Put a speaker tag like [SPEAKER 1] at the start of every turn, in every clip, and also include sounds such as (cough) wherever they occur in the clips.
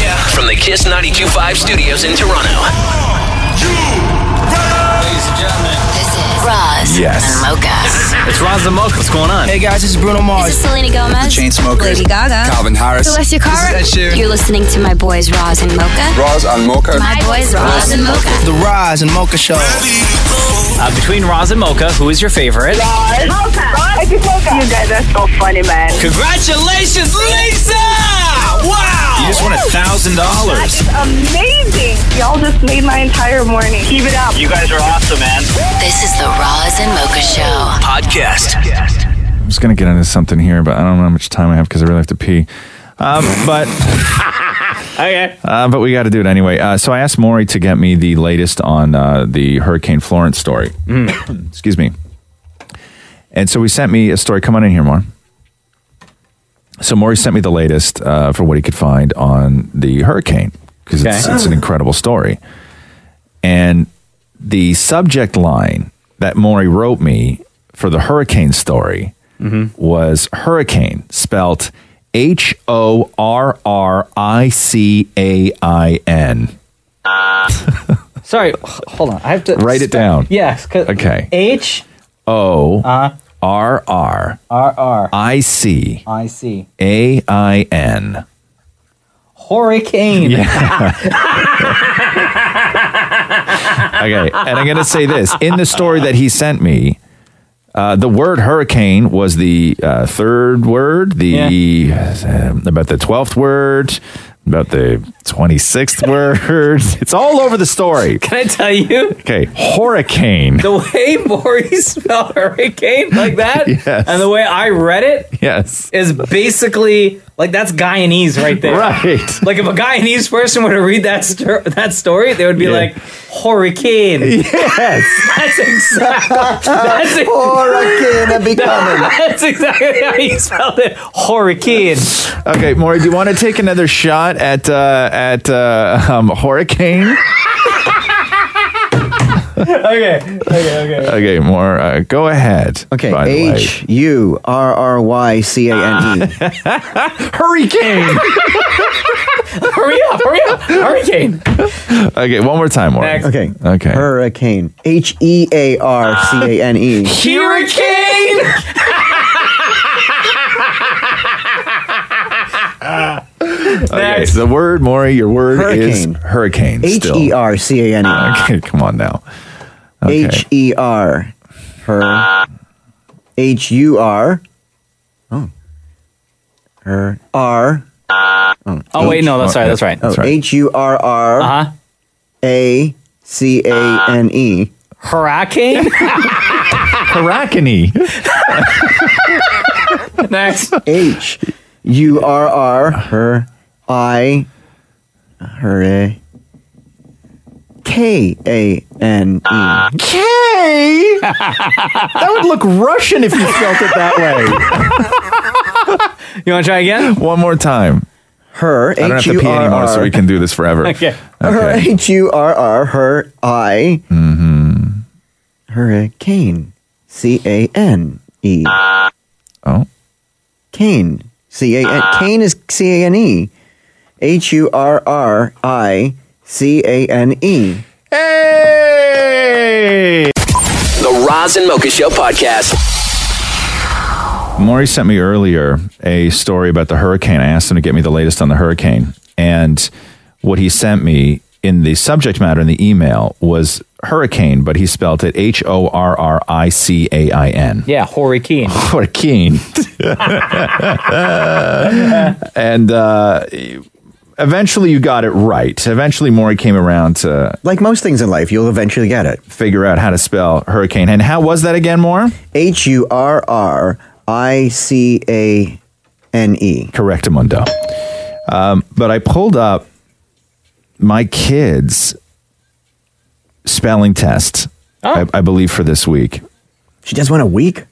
[SPEAKER 1] Yeah. From the Kiss 92.5 studios in Toronto.
[SPEAKER 2] Ladies and gentlemen.
[SPEAKER 3] This is Roz
[SPEAKER 4] Yes.
[SPEAKER 3] and Mocha.
[SPEAKER 2] It's Roz the Moke. What's going on?
[SPEAKER 5] Hey guys, this is Bruno
[SPEAKER 3] This is
[SPEAKER 5] Mars.
[SPEAKER 3] Selena Gomez.
[SPEAKER 5] Chainsmokers.
[SPEAKER 3] Lady Gaga.
[SPEAKER 5] Calvin Harris.
[SPEAKER 3] Celestia Cara.
[SPEAKER 5] This is Ed Sheeran.
[SPEAKER 3] You're listening to my boys Roz and Mocha.
[SPEAKER 5] Roz and Mocha.
[SPEAKER 3] My boys Roz and Mocha.
[SPEAKER 5] The Roz and Mocha Show.
[SPEAKER 2] Uh, between Roz and Mocha, who is your favorite?
[SPEAKER 6] You guys are so funny, man.
[SPEAKER 2] Congratulations, Lisa! Wow! You just won a thousand dollars.
[SPEAKER 6] Amazing. Y'all just made my entire morning. Keep it up.
[SPEAKER 1] You guys are awesome, man.
[SPEAKER 3] This is the Roz and Mocha Show.
[SPEAKER 1] Podcast.
[SPEAKER 2] (laughs)
[SPEAKER 4] I'm just gonna get into something here, but I don't know how much time I have because I really have to pee. Um, but
[SPEAKER 2] (laughs) Okay.
[SPEAKER 4] uh, but we got to do it anyway. Uh, so I asked Maury to get me the latest on uh, the Hurricane Florence story. (laughs) Excuse me. And so he sent me a story. Come on in here, Maury. So Maury sent me the latest uh, for what he could find on the hurricane because it's,
[SPEAKER 2] Okay.
[SPEAKER 4] it's an incredible story. And the subject line that Maury wrote me for the hurricane story was hurricane spelt H O R R I C A I N.
[SPEAKER 2] (laughs) Sorry. h- Hold on. I have to
[SPEAKER 4] Write it down.
[SPEAKER 2] Yes. 'cause-
[SPEAKER 4] Okay.
[SPEAKER 2] H
[SPEAKER 4] O R R
[SPEAKER 2] R R
[SPEAKER 4] I C
[SPEAKER 2] I C.
[SPEAKER 4] A I N.
[SPEAKER 2] Hurricane.
[SPEAKER 4] (laughs)
[SPEAKER 2] (laughs)
[SPEAKER 4] Okay, and I'm going to say this in the story that he sent me. Uh, the word hurricane was the uh, third word, the um, about the twelfth word, about the twenty sixth word. (laughs) It's all over the story.
[SPEAKER 2] Can I tell you
[SPEAKER 4] Okay, hurricane.
[SPEAKER 2] the way Maury spelled hurricane like
[SPEAKER 4] (laughs)
[SPEAKER 2] that,
[SPEAKER 4] Yes.
[SPEAKER 2] and the way I read it
[SPEAKER 4] Yes,
[SPEAKER 2] is basically like that's Guyanese right there.
[SPEAKER 4] right.
[SPEAKER 2] (laughs) Like if a Guyanese person were to read that st- that story, they would be
[SPEAKER 4] Yeah.
[SPEAKER 2] like
[SPEAKER 4] (laughs)
[SPEAKER 2] hurricane.
[SPEAKER 4] Yes, (laughs)
[SPEAKER 2] That's exactly. That's it.
[SPEAKER 5] Hurricane be coming.
[SPEAKER 2] (laughs) That's exactly how you spelled it. Hurricane.
[SPEAKER 4] Okay, Maury, do you want to take another shot at uh, at uh, um, hurricane?
[SPEAKER 2] (laughs) (laughs) Okay.
[SPEAKER 4] (laughs)
[SPEAKER 2] Okay. Okay.
[SPEAKER 4] Okay, more. Uh, go ahead.
[SPEAKER 7] Okay,
[SPEAKER 4] by the way.
[SPEAKER 7] H U R R Y C A N E.
[SPEAKER 4] (laughs) hurricane.
[SPEAKER 2] Hurry up! Hurry up! Hurricane.
[SPEAKER 4] okay, one more time, Maury.
[SPEAKER 2] Next.
[SPEAKER 7] Okay.
[SPEAKER 4] Okay.
[SPEAKER 7] Hurricane. H E A R C A N E.
[SPEAKER 4] (laughs)
[SPEAKER 2] Hurricane.
[SPEAKER 4] Okay,
[SPEAKER 2] Next.
[SPEAKER 4] the word, Maury, your word
[SPEAKER 7] Hurricane.
[SPEAKER 4] is hurricane.
[SPEAKER 7] H
[SPEAKER 4] still. Ah,
[SPEAKER 7] E R C A N E.
[SPEAKER 4] Okay, come on now. Okay.
[SPEAKER 7] H E R. Her. H U R. Oh. Her. R.
[SPEAKER 2] Oh wait, no, that's right. That's right.
[SPEAKER 7] Oh,
[SPEAKER 4] right.
[SPEAKER 7] H U R R
[SPEAKER 2] Uh huh.
[SPEAKER 7] A C A N E.
[SPEAKER 2] Hurricane.
[SPEAKER 4] (laughs) Hurricane.
[SPEAKER 2] Next.
[SPEAKER 7] H U R R. Her. I. Her. K A N
[SPEAKER 8] (laughs)
[SPEAKER 7] E.
[SPEAKER 4] K. that would look Russian if you spelled it that
[SPEAKER 2] You want to try again?
[SPEAKER 4] way. One more time.
[SPEAKER 7] Her.
[SPEAKER 4] I don't have to pee anymore, so we can do this forever.
[SPEAKER 2] (laughs) Okay.
[SPEAKER 7] Her
[SPEAKER 4] Okay. Mm-hmm.
[SPEAKER 7] H U R R. Her I. Hurricane. C A N E.
[SPEAKER 4] Oh,
[SPEAKER 7] Cane. C A N. Cane is C A N E. H U R R I C A N E.
[SPEAKER 4] hey!
[SPEAKER 1] The Roz and Mocha Show podcast.
[SPEAKER 4] Maury sent me earlier a story about the hurricane. I asked him to get me the latest on the hurricane. And what he sent me in the subject matter in the email was hurricane, but he spelled it H O R R I C A I N. (laughs)
[SPEAKER 2] Yeah, hurricane.
[SPEAKER 4] Hurricane. and uh, eventually you got it right. Eventually, Maury came around to
[SPEAKER 7] Like most things in life, you'll eventually get it.
[SPEAKER 4] figure out how to spell hurricane. And how was that again, Maury?
[SPEAKER 7] H U R R I C A E. N E.
[SPEAKER 4] Correctamundo. Um, but I pulled up my kids' spelling test, I, I believe, for this week.
[SPEAKER 7] She just went a week?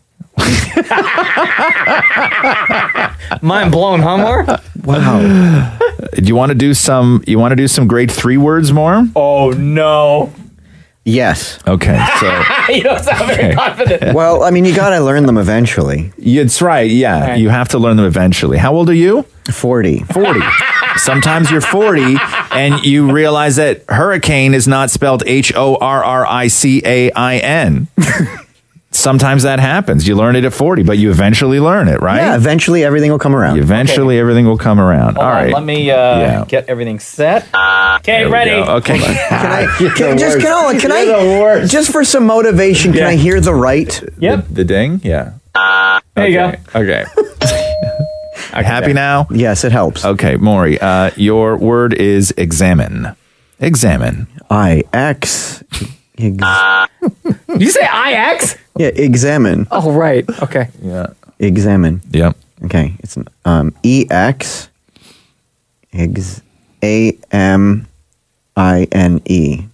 [SPEAKER 2] Mind blown, huh, Mark?
[SPEAKER 4] (laughs) Wow. do you want to do some? You want to do some grade three words more?
[SPEAKER 2] Oh no.
[SPEAKER 7] Yes.
[SPEAKER 4] Okay.
[SPEAKER 2] (laughs)
[SPEAKER 4] So
[SPEAKER 2] (laughs) you don't sound very
[SPEAKER 4] Okay.
[SPEAKER 2] (laughs) confident.
[SPEAKER 7] well, I mean, you got to learn them eventually.
[SPEAKER 4] it's right. Yeah, you have to learn them eventually. How old are you?
[SPEAKER 7] Forty.
[SPEAKER 2] (laughs)
[SPEAKER 4] Forty. Sometimes you're forty, and you realize that hurricane is not spelled H O R R I C A I
[SPEAKER 7] (laughs)
[SPEAKER 4] N. Sometimes that happens. You learn it at forty, but you eventually learn it, right?
[SPEAKER 7] Yeah, eventually everything will come around.
[SPEAKER 4] Eventually, everything will come around.
[SPEAKER 2] Hold
[SPEAKER 4] All
[SPEAKER 2] on,
[SPEAKER 4] right.
[SPEAKER 2] Let me uh,
[SPEAKER 4] Yeah.
[SPEAKER 2] get everything set. Okay,
[SPEAKER 4] There we
[SPEAKER 2] ready.
[SPEAKER 4] go. Okay. (laughs)
[SPEAKER 7] Can, just can, I- can I just for some motivation? Can I hear the right?
[SPEAKER 2] Yep.
[SPEAKER 4] The ding? Yeah.
[SPEAKER 2] There you go.
[SPEAKER 4] (laughs) Okay. Happy now?
[SPEAKER 7] Yes, it helps.
[SPEAKER 4] Okay, Maury, uh, your word is examine. Examine.
[SPEAKER 7] I X. Ex-
[SPEAKER 2] Uh, Did you say IX?
[SPEAKER 7] yeah, examine.
[SPEAKER 2] Oh, right. Okay.
[SPEAKER 4] Yeah.
[SPEAKER 7] Examine.
[SPEAKER 4] Yep.
[SPEAKER 7] Okay, it's um E X. Ex. A M. I N E.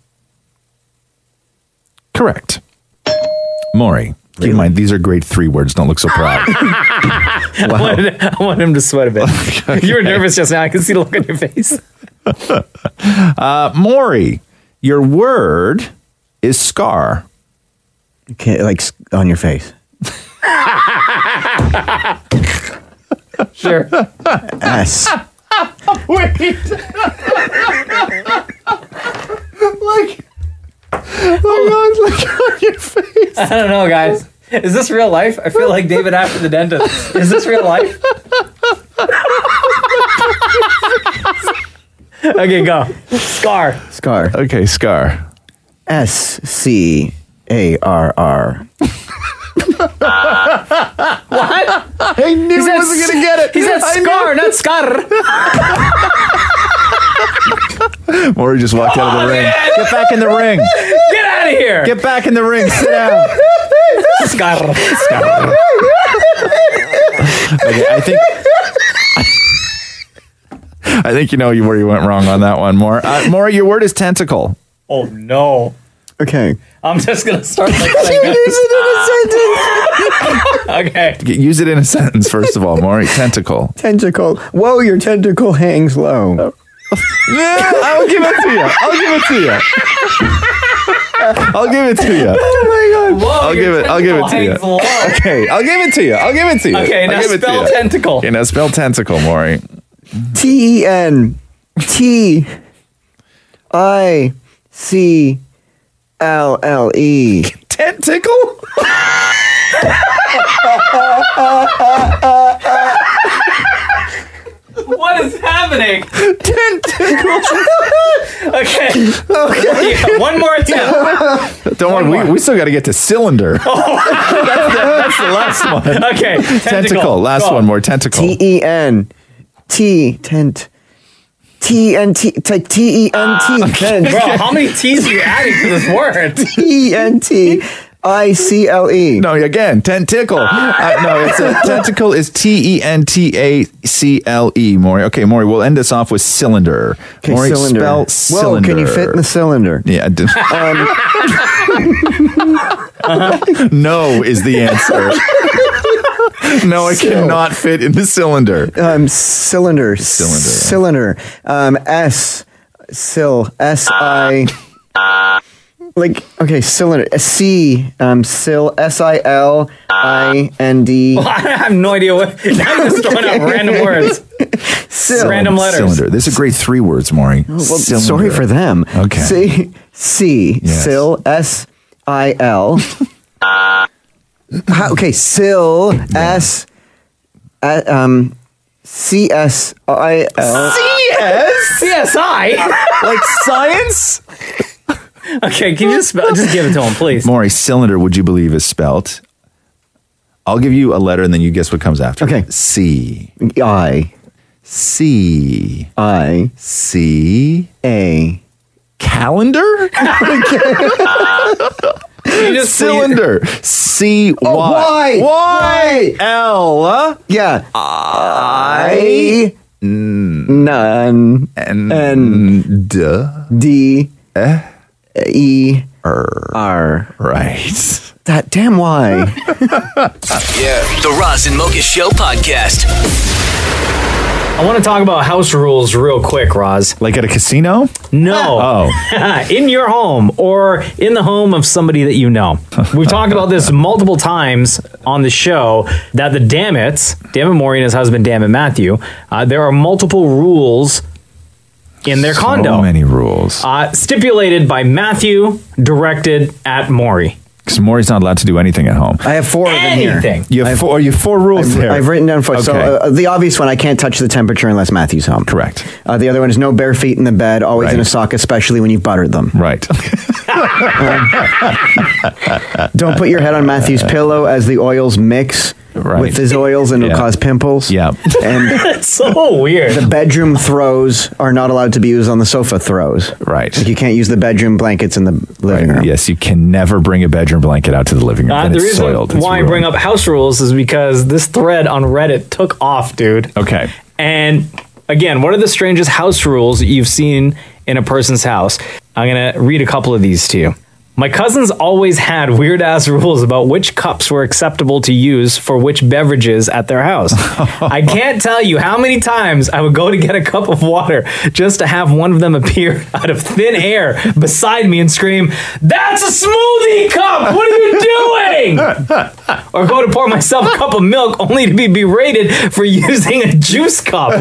[SPEAKER 4] Correct. Maury, keep in mind, these are grade three words. Don't look so proud.
[SPEAKER 2] I, wanted, I wanted him to sweat a (laughs) bit. (laughs) You were nervous just now. I can see the look on your face.
[SPEAKER 4] (laughs) uh, Maury, your word is scar.
[SPEAKER 7] Okay, like s- on your
[SPEAKER 4] (laughs)
[SPEAKER 7] face.
[SPEAKER 2] Sure.
[SPEAKER 7] S.
[SPEAKER 8] Wait. (laughs) like, oh my God, like on your face.
[SPEAKER 2] (laughs) I don't know, guys. Is this real life? I feel like David after the dentist. Is this real life? okay, go. Scar.
[SPEAKER 7] Scar.
[SPEAKER 4] Okay, scar.
[SPEAKER 7] S C A R R.
[SPEAKER 2] (laughs) What?
[SPEAKER 8] I knew
[SPEAKER 2] He
[SPEAKER 8] he
[SPEAKER 2] said
[SPEAKER 8] wasn't
[SPEAKER 2] s-
[SPEAKER 8] gonna get it.
[SPEAKER 2] He said
[SPEAKER 8] I
[SPEAKER 2] scar, not scar.
[SPEAKER 8] (laughs)
[SPEAKER 4] (laughs) Maury just walked out
[SPEAKER 2] Oh,
[SPEAKER 4] of the ring. Get back in the ring.
[SPEAKER 2] Get out of here.
[SPEAKER 4] Get back in the ring. Sit down.
[SPEAKER 2] scar.
[SPEAKER 4] Okay, I think. I think you know you- where you went wrong on that one, More. Uh, Maury, your word is tentacle.
[SPEAKER 2] (laughs) Oh no.
[SPEAKER 7] Okay.
[SPEAKER 2] I'm just gonna
[SPEAKER 7] (laughs)
[SPEAKER 2] start like that. Okay.
[SPEAKER 4] G- Use it in a sentence, first of all, Maury. Tentacle.
[SPEAKER 7] Tentacle. Whoa, your tentacle hangs low.
[SPEAKER 4] Yeah, I'll give it to you. I'll give it to you. I'll give it to you.
[SPEAKER 7] Oh my god.
[SPEAKER 4] I'll give it. I'll give it to you. Okay, I'll give it to you. I'll give it to you.
[SPEAKER 2] Okay,
[SPEAKER 4] I'll
[SPEAKER 2] now
[SPEAKER 4] give it to
[SPEAKER 2] spell
[SPEAKER 4] you.
[SPEAKER 2] tentacle.
[SPEAKER 4] Okay, now spell tentacle, Maury.
[SPEAKER 7] T E N T I C L L
[SPEAKER 4] (laughs)
[SPEAKER 7] E.
[SPEAKER 4] Tentacle.
[SPEAKER 2] What is happening?
[SPEAKER 4] Tentacle.
[SPEAKER 2] Okay. Yeah, one more attempt. (laughs)
[SPEAKER 4] Don't worry, we, we still got to get to cylinder.
[SPEAKER 2] Oh,
[SPEAKER 4] that's, the, that's the last one.
[SPEAKER 2] Okay. Tentacle.
[SPEAKER 4] (laughs) Tentacle. Last
[SPEAKER 2] Go.
[SPEAKER 4] one more. Tentacle.
[SPEAKER 7] T E N T tent T N T t- T E N
[SPEAKER 4] Ah,
[SPEAKER 7] T
[SPEAKER 2] Bro,
[SPEAKER 7] tent
[SPEAKER 2] how many T's
[SPEAKER 7] (laughs)
[SPEAKER 2] are you adding to this word?
[SPEAKER 7] T E N T I C L E.
[SPEAKER 4] No, again, tentacle.
[SPEAKER 2] Ah.
[SPEAKER 4] uh, no, it's a, tentacle is T E N T A C L E. Maury. Okay, Maury. We'll end this off with cylinder.
[SPEAKER 7] Okay,
[SPEAKER 4] Maury,
[SPEAKER 7] cylinder.
[SPEAKER 4] spell
[SPEAKER 7] Whoa,
[SPEAKER 4] cylinder.
[SPEAKER 7] can you fit in the cylinder?
[SPEAKER 4] Yeah. I did-
[SPEAKER 2] (laughs)
[SPEAKER 7] Um,
[SPEAKER 4] (laughs) no is the
[SPEAKER 7] (laughs)
[SPEAKER 4] answer. no, I
[SPEAKER 7] Cyl.
[SPEAKER 4] cannot fit in the cylinder.
[SPEAKER 7] Um, cylinder. Cylinder.
[SPEAKER 4] Cylinder.
[SPEAKER 7] Um, S. Sil. S I. Like okay, cylinder. C. Um, sil. S I L I N D.
[SPEAKER 2] (laughs) I have no idea what. (laughs) I'm just throwing out random words.
[SPEAKER 7] Sil.
[SPEAKER 2] Random letters.
[SPEAKER 4] Cylinder. This is a grade three words, Maury.
[SPEAKER 7] Oh, Well,
[SPEAKER 4] Cylinder.
[SPEAKER 7] sorry for them.
[SPEAKER 4] Okay.
[SPEAKER 7] C. C.
[SPEAKER 4] Yes.
[SPEAKER 7] Sil. S I L. How- Okay. Sil. S. uh, um. C S I L.
[SPEAKER 4] CS?
[SPEAKER 2] CSI.
[SPEAKER 4] Like science?
[SPEAKER 2] Okay, can you just spell? Just give it to him, please.
[SPEAKER 4] Maury, cylinder, would you believe, is spelt? I'll give you a letter and then you guess what comes after. it.
[SPEAKER 7] Okay.
[SPEAKER 4] C.
[SPEAKER 7] I.
[SPEAKER 4] C.
[SPEAKER 7] I.
[SPEAKER 4] C.
[SPEAKER 7] A.
[SPEAKER 4] Calendar?
[SPEAKER 2] You just
[SPEAKER 4] Cylinder. C. Y.
[SPEAKER 7] why?
[SPEAKER 4] Y. L. uh,
[SPEAKER 7] Yeah. I None.
[SPEAKER 4] And.
[SPEAKER 7] And. D. E.
[SPEAKER 4] R.
[SPEAKER 7] R.
[SPEAKER 4] Right.
[SPEAKER 7] That damn why.
[SPEAKER 4] (laughs)
[SPEAKER 1] Yeah. The Roz and Mocha Show podcast.
[SPEAKER 2] I want to talk about house rules real quick, Roz.
[SPEAKER 4] Like at a casino?
[SPEAKER 2] No.
[SPEAKER 4] Oh.
[SPEAKER 2] (laughs) in your home or in the home of somebody that you know. We've talked about this multiple times on the show that the Dammits, Dammit Maury and his husband Dammit Matthew, uh, there are multiple rules in their condo.
[SPEAKER 4] So many rules.
[SPEAKER 2] Uh, stipulated by Matthew, directed at Maury.
[SPEAKER 4] Because Maury's not allowed to do anything at home.
[SPEAKER 7] I have four of them
[SPEAKER 2] Anything.
[SPEAKER 7] here.
[SPEAKER 4] You have four. You have four rules
[SPEAKER 7] I've,
[SPEAKER 4] there.
[SPEAKER 7] I've written down four. So
[SPEAKER 4] Okay.
[SPEAKER 7] uh, the obvious one, I can't touch the temperature unless Matthew's home.
[SPEAKER 4] Correct.
[SPEAKER 7] Uh, the other one is no bare feet in the bed, always in a sock, especially when you've buttered them.
[SPEAKER 4] Right.
[SPEAKER 7] (laughs) Don't put your head on
[SPEAKER 4] (laughs)
[SPEAKER 7] Matthew's pillow as the oils mix
[SPEAKER 4] Right.
[SPEAKER 7] with his oils and it'll
[SPEAKER 4] Yeah.
[SPEAKER 7] cause pimples.
[SPEAKER 4] Yeah. (laughs)
[SPEAKER 7] And
[SPEAKER 2] That's so weird.
[SPEAKER 7] the bedroom throws are not allowed to be used on the sofa throws.
[SPEAKER 4] Right.
[SPEAKER 7] Like you can't use the bedroom blankets in the living room.
[SPEAKER 4] Yes, you can never bring a bedroom blanket out to the living room.
[SPEAKER 2] Uh,
[SPEAKER 4] Then
[SPEAKER 2] the
[SPEAKER 4] it's
[SPEAKER 2] reason
[SPEAKER 4] soiled. It's
[SPEAKER 2] why I
[SPEAKER 4] ruined.
[SPEAKER 2] bring up house rules is because this thread on Reddit took off, dude.
[SPEAKER 4] Okay.
[SPEAKER 2] And again, what are the strangest house rules you've seen in a person's house? I'm going to read a couple of these to you. My cousins always had weird ass rules about which cups were acceptable to use for which beverages at their house. I can't tell you how many times I would go to get a cup of water just to have one of them appear (laughs) out of thin air beside me and scream, That's a smoothie cup! What are you doing? or go to pour myself a cup of milk only to be berated for (laughs) using a juice cup.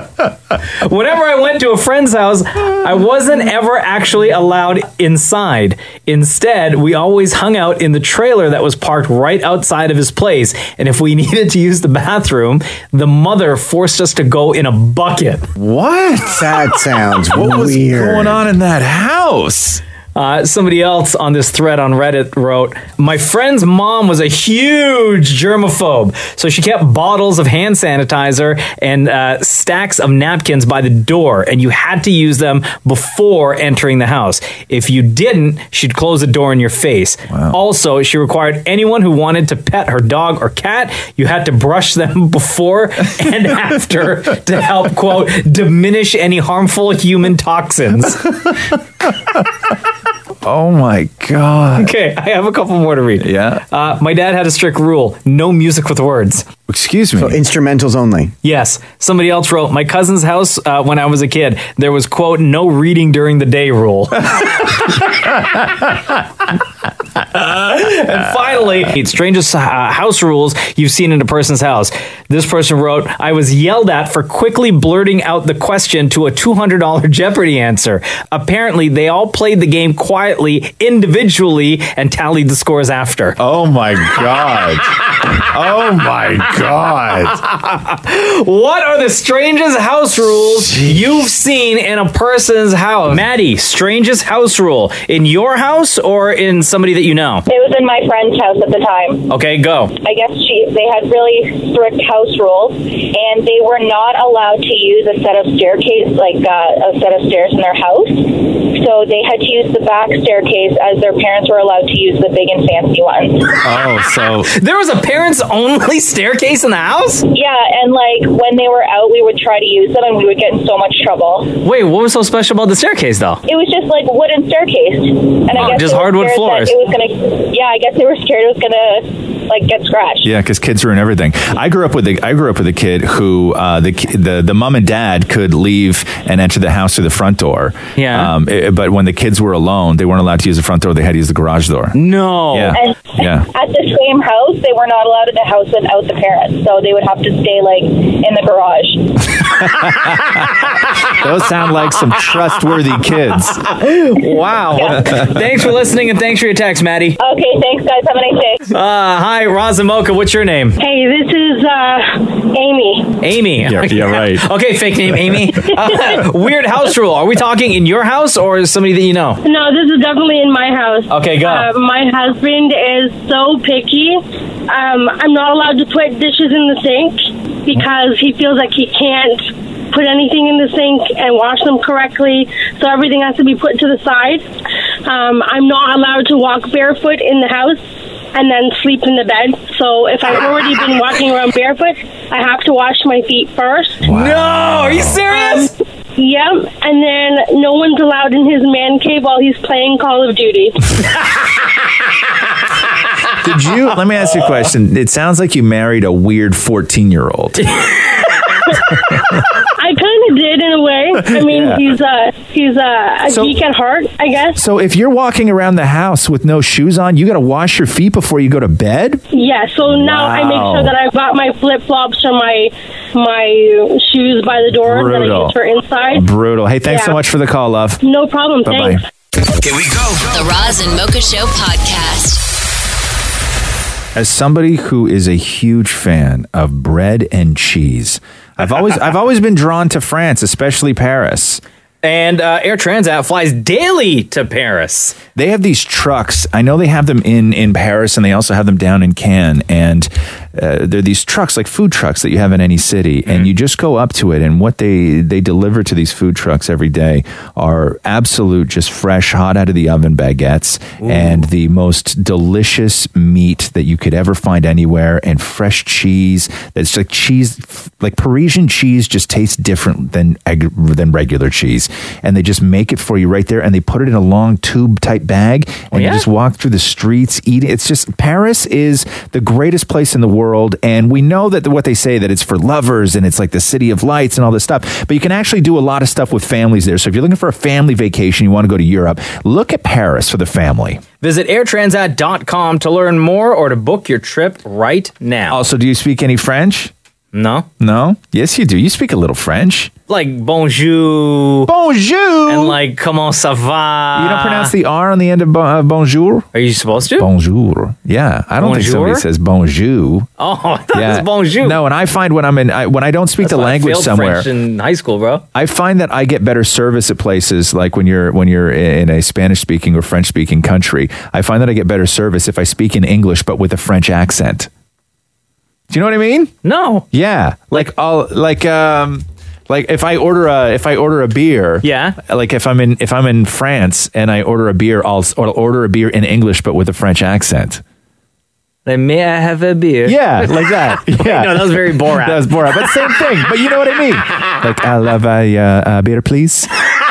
[SPEAKER 2] Whenever I went to a friend's house, I wasn't ever actually allowed inside. Instead, we always hung out in the trailer that was parked right outside of his place. And if we (laughs) needed to use the bathroom, the mother forced us to go in a bucket.
[SPEAKER 4] What?
[SPEAKER 7] That sounds
[SPEAKER 4] (laughs) What was
[SPEAKER 7] weird.
[SPEAKER 4] going on in that house?
[SPEAKER 2] Uh, somebody else on this thread on Reddit wrote, My friend's mom was a huge germaphobe, so she kept bottles of hand sanitizer and uh, stacks of napkins by the door, and you had to use them before entering the house. If you didn't, she'd close the door in your face. Also, she required anyone who wanted to pet her dog or cat, you had to brush them (laughs) before and (laughs) after to help, quote, diminish any harmful human toxins.
[SPEAKER 4] Oh my god. (laughs)
[SPEAKER 2] Okay, Oh, I have a couple more to read.
[SPEAKER 4] Yeah.
[SPEAKER 2] Uh, my dad had a strict rule no music with words.
[SPEAKER 4] Excuse me.
[SPEAKER 7] So instrumentals only.
[SPEAKER 2] Yes. Somebody else wrote, My cousin's house uh, when I was a kid, there was, quote, no reading during the day rule. and finally, (laughs) it's strangest uh, house rules you've seen in a person's house. This person wrote, I was yelled at for quickly blurting out the question to a $200 (laughs) Jeopardy answer. Apparently, they all played the game quietly, individually, and tallied the scores after.
[SPEAKER 4] oh my god. oh my god.
[SPEAKER 2] What are the strangest house rules you've seen in a person's house? Maddie, strangest house rule in your house or in somebody that you know?
[SPEAKER 9] It was in my friend's house at the time.
[SPEAKER 2] Okay, go.
[SPEAKER 9] I guess she they had really strict house rules, and they were not allowed to use a set of staircase like uh, a set of stairs in their house. So they had to use the back staircase, as their parents were allowed to use the big and fancy ones.
[SPEAKER 4] Oh, so
[SPEAKER 2] (laughs) There was a parents only (laughs) staircase in the house?
[SPEAKER 9] yeah, and like when they were out, we would try to use them, and we would get in so much trouble.
[SPEAKER 2] Wait, what was so special about the staircase though?
[SPEAKER 9] It was just like wooden staircase, and
[SPEAKER 2] Oh,
[SPEAKER 9] I guess
[SPEAKER 2] just
[SPEAKER 9] they were
[SPEAKER 2] hardwood
[SPEAKER 9] scared
[SPEAKER 2] floors.
[SPEAKER 9] That it was gonna, yeah. I guess they were scared it was gonna like get scratched.
[SPEAKER 4] Yeah, because kids ruin everything. I grew up with a, I grew up with a kid who uh, the ki- the the mom and dad could leave and enter the house through the front door.
[SPEAKER 2] Yeah.
[SPEAKER 4] Um, eh, but when the kids were alone, they weren't allowed to use the front door. They had to use the garage door.
[SPEAKER 2] No.
[SPEAKER 4] Yeah.
[SPEAKER 9] And
[SPEAKER 4] Yeah.
[SPEAKER 9] at the same house, they were not allowed in the house without the parents, so they would have to stay like in
[SPEAKER 2] (laughs)
[SPEAKER 9] the garage.
[SPEAKER 4] Those sound like some trustworthy kids.
[SPEAKER 2] Wow. (laughs) thanks for listening and thanks for your text, Maddie. Uh,
[SPEAKER 9] Okay, thanks guys. Have a nice day.
[SPEAKER 2] hi, Razamoka. What's your name?
[SPEAKER 9] Hey, this is uh, Amy.
[SPEAKER 2] Amy.
[SPEAKER 4] Yeah,
[SPEAKER 2] (laughs)
[SPEAKER 4] yeah, right.
[SPEAKER 2] Okay, fake name Amy. Uh, weird house rule. Are we talking in your house or somebody that you know?
[SPEAKER 9] No, this is definitely in my house.
[SPEAKER 2] Okay, go.
[SPEAKER 9] Uh, my husband is so picky. Um, I'm not allowed to put dishes in the sink because he feels like he can't put anything in the sink and wash them correctly. So everything has to be put to the side. Um, I'm not allowed to walk barefoot in the house and then sleep in the bed. So if I've already been walking around barefoot, I have to wash my feet first.
[SPEAKER 8] No, are you serious?
[SPEAKER 9] Um, yep. And then no one's allowed in his man cave while he's playing Call of Duty.
[SPEAKER 8] (laughs)
[SPEAKER 4] Did you? Let me ask you a question. It sounds like you married a weird 14 year
[SPEAKER 2] (laughs)
[SPEAKER 4] old.
[SPEAKER 9] I kind of did in a way.
[SPEAKER 4] (laughs)
[SPEAKER 9] I mean,
[SPEAKER 4] Yeah.
[SPEAKER 9] he's a he's a, a
[SPEAKER 4] So-
[SPEAKER 9] geek at heart, I guess.
[SPEAKER 4] So if you're walking around the house with no shoes on, you got to wash your feet before you go to bed?
[SPEAKER 9] Yeah, so now I make
[SPEAKER 4] Wow.
[SPEAKER 9] sure that I've got my flip flops or my my shoes by the door that I
[SPEAKER 4] Brutal.
[SPEAKER 9] use for inside.
[SPEAKER 4] Brutal. Hey, thanks so
[SPEAKER 9] Yeah.
[SPEAKER 4] much for the call, love.
[SPEAKER 9] No problem.
[SPEAKER 4] Bye bye.
[SPEAKER 9] Thanks.
[SPEAKER 4] Here we go.
[SPEAKER 3] The Roz and Mocha Show podcast.
[SPEAKER 4] As somebody who is a huge fan of bread and cheese, I've always I've always been drawn to France, especially Paris.
[SPEAKER 2] And uh, Air Transat flies daily to Paris.
[SPEAKER 4] They have these trucks. I know they have them in in Paris, and they also have them down in Cannes. And uh, they're these trucks, like food trucks, that you have in any city.
[SPEAKER 2] Mm-hmm.
[SPEAKER 4] And you just go up to it, and what they they deliver to these food trucks every day are absolute, just fresh, hot out of the oven baguettes, and the most delicious meat that you could ever find anywhere, and fresh cheese. That's like cheese, like Parisian cheese, just tastes different than egg- than regular cheese. And they just make it for you right there, and they put it in a long tube type bag, and you just walk through the streets eating. It's just Paris is the greatest place in the world, and we know that what they say that it's for lovers and it's like the city of lights and all this stuff. But you can actually do a lot of stuff with families there. So if you're looking for a family vacation, you want to go to Europe, look at Paris for the family.
[SPEAKER 2] Visit airtransat.com to learn more or to book your trip right now.
[SPEAKER 4] Also, Oh, do you speak any French?
[SPEAKER 2] No.
[SPEAKER 4] No? Yes, you do. You speak a little French.
[SPEAKER 2] Like bonjour.
[SPEAKER 4] Bonjour.
[SPEAKER 2] And like comment ça va.
[SPEAKER 4] You don't pronounce the R on the end of bon, uh, bonjour?
[SPEAKER 2] Ah. Are you supposed to?
[SPEAKER 4] Bonjour. Yeah. I don't think somebody
[SPEAKER 2] Bonjour?
[SPEAKER 4] says bonjour.
[SPEAKER 2] Oh, I thought it was bonjour.
[SPEAKER 4] No, and I find when I'm in I, when I don't speak
[SPEAKER 2] That's
[SPEAKER 4] the
[SPEAKER 2] why I
[SPEAKER 4] language
[SPEAKER 2] failed
[SPEAKER 4] somewhere,
[SPEAKER 2] French in high school, bro.
[SPEAKER 4] I find that I get better service at places like when you're when you're in a Spanish speaking or French speaking country. I find that I get better service if I speak in English but with a French accent. Do you know what I mean?
[SPEAKER 2] No.
[SPEAKER 4] Yeah. Like I'll like
[SPEAKER 2] (laughs)
[SPEAKER 4] um like if I order a if I order a beer,
[SPEAKER 2] yeah.
[SPEAKER 4] Like if I'm in if I'm in France and I order a beer, I'll, s- I'll order a beer in English but with a French accent.
[SPEAKER 2] Like, may I have a beer?
[SPEAKER 4] Yeah, like that. Yeah,
[SPEAKER 2] no, that was very
[SPEAKER 4] (laughs)
[SPEAKER 2] Borat.
[SPEAKER 4] that was Borat, but same thing. But you know what I mean. Like I love a, uh, a beer, please,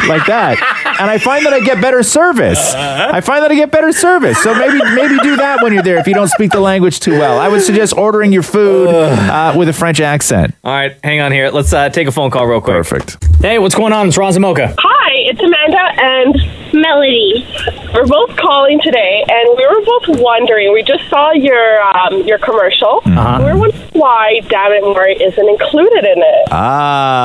[SPEAKER 4] like that. And I find that I get better service. I find that I get better service. So maybe maybe do that when you're there if you don't speak the language too well. I would suggest ordering your food uh, with a French accent.
[SPEAKER 2] (laughs) All right, hang on here. Let's uh, take a phone call real quick.
[SPEAKER 4] Perfect.
[SPEAKER 2] Hey, what's going on? It's Roz and Mocha.
[SPEAKER 10] Hi, it's Amanda and Melody. We're both calling today, and we were both wondering. We just saw your um, your commercial.
[SPEAKER 4] Uh-huh.
[SPEAKER 10] We were wondering why Damn It Murray isn't included in it.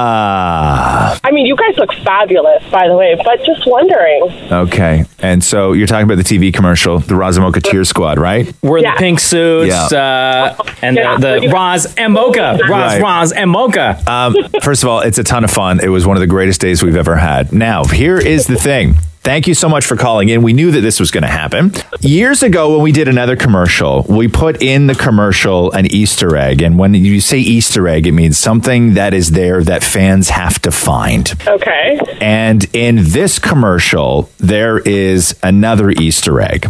[SPEAKER 4] Ah,
[SPEAKER 10] I mean, you guys look fabulous, by the way, but just wondering. (laughs)
[SPEAKER 4] okay. And so you're talking about the TV commercial, the Razamoka Tear Squad, right?
[SPEAKER 2] We're the pink suits uh, and the, the Roz and Mocha. Roz,
[SPEAKER 4] Right.
[SPEAKER 2] Roz, and Mocha.
[SPEAKER 4] Um, first of all, it's a ton of fun. It was one of the greatest days we've ever had. Now, here is the thing. Thank you so much for calling in. We knew that this was going to happen. Years ago, when we did another commercial, we put in the commercial an Easter egg. And when you say Easter egg, it means something that is there that fans have to find.
[SPEAKER 10] Okay.
[SPEAKER 4] And in this commercial, there is another Easter egg.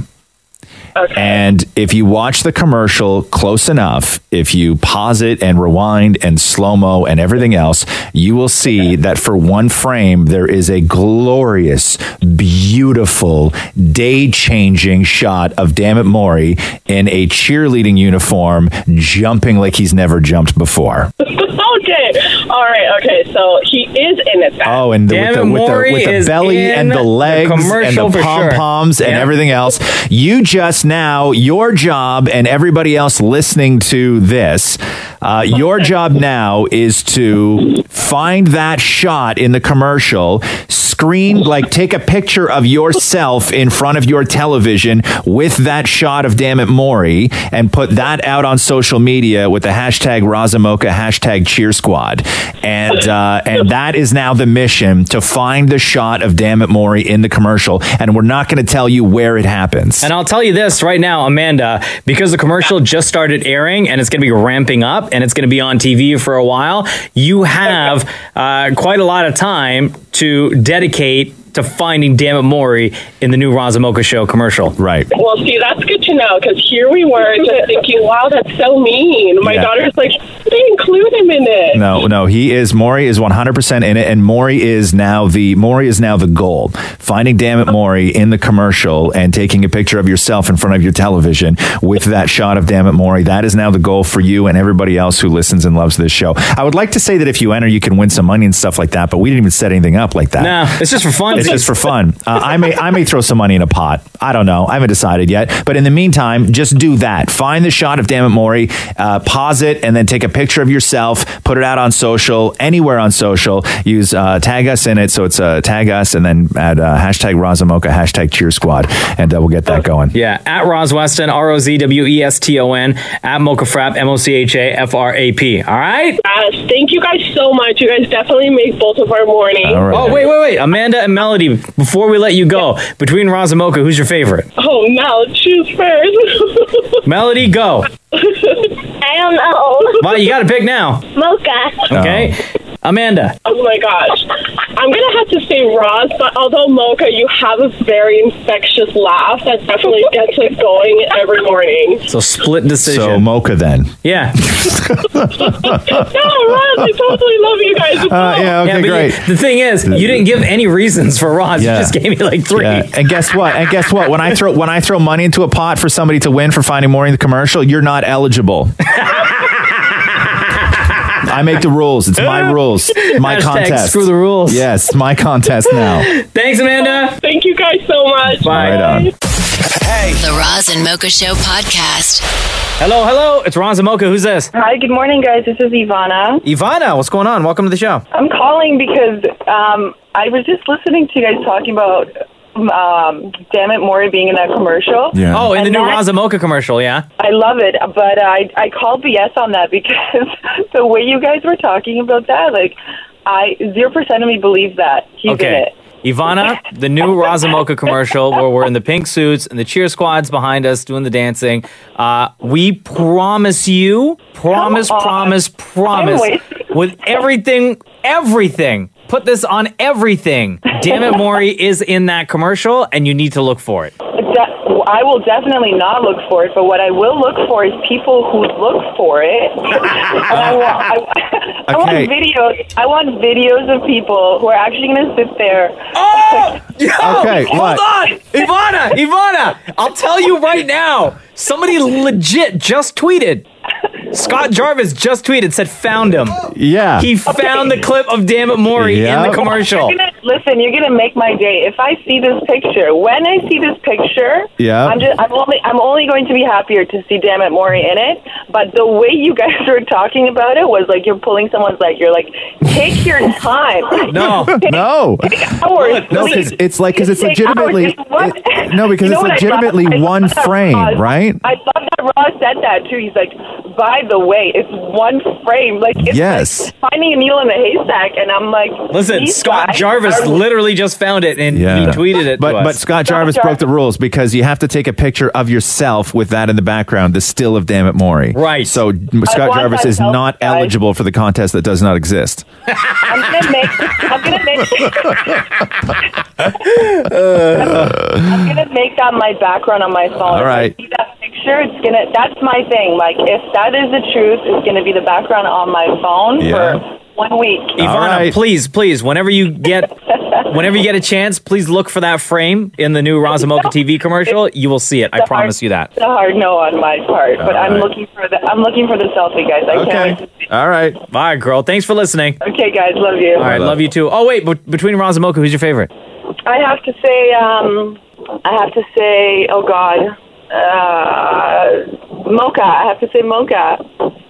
[SPEAKER 4] And if you watch the commercial close enough, if you pause it and rewind and slow mo and everything else, you will see that for one frame, there is a glorious, beautiful, day changing shot of Dammit Maury in a cheerleading uniform, jumping like he's never jumped before.
[SPEAKER 10] okay. Oh, All right. Okay. So he is in it. Then.
[SPEAKER 4] Oh, and the, with, the,
[SPEAKER 10] Damn it,
[SPEAKER 4] with, the, with
[SPEAKER 10] Maury
[SPEAKER 4] the
[SPEAKER 10] is
[SPEAKER 4] belly
[SPEAKER 10] in
[SPEAKER 4] and the
[SPEAKER 10] the
[SPEAKER 4] legs and
[SPEAKER 10] commercial
[SPEAKER 4] the
[SPEAKER 10] for
[SPEAKER 4] pom
[SPEAKER 10] sure.
[SPEAKER 4] poms and
[SPEAKER 10] Yeah.
[SPEAKER 4] everything else. You just now, your job and everybody else listening to this, uh,
[SPEAKER 10] (laughs)
[SPEAKER 4] your job now is to find that shot in the commercial, screen, like take a picture of yourself in front of your television with that shot of Damn It Maury and put that out on social media with the hashtag Razamoka, hashtag Cheer Squad. And, uh, and that is now the mission to find the shot of Damn It Maury in the commercial. And we're not going to tell you where it happens.
[SPEAKER 2] And I'll tell you this right now, Amanda, because the commercial just started airing and it's going to be ramping up and it's going to be on TV for a while, you have uh, quite a lot of time to dedicate to finding Dammit Mori in the new Razamoka Show commercial.
[SPEAKER 4] Right.
[SPEAKER 10] Well, see, that's good to know because here we were just thinking, wow, that's so mean. My
[SPEAKER 2] Yeah.
[SPEAKER 10] daughter's like, they include him in it?
[SPEAKER 4] No, no, he is. Maury is 100% in it, and Maury is now the Maury is now the goal. Finding Dammit Maury in the commercial and taking a picture of yourself in front of your television with that shot of Dammit Maury. That is now the goal for you and everybody else who listens and loves this show. I would like to say that if you enter, you can win some money and stuff like that, but we didn't even set anything up like that.
[SPEAKER 2] No, it's just for fun.
[SPEAKER 4] It's just for fun. Uh, I may I may throw some money in a pot. I don't know. I haven't decided yet. But in the meantime, just do that. Find the shot of Dammit Maury, uh, pause it, and then take a picture of yourself. Put it out on social, anywhere on social. Use uh, tag us in it. So it's uh, tag us, and then add uh, hashtag Razamoka, hashtag Cheer Squad, and uh, we'll get that going.
[SPEAKER 2] Yeah, at Roz Weston, R O Z W E S T O N, at Mocha Frap, M O C H A F R A P. All right?
[SPEAKER 10] Yes, thank you guys so much. You guys definitely make both of our mornings.
[SPEAKER 2] Oh, wait, wait, wait. Amanda and Melody, before we let you go, between Roz and Mocha, who's your favorite?
[SPEAKER 10] Oh, Mel, choose first. (laughs)
[SPEAKER 2] Melody, go.
[SPEAKER 10] I don't know.
[SPEAKER 2] Wow, you got to pick now.
[SPEAKER 4] Oh.
[SPEAKER 10] Mocha.
[SPEAKER 2] Okay. Amanda.
[SPEAKER 10] Oh my gosh. I'm going to have to say Roz, but although Mocha, you have a very infectious laugh that definitely gets us going every morning.
[SPEAKER 2] So split decision.
[SPEAKER 4] So Mocha then.
[SPEAKER 10] (laughs)
[SPEAKER 2] Yeah. (laughs)
[SPEAKER 10] no, Roz, I totally love you guys.
[SPEAKER 4] Uh, yeah, okay,
[SPEAKER 2] but you-
[SPEAKER 4] great.
[SPEAKER 2] the thing is, you didn't give any reasons for Roz.
[SPEAKER 4] Yeah.
[SPEAKER 2] You just gave me like three.
[SPEAKER 4] Yeah. And guess what? And guess what? When I throw when I throw money into a pot for somebody to win for finding more in the commercial, you're not eligible. I make the rules. It's
[SPEAKER 2] (laughs)
[SPEAKER 4] my rules. My
[SPEAKER 2] Hashtag
[SPEAKER 4] contest.
[SPEAKER 2] screw the rules.
[SPEAKER 4] Yes, my contest now.
[SPEAKER 2] (laughs) Thanks, Amanda.
[SPEAKER 10] Thank you guys so much.
[SPEAKER 4] Right on.
[SPEAKER 3] The Roz and Mocha Show podcast.
[SPEAKER 2] Hello, hello. It's Roz and Mocha. Who's this?
[SPEAKER 11] Hi, good morning, guys. This is Ivana.
[SPEAKER 2] Ivana, what's going on? Welcome to the show.
[SPEAKER 11] I'm calling because um, I was just listening to you guys talking about um, Damn It Maury being in that commercial.
[SPEAKER 2] Oh, in the
[SPEAKER 11] And
[SPEAKER 2] new
[SPEAKER 11] that-
[SPEAKER 2] Roz and Mocha commercial, yeah?
[SPEAKER 11] I love it, but I I called BS on that because (laughs) the way you guys were talking about that, like I zero percent of me believes that he's in
[SPEAKER 2] okay.
[SPEAKER 11] it.
[SPEAKER 2] Ivana,
[SPEAKER 11] (laughs)
[SPEAKER 2] the new Razamoka commercial where we're in the pink suits and the cheer squad's behind us doing the dancing. Uh, we promise you, promise,
[SPEAKER 8] Come on.
[SPEAKER 2] promise, promise,
[SPEAKER 11] (laughs)
[SPEAKER 8] I'm
[SPEAKER 2] with everything, everything. Put this on everything. Damn it, Maury is in that commercial, and you need to look for it.
[SPEAKER 11] De- I will definitely not look for it, but what I will look for is people who look for it. (laughs) And I, want, I, I want
[SPEAKER 4] Okay.
[SPEAKER 11] videos. I want videos of people who are actually going to sit there. (laughs) Oh,
[SPEAKER 4] Okay,
[SPEAKER 2] hold
[SPEAKER 4] what?
[SPEAKER 2] on, Ivana, Ivana. I'll tell you right now. Somebody legit just tweeted. Scott Jarvis just tweeted said found him.
[SPEAKER 4] Yeah.
[SPEAKER 2] He found the clip of Damn It Maury in the commercial.
[SPEAKER 11] listen, Oh. you're going to make my day if I see this picture. When I see this picture,
[SPEAKER 2] Yeah.
[SPEAKER 11] I'm just I'm only I'm only going to be happier to see Damn It Maury in it. But the way you guys (laughs) were talking about it was like you're pulling someone's leg. You're like, take your time.
[SPEAKER 4] (laughs)
[SPEAKER 11] (laughs)
[SPEAKER 4] No, no,
[SPEAKER 11] hours,
[SPEAKER 4] no,
[SPEAKER 11] please.
[SPEAKER 4] because it's like because it's
[SPEAKER 11] Take hours,
[SPEAKER 4] legitimately
[SPEAKER 11] just one-
[SPEAKER 4] it- no, because
[SPEAKER 11] You know
[SPEAKER 4] it's
[SPEAKER 11] what I love?
[SPEAKER 4] legitimately
[SPEAKER 11] I love
[SPEAKER 4] one
[SPEAKER 11] that Ross-
[SPEAKER 4] frame, right?
[SPEAKER 11] I love that Ross said that too. He's like, by the way, it's one frame. Like, it's
[SPEAKER 2] Yes.
[SPEAKER 11] like finding a needle in a haystack, and I'm like,
[SPEAKER 2] Listen,
[SPEAKER 11] these
[SPEAKER 2] Scott
[SPEAKER 11] guys
[SPEAKER 2] Jarvis
[SPEAKER 11] are-
[SPEAKER 2] literally just found it and he tweeted it.
[SPEAKER 4] But
[SPEAKER 2] to us.
[SPEAKER 4] but Scott Jarvis broke the rules because you have to take a picture of yourself with that in the background, the still of Dammit Maury. Right. So Scott
[SPEAKER 11] want
[SPEAKER 4] Jarvis is
[SPEAKER 11] myself,
[SPEAKER 4] not eligible for the contest that does not exist.
[SPEAKER 11] I'm gonna make. I'm gonna
[SPEAKER 2] (laughs)
[SPEAKER 11] make.
[SPEAKER 2] Uh.
[SPEAKER 11] I'm gonna make that my background on my phone.
[SPEAKER 4] All right.
[SPEAKER 11] If I see that picture, it's gonna. That's my thing. Like, if that is the truth, it's gonna be the background on my phone for one week.
[SPEAKER 2] Ivana, please, please, whenever you get whenever you get a chance, please look for that frame in the new Razamoka TV commercial. You will see it. I promise you that.
[SPEAKER 11] It's a hard no on my part, but
[SPEAKER 2] All
[SPEAKER 11] I'm
[SPEAKER 2] right.
[SPEAKER 11] looking for the. I'm looking for the selfie, guys. I can't. wait
[SPEAKER 2] All right. Bye, girl. Thanhanks for listening.
[SPEAKER 11] to- Okay, guys, love you.
[SPEAKER 2] All right, love you too. Oh wait, but between Roz and Mocha, who's your favorite?
[SPEAKER 11] I have to say, um, I have to say, oh God, uh, Mocha. I have to say Mocha.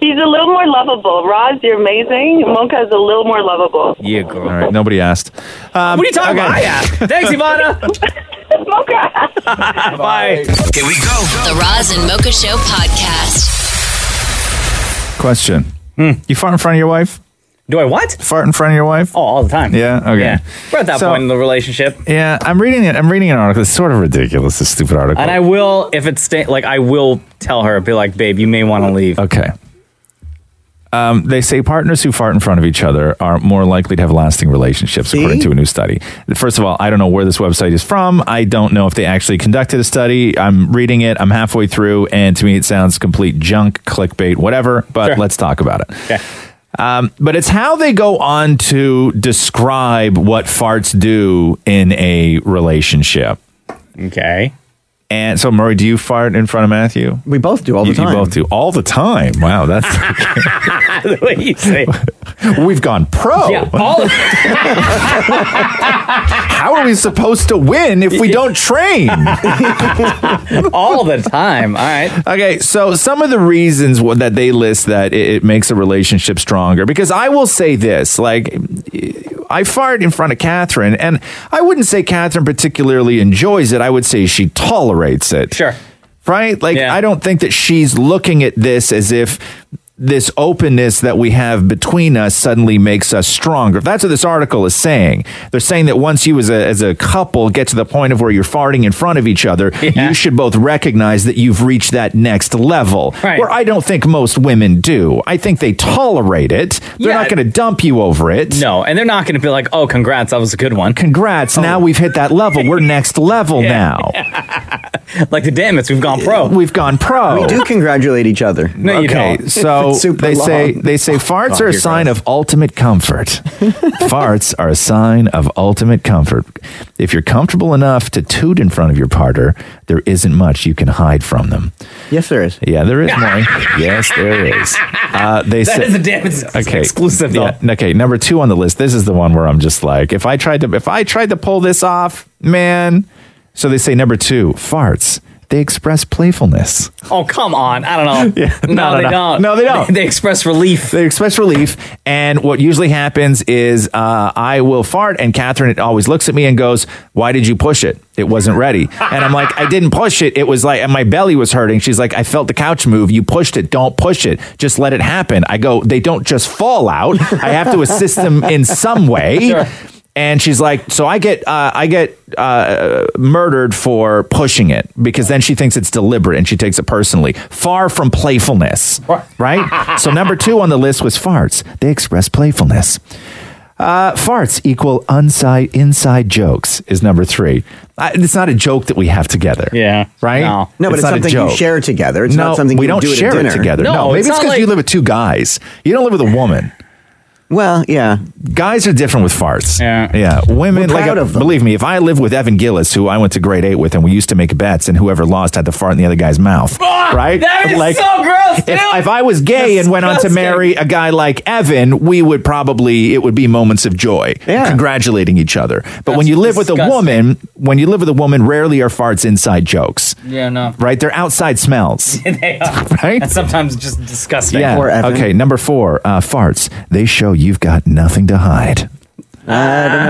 [SPEAKER 11] He's a little more lovable. Roz, you're amazing. Mocha's a little more lovable.
[SPEAKER 4] Yeah, girl. All right. Nobody asked. Um,
[SPEAKER 11] What are you talking about? I
[SPEAKER 2] asked. Thanks, Ivana. (laughs) Bye.
[SPEAKER 3] Here we go. The Roz and Mocha Show podcast.
[SPEAKER 4] Question.
[SPEAKER 2] Hmm.
[SPEAKER 4] You fart in front of your wife?
[SPEAKER 2] Do I what?
[SPEAKER 4] Fart in front of your wife?
[SPEAKER 2] Oh, all the time.
[SPEAKER 4] Yeah. Okay.
[SPEAKER 2] Yeah. We're at that
[SPEAKER 4] So-
[SPEAKER 2] point in the relationship.
[SPEAKER 4] Yeah, I'm reading it. I'm reading an article. It's sort of ridiculous. This stupid article.
[SPEAKER 2] And I will, if it's sta- like, I will tell her, be like, babe, you may want to leave.
[SPEAKER 4] Okay. Um, they say partners who fart in front of each other are more likely to have lasting relationships, according to a new study. First of all, I don't know where this website is from. I don't know if they actually conducted a study. I'm reading it. I'm halfway through, and to me, it sounds complete junk, clickbait, whatever. But let's talk about it. Um, but it's how they go on to describe what farts do in a relationship. Okay. And so, Murray, do you fart in front of Matthew?
[SPEAKER 7] We both do all the
[SPEAKER 4] You
[SPEAKER 7] time.
[SPEAKER 4] both do all the time. Wow,
[SPEAKER 2] (laughs)
[SPEAKER 4] that's
[SPEAKER 8] the way you say
[SPEAKER 4] (laughs) We've gone pro. (laughs) How are we supposed to win if we don't train?
[SPEAKER 2] (laughs) All the time. All right.
[SPEAKER 4] Okay. So some of the reasons wh- that they list that it, it makes a relationship stronger, because I will say this, like I fart in front of Catherine, and I wouldn't say Catherine particularly enjoys it. I would say she tolerates it. Sure. Right? Like I don't think that she's looking at this as if this openness that we have between us suddenly makes us stronger. That's what this article is saying. They're saying that once you as a, as a couple get to the point of where you're farting in front of each (laughs) other, you should both recognize that you've reached that next level. Right. Where I don't think most women do. I think they tolerate it. They're not going to dump you over it.
[SPEAKER 2] No, and they're not going to be like, oh, congrats, that was a good one.
[SPEAKER 4] Congrats,
[SPEAKER 2] Oh.
[SPEAKER 4] now we've hit that level.
[SPEAKER 2] (laughs)
[SPEAKER 4] We're next level now.
[SPEAKER 2] like the damn it's we've gone pro.
[SPEAKER 4] We've gone pro.
[SPEAKER 7] We do congratulate each other.
[SPEAKER 2] No, you
[SPEAKER 4] okay,
[SPEAKER 2] don't.
[SPEAKER 4] so
[SPEAKER 7] It's super
[SPEAKER 4] they say
[SPEAKER 7] long.
[SPEAKER 4] they say farts
[SPEAKER 7] Oh,
[SPEAKER 4] are a
[SPEAKER 7] here
[SPEAKER 4] sign of
[SPEAKER 7] (laughs)
[SPEAKER 4] ultimate comfort. farts are a sign of ultimate comfort. If you're comfortable enough to toot in front of your partner, there isn't much you can hide from them.
[SPEAKER 7] Yes, there is.
[SPEAKER 4] Yeah,
[SPEAKER 2] (laughs)
[SPEAKER 4] there is more. yes, there is. Uh, (laughs) they
[SPEAKER 2] That
[SPEAKER 4] say,
[SPEAKER 2] is a damn- it's- it's exclusive, though.
[SPEAKER 4] Yeah, okay, number two on the list. This is the one where I'm just like, if I tried to, if I tried to pull this off, man. So they say number two, farts. They express playfulness.
[SPEAKER 2] Oh, come on. I
[SPEAKER 4] (laughs)
[SPEAKER 2] don't know. no,
[SPEAKER 4] no,
[SPEAKER 2] they
[SPEAKER 4] no.
[SPEAKER 2] don't.
[SPEAKER 4] No, they don't.
[SPEAKER 2] They, express relief.
[SPEAKER 4] They express relief. And what usually happens is uh, I will fart, and Catherine always looks at me and goes, Why did you push it? It wasn't ready. And I'm like, I didn't push it. It was like, and my belly was hurting. She's like, I felt the couch move. You pushed it. Don't push it. Just let it happen. I go, They don't just fall out. I have to assist them in some
[SPEAKER 7] (laughs)
[SPEAKER 4] way. And she's like, so I get uh, I get uh, murdered for pushing it because then she thinks it's deliberate and she takes it personally. Far from playfulness,
[SPEAKER 7] (laughs)
[SPEAKER 4] right? so number two on the list was farts. They express playfulness. Uh, farts equal inside inside jokes is number three. I, it's not a joke that we have together. Yeah, right.
[SPEAKER 7] No. No, but it's
[SPEAKER 4] not a
[SPEAKER 7] something you
[SPEAKER 4] joke.
[SPEAKER 7] share together. It's not something
[SPEAKER 4] we
[SPEAKER 7] you
[SPEAKER 4] don't
[SPEAKER 7] do at a
[SPEAKER 4] share
[SPEAKER 7] dinner.
[SPEAKER 4] it together. No,
[SPEAKER 7] No,
[SPEAKER 4] maybe
[SPEAKER 7] it's
[SPEAKER 4] it's
[SPEAKER 7] not
[SPEAKER 4] because
[SPEAKER 7] like-
[SPEAKER 4] you live with two guys. You don't live with a woman.
[SPEAKER 7] Well, yeah.
[SPEAKER 4] Guys are different with farts. Yeah. Yeah. Women,
[SPEAKER 7] We're
[SPEAKER 4] like, uh,
[SPEAKER 7] proud of them.
[SPEAKER 4] believe me, if I lived with Evan Gillis, who I went to grade eight with, and we used to make bets, and whoever lost had to fart in the other guy's mouth. right?
[SPEAKER 8] That is so gross,
[SPEAKER 4] If, if I was gay and went on to
[SPEAKER 8] Disgusting.
[SPEAKER 4] marry a guy like Evan, we would probably, it would be moments of joy, congratulating each other. But when you live with a woman, when you live with a woman, rarely are farts inside jokes.
[SPEAKER 2] Yeah, no.
[SPEAKER 4] Right? They're outside smells.
[SPEAKER 2] (laughs) they are.
[SPEAKER 4] (laughs) Right?
[SPEAKER 2] And sometimes just disgusting.
[SPEAKER 4] Yeah. Okay. Number four, uh, farts. They show you've got nothing to hide.
[SPEAKER 7] I don't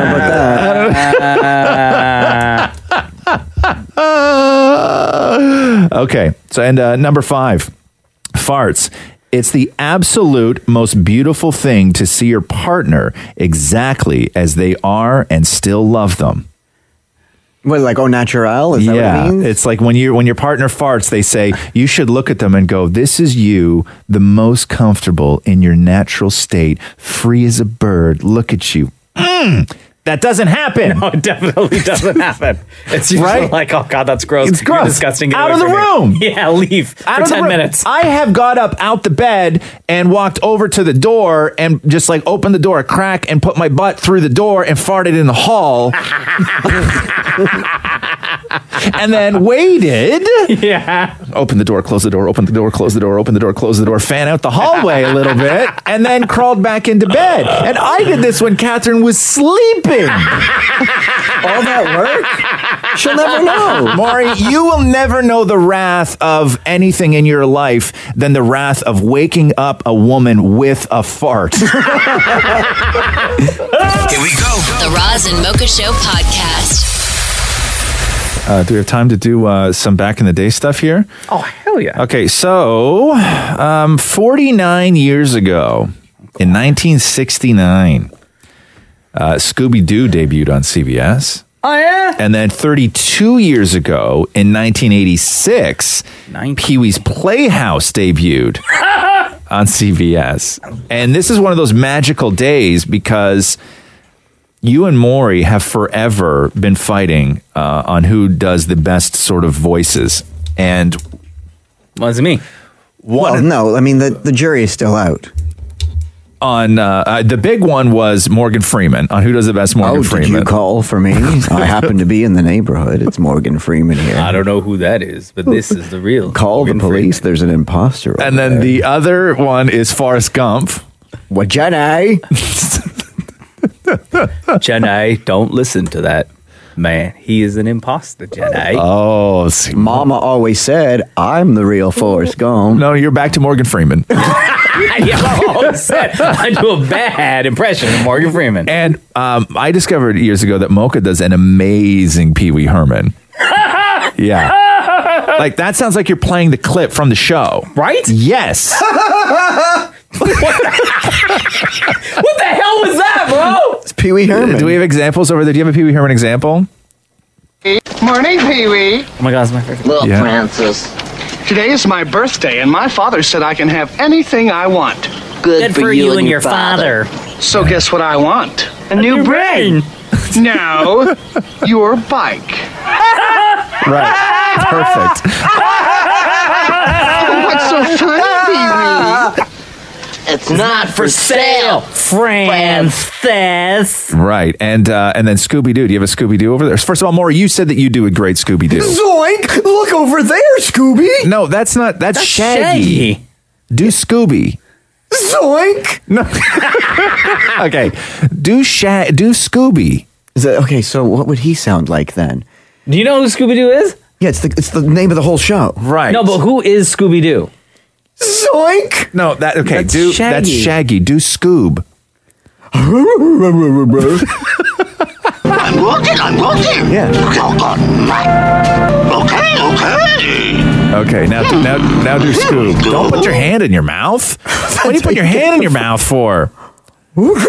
[SPEAKER 7] know about that.
[SPEAKER 4] (laughs) okay. So, and uh, number five, farts. It's the absolute most beautiful thing to see your partner exactly as they are and still love them.
[SPEAKER 7] What, like au naturel? Is that what
[SPEAKER 4] yeah,
[SPEAKER 7] it means?
[SPEAKER 4] it's like when you when your partner farts, they say you should look at them and go, "This is you, the most comfortable in your natural state, free as a bird. Look at you." Mm, that doesn't happen.
[SPEAKER 2] No, it definitely doesn't happen. It's usually
[SPEAKER 4] Right?
[SPEAKER 2] like, oh god, that's gross.
[SPEAKER 4] It's gross.
[SPEAKER 2] You're disgusting. Get
[SPEAKER 4] Out of
[SPEAKER 2] away
[SPEAKER 4] the
[SPEAKER 2] from me."
[SPEAKER 4] room.
[SPEAKER 2] (laughs) Yeah, leave
[SPEAKER 4] out
[SPEAKER 2] for
[SPEAKER 4] of the
[SPEAKER 2] ten
[SPEAKER 4] room.
[SPEAKER 2] minutes.
[SPEAKER 4] I have got up out the bed and walked over to the door and just like opened the door a crack and put my butt through the door and farted in the
[SPEAKER 2] (laughs)
[SPEAKER 4] hall. (laughs) and then waited.
[SPEAKER 2] Yeah.
[SPEAKER 4] Open the door, close the door, open the door, close the door, open the door, close the door, fan out the hallway a little bit, and then crawled back into bed. And I did this when Catherine was sleeping.
[SPEAKER 7] All that work? She'll never know.
[SPEAKER 4] Maury, you will never know the wrath of anything in your life than the wrath of waking up a woman with a fart.
[SPEAKER 3] The Roz and Mocha Show podcast.
[SPEAKER 4] Uh, do we have time to do uh, some back in the day stuff here?
[SPEAKER 2] Oh, hell yeah.
[SPEAKER 4] Okay, so um, 49 years ago, in 1969, uh, Scooby Doo debuted on CBS.
[SPEAKER 2] Oh yeah.
[SPEAKER 4] (laughs) And then 32 years ago, in 1986, Pee Wee's Playhouse debuted on CVS. And this is one of those magical days because you and Maury have forever been fighting uh, on who does the best sort of voices. And
[SPEAKER 2] was me.
[SPEAKER 7] well, no, I mean the the jury is still out.
[SPEAKER 4] on uh, uh, the big one was Morgan Freeman on who does the best Morgan
[SPEAKER 7] oh,
[SPEAKER 4] Freeman.
[SPEAKER 7] did you call for
[SPEAKER 2] (laughs)
[SPEAKER 7] me? I happen to be in the neighborhood. It's Morgan Freeman here. I
[SPEAKER 2] don't know who that is, but
[SPEAKER 5] (laughs)
[SPEAKER 2] this is the real.
[SPEAKER 7] Call the police. There's an imposter.
[SPEAKER 4] and then the other one is Forrest Gump.
[SPEAKER 7] What Jenny?
[SPEAKER 2] (laughs) Jenai, don't listen to that man. He is an imposter, Jenai.
[SPEAKER 4] Oh,
[SPEAKER 7] Mama always said I'm the real Forrest Gump.
[SPEAKER 4] No, you're back to Morgan
[SPEAKER 7] (laughs)
[SPEAKER 4] Freeman.
[SPEAKER 2] I Oh, said I do a bad impression of Morgan Freeman.
[SPEAKER 4] And um, I discovered years ago that Mocha does an amazing Pee Wee Herman. yeah.
[SPEAKER 2] (laughs)
[SPEAKER 5] (laughs)
[SPEAKER 4] Like that sounds like you're playing the clip from the show.
[SPEAKER 2] Right?
[SPEAKER 4] Yes.
[SPEAKER 8] What the hell was that, bro?
[SPEAKER 7] It's Pee Wee Herman.
[SPEAKER 4] Do we have examples over there? Do you have a Pee Wee Herman example?
[SPEAKER 12] Morning, Pee Wee.
[SPEAKER 2] Oh my God, it's my favorite.
[SPEAKER 12] Little
[SPEAKER 4] Yeah.
[SPEAKER 12] Francis. Today is my birthday, and my father said I can have anything I want. Good,
[SPEAKER 2] for for you you and and your your father.
[SPEAKER 12] So guess what I want? A, new, brain. (laughs) no, your
[SPEAKER 2] (laughs)
[SPEAKER 12] bike.
[SPEAKER 4] Right. Perfect.
[SPEAKER 12] (laughs) What's so funny, Pee Wee?
[SPEAKER 8] It's not for sale, Francis.
[SPEAKER 4] Right. And uh, and then Scooby Doo. Do you have a Scooby Doo over there? First of all, Maury, you said that you do a great Scooby Doo.
[SPEAKER 7] Zoink! Look over there, Scooby.
[SPEAKER 4] No, that's not. That's, Shaggy. Do Scooby.
[SPEAKER 7] Zoink!
[SPEAKER 4] No. okay. Do Shag. Do Scooby.
[SPEAKER 7] Is that okay? So what would he sound like then?
[SPEAKER 2] Do you know who Scooby Doo is?
[SPEAKER 7] Yeah, it's the it's the name of the whole show.
[SPEAKER 4] Right.
[SPEAKER 2] No, but who is Scooby Doo?
[SPEAKER 7] Zoink!
[SPEAKER 4] No, that okay.
[SPEAKER 2] That's
[SPEAKER 4] do
[SPEAKER 2] Shaggy.
[SPEAKER 4] that's Shaggy.
[SPEAKER 7] (laughs)
[SPEAKER 4] Do Scoob.
[SPEAKER 8] I'm walking. I'm walking. Yeah. Okay. Okay.
[SPEAKER 4] Okay, now now now do Scoob. Don't put your hand in your mouth. What do you put your hand in your mouth for? (laughs) okay,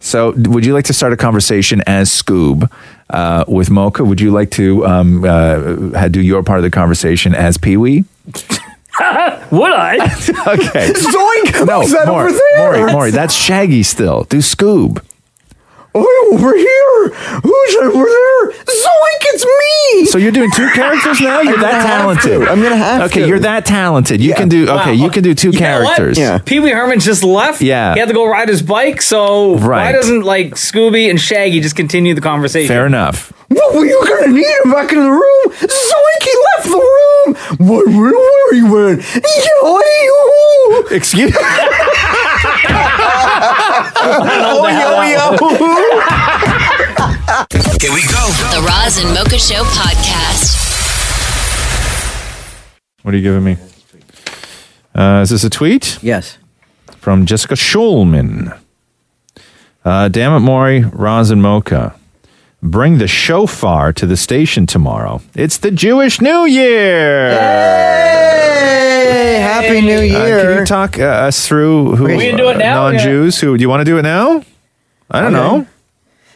[SPEAKER 4] so would you like to start a conversation as Scoob uh, with Mocha? Would you like to um, uh, do your part of the conversation as Pee Wee?
[SPEAKER 2] Would I?
[SPEAKER 4] (laughs) okay.
[SPEAKER 7] Zoink! What's that
[SPEAKER 4] Maury,
[SPEAKER 7] over there?
[SPEAKER 4] Maury, Maury, that's Shaggy still. Do Scoob.
[SPEAKER 7] Oh, over here! Who's over there? Zoink, it's me!
[SPEAKER 4] So you're doing
[SPEAKER 7] (laughs)
[SPEAKER 4] two characters now? You're
[SPEAKER 7] I'm
[SPEAKER 4] that
[SPEAKER 7] gonna have
[SPEAKER 4] talented.
[SPEAKER 7] to. I'm gonna have
[SPEAKER 4] Okay,
[SPEAKER 7] to.
[SPEAKER 4] you're that talented. You can do. Okay, you can do (laughs) two
[SPEAKER 2] You know what?
[SPEAKER 4] characters.
[SPEAKER 2] Pee Wee Herman just left.
[SPEAKER 4] Yeah.
[SPEAKER 2] He had to go ride his bike, so why
[SPEAKER 4] Right.
[SPEAKER 2] doesn't like Scooby and Shaggy just continue the conversation?
[SPEAKER 4] Fair enough.
[SPEAKER 7] What were you gonna need him back in the room? Zoink, he left the room! What, where were you when? Yo, (laughs)
[SPEAKER 4] Excuse
[SPEAKER 7] Oh,
[SPEAKER 4] (laughs)
[SPEAKER 1] Here we go.
[SPEAKER 3] The Roz and Mocha Show podcast.
[SPEAKER 4] What are you giving me? Uh, is this a tweet?
[SPEAKER 7] Yes.
[SPEAKER 4] From Jessica Schulman. Uh, damn it, Maury, Roz, and Mocha. Bring the shofar to the station tomorrow. It's the Jewish New Year.
[SPEAKER 7] Hey, happy new
[SPEAKER 4] Uh,
[SPEAKER 7] year!
[SPEAKER 4] can you talk uh, us through who
[SPEAKER 7] We
[SPEAKER 2] can do it now,
[SPEAKER 4] non-Jews? Who do you want to do it now? I don't
[SPEAKER 7] Okay.
[SPEAKER 4] know.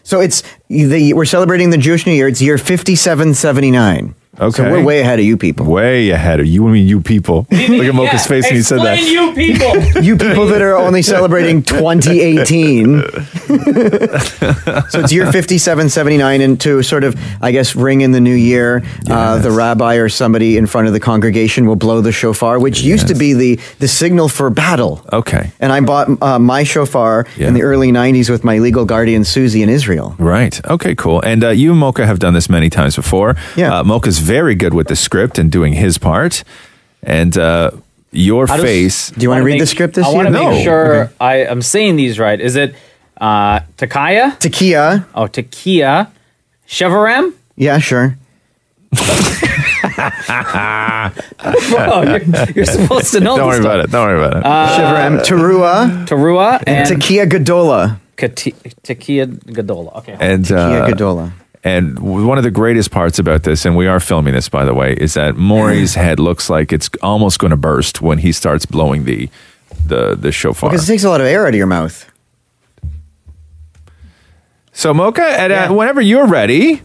[SPEAKER 7] so it's, the, we're celebrating the Jewish New Year. It's year 5779.
[SPEAKER 4] Okay.
[SPEAKER 7] So we're way ahead of you people.
[SPEAKER 4] Way ahead of you. I mean, you
[SPEAKER 2] (laughs)
[SPEAKER 4] people. (laughs) Look at Mocha's face when he said that. (laughs)
[SPEAKER 2] you people.
[SPEAKER 7] (laughs) You people that are only celebrating
[SPEAKER 4] (laughs)
[SPEAKER 7] 2018. so it's year 5779, and to sort of, I guess, ring in the new year, uh, the rabbi or somebody in front of the congregation will blow the shofar, which used to be the, the signal for battle.
[SPEAKER 4] Okay.
[SPEAKER 7] And I bought uh, my shofar in the early 90s with my legal guardian, Susie, in Israel.
[SPEAKER 4] Right. Okay, cool. And uh, you and Mocha have done this many times before.
[SPEAKER 7] Yeah.
[SPEAKER 4] Uh, Mocha's very good with the script and doing his part. And uh, your
[SPEAKER 2] I just-
[SPEAKER 4] face.
[SPEAKER 7] Do you want to
[SPEAKER 2] wanna
[SPEAKER 7] read
[SPEAKER 2] make-
[SPEAKER 7] the script this
[SPEAKER 2] I
[SPEAKER 7] year?
[SPEAKER 2] want to make sure I am saying these right. Is it uh, Takaya?
[SPEAKER 7] Takia.
[SPEAKER 2] Oh, Takia. (laughs) Chevarem?
[SPEAKER 7] Yeah, sure.
[SPEAKER 2] Bro, Oh, you're, you're supposed to
[SPEAKER 4] (laughs)
[SPEAKER 2] know
[SPEAKER 4] Don't worry
[SPEAKER 2] this
[SPEAKER 4] about it. Don't worry
[SPEAKER 2] Uh,
[SPEAKER 4] about it.
[SPEAKER 7] Shivaram, Terua,
[SPEAKER 2] stuff. Tarua
[SPEAKER 7] and
[SPEAKER 2] and
[SPEAKER 7] Takia Gadola.
[SPEAKER 2] Kati- Takia
[SPEAKER 7] (laughs)
[SPEAKER 2] Gadola. Okay.
[SPEAKER 4] and
[SPEAKER 7] Takia
[SPEAKER 4] uh,
[SPEAKER 7] Gadola.
[SPEAKER 4] and w- one of the greatest parts about this, and we are filming this by the way, is that Maury's
[SPEAKER 7] Mm.
[SPEAKER 4] head looks like it's almost going to burst when he starts blowing the the the shofar.
[SPEAKER 7] Because it takes a lot of air out of your mouth.
[SPEAKER 4] so Mocha, and, uh, whenever you're ready,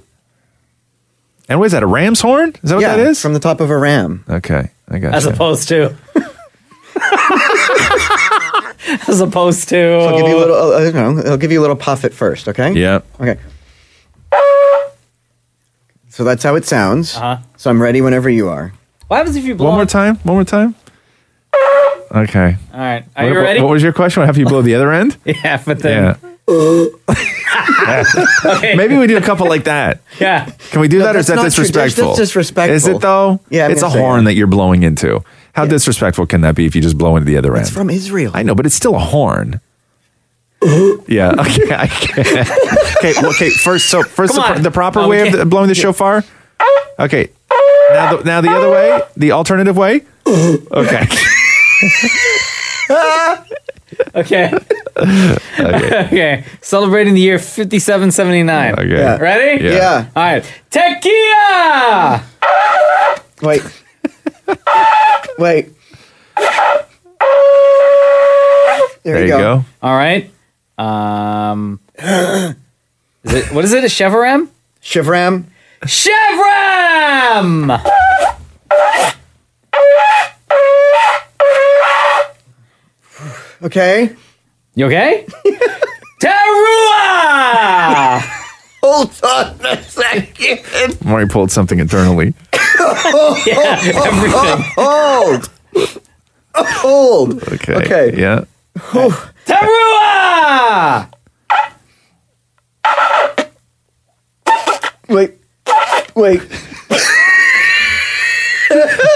[SPEAKER 4] And what is that? A ram's horn? Is that what
[SPEAKER 7] Yeah,
[SPEAKER 4] that is?
[SPEAKER 7] From the top of a ram.
[SPEAKER 4] Okay, I got
[SPEAKER 2] as opposed to. (laughs) as opposed to.
[SPEAKER 7] So I'll give you a little. Uh, uh, no, I'll give you a little puff at first. Okay.
[SPEAKER 4] Yeah.
[SPEAKER 7] Okay. So that's how it sounds. Uh-huh. So I'm ready whenever you are. (laughs)
[SPEAKER 2] What happens if you blow?
[SPEAKER 4] One more time. One more time. Okay.
[SPEAKER 2] All
[SPEAKER 4] what,
[SPEAKER 2] right. Are you
[SPEAKER 4] what-
[SPEAKER 2] ready?
[SPEAKER 4] What, was your question? What happened if you blow the other end?
[SPEAKER 2] yeah, but then. (laughs)
[SPEAKER 4] Yeah. Maybe we do a couple like that.
[SPEAKER 2] Yeah.
[SPEAKER 4] Can we do
[SPEAKER 7] No,
[SPEAKER 4] that or is
[SPEAKER 7] that's
[SPEAKER 4] that
[SPEAKER 7] not tradi-
[SPEAKER 4] disrespectful?
[SPEAKER 7] that's disrespectful.
[SPEAKER 4] Is it though?
[SPEAKER 7] Yeah, I'm
[SPEAKER 4] It's a
[SPEAKER 7] gonna say
[SPEAKER 4] horn that you're blowing into. How disrespectful can that be if you just blow into the other
[SPEAKER 7] It's
[SPEAKER 4] end?
[SPEAKER 7] from Israel.
[SPEAKER 4] I know, but it's still a
[SPEAKER 7] (gasps)
[SPEAKER 4] horn. yeah. Okay. I can't. okay. well, Okay. First, so first the,
[SPEAKER 2] Come
[SPEAKER 4] pro-
[SPEAKER 2] on.
[SPEAKER 4] the proper
[SPEAKER 2] No, we
[SPEAKER 4] way of
[SPEAKER 2] can't.
[SPEAKER 4] the, blowing the shofar. Okay. Now the, now the other way, the alternative
[SPEAKER 7] (laughs)
[SPEAKER 4] way. Okay. (laughs)
[SPEAKER 2] okay.
[SPEAKER 4] okay.
[SPEAKER 2] (laughs) okay. Celebrating the year 5779. Okay.
[SPEAKER 4] Yeah.
[SPEAKER 2] Ready?
[SPEAKER 4] Yeah. Yeah.
[SPEAKER 2] All right. Tequila! (laughs)
[SPEAKER 7] Wait. Wait.
[SPEAKER 2] There,
[SPEAKER 7] you you go.
[SPEAKER 2] All right. Um, is it, what is it? A Chevram?
[SPEAKER 7] Chevram.
[SPEAKER 2] Chevram!
[SPEAKER 7] (laughs) Okay. (laughs)
[SPEAKER 2] You okay? Terua!
[SPEAKER 7] Hold on a second.
[SPEAKER 4] Maury pulled something internally.
[SPEAKER 2] (laughs)
[SPEAKER 7] yeah,
[SPEAKER 2] everything.
[SPEAKER 7] (laughs) Hold. Hold.
[SPEAKER 4] Okay.
[SPEAKER 7] Okay.
[SPEAKER 4] Yeah.
[SPEAKER 2] Terua!
[SPEAKER 7] Wait. Wait.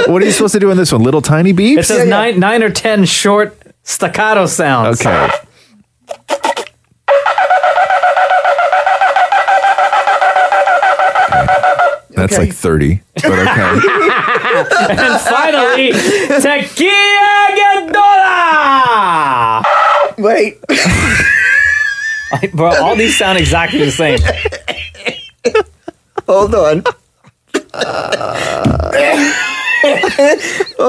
[SPEAKER 4] What are you supposed to do on this one? Little tiny beeps?
[SPEAKER 2] It says nine, nine or ten short staccato sounds.
[SPEAKER 4] Okay. That's like 30. But okay.
[SPEAKER 7] (laughs)
[SPEAKER 2] (laughs) and finally, Tequila Gandola!
[SPEAKER 7] Wait.
[SPEAKER 2] (laughs) Bro, all these (laughs) sound exactly the same.
[SPEAKER 7] Hold on.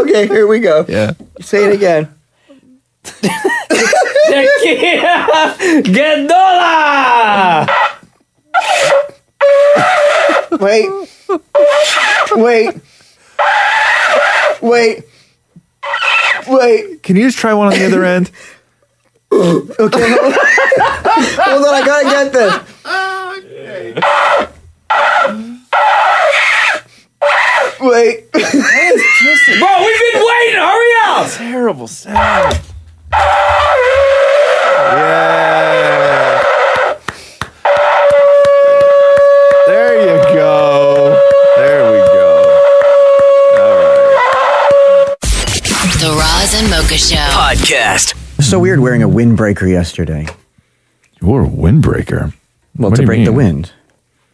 [SPEAKER 7] okay, here we go.
[SPEAKER 4] Yeah.
[SPEAKER 7] Say it again. (laughs)
[SPEAKER 2] Tequila Gandola!
[SPEAKER 7] Wait. Wait. Wait. Wait.
[SPEAKER 4] Can you just try one on the other
[SPEAKER 7] (laughs)
[SPEAKER 4] end?
[SPEAKER 7] Okay, hold on. Hold on, I gotta get this. Wait.
[SPEAKER 2] Bro, we've been waiting! Hurry up!
[SPEAKER 4] Terrible sound. Yeah. There you go. There we go.
[SPEAKER 3] The Roz and Mocha Show podcast.
[SPEAKER 7] So weird wearing a windbreaker yesterday.
[SPEAKER 4] You wore a windbreaker.
[SPEAKER 7] Well,
[SPEAKER 4] What do
[SPEAKER 7] to
[SPEAKER 4] you
[SPEAKER 7] break the
[SPEAKER 4] mean?
[SPEAKER 7] wind.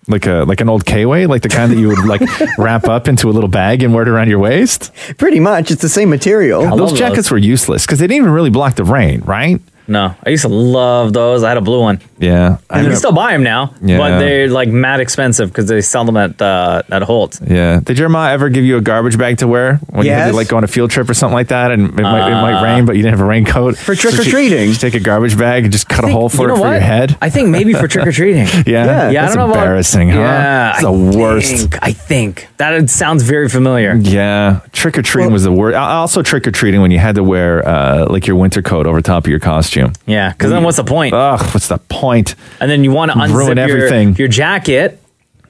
[SPEAKER 4] Like a like an old K way, like the kind that you would like wrap up into a little bag and wear it around your waist.
[SPEAKER 7] Pretty much, it's the same material.
[SPEAKER 4] those jackets were useless because they didn't even really block the rain, right?
[SPEAKER 2] No, I used to love those. I had a blue one.
[SPEAKER 4] Yeah, I
[SPEAKER 2] you
[SPEAKER 4] remember-
[SPEAKER 2] can still buy them now,
[SPEAKER 4] Yeah.
[SPEAKER 2] but they're like mad expensive because they sell them at uh, at Holt.
[SPEAKER 4] Yeah. Did your mom ever give you a garbage bag to wear when you had
[SPEAKER 2] Yes.
[SPEAKER 4] to like go on a field trip or something like that, and it might, it might
[SPEAKER 2] Uh,
[SPEAKER 4] rain, but you didn't have a raincoat for
[SPEAKER 2] trick or treating.
[SPEAKER 4] take a garbage bag and just cut a hole for
[SPEAKER 2] you know
[SPEAKER 4] it for your
[SPEAKER 2] what?
[SPEAKER 4] head.
[SPEAKER 2] I think maybe for trick or treating.
[SPEAKER 4] (laughs) Yeah,
[SPEAKER 2] yeah. I
[SPEAKER 4] That's
[SPEAKER 2] don't know about-
[SPEAKER 4] embarrassing, huh?
[SPEAKER 2] Yeah,
[SPEAKER 4] It's the
[SPEAKER 2] I
[SPEAKER 4] worst.
[SPEAKER 2] think- I think that sounds very familiar.
[SPEAKER 4] Yeah, trick or treating was the word. Also, trick or treating when you had to wear uh, like your winter coat over top of your costume.
[SPEAKER 2] Yeah, because then what's the point?
[SPEAKER 4] Ugh, what's the point?
[SPEAKER 2] And then you want to unzip
[SPEAKER 4] Ruin
[SPEAKER 2] your-
[SPEAKER 4] everything.
[SPEAKER 2] your jacket.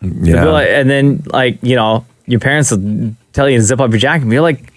[SPEAKER 4] Yeah.
[SPEAKER 2] They'll be like- and then like you know your parents will tell you to zip up your jacket. and You're like,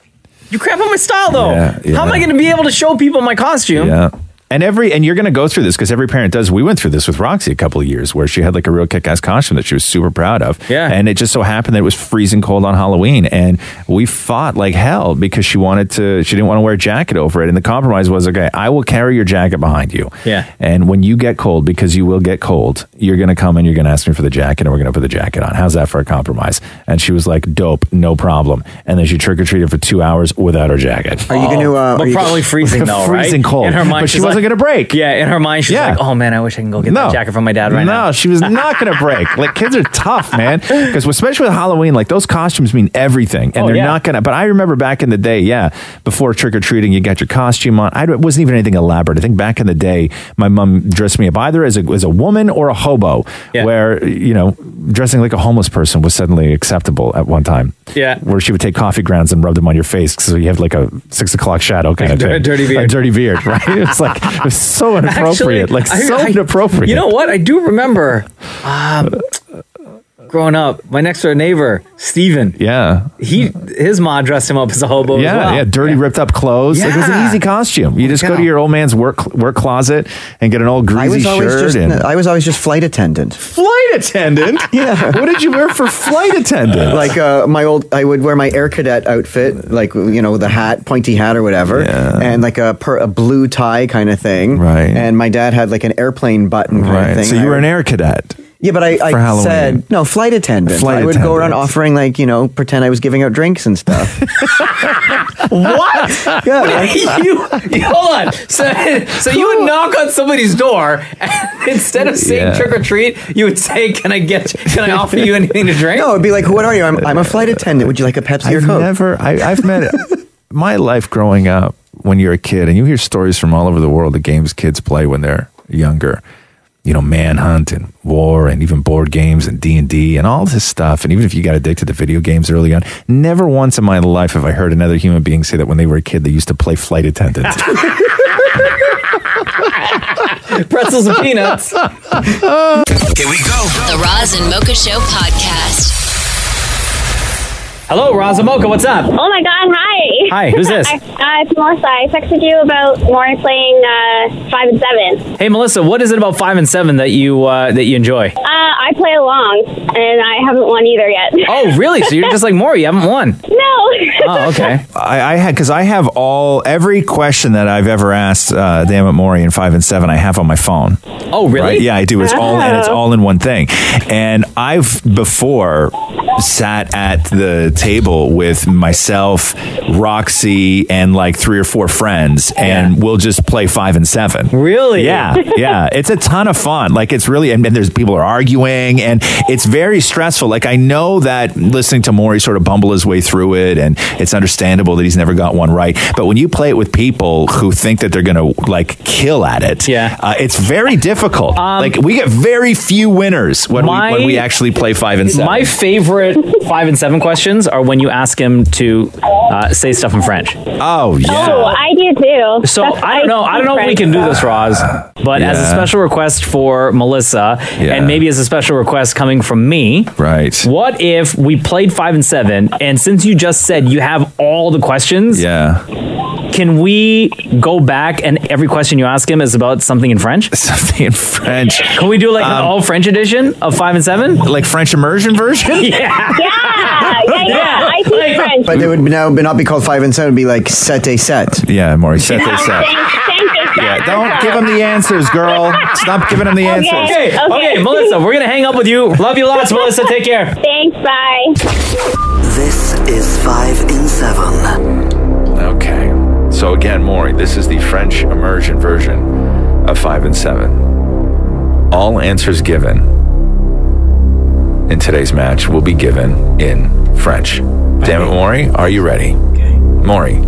[SPEAKER 2] you crap on my style though.
[SPEAKER 4] Yeah, yeah.
[SPEAKER 2] How am I going to be able to show people my costume?
[SPEAKER 4] Yeah. And every and you're going to go through this because every parent does. We went through this with Roxy a couple of years where she had like a real kick-ass costume that she was super proud of. Yeah. And it just so happened that it was freezing cold on Halloween, and we fought like hell because she wanted to. She didn't want to wear a jacket over it, and the compromise was, okay, I will carry your jacket behind you.
[SPEAKER 2] Yeah.
[SPEAKER 4] And when you get cold, because you will get cold, you're going to come and you're going to ask me for the jacket and we're going to put the jacket on. How's that for a compromise? And she was like, dope, no problem. And then she trick or treated for two hours without her jacket.
[SPEAKER 7] Are you gonna, uh, are
[SPEAKER 2] Oh. but
[SPEAKER 7] you
[SPEAKER 2] probably
[SPEAKER 7] gonna-
[SPEAKER 2] freezing though, right?
[SPEAKER 4] Freezing cold.
[SPEAKER 2] In her mind,
[SPEAKER 4] but she
[SPEAKER 2] she's
[SPEAKER 4] wasn't wasn't going to break.
[SPEAKER 2] Yeah, in her mind, she's like, "Oh man, I wish I can go get that jacket from my dad right
[SPEAKER 4] no,
[SPEAKER 2] now."
[SPEAKER 4] she
[SPEAKER 2] (laughs)
[SPEAKER 4] was not going to break. Like kids are tough, man. Because especially with Halloween, like those costumes mean everything, and
[SPEAKER 2] Oh,
[SPEAKER 4] they're
[SPEAKER 2] yeah.
[SPEAKER 4] not going to. But I remember back in the day, yeah, before trick or treating, you got your costume on. I it wasn't even anything elaborate. I think back in the day, my mom dressed me up either as a as a woman or a hobo, where you know dressing like a homeless person was suddenly acceptable at one time.
[SPEAKER 2] Yeah.
[SPEAKER 4] where she would take coffee grounds and rub them on your face, so you have like a six o'clock
[SPEAKER 5] (laughs)
[SPEAKER 4] shadow kind of
[SPEAKER 2] Dir-
[SPEAKER 4] thing,
[SPEAKER 2] dirty beard.
[SPEAKER 4] a dirty beard, right? It was like it was so inappropriate,
[SPEAKER 2] (laughs) Actually,
[SPEAKER 4] like
[SPEAKER 2] I-
[SPEAKER 4] so
[SPEAKER 2] I-
[SPEAKER 4] inappropriate.
[SPEAKER 2] You know what? I do remember um, growing up, my next door neighbor, Steven.
[SPEAKER 4] Yeah.
[SPEAKER 2] He his mom dressed him up as a hobo.
[SPEAKER 4] Yeah,
[SPEAKER 2] as well.
[SPEAKER 4] yeah, dirty ripped up clothes. Like, it was an
[SPEAKER 2] Yeah.
[SPEAKER 4] easy costume. You just go to your old man's work work closet and get an old greasy
[SPEAKER 7] I was always
[SPEAKER 4] shirt.
[SPEAKER 7] just
[SPEAKER 4] and
[SPEAKER 7] I was always just flight attendant.
[SPEAKER 4] flight attendant. (laughs) yeah, what did you wear for flight attendant? (laughs)
[SPEAKER 7] Like uh, my old, I would wear my air cadet outfit, like you know the hat, pointy hat or whatever, and like a per, a blue tie kind of thing. Right. And my dad had like an airplane button kind of
[SPEAKER 4] right.
[SPEAKER 7] thing.
[SPEAKER 4] So
[SPEAKER 7] I
[SPEAKER 4] you were
[SPEAKER 7] would-
[SPEAKER 4] an air cadet.
[SPEAKER 7] Yeah, but I,
[SPEAKER 4] for
[SPEAKER 7] I
[SPEAKER 4] Halloween.
[SPEAKER 7] said no flight attendant.
[SPEAKER 4] Flight
[SPEAKER 7] I would go around offering like you know pretend I was giving out drinks and stuff.
[SPEAKER 2] (laughs) What?
[SPEAKER 7] Yeah.
[SPEAKER 2] you, you- hold on. So, so you would knock on somebody's door, and instead of saying
[SPEAKER 7] Yeah.
[SPEAKER 2] trick or treat, you would say, "Can I get? (laughs) Can I offer (laughs) you anything to drink?"
[SPEAKER 7] No, it'd be like, what are you? I'm, I'm a flight attendant. Would you like a Pepsi or
[SPEAKER 4] I've
[SPEAKER 7] Coke?
[SPEAKER 4] never. I, I've met my life growing up when you're a kid, and you hear stories from all over the world. The games kids play when they're younger, you know, manhunt and war, and even board games and D and D and all this stuff. And even if you got addicted to video games early on, never once in my life have I heard another human being say that when they were a kid they used to play flight attendant.
[SPEAKER 2] Pretzels and
[SPEAKER 4] (laughs)
[SPEAKER 2] peanuts.
[SPEAKER 1] Here we go.
[SPEAKER 3] The Roz and Mocha Show podcast.
[SPEAKER 2] Hello, Razamoka. What's up?
[SPEAKER 13] Oh my god, hi.
[SPEAKER 2] Hi, who's this?
[SPEAKER 13] I, uh, it's Melissa. I texted you about Warren playing uh, 5 and 7.
[SPEAKER 2] Hey, Melissa. What is it about five and seven that you uh, that you enjoy?
[SPEAKER 13] Uh, I play along, and I haven't won either yet.
[SPEAKER 2] Oh, really? So you're just like Maury. You haven't won.
[SPEAKER 13] (laughs) No.
[SPEAKER 2] (laughs) Oh, okay.
[SPEAKER 4] I, I had because I have all every question that I've ever asked. Uh, Damn it, Maury and five and seven. I have on my phone.
[SPEAKER 2] Oh, really?
[SPEAKER 4] Yeah, I do. It's all and it's
[SPEAKER 2] Oh.
[SPEAKER 4] all in one thing. And I've before sat at the table with myself, Roxy, and like three or four friends, and we'll just play five and seven.
[SPEAKER 2] Really?
[SPEAKER 4] Yeah,
[SPEAKER 2] (laughs)
[SPEAKER 4] yeah. It's a ton of fun. Like it's really, and, and there's people are arguing, and it's very stressful. Like I know that listening to Maury sort of bumble his way through it, and it's understandable that he's never got one right. But when you play it with people who think that they're going to like kill at it, yeah, uh, it's very difficult. like we get very few winners when
[SPEAKER 2] My-
[SPEAKER 4] we when we actually play five and seven.
[SPEAKER 2] My favorite five and seven questions are when you ask him to uh, say stuff in French.
[SPEAKER 4] Oh
[SPEAKER 13] Oh, I do too.
[SPEAKER 2] So
[SPEAKER 13] That's-
[SPEAKER 2] I don't know. I don't know if we can do this, Roz. But as a
[SPEAKER 4] Yeah.
[SPEAKER 2] special request for Melissa, and maybe as a special request coming from me,
[SPEAKER 4] right?
[SPEAKER 2] What if we played five and seven? And since you just said you have all the questions,
[SPEAKER 4] yeah.
[SPEAKER 2] Can we go back and every question you ask him is about something in French?
[SPEAKER 4] (laughs) Something in French. Um,
[SPEAKER 2] Can we do like an all French edition of five and seven?
[SPEAKER 4] Like French immersion
[SPEAKER 7] (laughs)
[SPEAKER 4] version?
[SPEAKER 2] yeah.
[SPEAKER 13] Yeah, yeah, yeah. I teach French.
[SPEAKER 7] But they would now be- not be called five and seven. It'd be like set a set.
[SPEAKER 4] Yeah, Maury, set
[SPEAKER 13] (laughs)
[SPEAKER 7] a
[SPEAKER 13] Thank, thank you.
[SPEAKER 4] Yeah, don't give him the answers, girl. Stop giving him the answers.
[SPEAKER 2] Okay, okay, Melissa, we're gonna hang up with you. Love you (laughs) lots, Melissa. Take care.
[SPEAKER 13] Thanks, bye.
[SPEAKER 14] This is five in seven.
[SPEAKER 4] Okay. So again, Maury, this is the French immersion version of five and seven. All answers given in today's match will be given in French. Damn it, Maury, are you ready? Okay. Maury,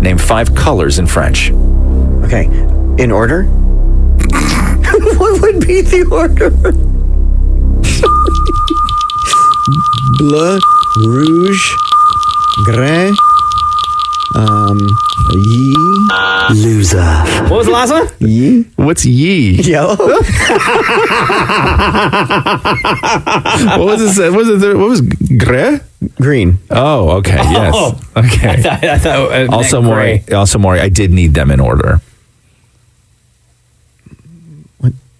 [SPEAKER 4] name five colors in French.
[SPEAKER 7] Okay, in order.
[SPEAKER 4] (laughs)
[SPEAKER 7] what would be the order? Bleu, rouge, gray, um, ye. Loser.
[SPEAKER 2] What was the last one?
[SPEAKER 7] Ye.
[SPEAKER 4] What's ye? (laughs)
[SPEAKER 7] Yellow.
[SPEAKER 4] what was it? What was it? What was gray? (laughs)
[SPEAKER 7] Green.
[SPEAKER 4] Oh, okay. Yes.
[SPEAKER 2] Oh.
[SPEAKER 4] Okay.
[SPEAKER 2] (laughs) I thought- I thought it meant
[SPEAKER 4] also,
[SPEAKER 2] gray.
[SPEAKER 4] Maury. Also, Maury. I did need them in order.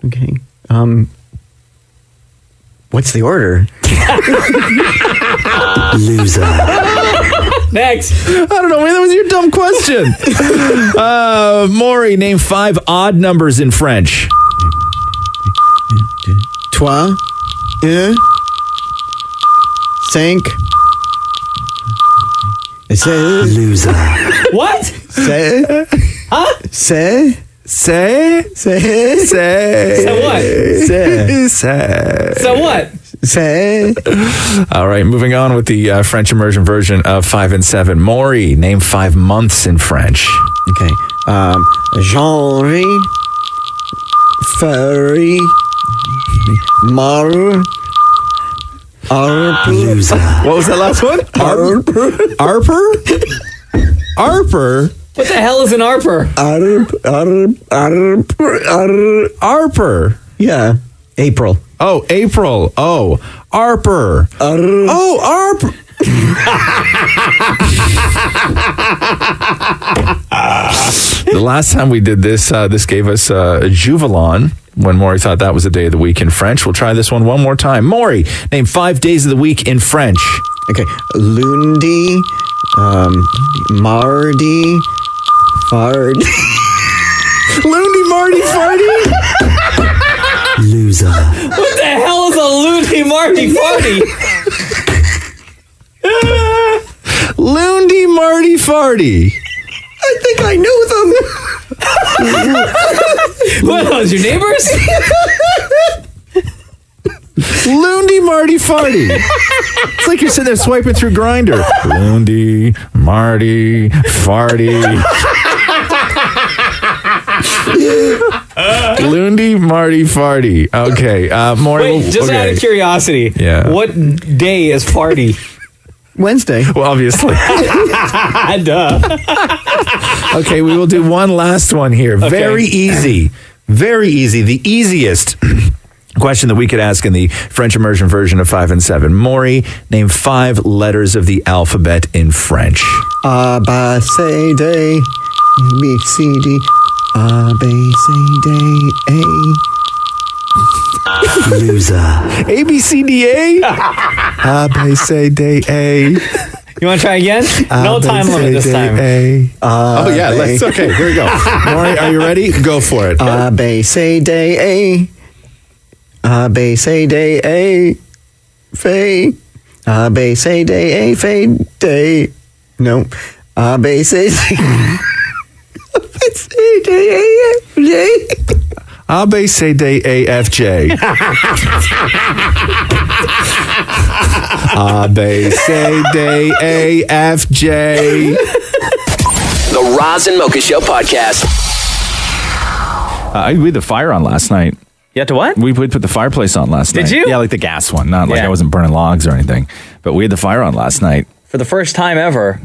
[SPEAKER 7] Okay. Um, what's the order? Loser.
[SPEAKER 2] Next.
[SPEAKER 4] I don't know, man. That was your dumb question. uh, Maury, name five odd numbers in French.
[SPEAKER 7] Trois, un, cinq. Loser.
[SPEAKER 2] What?
[SPEAKER 7] Say. Huh? Say.
[SPEAKER 4] Say, say, say.
[SPEAKER 8] So what?
[SPEAKER 4] Say, say.
[SPEAKER 8] So what?
[SPEAKER 4] Say. All right, moving on with the uh, French immersion version of five and seven. Maury, name five months in French.
[SPEAKER 7] Okay. Um, Jean-Henri, Ferry, Mar,
[SPEAKER 2] Ah,
[SPEAKER 7] Arper.
[SPEAKER 4] What was that last one?
[SPEAKER 7] Arper.
[SPEAKER 4] Arper? Arper?
[SPEAKER 2] What the hell is an Arper?
[SPEAKER 7] Arp, arp, arp, arp.
[SPEAKER 4] Arper.
[SPEAKER 7] Yeah. April.
[SPEAKER 4] Oh, April. Oh, Arper. Oh, Arper. the last time we did this, uh, this gave us uh, a Juvelon when Maury thought that was a day of the week in French. We'll try this one one more time. Maury, name five days of the week in French.
[SPEAKER 7] Okay. Lundi, um, Mardi, Fard.
[SPEAKER 4] Looney Marty Farty.
[SPEAKER 14] Loser.
[SPEAKER 2] What the hell is a loony Marty Farty?
[SPEAKER 4] Looney Marty Farty.
[SPEAKER 7] I think I knew them.
[SPEAKER 2] what (laughs) those your neighbors?
[SPEAKER 4] (laughs) Looney Marty Farty. It's like you're sitting there swiping through Grinder. Looney Marty
[SPEAKER 2] (laughs)
[SPEAKER 4] Farty. Looney Marty Farty. Okay, uh, Maury.
[SPEAKER 2] Wait, just
[SPEAKER 4] okay.
[SPEAKER 2] out of curiosity,
[SPEAKER 4] Yeah.
[SPEAKER 2] what day is Farty?
[SPEAKER 7] Wednesday.
[SPEAKER 4] Well, obviously.
[SPEAKER 2] (laughs) Duh.
[SPEAKER 4] okay, we will do one last one here.
[SPEAKER 2] Okay.
[SPEAKER 4] Very easy. Very easy. The easiest (clears throat) question that we could ask in the French immersion version of 5 and 7. Maury, name five letters of the alphabet in French.
[SPEAKER 7] A, B, C, D, B, C, D, A, B, C, D, A.
[SPEAKER 14] Loser.
[SPEAKER 4] A, B, C, D, A. A, B, C, D, A.
[SPEAKER 2] You want to try again? No time limit this time.
[SPEAKER 4] oh, yeah. Let's, okay, here
[SPEAKER 7] (laughs)
[SPEAKER 4] we go. Maury, are you ready? Go for it.
[SPEAKER 7] A, B, C, D, A. A, B, C, D, A. Fade. A, B, C, D, A, fade, day. No. A, B, C, D. A, B, C, D, A, F, J.
[SPEAKER 4] A, B, C, D, A, F, (laughs) J. A, B, C, D, A, F, J.
[SPEAKER 1] The Roz and Mocha Show podcast.
[SPEAKER 4] Uh, I- we had the fire on last night.
[SPEAKER 2] You had to what?
[SPEAKER 4] We, we put the fireplace on last
[SPEAKER 2] Did
[SPEAKER 4] night.
[SPEAKER 2] you?
[SPEAKER 4] Yeah, like the gas one. Not like
[SPEAKER 2] Yeah.
[SPEAKER 4] I wasn't burning logs or anything. But we had the fire on last night.
[SPEAKER 2] For the first time ever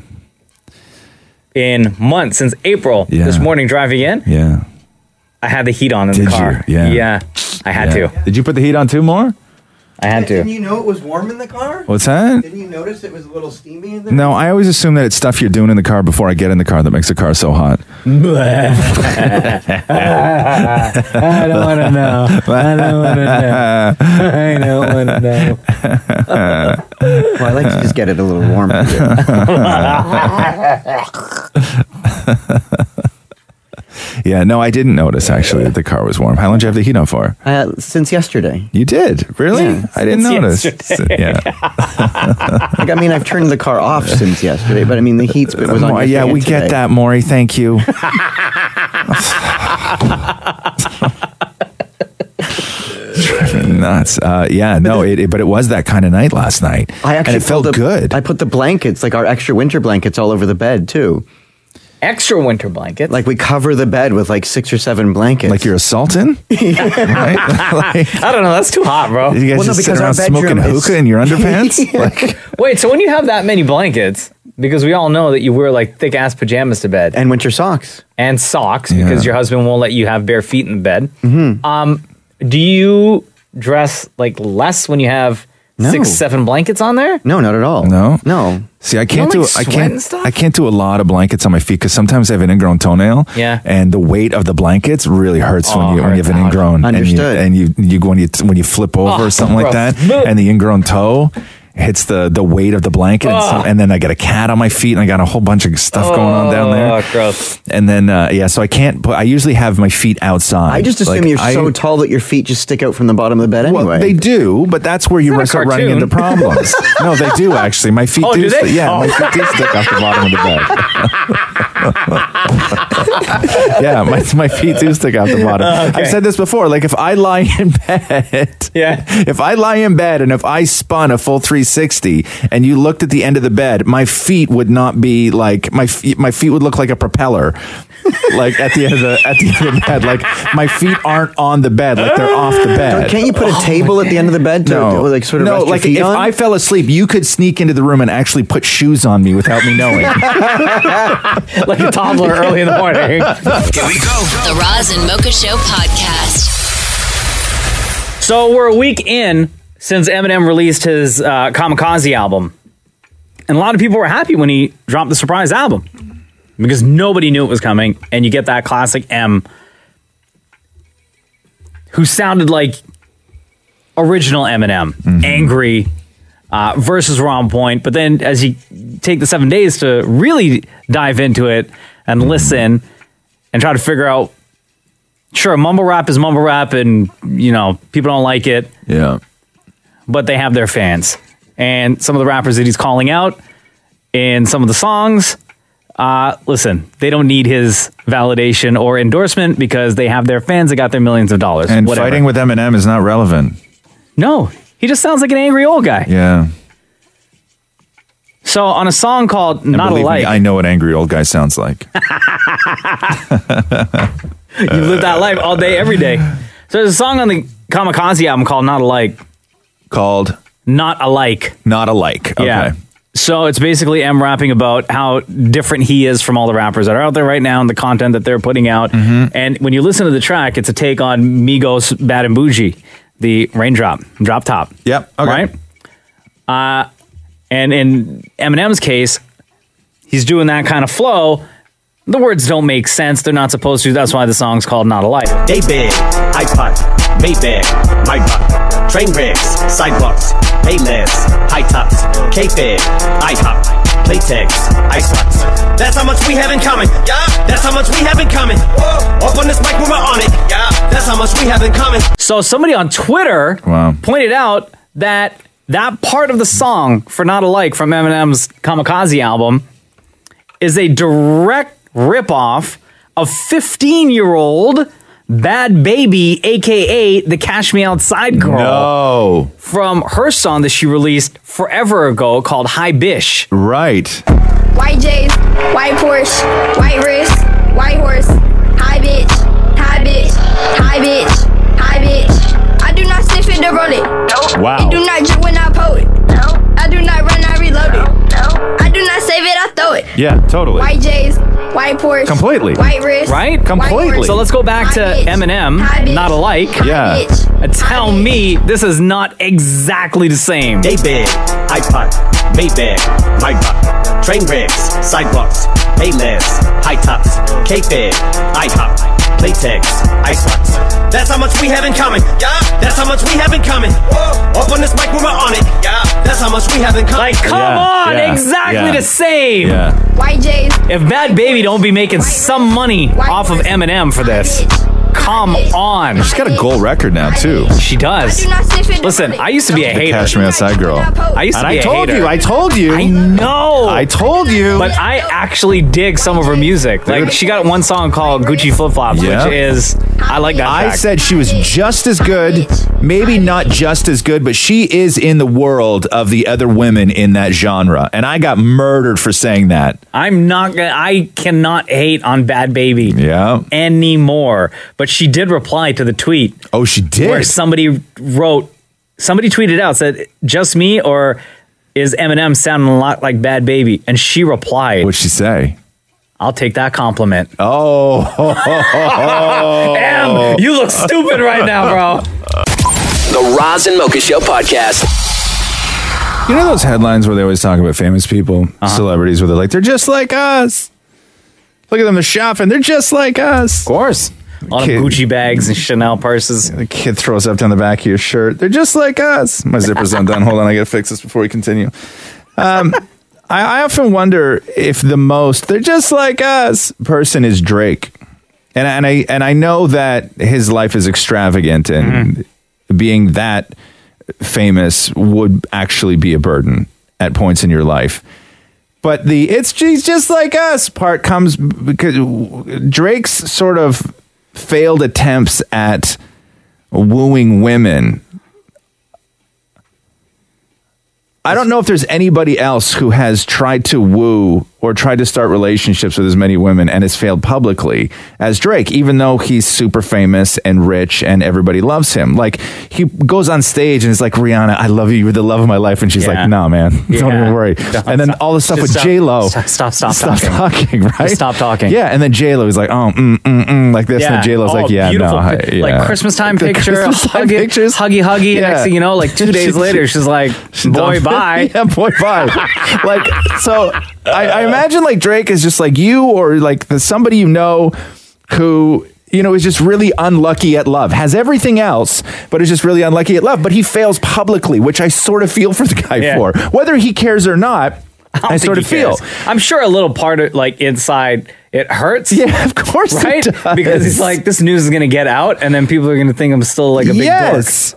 [SPEAKER 2] in months since April,
[SPEAKER 4] Yeah.
[SPEAKER 2] this morning driving in,
[SPEAKER 4] Yeah.
[SPEAKER 2] I had the heat on in
[SPEAKER 4] Did
[SPEAKER 2] the
[SPEAKER 4] you?
[SPEAKER 2] car.
[SPEAKER 4] Yeah.
[SPEAKER 2] Yeah. I had
[SPEAKER 4] Yeah.
[SPEAKER 2] to.
[SPEAKER 4] Did you put the heat on too more?
[SPEAKER 2] I had to.
[SPEAKER 7] you know it was warm in the car?
[SPEAKER 4] What's that?
[SPEAKER 7] Didn't you notice it was a little steamy in
[SPEAKER 4] No, I always assume that it's stuff you're doing in the car before I get in the car that makes the car so hot.
[SPEAKER 2] (laughs) I don't want to know. I don't want to
[SPEAKER 5] (laughs)
[SPEAKER 2] know. (laughs) I don't want
[SPEAKER 4] (laughs)
[SPEAKER 2] to know.
[SPEAKER 7] Well, I like to just get it a little warmer.
[SPEAKER 4] Yeah, no, I didn't notice actually that the car was warm. How long did you have the heat on for?
[SPEAKER 7] (laughs)
[SPEAKER 4] (laughs)
[SPEAKER 7] uh, since yesterday.
[SPEAKER 4] You did? Really?
[SPEAKER 7] Yeah.
[SPEAKER 4] I didn't
[SPEAKER 7] Since
[SPEAKER 4] notice.
[SPEAKER 7] yesterday.
[SPEAKER 4] Yeah.
[SPEAKER 7] (laughs) Like, I mean, I've turned the car off since yesterday, but I mean, the heat's been was on.
[SPEAKER 4] Maury, yeah,
[SPEAKER 7] yesterday
[SPEAKER 4] we
[SPEAKER 7] and
[SPEAKER 4] get
[SPEAKER 7] today.
[SPEAKER 4] that, Maury. Thank you. Driving me Nuts. Uh, yeah, no, it, it- but it was that kind of night last night.
[SPEAKER 7] (laughs) I actually
[SPEAKER 4] and it felt
[SPEAKER 7] pulled the-
[SPEAKER 4] good.
[SPEAKER 7] I put the blankets, like our extra winter blankets, all over the bed too.
[SPEAKER 2] Extra winter blankets.
[SPEAKER 7] Like we cover the bed with like six or seven blankets. Like
[SPEAKER 4] you're
[SPEAKER 7] (laughs)
[SPEAKER 4] a sultan.
[SPEAKER 14] (laughs)
[SPEAKER 4] (laughs)
[SPEAKER 2] I don't know. That's too hot, bro.
[SPEAKER 4] You
[SPEAKER 7] Well,
[SPEAKER 4] guys
[SPEAKER 7] no,
[SPEAKER 4] just sit
[SPEAKER 7] because our
[SPEAKER 4] around smoking
[SPEAKER 7] bedroom is-
[SPEAKER 4] hookah in
[SPEAKER 7] (laughs)
[SPEAKER 4] your underpants? Like, (laughs)
[SPEAKER 2] Wait, so when you have that many blankets, because we all know that you wear like thick ass pajamas to bed
[SPEAKER 7] and winter socks
[SPEAKER 2] and socks because your husband won't let you have bare feet in bed.
[SPEAKER 7] Mm-hmm.
[SPEAKER 2] Um, do you dress like less when you have
[SPEAKER 7] No.
[SPEAKER 2] six, seven blankets on there?
[SPEAKER 7] No, not at all.
[SPEAKER 4] No,
[SPEAKER 7] no.
[SPEAKER 4] See, I can't do
[SPEAKER 2] don't, like,
[SPEAKER 4] I
[SPEAKER 2] sweat and
[SPEAKER 4] can't
[SPEAKER 2] stuff?
[SPEAKER 4] I can't do a lot of blankets on my feet because sometimes I have an ingrown toenail.
[SPEAKER 2] Yeah.
[SPEAKER 4] and the weight of the blankets really hurts
[SPEAKER 2] Oh,
[SPEAKER 4] when you when you have an
[SPEAKER 2] hurts.
[SPEAKER 4] ingrown.
[SPEAKER 7] Understood.
[SPEAKER 4] And you, and you you go when you when you flip over
[SPEAKER 2] Oh,
[SPEAKER 4] or something like
[SPEAKER 2] gross.
[SPEAKER 4] that, and the ingrown toe hits the the weight of the blanket, and,
[SPEAKER 7] Oh.
[SPEAKER 4] some,
[SPEAKER 2] Ugh.
[SPEAKER 4] and then I got a cat on my feet, and I got a whole bunch of stuff going on down there.
[SPEAKER 2] Oh, gross.
[SPEAKER 4] And then uh, yeah, so I can't. put I usually have my feet outside.
[SPEAKER 7] I just assume
[SPEAKER 4] Like,
[SPEAKER 7] you're
[SPEAKER 4] I-
[SPEAKER 7] so tall that your feet just stick out from the bottom of the bed anyway.
[SPEAKER 4] well, they do, but that's where you
[SPEAKER 2] not a
[SPEAKER 4] start running
[SPEAKER 2] cartoon.
[SPEAKER 7] (laughs)
[SPEAKER 4] into problems. no, they do actually. My feet
[SPEAKER 2] Oh,
[SPEAKER 4] do.
[SPEAKER 2] do they?
[SPEAKER 4] sti- yeah,
[SPEAKER 2] Oh.
[SPEAKER 4] my feet do stick off the bottom of the bed. (laughs) yeah, my, my feet do stick out the bottom.
[SPEAKER 8] Oh, okay.
[SPEAKER 4] I've said this before. Like if I lie in bed, yeah. If I lie in bed and if I spun a full 360 and you looked at the end of the bed, my feet would not be like my feet, my feet would look like a propeller. like at the end of the at the end of the bed, like my feet aren't on the bed, like they're off the bed. Oh
[SPEAKER 7] Can't you put a table at the end of the bed to,
[SPEAKER 4] No.
[SPEAKER 7] like sort of
[SPEAKER 4] no,
[SPEAKER 7] rest your
[SPEAKER 4] like
[SPEAKER 7] feet
[SPEAKER 4] if
[SPEAKER 7] on?
[SPEAKER 4] I fell asleep, you could sneak into the room and actually put shoes on me without me
[SPEAKER 7] (laughs)
[SPEAKER 4] knowing. (laughs)
[SPEAKER 2] like a toddler early in the morning.
[SPEAKER 3] The Roz and Mocha Show podcast.
[SPEAKER 2] So we're a week in since Eminem released his uh, Kamikaze album, and a lot of people were happy when he dropped the surprise album because nobody knew it was coming, and you get that classic M, who sounded like original Eminem,
[SPEAKER 4] Mm-hmm.
[SPEAKER 2] angry. Uh, versus Ron Point, but then as you take the seven days to really dive into it and listen and try to figure out sure, mumble rap is mumble rap, and you know people don't like it.
[SPEAKER 4] Yeah,
[SPEAKER 2] but they have their fans, and some of the rappers that he's calling out in some of the songs. Uh, listen, they don't need his validation or endorsement because they have their fans that got their millions of dollars.
[SPEAKER 4] and
[SPEAKER 2] whatever.
[SPEAKER 4] fighting with Eminem is not relevant.
[SPEAKER 2] No, he just sounds like an angry old
[SPEAKER 4] (laughs)
[SPEAKER 2] guy.
[SPEAKER 4] Yeah.
[SPEAKER 2] So on a song called
[SPEAKER 4] And
[SPEAKER 2] "Not
[SPEAKER 4] believe
[SPEAKER 2] Alike,"
[SPEAKER 4] Me, I know what angry old guy sounds like.
[SPEAKER 2] you live that life all day, every day. So there's a song on the Kamikaze album called "Not Alike."
[SPEAKER 4] Called
[SPEAKER 2] "Not Alike."
[SPEAKER 4] Not alike. Okay.
[SPEAKER 2] Yeah. So it's basically M rapping about how different he is from all the rappers that are out there right now and the content that they're putting out.
[SPEAKER 4] Mm-hmm.
[SPEAKER 2] And when you listen to the track, it's a take on Migos Bad and Bougie, the raindrop, drop top.
[SPEAKER 4] Yep.
[SPEAKER 2] Okay. Right? Uh, and in Eminem's case, he's doing that kind of flow. The words don't make sense. They're not supposed to. That's why the song's called Not Alike.
[SPEAKER 15] Day bed, iPod, Maybach, my buck, train wrecks, sidewalks, hay lands, high tops, K-Fed, IHOP, Playtex, ice box. That's how much we have in common. Yeah. That's how much we have in common. Up on this mic when we're on it. Yeah. That's how much we have in common.
[SPEAKER 2] So somebody on Twitter pointed out that that part of the song for Not Alike from Eminem's Kamikaze album is a direct ripoff of 15 year old Bad Baby, aka the Cash Me Outside Girl, from her song that she released forever ago called High Bish.
[SPEAKER 4] Right.
[SPEAKER 16] White J's, white Porsche, white wrist, white horse, high bitch, high bitch, high bitch, high bitch. I do not sniff it to roll it. No.
[SPEAKER 4] Wow.
[SPEAKER 16] It do not drip when I pull it. No. I do not run, I reload it. No. I do not save it, I throw it.
[SPEAKER 4] Yeah, totally.
[SPEAKER 16] White J's, white Porsche,
[SPEAKER 4] Completely.
[SPEAKER 16] white wrist,
[SPEAKER 2] Right?
[SPEAKER 16] white horse.
[SPEAKER 2] So let's go back to Eminem, Not Alike.
[SPEAKER 16] Yeah.
[SPEAKER 2] Uh, Tell me this is not exactly the same.
[SPEAKER 15] Day bed, iPod, Maybach, my buck, train wrecks, sidewalks, hay lands, high tops, K-Fed, IHOP, Playtex, ice box. That's how much we have in common. Yeah. That's how much we have in common. Up on this mic when we're on it. Yeah. That's how much we have in common. Like,
[SPEAKER 2] Come on, exactly the same.
[SPEAKER 16] White J's,
[SPEAKER 2] If Bad Baby don't be making some money off of Eminem for this, come on. She's
[SPEAKER 4] got a gold record now too.
[SPEAKER 2] She does. Listen, I used to be a
[SPEAKER 4] The
[SPEAKER 2] hater.
[SPEAKER 4] Cash Me Outside girl.
[SPEAKER 2] I used to
[SPEAKER 4] and
[SPEAKER 2] be
[SPEAKER 4] I
[SPEAKER 2] a
[SPEAKER 4] told
[SPEAKER 2] hater.
[SPEAKER 4] you. I told you. I
[SPEAKER 2] know.
[SPEAKER 4] I told you.
[SPEAKER 2] But I actually dig some of her music. Like she got one song called Gucci Flip Flops,
[SPEAKER 4] Yeah.
[SPEAKER 2] which is I like that.
[SPEAKER 4] I
[SPEAKER 2] track.
[SPEAKER 4] said she was just as good, maybe not just as good, but she is in the world of the other women in that genre. And I got murdered for saying that.
[SPEAKER 2] I'm not gonna. I cannot hate on Bad Baby.
[SPEAKER 4] Yeah.
[SPEAKER 2] Anymore. But she did reply to the tweet.
[SPEAKER 4] Oh, she did.
[SPEAKER 2] Where somebody wrote, somebody tweeted out said, "Just me or is Eminem sounding a lot like Bad Baby?" And she replied,
[SPEAKER 4] "What'd she say?"
[SPEAKER 2] I'll take that compliment.
[SPEAKER 4] Oh,
[SPEAKER 2] (laughs) Oh. Em, you look stupid right now, bro.
[SPEAKER 1] The Roz and Mocha Show podcast.
[SPEAKER 4] You know those headlines where they always talk about famous people,
[SPEAKER 2] Uh-huh.
[SPEAKER 4] celebrities, where they're like, they're just like us. Look at them, they're shopping. They're just like us. Of course.
[SPEAKER 2] A lot of Gucci bags and Chanel purses.
[SPEAKER 4] (laughs) The kid throws up down the back of your shirt. They're just like us. My zipper's
[SPEAKER 2] (laughs)
[SPEAKER 4] undone. Hold on, I gotta fix this before we continue. Um, (laughs) I, I often wonder if the most they're just like us person is Drake, and and I and I know that his life is extravagant, and
[SPEAKER 2] Mm-hmm.
[SPEAKER 4] being that famous would actually be a burden at points in your life. But the it's she's just like us part comes because Drake's sort of failed attempts at wooing women. I don't know if there's anybody else who has tried to woo or tried to start relationships with as many women and has failed publicly as Drake, even though he's super famous and rich and everybody loves him. Like he goes on stage and is like, Rihanna, I love you. You're the love of my life. And she's
[SPEAKER 2] Yeah.
[SPEAKER 4] like, no, man, don't
[SPEAKER 2] Yeah.
[SPEAKER 4] even worry.
[SPEAKER 2] Stop,
[SPEAKER 4] and then
[SPEAKER 2] stop.
[SPEAKER 4] all the stuff
[SPEAKER 2] Just
[SPEAKER 4] with
[SPEAKER 2] stop.
[SPEAKER 4] J Lo.
[SPEAKER 2] Stop, stop, stop
[SPEAKER 4] talking. (laughs)
[SPEAKER 2] talking.
[SPEAKER 4] right?
[SPEAKER 2] Stop talking.
[SPEAKER 4] Yeah. And then J Lo is like, oh, mm, mm, mm, like this. And
[SPEAKER 2] Yeah.
[SPEAKER 4] then J Lo's
[SPEAKER 2] Oh,
[SPEAKER 4] like, yeah,
[SPEAKER 2] beautiful
[SPEAKER 4] no, I-
[SPEAKER 2] pic-
[SPEAKER 4] yeah.
[SPEAKER 2] like Christmas time
[SPEAKER 4] The
[SPEAKER 2] picture,
[SPEAKER 4] Christmas time
[SPEAKER 2] huggy,
[SPEAKER 4] pictures.
[SPEAKER 2] huggy, huggy.
[SPEAKER 4] Yeah.
[SPEAKER 2] Next thing you know, like two
[SPEAKER 4] (laughs)
[SPEAKER 2] days
[SPEAKER 4] She-
[SPEAKER 2] later, she's like,
[SPEAKER 4] She's
[SPEAKER 2] boy,
[SPEAKER 4] (laughs) done.
[SPEAKER 2] bye.
[SPEAKER 4] yeah, boy, bye.
[SPEAKER 2] (laughs)
[SPEAKER 4] like, so I, I imagine like Drake is just like you or like the, somebody you know who, you know, is just really unlucky at love, has everything else, but is just really unlucky at love. But he fails publicly, which I sort of feel for the guy
[SPEAKER 2] Yeah.
[SPEAKER 4] for. Whether he cares or not,
[SPEAKER 2] don't
[SPEAKER 4] I,
[SPEAKER 2] think
[SPEAKER 4] sort
[SPEAKER 2] he
[SPEAKER 4] of feel.
[SPEAKER 2] cares. I'm sure a little part of like inside it
[SPEAKER 4] (laughs)
[SPEAKER 2] hurts.
[SPEAKER 4] Yeah, of course it
[SPEAKER 2] right?
[SPEAKER 4] does.
[SPEAKER 2] Because it's like this news is gonna get out, and then people are gonna think I'm still like a big
[SPEAKER 4] Yes.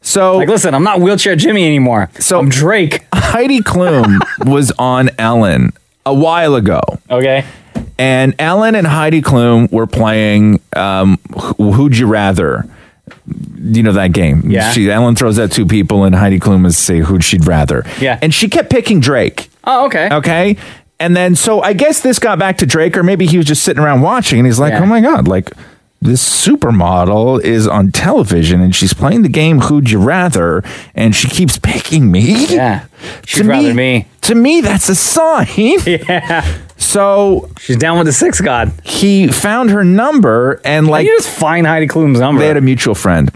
[SPEAKER 4] So
[SPEAKER 2] like, listen, I'm not wheelchair Jimmy anymore. So
[SPEAKER 4] (laughs)
[SPEAKER 2] I'm Drake.
[SPEAKER 4] Heidi
[SPEAKER 2] (laughs)
[SPEAKER 4] Klum was on Ellen a while ago.
[SPEAKER 2] Okay.
[SPEAKER 4] And Ellen and Heidi Klum were playing um, Wh- Who'd You Rather? You know that game.
[SPEAKER 2] Yeah.
[SPEAKER 4] She, Ellen throws out two people, and Heidi Klum is say who'd she'd rather.
[SPEAKER 2] Yeah.
[SPEAKER 4] And she kept picking Drake.
[SPEAKER 2] Oh, okay.
[SPEAKER 4] Okay. And then, so I guess this got back to Drake, or maybe he was just sitting around watching and he's like, oh my God, like this supermodel is on television and she's playing the game Who'd You Rather? And she keeps picking me. (laughs)
[SPEAKER 2] Yeah. She'd
[SPEAKER 4] To
[SPEAKER 2] rather me,
[SPEAKER 4] To me, that's a sign.
[SPEAKER 2] (laughs) Yeah.
[SPEAKER 4] So
[SPEAKER 2] she's down with the six god.
[SPEAKER 4] He found her number and like
[SPEAKER 2] you just find Heidi Klum's number.
[SPEAKER 4] They had a mutual friend.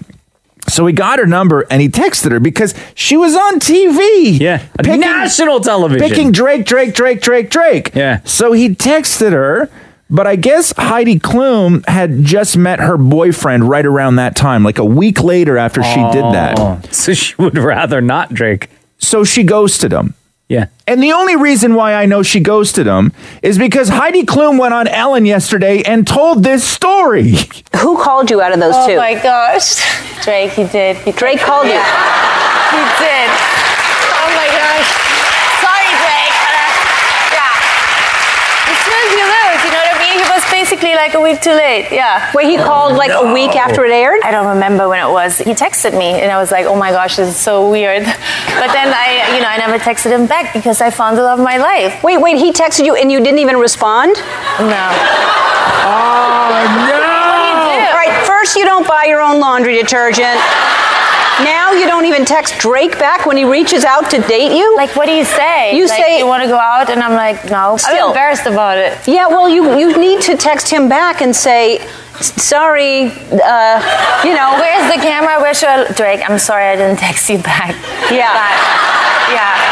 [SPEAKER 4] So he got her number and he texted her because she was on TV. Yeah.
[SPEAKER 2] national television.
[SPEAKER 4] Picking Drake, Drake, Drake, Drake, Drake. Yeah. So he texted her, but I guess Heidi Klum had just met her boyfriend right around that time, like a week later after she did
[SPEAKER 2] Oh,
[SPEAKER 4] that.
[SPEAKER 2] So she would rather not Drake.
[SPEAKER 4] So she ghosted him.
[SPEAKER 2] Yeah.
[SPEAKER 4] And the only reason why I know she ghosted him is because Heidi Klum went on Ellen yesterday and told this story. (laughs)
[SPEAKER 17] Who called you out of those
[SPEAKER 18] Oh
[SPEAKER 17] two?
[SPEAKER 18] my gosh. Drake, he did. He
[SPEAKER 17] Drake called you.
[SPEAKER 18] He did. Oh my gosh. Sorry, Drake. but, uh, yeah. It's smooth you lose, you know what I mean? He was basically like a week too late, yeah.
[SPEAKER 17] Wait, he called, like, a week after it aired?
[SPEAKER 18] I don't remember when it was. He texted me and I was like, oh my gosh, this is so weird. But then I, you know, I never texted him back because I found the love of my life.
[SPEAKER 17] Wait, wait, he texted you and you didn't even respond?
[SPEAKER 18] No.
[SPEAKER 17] Oh, no. All right, first you don't buy your own laundry detergent. Now you don't even text Drake back when he reaches out to date you?
[SPEAKER 18] Like, what do you say?
[SPEAKER 17] You
[SPEAKER 18] Like,
[SPEAKER 17] say,
[SPEAKER 18] you want to go out? And I'm like, no. I'm
[SPEAKER 17] Still.
[SPEAKER 18] embarrassed about it.
[SPEAKER 17] yeah, well, you, you need to text him back and say, sorry, uh, you know.
[SPEAKER 18] Where's the camera? Where should I... Drake, I'm sorry I didn't text you back.
[SPEAKER 17] Yeah.
[SPEAKER 18] But, yeah.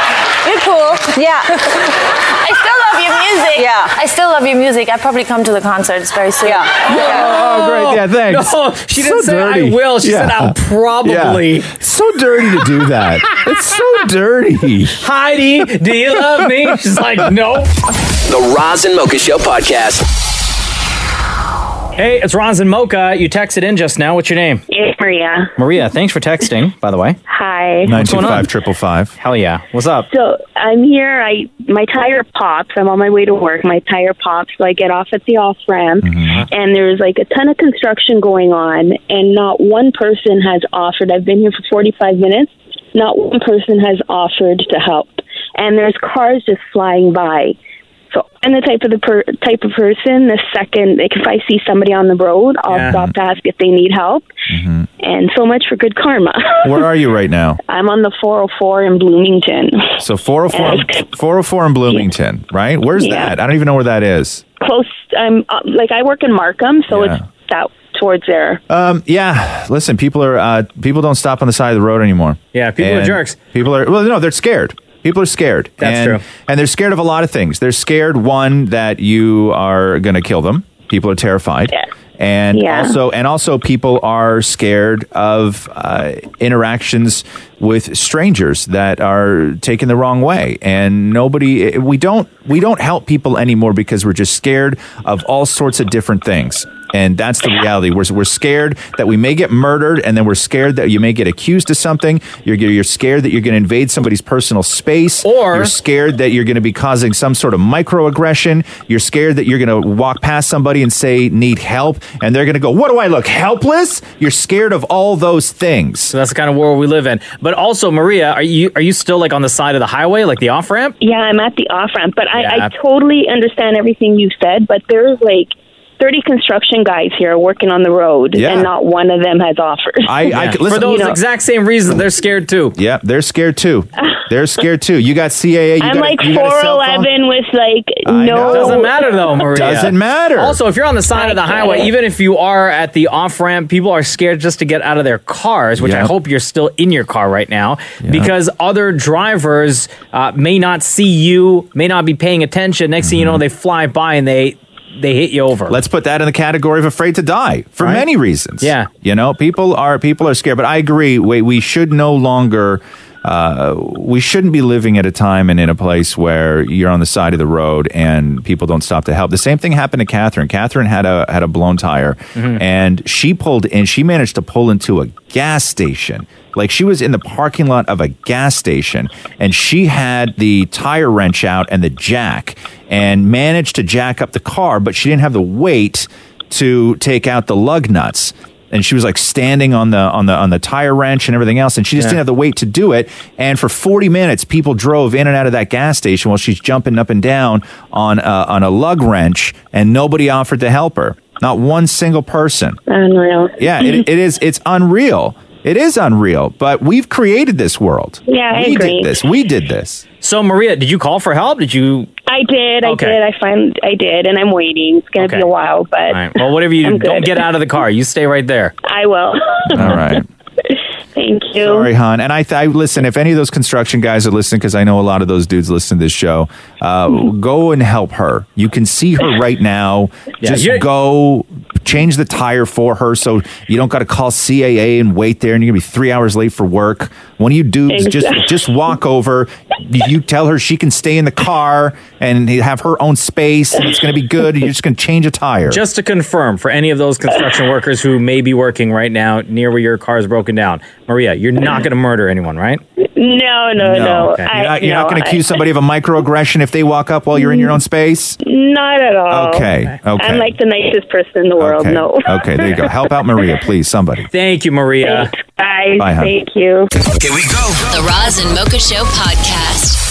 [SPEAKER 18] You're cool.
[SPEAKER 17] Yeah.
[SPEAKER 18] (laughs) I still love your music.
[SPEAKER 17] Yeah.
[SPEAKER 18] I still love your music. I'll probably come to the concerts very soon. Yeah.
[SPEAKER 4] Oh, great. Yeah, thanks.
[SPEAKER 2] No, she didn't say, "I will." She said, "I'll probably."
[SPEAKER 4] Yeah. So dirty to do that. it's so dirty.
[SPEAKER 2] Heidi, do you love me? She's like, nope.
[SPEAKER 1] The Roz and Mocha Show podcast.
[SPEAKER 2] Hey, it's Ronz and Mocha. You texted in just now. What's your name?
[SPEAKER 19] It's Maria.
[SPEAKER 2] Maria, thanks for texting, by the way.
[SPEAKER 19] Hi.
[SPEAKER 2] What's going on?
[SPEAKER 4] triple five.
[SPEAKER 2] Hell yeah. What's up?
[SPEAKER 19] So I'm here. I my tire pops. I'm on my way to work. My tire pops. So I get off at the off ramp, and there's like a ton of construction going on, and not one person has offered. I've been here for 45 minutes. Not one person has offered to help, and there's cars just flying by. So I'm the type of the per- type of person. The second, like, if I see somebody on the road, I'll
[SPEAKER 4] Yeah.
[SPEAKER 19] stop to ask if they need help. And so much for good karma. (laughs)
[SPEAKER 4] Where are you right now?
[SPEAKER 19] I'm on the 404 in Bloomington.
[SPEAKER 4] So 404, 404 in Bloomington, right? Where's
[SPEAKER 19] Yeah.
[SPEAKER 4] that? I don't even know where that is.
[SPEAKER 19] Close. I'm uh, like I work in Markham, so
[SPEAKER 4] Yeah.
[SPEAKER 19] it's that towards there.
[SPEAKER 4] Um, yeah. Listen, people are uh, people don't stop on the side of the road anymore. Yeah,
[SPEAKER 19] people are jerks.
[SPEAKER 4] People are well, no, they're scared. People are scared.
[SPEAKER 2] That's
[SPEAKER 4] and,
[SPEAKER 2] true.
[SPEAKER 4] And they're scared of a lot of things. They're scared one that you are going to kill them. People are terrified. And
[SPEAKER 2] Yeah.
[SPEAKER 4] also, and also, people are scared of uh, interactions with strangers that are taken the wrong way. And nobody, we don't, we don't help people anymore because we're just scared of all sorts of different things. And that's the reality. We're, we're scared that we may get murdered, and then we're scared that you may get accused of something. You're, you're scared that you're going to invade somebody's personal space. Or you're scared that you're going to be causing some sort of microaggression. You're scared that you're going to walk past somebody and say, need help. And they're going to go, what do I look, helpless? You're scared of all those things. So
[SPEAKER 2] that's the kind of world we live in. But also, Maria, are you are you still like on the side of the highway, like the off ramp?
[SPEAKER 19] Yeah, I'm at the off ramp, but
[SPEAKER 2] Yeah,
[SPEAKER 19] I, I
[SPEAKER 2] ab-
[SPEAKER 19] totally understand everything you said. But there's like 30 construction guys here working on the road,
[SPEAKER 4] Yeah.
[SPEAKER 19] and not one of them has offers. (laughs)
[SPEAKER 2] for those
[SPEAKER 19] You know,
[SPEAKER 2] exact same reasons, they're scared too.
[SPEAKER 4] Yeah, they're scared too. They're scared too. You got CAA. You
[SPEAKER 19] I'm
[SPEAKER 4] got a-
[SPEAKER 19] like
[SPEAKER 4] you got a cell phone?
[SPEAKER 19] 411 with like
[SPEAKER 4] I
[SPEAKER 19] no.
[SPEAKER 4] know.
[SPEAKER 2] Doesn't matter though, Maria.
[SPEAKER 4] Doesn't matter.
[SPEAKER 2] Also, if you're on the side of the
[SPEAKER 19] I get
[SPEAKER 2] highway,
[SPEAKER 19] it.
[SPEAKER 2] even if you are at the off ramp, people are scared just to get out of their cars, which I
[SPEAKER 15] Yep.
[SPEAKER 2] hope you're still in your car right now, because other drivers uh, may not see you, may not be paying attention. Next thing you know, they fly by and they they hit you over.
[SPEAKER 4] Mm-hmm. Let's put that in the category of afraid to die for many reasons. Yeah, you know, people are people are scared, but I agree. We we should no longer. Uh, we shouldn't be living at a time and in a place where you're on the side of the road and people don't stop to help. The same thing happened to Catherine. Catherine had a had a blown tire,
[SPEAKER 5] Mm-hmm.
[SPEAKER 20] Mm-hmm.
[SPEAKER 4] and she pulled in. She managed to pull into a gas station. Like she was in the parking lot of a gas station, and she had the tire wrench out and the jack, and managed to jack up the car, but she didn't have the weight to take out the lug nuts and she was like standing on the on the on the tire wrench and everything else and she just
[SPEAKER 2] Yeah.
[SPEAKER 4] didn't have the weight to do it and for 40 minutes people drove in and out of that gas station while she's jumping up and down on a, on a lug wrench and nobody offered to help her not one single person
[SPEAKER 19] Unreal.
[SPEAKER 4] yeah it, it is it's unreal it is unreal but we've created this world
[SPEAKER 19] Yeah, I
[SPEAKER 4] we
[SPEAKER 19] agree.
[SPEAKER 4] did this we did this
[SPEAKER 2] so Maria, did you call for help? Did you?
[SPEAKER 19] I did. I
[SPEAKER 2] Okay.
[SPEAKER 19] did. I find I did, and I'm waiting. It's gonna
[SPEAKER 2] Okay.
[SPEAKER 19] be a while, but
[SPEAKER 2] All right. Well, whatever you
[SPEAKER 19] I'm
[SPEAKER 2] do,
[SPEAKER 19] good.
[SPEAKER 2] don't get out of the car. You stay right there.
[SPEAKER 19] I will.
[SPEAKER 4] (laughs) all right
[SPEAKER 19] Thank you.
[SPEAKER 4] Sorry, hon. And I, th- I listen. If any of those construction guys are listening, because I know a lot of those dudes listen to this show, uh, go and help her. You can see her right now.
[SPEAKER 2] Yeah,
[SPEAKER 4] Just
[SPEAKER 2] you're-
[SPEAKER 4] go change the tire for her, so you don't got to call CAA and wait there, and you're gonna be three hours late for work. One of you dudes
[SPEAKER 2] Exactly.
[SPEAKER 4] just just walk over. You tell her she can stay in the car and have her own space, and it's gonna be good. You're just gonna change a tire.
[SPEAKER 2] Just to confirm, for any of those construction workers who may be working right now near where your car is broken down, Maria, you're not going to murder anyone, right?
[SPEAKER 19] No, no, no.
[SPEAKER 4] Okay.
[SPEAKER 19] I,
[SPEAKER 4] You're not, you're not
[SPEAKER 19] no,
[SPEAKER 4] going to
[SPEAKER 19] I-
[SPEAKER 4] accuse somebody of a microaggression if they walk up while you're in your own space.
[SPEAKER 19] Not at all.
[SPEAKER 4] Okay, okay.
[SPEAKER 19] I'm like the nicest person in the world.
[SPEAKER 4] Okay.
[SPEAKER 19] No.
[SPEAKER 4] okay, there you
[SPEAKER 19] (laughs)
[SPEAKER 4] go. Help out Maria, please, somebody.
[SPEAKER 2] Thank you, Maria.
[SPEAKER 19] Bye.
[SPEAKER 4] Bye, hon.
[SPEAKER 19] Thank you.
[SPEAKER 3] The Roz and Mocha Show
[SPEAKER 1] (laughs)
[SPEAKER 3] podcast.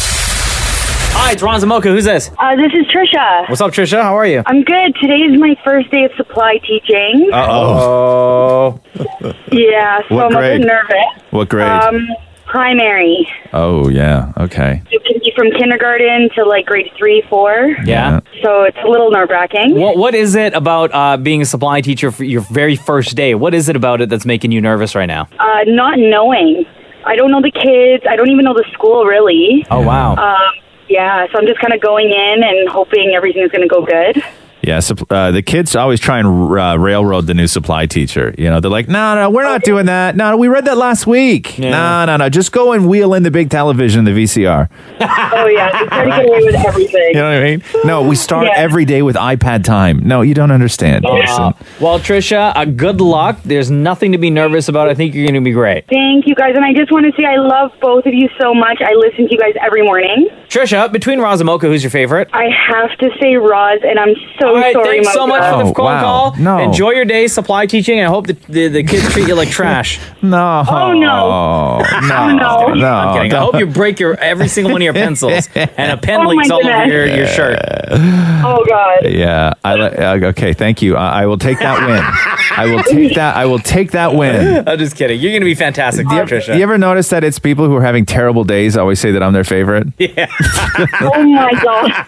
[SPEAKER 2] Hi, it's Ron Zamoka. Who's this?
[SPEAKER 20] Uh, this is Trisha.
[SPEAKER 2] What's up, Trisha? How are you?
[SPEAKER 20] I'm good. Today is my first day of supply teaching.
[SPEAKER 4] oh.
[SPEAKER 20] Yeah, so
[SPEAKER 4] What
[SPEAKER 20] I'm a
[SPEAKER 4] grade?
[SPEAKER 20] bit nervous.
[SPEAKER 4] What grade?
[SPEAKER 20] Um, primary.
[SPEAKER 4] oh, yeah. Okay.
[SPEAKER 20] It can be from kindergarten to like grade three, four.
[SPEAKER 2] Yeah.
[SPEAKER 20] So it's a little nerve wracking.
[SPEAKER 2] What What is it about uh, being a supply teacher for your very first day? What is it about it that's making you nervous right now?
[SPEAKER 20] Uh, not knowing. I don't know the kids. I don't even know the school really.
[SPEAKER 2] Oh, wow.
[SPEAKER 20] Um, yeah, so I'm just kind of going in and hoping everything's going to go good.
[SPEAKER 4] Yeah, sup- uh, the kids always try and uh, railroad the new supply teacher. You know, they're like, "No, no, we're not doing that. No, no, we read that last week. No, no, no, just go and wheel in the big television, the VCR."
[SPEAKER 20] (laughs) oh, yeah. They try to get away with everything.
[SPEAKER 4] You know what I mean? No, we start
[SPEAKER 20] Yeah.
[SPEAKER 4] every day with iPad time. No, you don't understand.
[SPEAKER 2] Uh, well, Trisha, uh, good luck. There's nothing to be nervous about. I think you're going to be great.
[SPEAKER 20] Thank you guys. And I just want to say I love both of you so much. I listen to you guys every morning.
[SPEAKER 2] Trisha, between Roz and Mocha, who's your favorite?
[SPEAKER 20] I have to say Roz, and I'm so
[SPEAKER 2] All right,
[SPEAKER 20] sorry.
[SPEAKER 2] thanks so
[SPEAKER 20] Mocha.
[SPEAKER 2] much for the phone call.
[SPEAKER 4] Oh, No.
[SPEAKER 2] Enjoy your day supply teaching. I hope the, the, the kids treat you like trash.
[SPEAKER 4] no.
[SPEAKER 20] (laughs) Oh,
[SPEAKER 4] no.
[SPEAKER 2] Oh,
[SPEAKER 4] (laughs) No.
[SPEAKER 2] I'm kidding. I'm
[SPEAKER 4] No,
[SPEAKER 2] kidding. I
[SPEAKER 4] don't.
[SPEAKER 2] hope you break your every single
[SPEAKER 4] (laughs)
[SPEAKER 2] one of your pencils and a pen
[SPEAKER 20] Oh,
[SPEAKER 2] leaks
[SPEAKER 20] my
[SPEAKER 2] all over
[SPEAKER 20] goodness.
[SPEAKER 2] your, your shirt.
[SPEAKER 20] Oh God.
[SPEAKER 4] Yeah, I li- uh, okay. Thank you. I, I will take that win. I will take that. I will take that win.
[SPEAKER 2] (laughs) I'm just kidding. You're going to be fantastic, dear Trisha.
[SPEAKER 4] You ever notice that it's people who are having terrible days always say that I'm their favorite?
[SPEAKER 2] (laughs) Yeah.
[SPEAKER 20] (laughs) oh my god.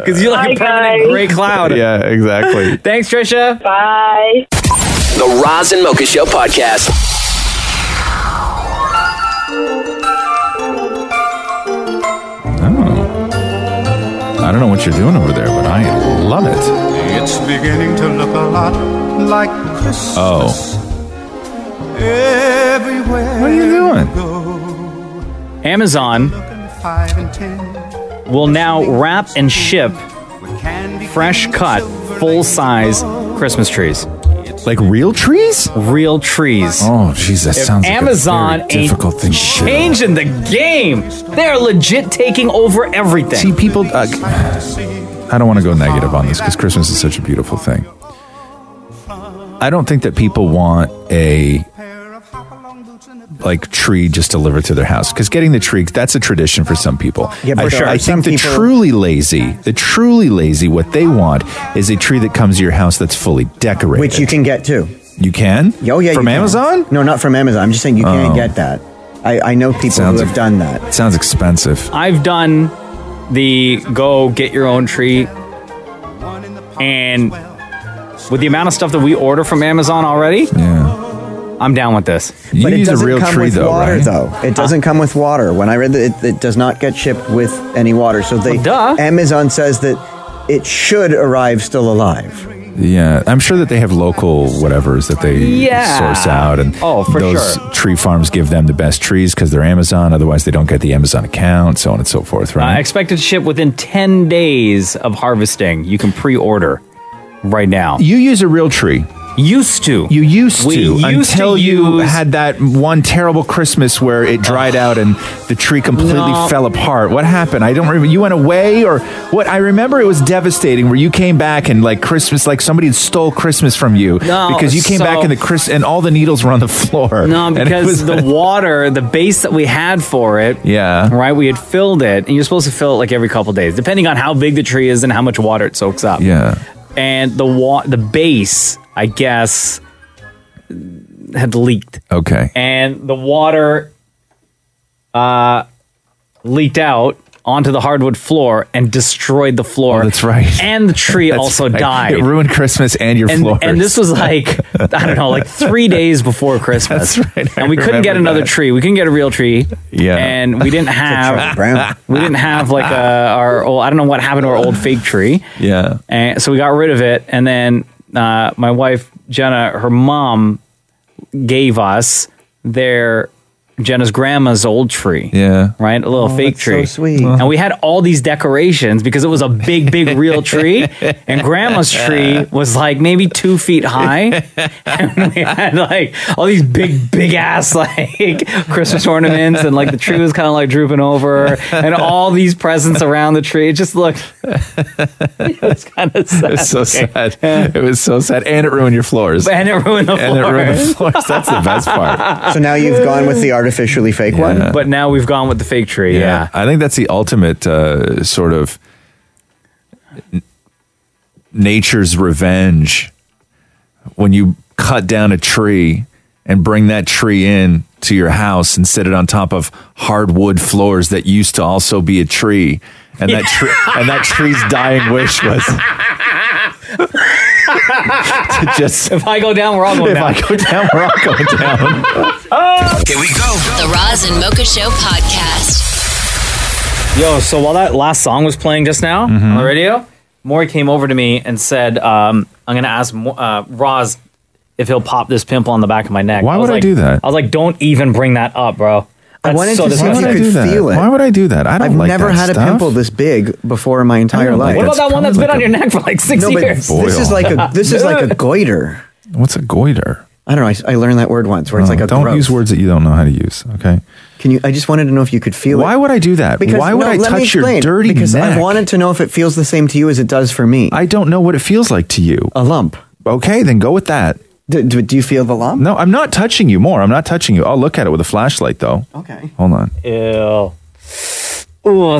[SPEAKER 2] Because you're like a permanent gray cloud.
[SPEAKER 4] Yeah,
[SPEAKER 7] (laughs)
[SPEAKER 4] Uh, exactly.
[SPEAKER 2] Thanks, Trisha.
[SPEAKER 20] Bye.
[SPEAKER 1] The Roz and Mocha Show podcast.
[SPEAKER 4] I don't know what you're doing over there, but I love it.
[SPEAKER 5] It's beginning to look a lot like Christmas
[SPEAKER 4] (laughs) Oh,
[SPEAKER 5] everywhere.
[SPEAKER 4] what are you doing?
[SPEAKER 2] Amazon
[SPEAKER 5] Five and ten
[SPEAKER 2] will now wrap and ship fresh cut full size Christmas trees.
[SPEAKER 4] Like real trees?
[SPEAKER 2] Real trees.
[SPEAKER 4] Oh, jeez, that
[SPEAKER 2] If
[SPEAKER 4] sounds like a
[SPEAKER 2] Amazon
[SPEAKER 4] very difficult thing.
[SPEAKER 2] ain't changing the game. They're legit taking over everything.
[SPEAKER 4] See, people. uh, I don't want to go negative on this because Christmas is such a beautiful thing. I don't think that people want a like tree just delivered to their house because getting the tree that's a tradition for some people.
[SPEAKER 7] Yeah, but
[SPEAKER 4] I,
[SPEAKER 7] there are
[SPEAKER 4] I
[SPEAKER 7] some
[SPEAKER 4] think the
[SPEAKER 7] people-
[SPEAKER 4] truly lazy, the truly lazy, what they want is a tree that comes to your house that's fully decorated,
[SPEAKER 7] which you can get too.
[SPEAKER 4] You can?
[SPEAKER 7] Oh yeah,
[SPEAKER 4] From
[SPEAKER 7] you can.
[SPEAKER 4] Amazon?
[SPEAKER 7] No, not from Amazon. I'm just saying you
[SPEAKER 4] Oh.
[SPEAKER 7] can't get that. I, I know people
[SPEAKER 4] Sounds
[SPEAKER 7] who have
[SPEAKER 4] ex-
[SPEAKER 7] done that.
[SPEAKER 4] Sounds expensive.
[SPEAKER 2] I've done the go get your own tree, and with the amount of stuff that we order from Amazon already,
[SPEAKER 4] yeah,
[SPEAKER 2] I'm down with this.
[SPEAKER 7] but it doesn't come with water, though. It doesn't come with water. When I read that, it, it does not get shipped with any water. So they Amazon says that it should arrive still alive.
[SPEAKER 2] (laughs)
[SPEAKER 4] Yeah, I'm sure that they have local whatevers that they
[SPEAKER 7] Yeah.
[SPEAKER 4] source out, and
[SPEAKER 7] Oh, for
[SPEAKER 4] those
[SPEAKER 7] sure.
[SPEAKER 4] tree farms give them the best trees because they're Amazon. Otherwise, they don't get the Amazon account, so on and so forth.
[SPEAKER 2] Uh,
[SPEAKER 4] Right?
[SPEAKER 2] expected to ship within 10 days of harvesting. You can pre order right now.
[SPEAKER 4] You use a real tree.
[SPEAKER 2] Used to.
[SPEAKER 4] You used
[SPEAKER 2] We
[SPEAKER 4] to
[SPEAKER 2] used
[SPEAKER 4] until
[SPEAKER 2] to
[SPEAKER 4] you
[SPEAKER 2] use-
[SPEAKER 4] had that one terrible Christmas where it dried out and the tree completely
[SPEAKER 2] No.
[SPEAKER 4] fell apart. What happened? I don't remember. You went away or what? I remember it was devastating where you came back and like Christmas, like somebody had stole Christmas from you
[SPEAKER 2] No,
[SPEAKER 4] because you came
[SPEAKER 2] so-
[SPEAKER 4] back and the Chris and all the needles were on the floor. (laughs) (laughs)
[SPEAKER 2] No,
[SPEAKER 4] And it
[SPEAKER 2] because
[SPEAKER 4] was-
[SPEAKER 2] the water, the base that we had for it,
[SPEAKER 4] yeah,
[SPEAKER 2] right, we had filled it, and you're supposed to fill it like every couple days, depending on how big the tree is and how much water it soaks up.
[SPEAKER 4] Yeah.
[SPEAKER 2] and the wa- the base, I guess, had leaked.
[SPEAKER 4] Okay.
[SPEAKER 2] and the water uh, leaked out onto the hardwood floor and destroyed the floor. that's
[SPEAKER 4] Oh, right.
[SPEAKER 2] And the
[SPEAKER 4] (laughs)
[SPEAKER 2] tree
[SPEAKER 4] That's
[SPEAKER 2] also
[SPEAKER 4] right.
[SPEAKER 2] died.
[SPEAKER 4] It ruined Christmas and your
[SPEAKER 2] and,
[SPEAKER 4] floors.
[SPEAKER 2] and this
[SPEAKER 4] (laughs)
[SPEAKER 2] was like I don't know, like three days before Christmas,
[SPEAKER 4] That's right. I
[SPEAKER 2] and we couldn't get
[SPEAKER 4] remember
[SPEAKER 2] another
[SPEAKER 4] that.
[SPEAKER 2] tree. We couldn't get a real tree.
[SPEAKER 4] Yeah.
[SPEAKER 2] and
[SPEAKER 4] (laughs)
[SPEAKER 2] we didn't
[SPEAKER 4] Charlie Brown.
[SPEAKER 2] have we didn't have like a, our old, I don't know what happened to our old fake tree.
[SPEAKER 4] Yeah,
[SPEAKER 2] and so we got rid of it, and then uh, my wife Jenna, her mom, gave us their Jenna's grandma's old tree.
[SPEAKER 4] Yeah.
[SPEAKER 2] Right? A little
[SPEAKER 7] Oh,
[SPEAKER 2] fake
[SPEAKER 7] that's so
[SPEAKER 2] tree.
[SPEAKER 7] sweet.
[SPEAKER 2] And we had all these decorations because it was a big, big
[SPEAKER 7] (laughs)
[SPEAKER 2] real tree. And grandma's tree was like maybe two feet high. (laughs) And we had like all these big, big ass (laughs) like Christmas ornaments and like the tree was kind of like drooping over and all these presents around the tree. It just looked (laughs) it was kind of sad.
[SPEAKER 4] It was so sad. It was so sad, and it ruined your floors.
[SPEAKER 2] And it ruined the
[SPEAKER 4] And it ruined the
[SPEAKER 2] floors.
[SPEAKER 4] floors. That's the best part.
[SPEAKER 7] So now you've gone with the artificially fake one.
[SPEAKER 2] (laughs) But now we've gone with the fake tree. (laughs) yeah.
[SPEAKER 4] I think that's the ultimate uh, sort of n- nature's revenge when you cut down a tree and bring that tree in to your house and sit it on top of hardwood floors that used to also be a tree. And
[SPEAKER 2] (laughs)
[SPEAKER 4] that tree and that tree's dying wish was (laughs) to just
[SPEAKER 2] if I go down, we're all
[SPEAKER 4] going down. If I go down, we're all
[SPEAKER 2] (laughs)
[SPEAKER 4] going down.
[SPEAKER 1] Oh. Here we go.
[SPEAKER 3] The Roz and Mocha Show podcast.
[SPEAKER 2] Yo, so while that last song was playing just now
[SPEAKER 4] Mm-hmm.
[SPEAKER 2] on the radio, Maury came over to me and said, um, I'm going to ask Mo- uh, Roz if he'll pop this pimple on the back of my neck.
[SPEAKER 4] Why
[SPEAKER 2] was
[SPEAKER 4] would I
[SPEAKER 2] like-
[SPEAKER 4] do that?
[SPEAKER 2] I was like, don't even bring that up, bro.
[SPEAKER 7] I
[SPEAKER 2] That's
[SPEAKER 7] wanted
[SPEAKER 2] so
[SPEAKER 7] to see if
[SPEAKER 2] disgusting.
[SPEAKER 7] you could feel it.
[SPEAKER 4] Why would I do that? I don't
[SPEAKER 7] have
[SPEAKER 4] like
[SPEAKER 7] never
[SPEAKER 4] that
[SPEAKER 7] had
[SPEAKER 4] stuff.
[SPEAKER 7] a pimple this big before in my entire
[SPEAKER 4] don't
[SPEAKER 7] life.
[SPEAKER 4] like
[SPEAKER 2] What about that one that's been on your neck for like six
[SPEAKER 7] no, but
[SPEAKER 2] years?
[SPEAKER 7] This is like
[SPEAKER 2] (laughs)
[SPEAKER 7] a this is (laughs) like a goiter.
[SPEAKER 4] What's a goiter?
[SPEAKER 7] I don't know. I, I learned that word once, where it's
[SPEAKER 4] No,
[SPEAKER 7] like a
[SPEAKER 4] don't
[SPEAKER 7] growth.
[SPEAKER 4] use words that you don't know how to use. Okay.
[SPEAKER 7] Can you? I just wanted to know if you could feel it.
[SPEAKER 4] Why would I do that?
[SPEAKER 7] Because,
[SPEAKER 4] Why would
[SPEAKER 7] no,
[SPEAKER 4] I
[SPEAKER 7] let me
[SPEAKER 4] touch your
[SPEAKER 7] explain.
[SPEAKER 4] dirty
[SPEAKER 7] because
[SPEAKER 4] neck?
[SPEAKER 7] I wanted to know if it feels the same to you as it does for me.
[SPEAKER 4] I don't know what it feels like to you.
[SPEAKER 7] A lump.
[SPEAKER 4] Okay, then go with that.
[SPEAKER 7] Do, do, do you feel the lump?
[SPEAKER 4] No, I'm not touching you more. I'm not touching you. I'll look at it with a flashlight though.
[SPEAKER 7] Okay.
[SPEAKER 4] Hold on.
[SPEAKER 2] (laughs) Ew. Oh,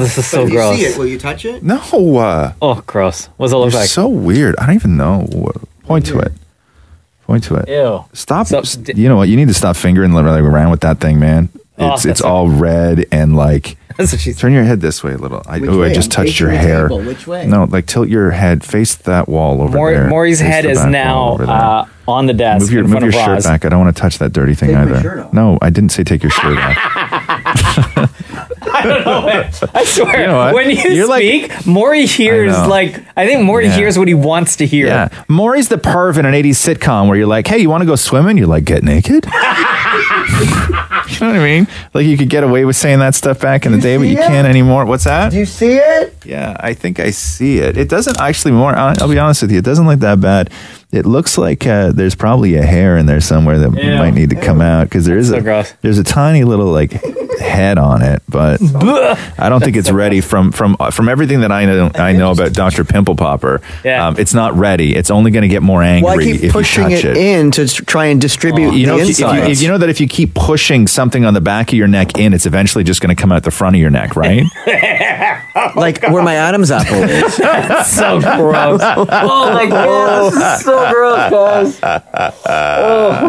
[SPEAKER 2] this is so gross.
[SPEAKER 7] will you touch it?
[SPEAKER 4] No. uh,
[SPEAKER 2] Oh, gross. What does it look
[SPEAKER 4] you're
[SPEAKER 2] like?
[SPEAKER 4] So weird. I don't even know. Point to it. Point to it.
[SPEAKER 2] Ew.
[SPEAKER 4] Stop. You know what? You need to stop fingering like, around with that thing, man.
[SPEAKER 2] Oh,
[SPEAKER 4] It's it's
[SPEAKER 2] that's-
[SPEAKER 4] all red and like.
[SPEAKER 2] (laughs) That's what she said.
[SPEAKER 4] Turn your head this way a little. I,
[SPEAKER 2] Which
[SPEAKER 4] ooh, I
[SPEAKER 2] way?
[SPEAKER 4] just
[SPEAKER 2] I'm
[SPEAKER 4] touched your
[SPEAKER 2] facing the
[SPEAKER 4] hair.
[SPEAKER 2] table. Which way?
[SPEAKER 4] No, like tilt your head. Face that wall over
[SPEAKER 2] Maury-
[SPEAKER 4] there.
[SPEAKER 2] Maury's
[SPEAKER 4] Face
[SPEAKER 2] head
[SPEAKER 4] the
[SPEAKER 2] is
[SPEAKER 4] back wall
[SPEAKER 2] now
[SPEAKER 4] over there.
[SPEAKER 2] uh, on the desk.
[SPEAKER 4] move your
[SPEAKER 2] in
[SPEAKER 4] move
[SPEAKER 2] front
[SPEAKER 4] your
[SPEAKER 2] of
[SPEAKER 4] shirt
[SPEAKER 2] Roz.
[SPEAKER 4] back. I don't want to touch that dirty thing
[SPEAKER 2] Take my
[SPEAKER 4] either.
[SPEAKER 2] shirt off.
[SPEAKER 4] No, I didn't say take your shirt off.
[SPEAKER 2] (laughs) I don't know. Man. I swear,
[SPEAKER 4] You know what?
[SPEAKER 2] when you
[SPEAKER 4] You're like-
[SPEAKER 2] speak, Maury hears
[SPEAKER 4] know.
[SPEAKER 2] like I think Maury
[SPEAKER 4] Yeah.
[SPEAKER 2] hears what he wants to hear.
[SPEAKER 4] yeah, Maury's the perv in an '80s sitcom where you're like, "Hey, (laughs) you want to go swimming?" You're like, "Get naked." You know what I mean? Like you could get away with saying that stuff back in the day, but you
[SPEAKER 7] see it?
[SPEAKER 4] can't anymore. What's that? Do
[SPEAKER 7] you see it?
[SPEAKER 4] Yeah, I think I see it. It doesn't actually more. I'll I'll be honest with you. It doesn't look that bad. It looks like uh, there's probably a hair in there somewhere that
[SPEAKER 2] Ew.
[SPEAKER 4] might need to come out because there is a there's a tiny little like head on it, but I don't think it's ready from from uh, from everything that I know I know about Doctor Pimple Popper.
[SPEAKER 7] Yeah.
[SPEAKER 4] Um, it's not ready. It's only going to get more angry
[SPEAKER 7] Well, I
[SPEAKER 4] if
[SPEAKER 7] keep
[SPEAKER 4] you
[SPEAKER 7] pushing
[SPEAKER 4] touch
[SPEAKER 7] it,
[SPEAKER 4] it. Oh,
[SPEAKER 7] in to s- try and distribute
[SPEAKER 4] You know,
[SPEAKER 7] the
[SPEAKER 4] if you, if you,
[SPEAKER 7] insides.
[SPEAKER 4] if you know that if you keep pushing something on the back of your neck in, it's eventually just going to come out the front of your neck, right? (laughs)
[SPEAKER 7] like where my Adam's apple
[SPEAKER 5] (laughs)
[SPEAKER 7] is.
[SPEAKER 8] That's so gross. (laughs) Oh my God, this is so gross, guys.
[SPEAKER 4] Oh.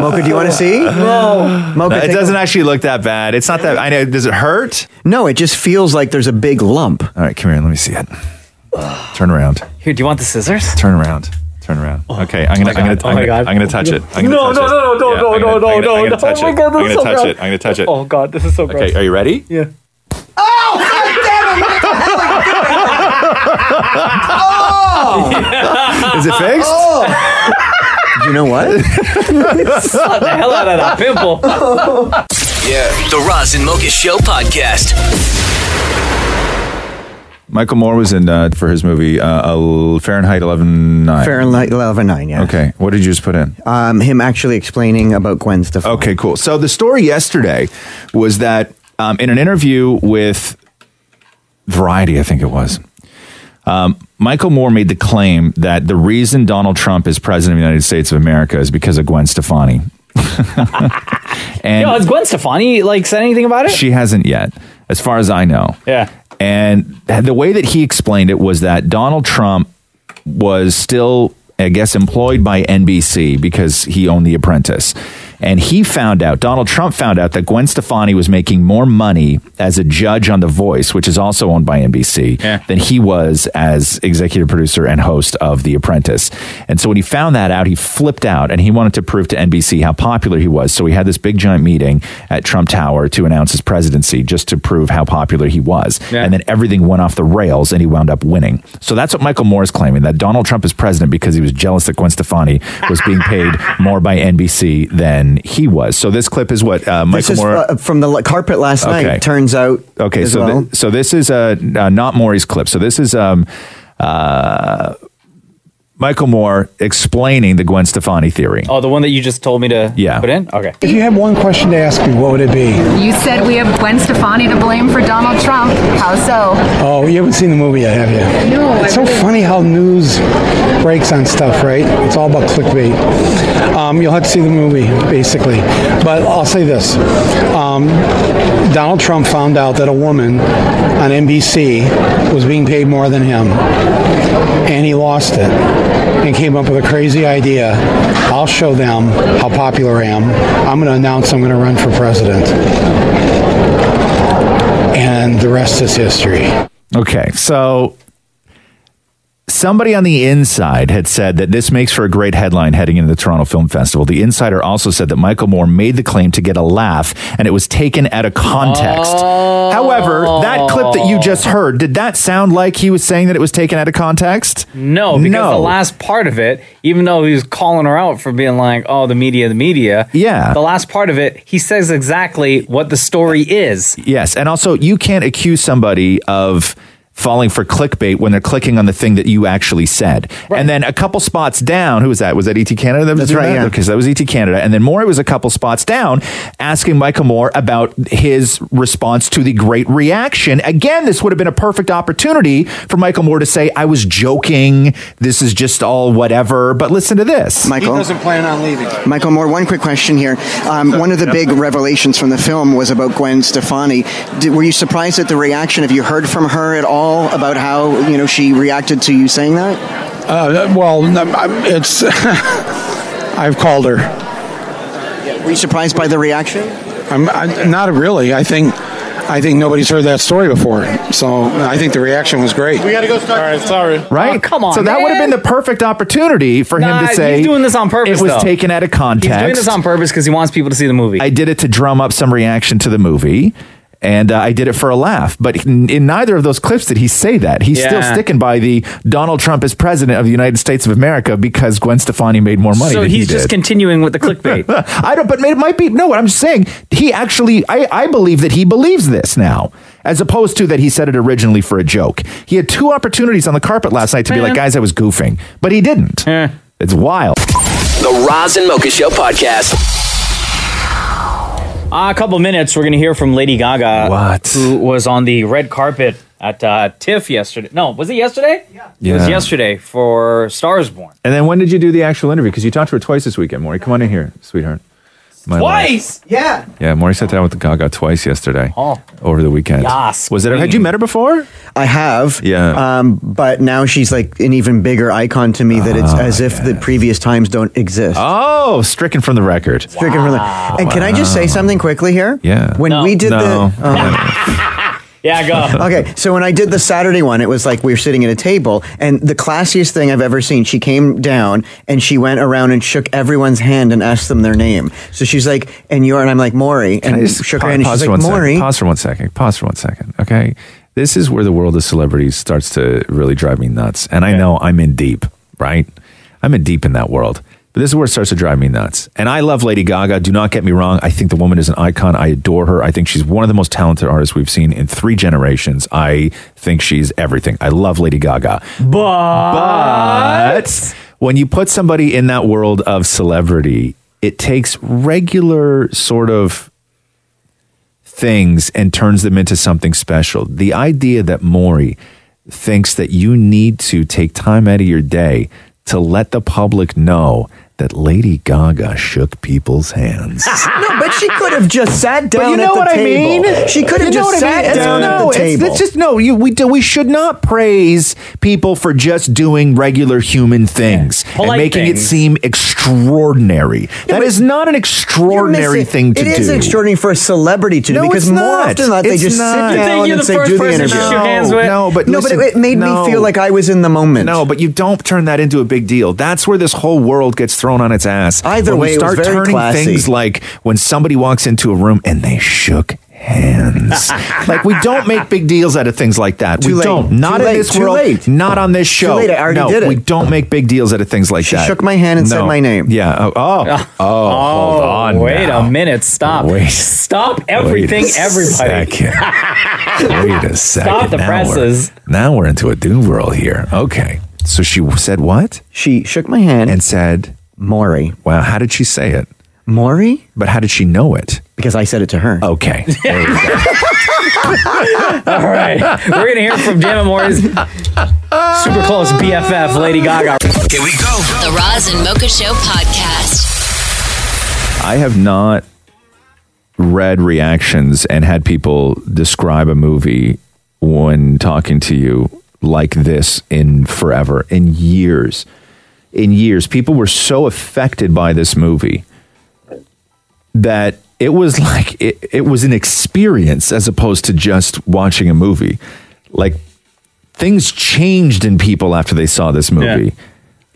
[SPEAKER 7] (laughs) Mocha, do you want to see? No. Mocha,
[SPEAKER 4] it
[SPEAKER 7] take
[SPEAKER 4] doesn't actually look that bad. It's not that. I know. Does it hurt?
[SPEAKER 7] No, it just feels like there's a big lump.
[SPEAKER 4] All right, come here. Let me see it. Turn around.
[SPEAKER 2] Here, do you want the scissors?
[SPEAKER 4] Turn around. Turn around. Okay, I'm gonna,
[SPEAKER 2] my
[SPEAKER 4] I'm gonna,
[SPEAKER 2] God. Oh
[SPEAKER 4] I'm gonna,
[SPEAKER 2] my God.
[SPEAKER 4] I'm gonna touch it. I'm gonna
[SPEAKER 2] No,
[SPEAKER 4] touch
[SPEAKER 2] no,
[SPEAKER 4] it.
[SPEAKER 2] no, no,
[SPEAKER 4] Yeah,
[SPEAKER 2] no,
[SPEAKER 4] I'm gonna-
[SPEAKER 2] no, no,
[SPEAKER 4] I'm gonna-
[SPEAKER 2] no,
[SPEAKER 4] I'm
[SPEAKER 2] no.
[SPEAKER 4] gonna touch
[SPEAKER 2] Oh my
[SPEAKER 4] it.
[SPEAKER 2] God, this
[SPEAKER 4] I'm gonna
[SPEAKER 2] is so
[SPEAKER 4] touch
[SPEAKER 2] gross.
[SPEAKER 4] it. I'm gonna touch it.
[SPEAKER 2] Oh God, this is so gross.
[SPEAKER 4] Okay, are you ready?
[SPEAKER 2] Yeah.
[SPEAKER 8] Oh,
[SPEAKER 5] (laughs)
[SPEAKER 7] Oh!
[SPEAKER 8] goddammit.
[SPEAKER 4] Is it fixed?
[SPEAKER 7] You know what?
[SPEAKER 8] Slap the hell out of that pimple.
[SPEAKER 1] Yeah. The Roz and Mocha Show podcast.
[SPEAKER 4] Michael Moore was in uh, for his movie uh, L- Fahrenheit 11.9.
[SPEAKER 7] Fahrenheit 11.9, yeah.
[SPEAKER 4] Okay, what did you just put in?
[SPEAKER 7] Um, him actually explaining about Gwen Stefani.
[SPEAKER 4] Okay, cool. So the story yesterday was that um, in an interview with Variety, I think it was. Um, Michael Moore made the claim that the reason Donald Trump is president of the United States of America is because of Gwen Stefani. (laughs) and
[SPEAKER 2] Yo, has Gwen Stefani like said anything about it?
[SPEAKER 4] She hasn't yet, as far as I know.
[SPEAKER 2] Yeah.
[SPEAKER 4] And the way that he explained it was that Donald Trump was still, I guess, employed by NBC because he owned The Apprentice. And he found out, Donald Trump found out that Gwen Stefani was making more money as a judge on The Voice, which is also owned by NBC, than he was as executive producer and host of The Apprentice. And so when he found that out, he flipped out and he wanted to prove to NBC how popular he was. So he had this big giant meeting at Trump Tower to announce his presidency just to prove how popular he was. And then everything went off the rails and he wound up winning. So that's what Michael Moore is claiming that Donald Trump is president because he was jealous that Gwen Stefani was being paid more by NBC than he was. So this clip is what uh,
[SPEAKER 7] This
[SPEAKER 4] Michael
[SPEAKER 7] is
[SPEAKER 4] Moore.
[SPEAKER 7] uh, from the l- carpet last
[SPEAKER 4] Okay.
[SPEAKER 7] night, turns out.
[SPEAKER 4] Okay,
[SPEAKER 7] as
[SPEAKER 4] so
[SPEAKER 7] well.
[SPEAKER 4] thi- so this is uh, uh, not Maury's clip. So this is um, uh, Michael Moore explaining the Gwen Stefani theory.
[SPEAKER 2] Oh, the one that you just told me to yeah. put in? Okay.
[SPEAKER 21] If you had one question to ask me, what would it be?
[SPEAKER 22] You said we have Gwen Stefani to blame for Donald Trump. How so?
[SPEAKER 21] Oh, you haven't seen the movie yet, have you? No. It's so funny how news breaks on stuff, right? It's all about clickbait. Um, you'll have to see the movie, basically. But I'll say this um, Donald Trump found out that a woman on NBC was being paid more than him, and he lost it. And came up with a crazy idea. I'll show them how popular I am. I'm going to announce I'm going to run for president. And the rest is history.
[SPEAKER 4] Okay, so somebody on the inside had said that this makes for a great headline heading into the Toronto Film Festival. The insider also said that Michael Moore made the claim to get a laugh and it was taken out of context.
[SPEAKER 2] Oh.
[SPEAKER 5] Oh.
[SPEAKER 4] However, that clip that you just heard, did that sound like he was saying that it was taken out of context?
[SPEAKER 2] No, because
[SPEAKER 4] No.
[SPEAKER 2] the last part of it, even though he was calling her out for being like, "Oh, the media, the media,"
[SPEAKER 4] yeah,
[SPEAKER 2] the last part of it, he says exactly what the story is.
[SPEAKER 4] Yes, and also you can't accuse somebody of falling for clickbait when they're clicking on the thing that you actually said. And then a couple spots down, who was that? Was that ET Canada? That was
[SPEAKER 7] That's
[SPEAKER 4] doing
[SPEAKER 7] right,
[SPEAKER 4] that?
[SPEAKER 7] yeah.
[SPEAKER 4] Okay, so that was ET Canada. And then Maury was a couple spots down asking Michael Moore about his response to the great reaction. Again, this would have been a perfect opportunity for Michael Moore to say, I was joking. This is just all whatever. But listen to this.
[SPEAKER 21] Michael doesn't plan on leaving.
[SPEAKER 23] Michael Moore, one quick question here. Um, one of the big revelations from the film was about Gwen Stefani. Did, were you surprised at the reaction? Have you heard from her at all about how you know she reacted to you saying that?
[SPEAKER 21] Uh, well, I'm- I'm- it's. (laughs) I've called her.
[SPEAKER 23] Were you surprised by the reaction?
[SPEAKER 21] I'm I, not really. I think. I think nobody's heard that story before, so I think the reaction was great.
[SPEAKER 24] We gotta go start. All right, sorry.
[SPEAKER 4] Right?
[SPEAKER 24] come on,
[SPEAKER 4] So that would have
[SPEAKER 24] man.
[SPEAKER 4] been the perfect opportunity for him
[SPEAKER 2] Nah,
[SPEAKER 4] to say
[SPEAKER 2] he's doing this on purpose.
[SPEAKER 4] It was
[SPEAKER 2] though.
[SPEAKER 4] taken out of context.
[SPEAKER 2] He's doing this on purpose because he wants people to see the movie.
[SPEAKER 4] I did it to drum up some reaction to the movie. and uh, I did it for a laugh. But in, in neither of those clips did he say that. He's still
[SPEAKER 5] Yeah.
[SPEAKER 4] sticking by the Donald Trump is president of the United States of America because Gwen Stefani made more money.
[SPEAKER 5] So
[SPEAKER 4] than he
[SPEAKER 5] he's just
[SPEAKER 4] did.
[SPEAKER 5] continuing
[SPEAKER 4] (laughs)
[SPEAKER 5] with the clickbait.
[SPEAKER 4] I don't, but it might be no. What I'm saying, he actually, I, I believe that he believes this now, as opposed to that he said it originally for a joke. He had two opportunities on the carpet last night to be like, guys, I was goofing, but he didn't. It's wild.
[SPEAKER 1] The Roz and Mocha Show podcast.
[SPEAKER 5] Uh, a couple minutes, we're going to hear from Lady Gaga,
[SPEAKER 4] what?
[SPEAKER 5] who was on the red carpet at uh, TIFF yesterday. No, was it yesterday? Yeah. It was
[SPEAKER 4] Yeah.
[SPEAKER 5] yesterday for Stars Born.
[SPEAKER 4] And then when did you do the actual interview? Because you talked to her twice this weekend, Maury. Come on in here, sweetheart. My life.
[SPEAKER 7] Yeah.
[SPEAKER 4] Yeah, Maury sat down with the Gaga twice yesterday.
[SPEAKER 7] Oh.
[SPEAKER 4] Over the weekend.
[SPEAKER 7] Yas,
[SPEAKER 4] Was it? Had you met her before?
[SPEAKER 7] I have.
[SPEAKER 4] Yeah.
[SPEAKER 7] Um, but now she's like an even bigger icon to me that it's
[SPEAKER 23] Ah,
[SPEAKER 7] as if the previous times don't exist.
[SPEAKER 4] Oh, stricken from the record.
[SPEAKER 7] Stricken from the.
[SPEAKER 23] Ah,
[SPEAKER 7] And can I just say something quickly here?
[SPEAKER 4] Yeah.
[SPEAKER 7] When we did
[SPEAKER 4] No.
[SPEAKER 7] the.
[SPEAKER 4] (laughs)
[SPEAKER 7] Oh.
[SPEAKER 5] Yeah, go.
[SPEAKER 7] (laughs) okay, so when I did the Saturday one, it was like we were sitting at a table, and the classiest thing I've ever seen. She came down and she went around and shook everyone's hand and asked them their name. So she's like, "And you're," and I'm like, "Maury,"
[SPEAKER 4] Can I
[SPEAKER 7] and
[SPEAKER 4] just
[SPEAKER 7] shook
[SPEAKER 4] pa-
[SPEAKER 7] her hand. And
[SPEAKER 4] pause
[SPEAKER 7] she's
[SPEAKER 4] for
[SPEAKER 7] like,
[SPEAKER 4] one second?
[SPEAKER 7] "Maury."
[SPEAKER 4] Pause for one second. Pause for one second. Okay. This is where the world of celebrities starts to really drive me nuts. And
[SPEAKER 7] oh.
[SPEAKER 4] I know I'm in deep, right? I'm in deep in that world. But this is where it starts to drive me nuts. And I love Lady Gaga. Do not get me wrong. I think the woman is an icon. I adore her. I think she's one of the most talented artists we've seen in three generations. I think she's everything. I love Lady Gaga. But when you put somebody in that world of celebrity, it takes regular sort of things and turns them into something special. The idea that Maury thinks that you need to take time out of your day to let the public know that Lady Gaga shook people's hands.
[SPEAKER 7] no, but she could have just sat down.
[SPEAKER 4] But you know
[SPEAKER 7] at the
[SPEAKER 4] what I
[SPEAKER 7] table.
[SPEAKER 4] mean?
[SPEAKER 7] She could have
[SPEAKER 4] You know
[SPEAKER 7] just
[SPEAKER 4] what I
[SPEAKER 7] sat
[SPEAKER 4] mean? It's-
[SPEAKER 7] down
[SPEAKER 4] no,
[SPEAKER 7] at the
[SPEAKER 4] it's-
[SPEAKER 7] table.
[SPEAKER 4] It's just no. You, we do, we should not praise people for just doing regular human things and
[SPEAKER 7] Polite
[SPEAKER 4] making it
[SPEAKER 7] things.
[SPEAKER 4] seem extraordinary. that is not an extraordinary thing to do.
[SPEAKER 7] It is extraordinary for a celebrity to do
[SPEAKER 4] No,
[SPEAKER 7] because
[SPEAKER 4] it's
[SPEAKER 7] more
[SPEAKER 4] not.
[SPEAKER 7] often than not, they
[SPEAKER 4] It's
[SPEAKER 7] just
[SPEAKER 4] not. You
[SPEAKER 7] sit
[SPEAKER 4] think
[SPEAKER 7] down
[SPEAKER 4] you're
[SPEAKER 7] and
[SPEAKER 4] the
[SPEAKER 7] say,
[SPEAKER 4] first
[SPEAKER 7] "Do the
[SPEAKER 4] person to
[SPEAKER 7] interview."
[SPEAKER 4] shook hands with?
[SPEAKER 7] No, but no,
[SPEAKER 4] listen,
[SPEAKER 7] but it made
[SPEAKER 4] no.
[SPEAKER 7] me feel like I was in the moment.
[SPEAKER 4] No, but you don't turn that into a big deal. That's where this whole world gets thrown on its ass.
[SPEAKER 7] Either
[SPEAKER 4] When we
[SPEAKER 7] way, it was
[SPEAKER 4] start
[SPEAKER 7] very
[SPEAKER 4] turning
[SPEAKER 7] classy.
[SPEAKER 4] things like when somebody walks into a room and they shook
[SPEAKER 7] (laughs)
[SPEAKER 4] hands. like we don't make big deals out of things like that.
[SPEAKER 7] Too
[SPEAKER 4] we
[SPEAKER 7] late.
[SPEAKER 4] don't. Not
[SPEAKER 7] Too
[SPEAKER 4] in
[SPEAKER 7] late.
[SPEAKER 4] this
[SPEAKER 7] Too
[SPEAKER 4] world.
[SPEAKER 7] late.
[SPEAKER 4] Not on this
[SPEAKER 7] Too
[SPEAKER 4] show.
[SPEAKER 7] late. I already
[SPEAKER 4] no,
[SPEAKER 7] did it.
[SPEAKER 4] We don't make big deals out of things like that.
[SPEAKER 7] shook my hand and said my name.
[SPEAKER 2] (laughs)
[SPEAKER 4] Yeah. Oh. Oh. oh, hold on.
[SPEAKER 5] Wait
[SPEAKER 4] now.
[SPEAKER 5] a minute. Stop.
[SPEAKER 4] Wait.
[SPEAKER 5] Stop everything,
[SPEAKER 4] Wait a
[SPEAKER 5] everybody. (laughs)
[SPEAKER 4] second. Wait a second.
[SPEAKER 5] Stop the
[SPEAKER 4] Now
[SPEAKER 5] presses.
[SPEAKER 4] We're, now we're into a doom world here. Okay. So she said what?
[SPEAKER 7] She shook my hand
[SPEAKER 4] and said,
[SPEAKER 7] "Maury."
[SPEAKER 4] Wow. How did she say it?
[SPEAKER 7] Maury.
[SPEAKER 4] But how did she know it?
[SPEAKER 7] Because I said it to her.
[SPEAKER 4] Okay.
[SPEAKER 5] All right. We're going to hear from Jim Moore's super close BFF, Lady Gaga.
[SPEAKER 1] Here we go.
[SPEAKER 3] The Roz and Mocha Show podcast.
[SPEAKER 4] I have not read reactions and had people describe a movie when talking to you like this in forever, in years. In years. People were so affected by this movie that it was (laughs) like it, it was an experience as opposed to just watching a movie. Like things changed in people after they saw this movie.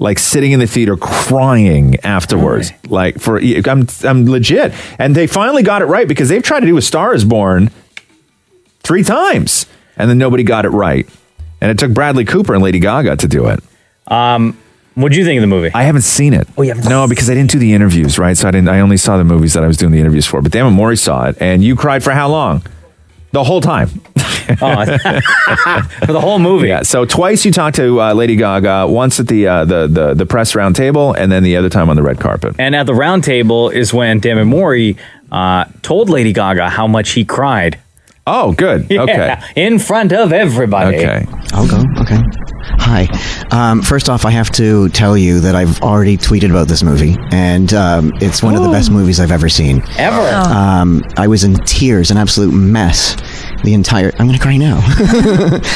[SPEAKER 4] Like sitting in the theater crying afterwards. Like for I'm I'm legit. And they finally got it right because they've tried to do a Star is Born three times and then nobody got it right. And it took Bradley Cooper and Lady Gaga to do it.
[SPEAKER 5] Um, what do you think of the movie?
[SPEAKER 4] I haven't seen it. Oh, yeah. No, because I didn't do the interviews, right? So I didn't. I only saw the movies that I was doing the interviews for. But Damon Mori saw it, and you cried for how long? The whole time.
[SPEAKER 5] Oh, (laughs)
[SPEAKER 4] (laughs)
[SPEAKER 5] for the whole movie.
[SPEAKER 4] Yeah. So twice you talked to uh, Lady Gaga, once at the, uh, the the the press round table, and then the other time on the red carpet.
[SPEAKER 5] And at the round table is when Damon Mori uh, told Lady Gaga how much he cried. (laughs)
[SPEAKER 4] Oh, good.
[SPEAKER 7] Okay.
[SPEAKER 5] In front of everybody.
[SPEAKER 7] I'll go. Okay. Hi. Um, first off, I have to tell you that I've already tweeted about this movie, and um, it's one of the best movies I've ever seen.
[SPEAKER 5] Ever. Oh.
[SPEAKER 7] Um, I was in tears, an absolute mess. The entire. I'm going to cry now. (laughs)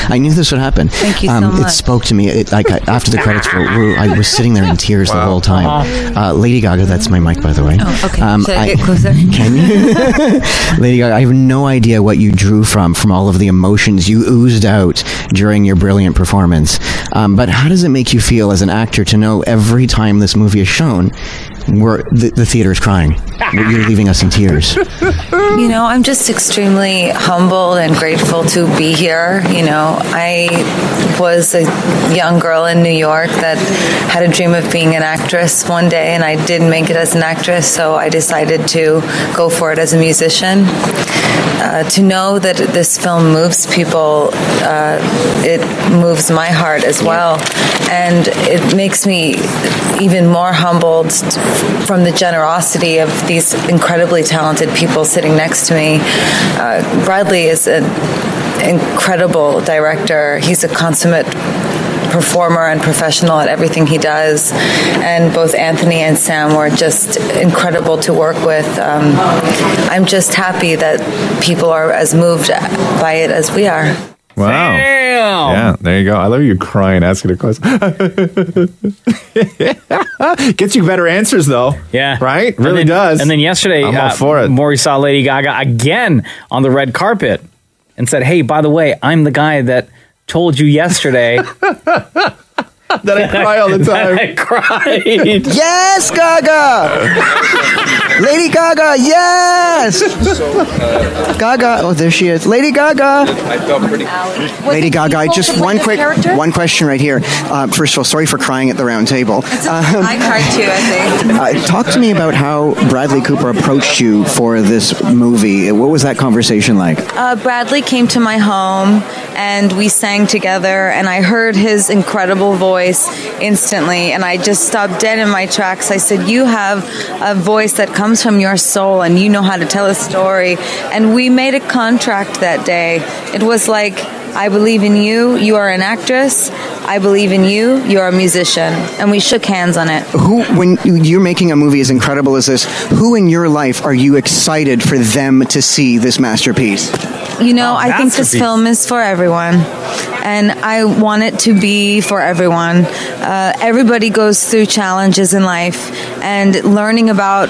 [SPEAKER 7] I knew this would happen. Thank
[SPEAKER 9] you so
[SPEAKER 7] um, It
[SPEAKER 9] much.
[SPEAKER 7] spoke to me. It, like I- after the credits were, were, I was sitting there in tears the whole time. Uh, Lady Gaga, that's my mic, by the way.
[SPEAKER 9] Oh, okay. Should I
[SPEAKER 7] Um, I-
[SPEAKER 9] get closer?
[SPEAKER 7] Can (laughs) you? Lady Gaga, I have no idea what you drew from, from all of the emotions you oozed out during your brilliant performance. Um, but how does it make you feel as an actor to know every time this movie is shown, we're, the, the theater is crying? You're leaving us in tears.
[SPEAKER 9] (laughs) You know, I'm just extremely humbled and grateful to be here. You know, I was a young girl in New York that had a dream of being an actress one day, and I didn't make it as an actress, so I decided to go for it as a musician. Uh, to know that this film moves people, uh, it moves my heart as well. And it makes me even more humbled from the generosity of these incredibly talented people sitting next to me. Uh, Bradley is an incredible director, he's a consummate performer and professional at everything he does. And both Anthony and Sam were just incredible to work with. Um, I'm just happy that people are as moved by it as we are.
[SPEAKER 4] Wow. Yeah, there you go. I love you crying, asking a (laughs) question. Ah, Gets you better answers though.
[SPEAKER 5] Yeah.
[SPEAKER 4] Right?
[SPEAKER 5] and
[SPEAKER 4] Really
[SPEAKER 5] then,
[SPEAKER 4] does.
[SPEAKER 5] And then yesterday, uh,
[SPEAKER 4] I'm all for it.
[SPEAKER 5] Maury saw Lady Gaga again on the red carpet and said, Hey, by the way, I'm the guy that told you
[SPEAKER 4] (laughs)
[SPEAKER 5] yesterday
[SPEAKER 4] that I
[SPEAKER 5] (laughs)
[SPEAKER 4] cry all the time.
[SPEAKER 5] I cried.
[SPEAKER 7] (laughs) (laughs) yes, Gaga! Lady Gaga, yes! Gaga, oh, there she is. Lady Gaga!
[SPEAKER 10] I felt pretty. (laughs)
[SPEAKER 7] Lady Gaga, I- just one quick one question right here. Uh, first of all, sorry for crying at the round table. Um,
[SPEAKER 9] I cried too, I think.
[SPEAKER 7] Uh, talk to me about how Bradley Cooper approached you for this movie. What was that conversation like?
[SPEAKER 9] Uh, Bradley came to my home and we sang together, and I heard his incredible voice instantly. And I just stopped dead in my tracks. I said, You have a voice that comes from your soul, and you know how to tell a story. And we made a contract that day. It was like, I believe in you, you are an actress. I believe in you, you are a musician. And we shook hands on it.
[SPEAKER 7] Who, when you're making a movie as incredible as this, who in your life are you excited for them to see this masterpiece?
[SPEAKER 9] You know, I think this
[SPEAKER 7] masterpiece.
[SPEAKER 9] film is for everyone, and I want it to be for everyone. Uh, everybody goes through challenges in life, and learning about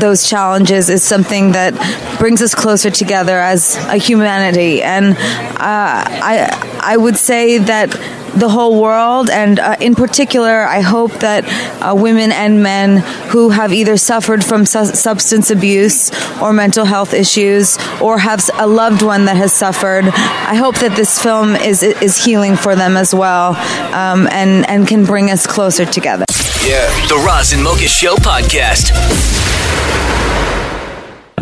[SPEAKER 9] those challenges is something that brings us closer together as a humanity. And uh, I, I would say that the whole world, and uh, in particular, I hope that uh, women and men who have either suffered from su- substance abuse or mental health issues, or have s- a loved one that has suffered, I hope that this film is is healing for them as well, um, and and can bring us closer together.
[SPEAKER 1] Yeah. The Roz and Mocha Show podcast.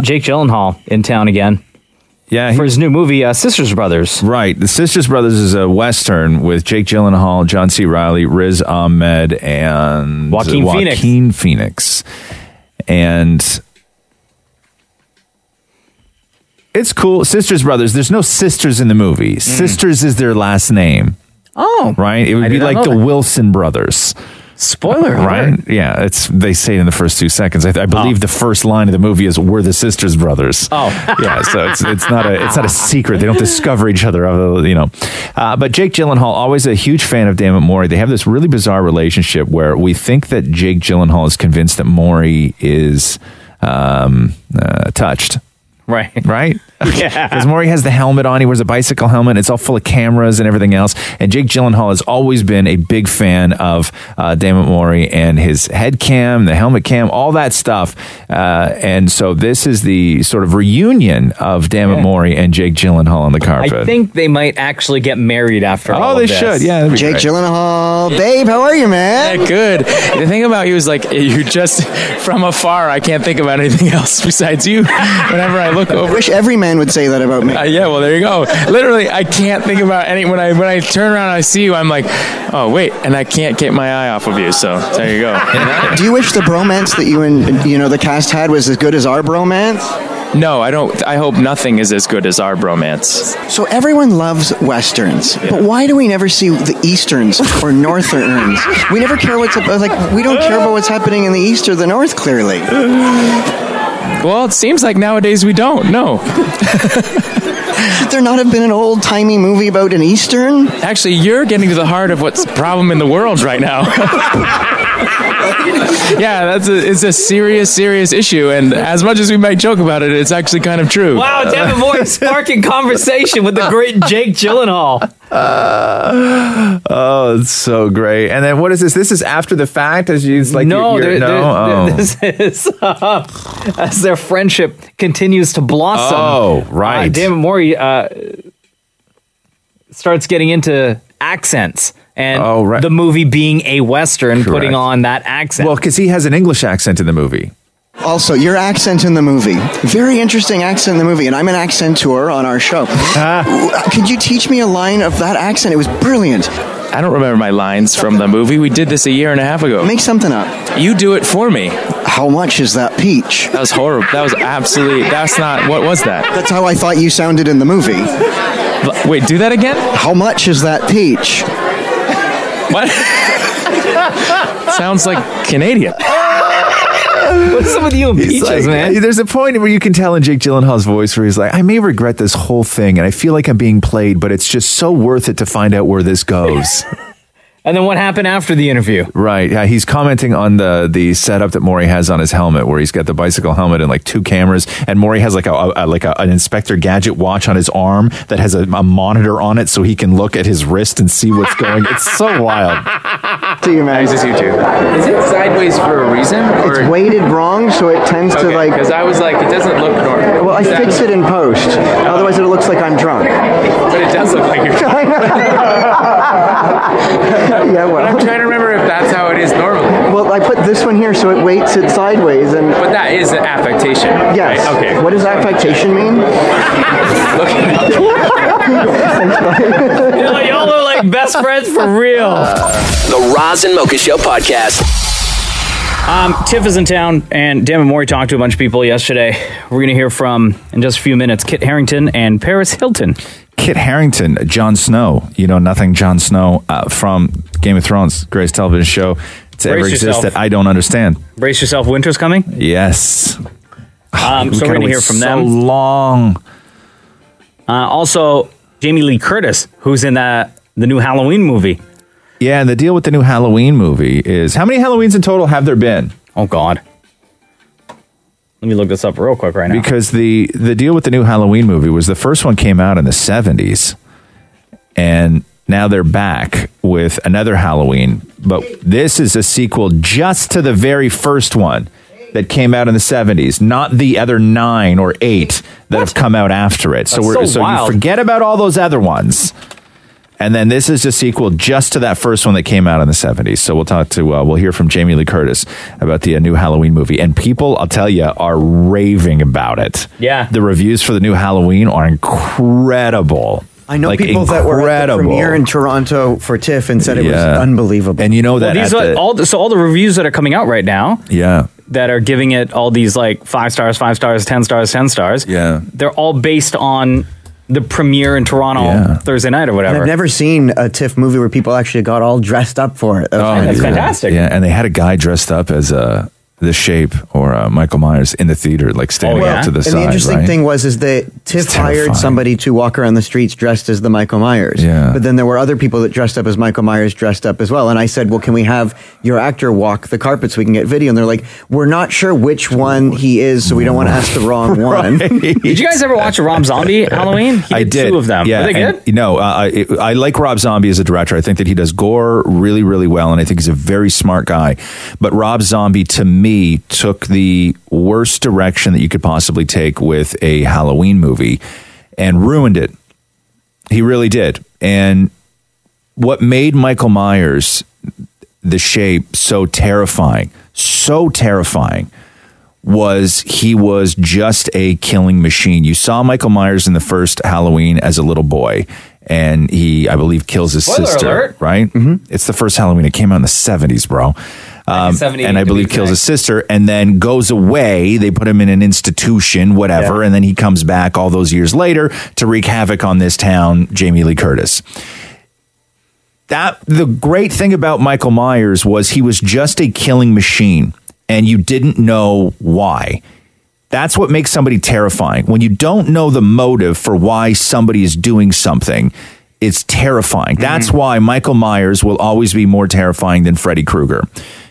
[SPEAKER 5] Jake Gyllenhaal in town again.
[SPEAKER 4] Yeah,
[SPEAKER 5] for his new movie, uh, Sisters Brothers.
[SPEAKER 4] Right. The Sisters Brothers is a western with Jake Gyllenhaal, John C. Riley, Riz Ahmed, and
[SPEAKER 5] Joaquin Phoenix.
[SPEAKER 4] Joaquin Phoenix. And it's cool. Sisters Brothers. There's no sisters in the
[SPEAKER 5] Mm.
[SPEAKER 4] movie. Sisters is their last name.
[SPEAKER 5] Oh,
[SPEAKER 4] right. It would
[SPEAKER 5] I
[SPEAKER 4] be
[SPEAKER 5] did not
[SPEAKER 4] like
[SPEAKER 5] know
[SPEAKER 4] the
[SPEAKER 5] that.
[SPEAKER 4] Wilson Brothers.
[SPEAKER 5] Spoiler,
[SPEAKER 4] right? Yeah, it's they say it in the first two seconds. I, I
[SPEAKER 5] Oh.
[SPEAKER 4] believe the first line of the movie is "We're the sisters brothers." Oh, (laughs) yeah. So it's it's not a it's not a secret. They don't discover each other. other- You know, uh, but Jake Gyllenhaal always a huge fan of Dammit Maury. They have this really bizarre relationship where we think that Jake Gyllenhaal is convinced that Maury is um, uh, touched.
[SPEAKER 5] Right. (laughs)
[SPEAKER 4] Right? (laughs) Yeah. Because Maury has the helmet on. He wears a bicycle helmet. It's all full of cameras and everything else. And Jake Gyllenhaal has always been a big fan of uh, Dammit Maury and his head cam, the helmet cam, all that stuff. Uh, and so this is the sort of reunion of Dammit Maury and Jake Gyllenhaal on the carpet.
[SPEAKER 5] I think they might actually get married after.
[SPEAKER 4] Oh,
[SPEAKER 5] all of
[SPEAKER 4] they
[SPEAKER 5] this.
[SPEAKER 4] should. Yeah, that'd be
[SPEAKER 7] Jake
[SPEAKER 4] great.
[SPEAKER 7] Gyllenhaal, Oh, babe, how are you, man?
[SPEAKER 11] good. The thing about you is like you just from afar. I can't think about anything else besides you. Whenever I look over,
[SPEAKER 7] wish every man would say that about me.
[SPEAKER 11] Uh, yeah, well, there you go. Literally, I can't think about any. When I when I turn around, and I see you. I'm like, oh wait, and I can't get my eye off of you. So there you
[SPEAKER 7] (laughs)
[SPEAKER 11] go.
[SPEAKER 7] Do you wish the bromance that you and you know the cast had was as good as our bromance?
[SPEAKER 11] No, I don't. I hope nothing is as good as our bromance.
[SPEAKER 7] So everyone loves westerns, but why do we never see the easterns or northerns? we never care what's about, like we don't care about what's happening in the east or the north. Clearly,
[SPEAKER 11] Well, it seems like nowadays we don't. No.
[SPEAKER 7] (laughs) should there not have been an old timey movie about an
[SPEAKER 11] (laughs)
[SPEAKER 7] eastern?
[SPEAKER 11] Actually, you're getting to the heart of what's the problem in the world right now.
[SPEAKER 5] yeah, that's a, it's a serious, serious issue, and as much as we might joke about it, it's actually kind of true.
[SPEAKER 2] Wow, Devin Moore
[SPEAKER 4] (laughs)
[SPEAKER 2] is sparking conversation with the great Jake Gyllenhaal.
[SPEAKER 4] Uh, oh, it's so great. And then what is this? This is after the fact, as you it's like.
[SPEAKER 2] no,
[SPEAKER 4] you're, you're-
[SPEAKER 2] they're-
[SPEAKER 4] no?
[SPEAKER 2] they're-
[SPEAKER 4] Oh.
[SPEAKER 2] they're- this is uh, (laughs) as their friendship continues to blossom.
[SPEAKER 4] Oh,
[SPEAKER 2] right. Uh, Damon Mori uh, starts getting into accents and
[SPEAKER 4] Oh, right.
[SPEAKER 2] the movie being a western, putting
[SPEAKER 4] Correct.
[SPEAKER 2] on that accent.
[SPEAKER 4] Well, because he has an English accent in the movie.
[SPEAKER 7] Also, your accent in the movie. Very interesting accent in the movie, and I'm an accentor on our show. Uh, Could you teach me a line of that accent? It was brilliant.
[SPEAKER 5] I don't remember my lines from the movie. We did this a year and a half ago.
[SPEAKER 7] Make something up.
[SPEAKER 5] You do it for me.
[SPEAKER 7] How much is that peach?
[SPEAKER 5] That was horrible. That was absolutely. That's not. What was that?
[SPEAKER 7] That's how I thought you sounded in the movie.
[SPEAKER 5] Wait, do that again?
[SPEAKER 7] How much is that peach?
[SPEAKER 5] What? Sounds like Canadian.
[SPEAKER 2] What's up with you and
[SPEAKER 4] He's like- There's a point where you can tell in Jake Gyllenhaal's voice where he's like, I may regret this whole thing and I feel like I'm being played, but it's just so worth it to find out where this goes.
[SPEAKER 2] and then what happened after the interview?
[SPEAKER 4] Right. Yeah,
[SPEAKER 5] (laughs)
[SPEAKER 4] he's commenting on the the setup that Maury has on his helmet, where he's got the bicycle helmet and like two cameras, and Maury has like a, a a- like a, an Inspector Gadget watch on his arm that has a, a monitor on it, so he can look at his wrist and see what's going. It's so wild.
[SPEAKER 7] Do you, man?
[SPEAKER 5] Is it sideways for a reason? Or?
[SPEAKER 7] It's weighted wrong, so it tends to like.
[SPEAKER 5] Because I was like, it doesn't look normal. Uh-huh.
[SPEAKER 7] Well, I fix it in post. Otherwise, it looks like I'm drunk.
[SPEAKER 5] But it does look like you're.
[SPEAKER 7] (laughs) yeah, well.
[SPEAKER 5] I'm trying to remember if that's how it is normally.
[SPEAKER 7] Well, I put this one here so it weights it sideways, and
[SPEAKER 5] But that is an affectation.
[SPEAKER 7] Yes.
[SPEAKER 5] Right? Okay.
[SPEAKER 7] What does affectation mean?
[SPEAKER 2] You're like, (laughs) Y'all are like best friends for real.
[SPEAKER 1] The Roz and Mocha Show podcast.
[SPEAKER 2] Um, Tiff is in town, and Dan and Maury talked to a bunch of people yesterday. We're going to hear from, in just a few minutes, Kit Harrington and Paris Hilton.
[SPEAKER 4] Kit Harrington, Jon Snow, you know nothing, Jon Snow uh, from Game of Thrones, greatest television show to ever
[SPEAKER 2] Brace
[SPEAKER 4] exist
[SPEAKER 2] yourself.
[SPEAKER 4] that I don't understand.
[SPEAKER 2] Brace yourself, winter's coming.
[SPEAKER 4] Yes. (sighs)
[SPEAKER 2] Um,
[SPEAKER 4] We
[SPEAKER 2] so
[SPEAKER 4] can't
[SPEAKER 2] we're going to
[SPEAKER 4] wait
[SPEAKER 2] hear from
[SPEAKER 4] so
[SPEAKER 2] them.
[SPEAKER 4] long.
[SPEAKER 2] Uh, also, Jamie Lee Curtis, who's in the, the new Halloween movie.
[SPEAKER 4] Yeah, and the deal with the new Halloween movie is how many Halloweens in total have there been?
[SPEAKER 2] Oh God. Let me look this up real quick right now.
[SPEAKER 4] Because the the deal with the new Halloween movie was the first one came out in the 70s and now they're back with another Halloween, but this is a sequel just to the very first one that came out in the 70s, not the other 9 or 8 that have come out after it. So
[SPEAKER 2] That's
[SPEAKER 4] we're
[SPEAKER 2] so
[SPEAKER 4] so you
[SPEAKER 2] wild.
[SPEAKER 4] forget about all those other ones. And then this is a sequel just to that first one that came out in the 70s. So we'll talk to, uh, we'll hear from Jamie Lee Curtis about the uh, new Halloween movie. And people, I'll tell you, are raving about it.
[SPEAKER 2] Yeah.
[SPEAKER 4] The reviews for the new Halloween are incredible.
[SPEAKER 25] I know
[SPEAKER 4] Like,
[SPEAKER 25] people that were at the
[SPEAKER 4] incredible.
[SPEAKER 25] premiere in Toronto for TIFF and said it was
[SPEAKER 4] Yeah.
[SPEAKER 25] unbelievable.
[SPEAKER 4] And you know
[SPEAKER 2] Well,
[SPEAKER 4] that.
[SPEAKER 2] these
[SPEAKER 4] at
[SPEAKER 2] are
[SPEAKER 4] the-
[SPEAKER 2] all the, so all the reviews that are coming out right now
[SPEAKER 4] yeah.
[SPEAKER 2] that are giving it all these like five stars, five stars, ten stars, ten stars.
[SPEAKER 4] Yeah.
[SPEAKER 2] They're all based on the premiere in Toronto Thursday night or
[SPEAKER 25] And
[SPEAKER 2] whatever.
[SPEAKER 25] I've never seen a TIFF movie where people actually got all dressed up for it.
[SPEAKER 4] Oh,
[SPEAKER 25] That was
[SPEAKER 4] yeah.
[SPEAKER 2] fantastic.
[SPEAKER 4] Yeah, and they had a guy dressed up as uh, the shape or uh, Michael Myers in the theater, like
[SPEAKER 2] Oh,
[SPEAKER 4] standing
[SPEAKER 25] Well,
[SPEAKER 4] out to the
[SPEAKER 25] and
[SPEAKER 4] side.
[SPEAKER 25] the interesting
[SPEAKER 4] right?
[SPEAKER 25] thing was is that Tiff
[SPEAKER 4] terrifying.
[SPEAKER 25] hired somebody to walk around the streets dressed as the Michael Myers.
[SPEAKER 4] Yeah.
[SPEAKER 25] But then there were other people that dressed up as Michael Myers dressed up as well. And I said, Well, can we have your actor walk the carpet so we can get video? And they're like, We're not sure which one he is, so we don't want to ask the
[SPEAKER 4] (laughs)
[SPEAKER 25] wrong one.
[SPEAKER 2] Did you guys ever watch a Rob Zombie Halloween? He
[SPEAKER 4] I did
[SPEAKER 2] two of them.
[SPEAKER 4] Yeah,
[SPEAKER 2] Were they good?
[SPEAKER 4] and, you know, uh, I I like Rob Zombie as a director. I think that he does gore really, really well, and I think he's a very smart guy. But Rob Zombie, to me, took the worst direction that you could possibly take with a Halloween movie, and ruined it. He really did. And what made Michael Myers the shape so terrifying, so terrifying, was he was just a killing machine. You saw Michael Myers in the first Halloween as a little boy, and he, I believe, kills his
[SPEAKER 2] Spoiler
[SPEAKER 4] sister.
[SPEAKER 2] alert.
[SPEAKER 4] Right? Mm-hmm. It's the first Halloween. It came out in the seventies, bro. Um,
[SPEAKER 2] 1978
[SPEAKER 4] and I
[SPEAKER 2] to be
[SPEAKER 4] believe kills his sister, and then goes away. They put him in an institution, whatever, and then he comes back all those years later to wreak havoc on this town. Jamie Lee Curtis that the great thing about Michael Myers was he was just a killing machine and you didn't know why. That's what makes somebody terrifying. When you don't know the motive for why somebody is doing something, it's terrifying. That's why Michael Myers will always be more terrifying than Freddy Krueger.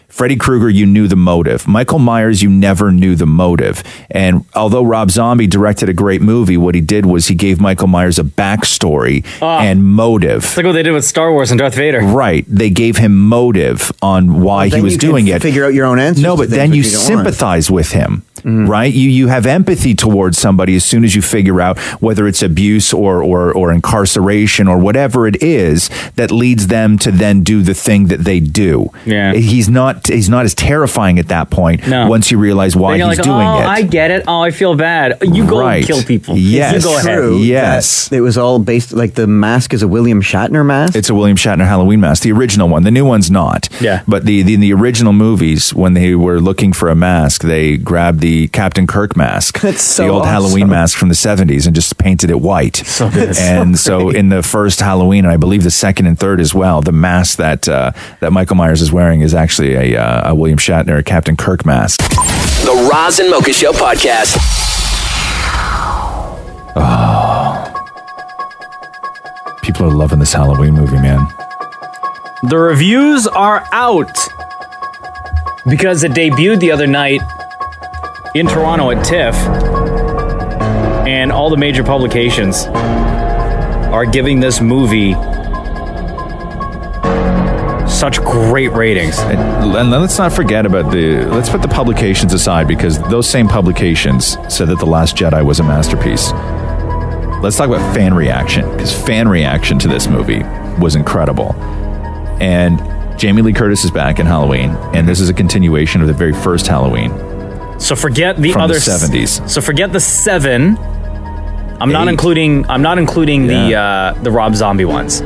[SPEAKER 4] Freddy Krueger, you knew the motive. Michael Myers, you never knew the motive. And although Rob Zombie directed a great movie, what he did was he gave Michael Myers a backstory and motive.
[SPEAKER 5] Ah. It's like what they did with Star Wars and Darth Vader.
[SPEAKER 4] Right. They gave him motive on why he
[SPEAKER 5] then
[SPEAKER 4] was
[SPEAKER 5] you can
[SPEAKER 4] doing it.
[SPEAKER 7] Figure out your own answer.
[SPEAKER 4] No, but then you sympathize with him, right? You you have empathy towards somebody as soon as you figure out whether it's abuse or, or or incarceration or whatever it is that leads them to then do the thing that they do.
[SPEAKER 5] Yeah.
[SPEAKER 4] he's not he's not as terrifying at that point.
[SPEAKER 5] No.
[SPEAKER 4] once you realize why
[SPEAKER 5] Then
[SPEAKER 4] he's
[SPEAKER 5] you're like,
[SPEAKER 4] doing
[SPEAKER 5] oh,
[SPEAKER 4] it.
[SPEAKER 5] I get it. Oh, I feel bad. You go and kill people.
[SPEAKER 4] Yes,
[SPEAKER 5] you go ahead.
[SPEAKER 4] (laughs) Yes,
[SPEAKER 7] it was all based like the mask is a William Shatner mask.
[SPEAKER 4] It's a William Shatner Halloween mask, the original one. The new one's not.
[SPEAKER 7] Yeah.
[SPEAKER 4] But the, the in the original movies, when they were looking for a mask, they grabbed the Captain Kirk mask, That's
[SPEAKER 8] so
[SPEAKER 4] the old
[SPEAKER 8] awesome.
[SPEAKER 4] Halloween mask from the seventies, and just painted it white. So
[SPEAKER 8] good.
[SPEAKER 4] And so in the first Halloween, and I believe the second and third as well, the mask that uh, that Michael Myers is wearing is actually a, uh, a William Shatner Captain Kirk mask.
[SPEAKER 1] The Roz and Mocha Show podcast.
[SPEAKER 4] People are loving this Halloween movie, man.
[SPEAKER 5] The reviews are out because it debuted the other night in Toronto at TIFF, and all the major publications are giving this movie such great ratings.
[SPEAKER 4] And, and let's not forget about the. Let's put the publications aside because those same publications said that The Last Jedi was a masterpiece. Let's talk about fan reaction because fan reaction to this movie was incredible. And Jamie Lee Curtis is back in Halloween, and this is a continuation of the very first Halloween.
[SPEAKER 5] So forget the
[SPEAKER 4] From the
[SPEAKER 5] other s-
[SPEAKER 4] 70s.
[SPEAKER 5] So forget the seven. I'm not
[SPEAKER 4] Eight.
[SPEAKER 5] including. I'm not including the uh, the Rob Zombie ones.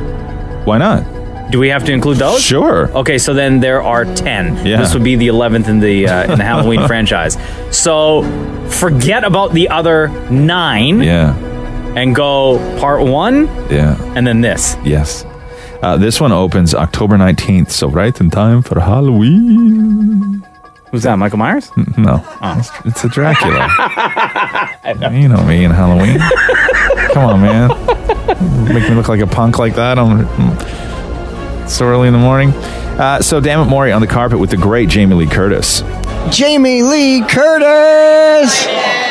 [SPEAKER 4] Why not?
[SPEAKER 5] Do we have to include those?
[SPEAKER 4] Sure.
[SPEAKER 5] Okay, so then there are ten.
[SPEAKER 4] Yeah.
[SPEAKER 5] This would be the eleventh in the uh, in the
[SPEAKER 4] (laughs)
[SPEAKER 5] Halloween franchise. So forget about the other nine.
[SPEAKER 4] Yeah.
[SPEAKER 5] And go part one,
[SPEAKER 4] Yeah.
[SPEAKER 5] and then this.
[SPEAKER 4] Yes. Uh, this one opens October 19th, so right in time for Halloween.
[SPEAKER 5] Who's that, Michael Myers? Oh.
[SPEAKER 4] No. It's, it's a Dracula. (laughs) You know me and Halloween. Come on, man. Make me look like a punk like that. on so early in the morning. Uh, so, Dammit Maury on the carpet with the great Jamie Lee Curtis.
[SPEAKER 23] Jamie Lee Curtis.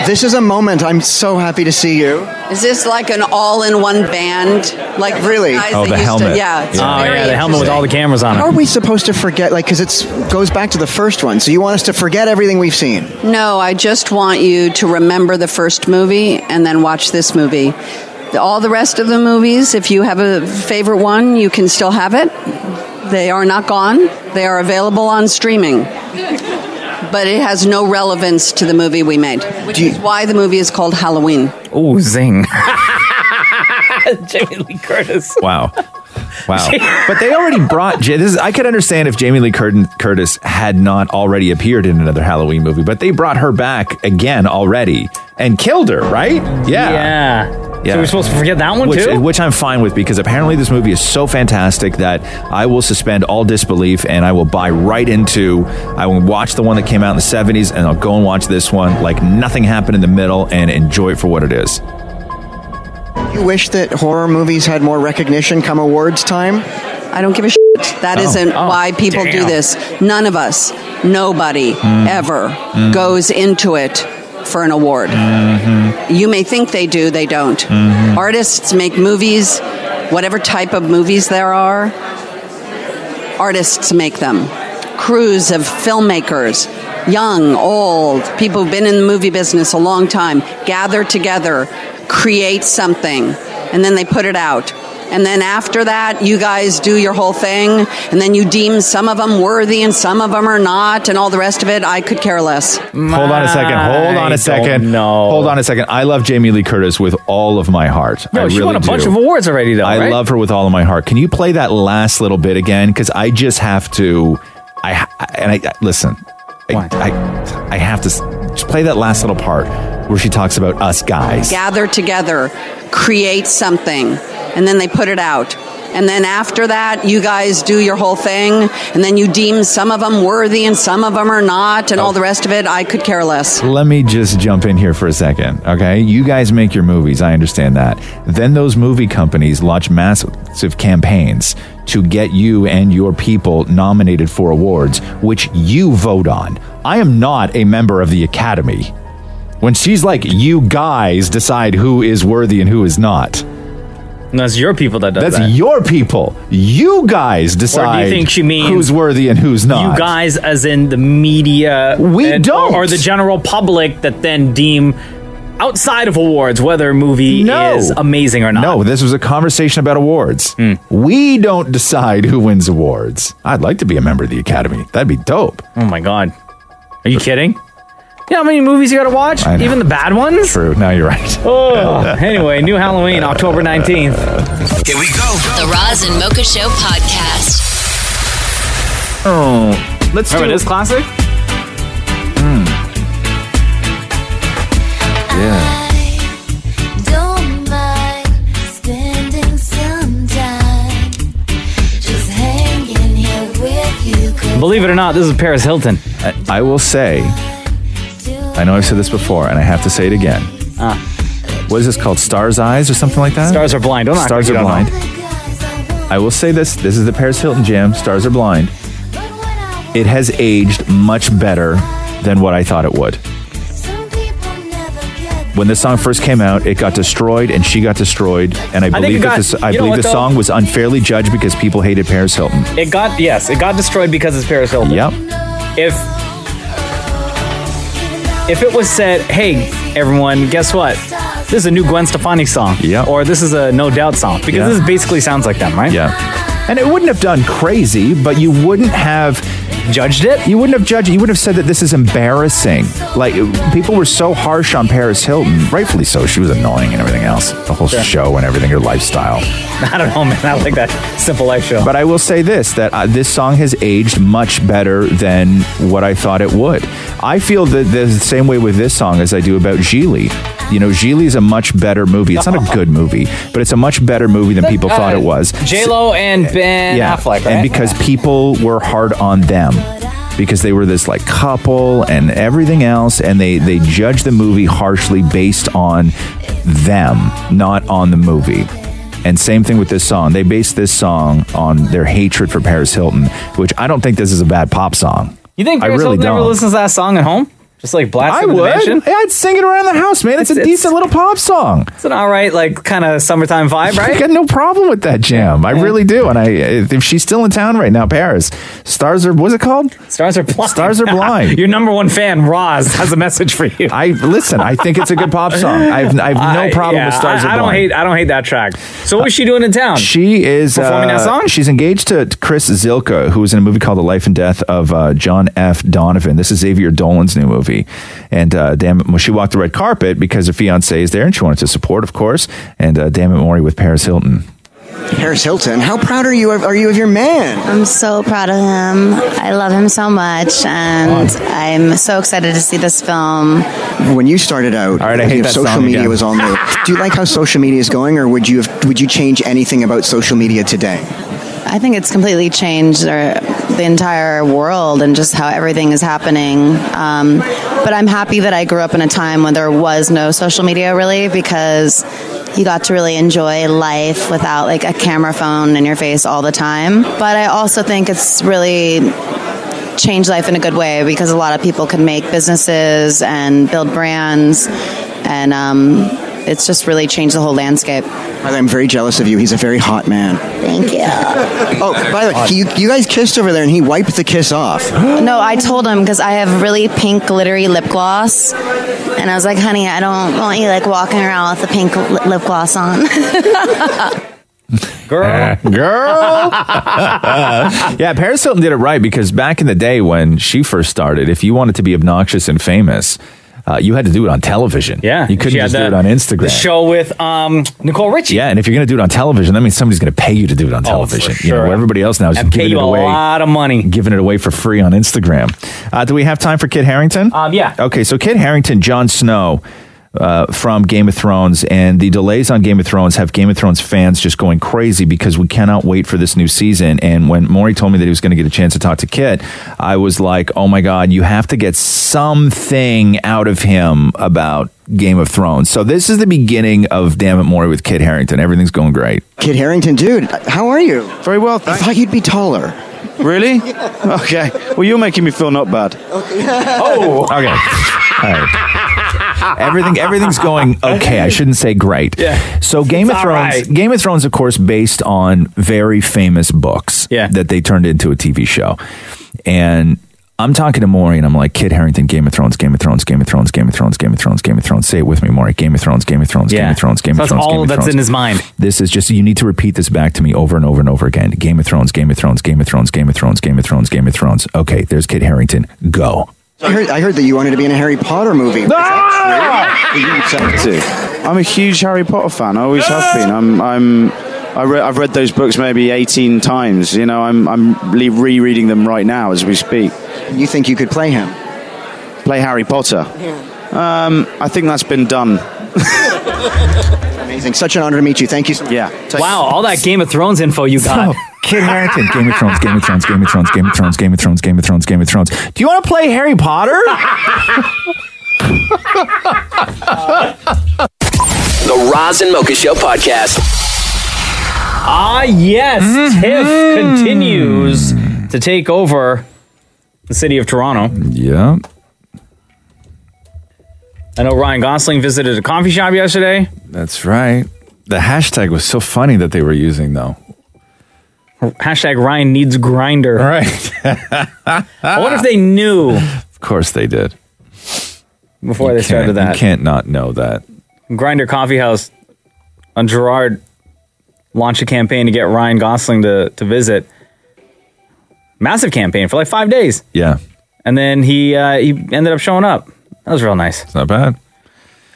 [SPEAKER 23] This is a moment. I'm so happy to see you.
[SPEAKER 10] Is this like an all-in-one band? Like
[SPEAKER 23] Really?
[SPEAKER 10] guys
[SPEAKER 4] Oh,
[SPEAKER 2] Oh,
[SPEAKER 10] that used To, yeah.
[SPEAKER 5] Oh,
[SPEAKER 10] It's very interesting. (laughs)
[SPEAKER 5] cameras on it.
[SPEAKER 23] Are we supposed to forget? Like, because it's goes back to the first one. So you want us to forget everything we've seen?
[SPEAKER 10] No, I just want you to remember the first movie and then watch this movie. All the rest of the movies, if you have a favorite one, you can still have it. They are not gone. They are available on streaming. But it has no relevance to the movie we made, which is why the movie is called Halloween.
[SPEAKER 5] Oh, zing. (laughs) Jamie Lee Curtis.
[SPEAKER 4] Wow. Wow.
[SPEAKER 5] (laughs)
[SPEAKER 4] but they already brought Ja- this is, I could understand if Jamie Lee Curtin, Curtis had not already appeared in another Halloween movie, but they brought her back again already and killed her, right? Yeah.
[SPEAKER 5] Yeah. So we're supposed to forget that one
[SPEAKER 4] which,
[SPEAKER 5] too?
[SPEAKER 4] Which I'm fine with because apparently this movie is so fantastic that I will suspend all disbelief and I will buy right into. I will watch the one that came out in the 70s and I'll go and watch this one like nothing happened in the middle and enjoy it for what it is.
[SPEAKER 23] You wish that horror movies had more recognition come awards time.
[SPEAKER 10] I don't give a shit. That
[SPEAKER 23] Oh.
[SPEAKER 10] not
[SPEAKER 23] Oh,
[SPEAKER 10] why people do
[SPEAKER 23] damn.
[SPEAKER 10] this. None of us, nobody
[SPEAKER 23] Mm.
[SPEAKER 10] ever
[SPEAKER 23] Mm.
[SPEAKER 10] goes into it for an award.
[SPEAKER 23] Mm-hmm.
[SPEAKER 10] You may think they do, they don't.
[SPEAKER 8] Mhm.
[SPEAKER 10] Artists make movies, whatever type of movies there are, artists make them. Crews of filmmakers, young, old, people who've been in the movie business a long time, gather together, create something, and then they put it out. And then after that, you guys do your whole thing, and then you deem some of them worthy and some of them are not, and all the rest of it. I could care less.
[SPEAKER 4] Hold on a second. Hold on
[SPEAKER 5] I
[SPEAKER 4] a second. No. Hold on a second. I love Jamie Lee Curtis with all of my heart.
[SPEAKER 5] No,
[SPEAKER 4] I
[SPEAKER 5] she
[SPEAKER 4] really
[SPEAKER 5] won a
[SPEAKER 4] do.
[SPEAKER 5] bunch of awards already, though.
[SPEAKER 4] I
[SPEAKER 5] right?
[SPEAKER 4] love her with all of my heart. Can you play that last little bit again? Because I just have to. I and I listen. I, I I have to s- just play that last little part where she talks about us guys.
[SPEAKER 10] gather together, create something, and then they put it out. And then after that, you guys do your whole thing, and then you deem some of them worthy and some of them are not, and all the rest of it. I could care less.
[SPEAKER 4] Let me just jump in here for a second, okay? You guys make your movies, I understand that. Then those movie companies launch massive campaigns to get you and your people nominated for awards, which you vote on. I am not a member of the Academy. When she's like, you guys decide who is worthy and who is not.
[SPEAKER 2] And that's your people that does
[SPEAKER 4] That's
[SPEAKER 2] that.
[SPEAKER 4] your people. You guys
[SPEAKER 2] or
[SPEAKER 4] decide
[SPEAKER 2] do you think she means
[SPEAKER 4] who's worthy and who's not.
[SPEAKER 2] You guys, as in the media, we don't, or, the general public that then deem outside of awards whether a movie is amazing or not. Hmm.
[SPEAKER 4] No, this was a conversation about awards. We don't decide who wins awards. I'd like to be a member of the Academy. That'd be dope.
[SPEAKER 2] Oh my god. Are you kidding? You know how many movies you got to watch? Even the bad ones?
[SPEAKER 4] True. Now you're right.
[SPEAKER 2] (laughs)
[SPEAKER 4] (laughs)
[SPEAKER 2] Oh, anyway, new Halloween, October 19th.
[SPEAKER 3] Here we go. The Roz and Mocha Show podcast.
[SPEAKER 4] Oh, let's
[SPEAKER 2] Remember
[SPEAKER 4] do
[SPEAKER 2] this classic?
[SPEAKER 4] Mm. Yeah.
[SPEAKER 5] Don't mind spending some time just hanging here with you.
[SPEAKER 2] Believe it or not, this is Paris Hilton.
[SPEAKER 4] I, I will say, I know I've said this before, and I have to say it again. What is this called? Stars Eyes or something like that?
[SPEAKER 2] Ah. Stars Are Blind. Don't act
[SPEAKER 4] Stars
[SPEAKER 2] like
[SPEAKER 4] Are
[SPEAKER 2] you don't
[SPEAKER 4] Blind. I will say this this is the Paris Hilton Jam, Stars Are Blind. It has aged much better than what I thought it would. When this song first came out, it got destroyed and she got destroyed. And I
[SPEAKER 2] I think
[SPEAKER 4] believe
[SPEAKER 2] it
[SPEAKER 4] that
[SPEAKER 2] got-
[SPEAKER 4] this, I
[SPEAKER 2] you know
[SPEAKER 4] believe
[SPEAKER 2] what,
[SPEAKER 4] the
[SPEAKER 2] though?
[SPEAKER 4] song was unfairly judged because people hated Paris Hilton.
[SPEAKER 2] It got, yes, it got destroyed because it's Paris Hilton.
[SPEAKER 4] Yep.
[SPEAKER 2] If if it was said, hey, everyone, guess what? This is a new Gwen Stefani song. Yeah. Or this is a No Doubt song. Because
[SPEAKER 4] Yeah.
[SPEAKER 2] this basically sounds like them, right?
[SPEAKER 4] Yeah. And it wouldn't have done crazy, but you wouldn't have judged it. You wouldn't have judged it. You would have said that this is embarrassing. Like people were so harsh on Paris Hilton, rightfully so. She was annoying and everything else. The whole
[SPEAKER 2] Sure.
[SPEAKER 4] show and everything, her lifestyle.
[SPEAKER 2] (laughs) I don't know, man. I like that simple life show.
[SPEAKER 4] But I will say this that uh, this song has aged much better than what I thought it would. I feel that the same way with this song as I do about Gigli. You know, Gigli is a much better movie. It's not
[SPEAKER 2] (laughs)
[SPEAKER 4] a good movie, but it's a much better movie than people
[SPEAKER 2] uh,
[SPEAKER 4] thought it was.
[SPEAKER 2] J Lo and Ben Affleck, right?
[SPEAKER 4] And because people were hard on them because they were this like couple and everything else and they they judged the movie harshly based on them, not on the movie. And same thing with this song. They based this song on their hatred for Paris Hilton, which I don't think this is a bad pop song.
[SPEAKER 2] you think
[SPEAKER 4] I
[SPEAKER 2] Paris
[SPEAKER 4] really
[SPEAKER 2] Hilton ever
[SPEAKER 4] don't.
[SPEAKER 2] listens to that song at home? Just like blast
[SPEAKER 4] I
[SPEAKER 2] it in the
[SPEAKER 4] would.
[SPEAKER 2] mansion?
[SPEAKER 4] Yeah, I'd sing it around the house, man. It's, a decent
[SPEAKER 2] (laughs)
[SPEAKER 4] little pop song.
[SPEAKER 2] It's an all right, like kind of summertime
[SPEAKER 4] (laughs) I
[SPEAKER 2] vibe,
[SPEAKER 4] (laughs)
[SPEAKER 2] right?
[SPEAKER 4] got no problem with that jam. I really do. And I, if she's still in town right now, Paris, stars are. What's it called?
[SPEAKER 2] Stars are blind.
[SPEAKER 4] Stars are blind.
[SPEAKER 2] (laughs) Your number one fan, Roz, has a message for you.
[SPEAKER 4] I listen. I think it's a good pop song. I've, I've no problem
[SPEAKER 2] yeah,
[SPEAKER 4] with stars
[SPEAKER 2] I,
[SPEAKER 4] are
[SPEAKER 2] I don't
[SPEAKER 4] blind.
[SPEAKER 2] hate. I don't hate that track. So what was she doing in town?
[SPEAKER 4] She is uh,
[SPEAKER 2] Performing that song?
[SPEAKER 4] She's engaged to Chris Zilka, who was in a movie called The Life and Death of uh, John F. Donovan. This is Xavier Dolan's new movie, and uh, damn it, well, she walked the red carpet because her fiance is there, and she wanted to support, of course. And uh, damn it, Maury with Paris Hilton.
[SPEAKER 7] Paris Hilton, how proud are you of, are you of your man?
[SPEAKER 13] I'm so proud of him. I love him so much, and I'm so excited to see this film.
[SPEAKER 7] When you started out,
[SPEAKER 4] All right, I hate that
[SPEAKER 7] social
[SPEAKER 4] song
[SPEAKER 7] media
[SPEAKER 4] again.
[SPEAKER 7] was all new. Do you like how social media is going, or would you have, would you change anything about social media today?
[SPEAKER 13] I think it's completely changed our, the entire world and just how everything is happening. Um, but I'm happy that I grew up in a time when there was no social media really because you got to really enjoy life without like a camera phone in your face all the time. But I also think it's really change life in a good way because a lot of people can make businesses and build brands and um, it's just really changed the whole landscape
[SPEAKER 7] I'm very jealous of you. He's a very hot man.
[SPEAKER 13] thank you
[SPEAKER 7] Oh, by the way, you, you guys kissed over there, and he wiped the kiss off.
[SPEAKER 13] no i told him because i have really pink glittery lip gloss and i was like honey i don't want you like walking around with a pink li- lip gloss on (laughs)
[SPEAKER 2] girl,
[SPEAKER 4] Uh,
[SPEAKER 2] (laughs)
[SPEAKER 4] girl. yeah, Paris Hilton did it right because back in the day when she first started, if you wanted to be obnoxious and famous, uh, you had to do it on television. Yeah, you couldn't
[SPEAKER 2] She had
[SPEAKER 4] just do
[SPEAKER 2] the-
[SPEAKER 4] it on Instagram.
[SPEAKER 2] The show with um, Nicole Richie. Oh,
[SPEAKER 4] Yeah, and if you're going to do it on television, that means somebody's going to pay you to do it on television. You know,
[SPEAKER 2] sure.
[SPEAKER 4] what everybody else now is
[SPEAKER 2] And pay
[SPEAKER 4] giving
[SPEAKER 2] you
[SPEAKER 4] it
[SPEAKER 2] a
[SPEAKER 4] away,
[SPEAKER 2] lot of money,
[SPEAKER 4] giving it away for free on Instagram. Uh, do we have time for Kid Harrington? Um,
[SPEAKER 2] yeah.
[SPEAKER 4] Okay, so Kid Harrington, Jon Snow. uh, from Game of Thrones, and the delays on Game of Thrones have Game of Thrones fans just going crazy because we cannot wait for this new season. And when Maury told me that he was going to get a chance to talk to Kit, I was like, oh my God, you have to get something out of him about Game of Thrones. So this is the beginning of Damn It Maury with Kit Harrington. Everything's going great.
[SPEAKER 7] Kid Harrington, dude, how are you?
[SPEAKER 8] Very well. Thanks.
[SPEAKER 7] I thought you'd be taller. (laughs)
[SPEAKER 8] Really? Okay. Well, you're making me feel not bad.
[SPEAKER 7] oh.
[SPEAKER 4] Okay. All right. Everything everything's going okay. I shouldn't say great.
[SPEAKER 2] Yeah.
[SPEAKER 4] So Game
[SPEAKER 2] It's
[SPEAKER 4] of
[SPEAKER 2] all
[SPEAKER 4] Thrones
[SPEAKER 2] right.
[SPEAKER 4] Game of Thrones of course based on very famous books yeah. that they turned into a TV show. And I'm talking to Maury and I'm like, Kid Harrington, Game of Thrones, Game of Thrones, Game of Thrones, Game of Thrones, Game of Thrones, Game of Thrones. Say it with me, Maury. Game of Thrones, Game of Thrones, Game of Thrones, Game
[SPEAKER 2] So
[SPEAKER 4] of
[SPEAKER 2] that's
[SPEAKER 4] Thrones.
[SPEAKER 2] all
[SPEAKER 4] Game of
[SPEAKER 2] that's
[SPEAKER 4] Thrones.
[SPEAKER 2] in his mind.
[SPEAKER 4] This is just you need to repeat this back to me over and over and over again. Game of Thrones, Game of Thrones, Game of Thrones, Game of Thrones, Game of Thrones, Game of Thrones. Okay, there's Kid Harrington. Go.
[SPEAKER 7] I heard, I heard that you wanted to be in a Harry Potter movie.
[SPEAKER 2] Ah!
[SPEAKER 8] I'm a huge Harry Potter fan. I always have been. I'm. I'm I re- I've read those books maybe 18 times. You know, I'm I'm le- rereading them right now as we speak.
[SPEAKER 7] You think you could play him?
[SPEAKER 8] Play Harry Potter? Yeah. Um, I think that's been done.
[SPEAKER 7] (laughs) Amazing. Such an honor to meet you. Thank you so much.
[SPEAKER 8] Yeah.
[SPEAKER 2] Wow, all that Game of Thrones info you got.
[SPEAKER 4] (laughs) Kid Harrington, Game of Thrones, Game of Thrones, Game of Thrones, Game of Thrones, Game of Thrones, Game of Thrones, Game of Thrones. Do you want to play Harry Potter?
[SPEAKER 1] The Roz and Mocha Show podcast.
[SPEAKER 2] Ah, yes.
[SPEAKER 4] Mm-hmm.
[SPEAKER 2] Tiff continues to take over the city of Toronto.
[SPEAKER 4] Yeah.
[SPEAKER 2] I know Ryan Gosling visited a coffee shop yesterday.
[SPEAKER 4] (laughs) That's right. The hashtag was so funny that they were using though.
[SPEAKER 2] Hashtag Ryan needs grinder. All
[SPEAKER 4] right.
[SPEAKER 2] I wonder if they knew
[SPEAKER 4] Of course they did.
[SPEAKER 2] before they
[SPEAKER 4] Can't-
[SPEAKER 2] started that.
[SPEAKER 4] You can't not know that.
[SPEAKER 2] Grinder Coffee House on Gerard launched a campaign to get Ryan Gosling to, to visit. Massive campaign for like five days.
[SPEAKER 4] Yeah.
[SPEAKER 2] And then he uh, he ended up showing up. That was real nice. It's
[SPEAKER 4] not bad.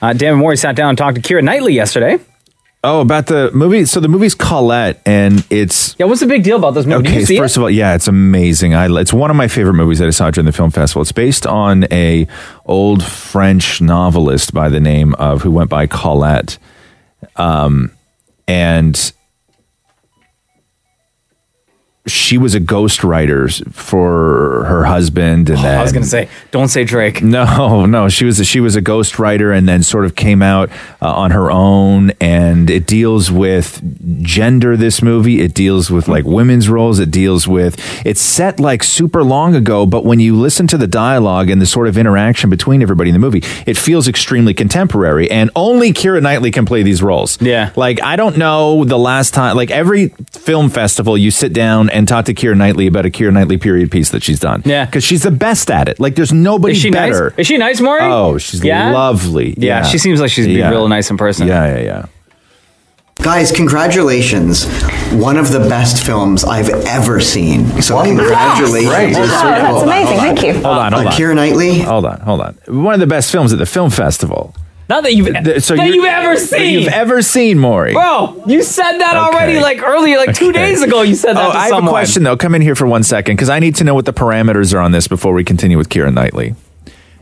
[SPEAKER 2] Uh, Dan Morey sat down and talked to Kira Knightley yesterday.
[SPEAKER 4] Oh, about the movie. So the movie's Colette, and it's
[SPEAKER 2] yeah. What's the big deal about this movie? Did you
[SPEAKER 4] Okay,
[SPEAKER 2] see
[SPEAKER 4] first
[SPEAKER 2] it?
[SPEAKER 4] of all, yeah, it's amazing. I it's one of my favorite movies that I saw during the film festival. It's based on a old French novelist by the name of who went by Colette, um, and she was a ghostwriter for her husband. And then
[SPEAKER 2] Oh, I was gonna say, don't say
[SPEAKER 4] (laughs)
[SPEAKER 2] Drake.
[SPEAKER 4] No, no, she was a, she was a ghostwriter and then sort of came out uh, on her own. And it deals with gender. This movie it deals with like women's roles. It deals with it's set like super long ago, but when you listen to the dialogue and the sort of interaction between everybody in the movie, it feels extremely contemporary. And only Kira Knightley can play these roles. Yeah, like I don't know the last time. Like every film festival, you sit down and talk to Kira Knightley about a Kira Knightley period piece that she's done. Yeah, because she's the best at it. Like there's nobody
[SPEAKER 2] Is she
[SPEAKER 4] better.
[SPEAKER 2] nice? Is she nice, Maury?
[SPEAKER 4] Oh, she's
[SPEAKER 2] Yeah?
[SPEAKER 4] lovely.
[SPEAKER 2] Yeah, she seems like she's be real
[SPEAKER 4] nice
[SPEAKER 2] in person.
[SPEAKER 4] Yeah, yeah, yeah.
[SPEAKER 7] Guys, congratulations. One of the best films I've ever seen. So congratulations.
[SPEAKER 4] Great.
[SPEAKER 7] Hold on, hold on, hold on.
[SPEAKER 4] Hold on, hold
[SPEAKER 7] Uh,
[SPEAKER 4] on.
[SPEAKER 7] Keira Knightley.
[SPEAKER 4] Hold on, hold on. One of the best films at the film festival.
[SPEAKER 2] Not that you've
[SPEAKER 4] Th-
[SPEAKER 2] that
[SPEAKER 4] you're-
[SPEAKER 2] you've ever
[SPEAKER 4] that
[SPEAKER 2] seen.
[SPEAKER 4] You've ever seen, Maury.
[SPEAKER 2] Bro, you said that already
[SPEAKER 4] Okay.
[SPEAKER 2] like earlier, like two
[SPEAKER 4] Okay.
[SPEAKER 2] days ago. You said that
[SPEAKER 4] Oh,
[SPEAKER 2] to
[SPEAKER 4] I have
[SPEAKER 2] someone.
[SPEAKER 4] a question though. Come in here for one second because I need to know what the parameters are on this before we continue with Kieran Knightley.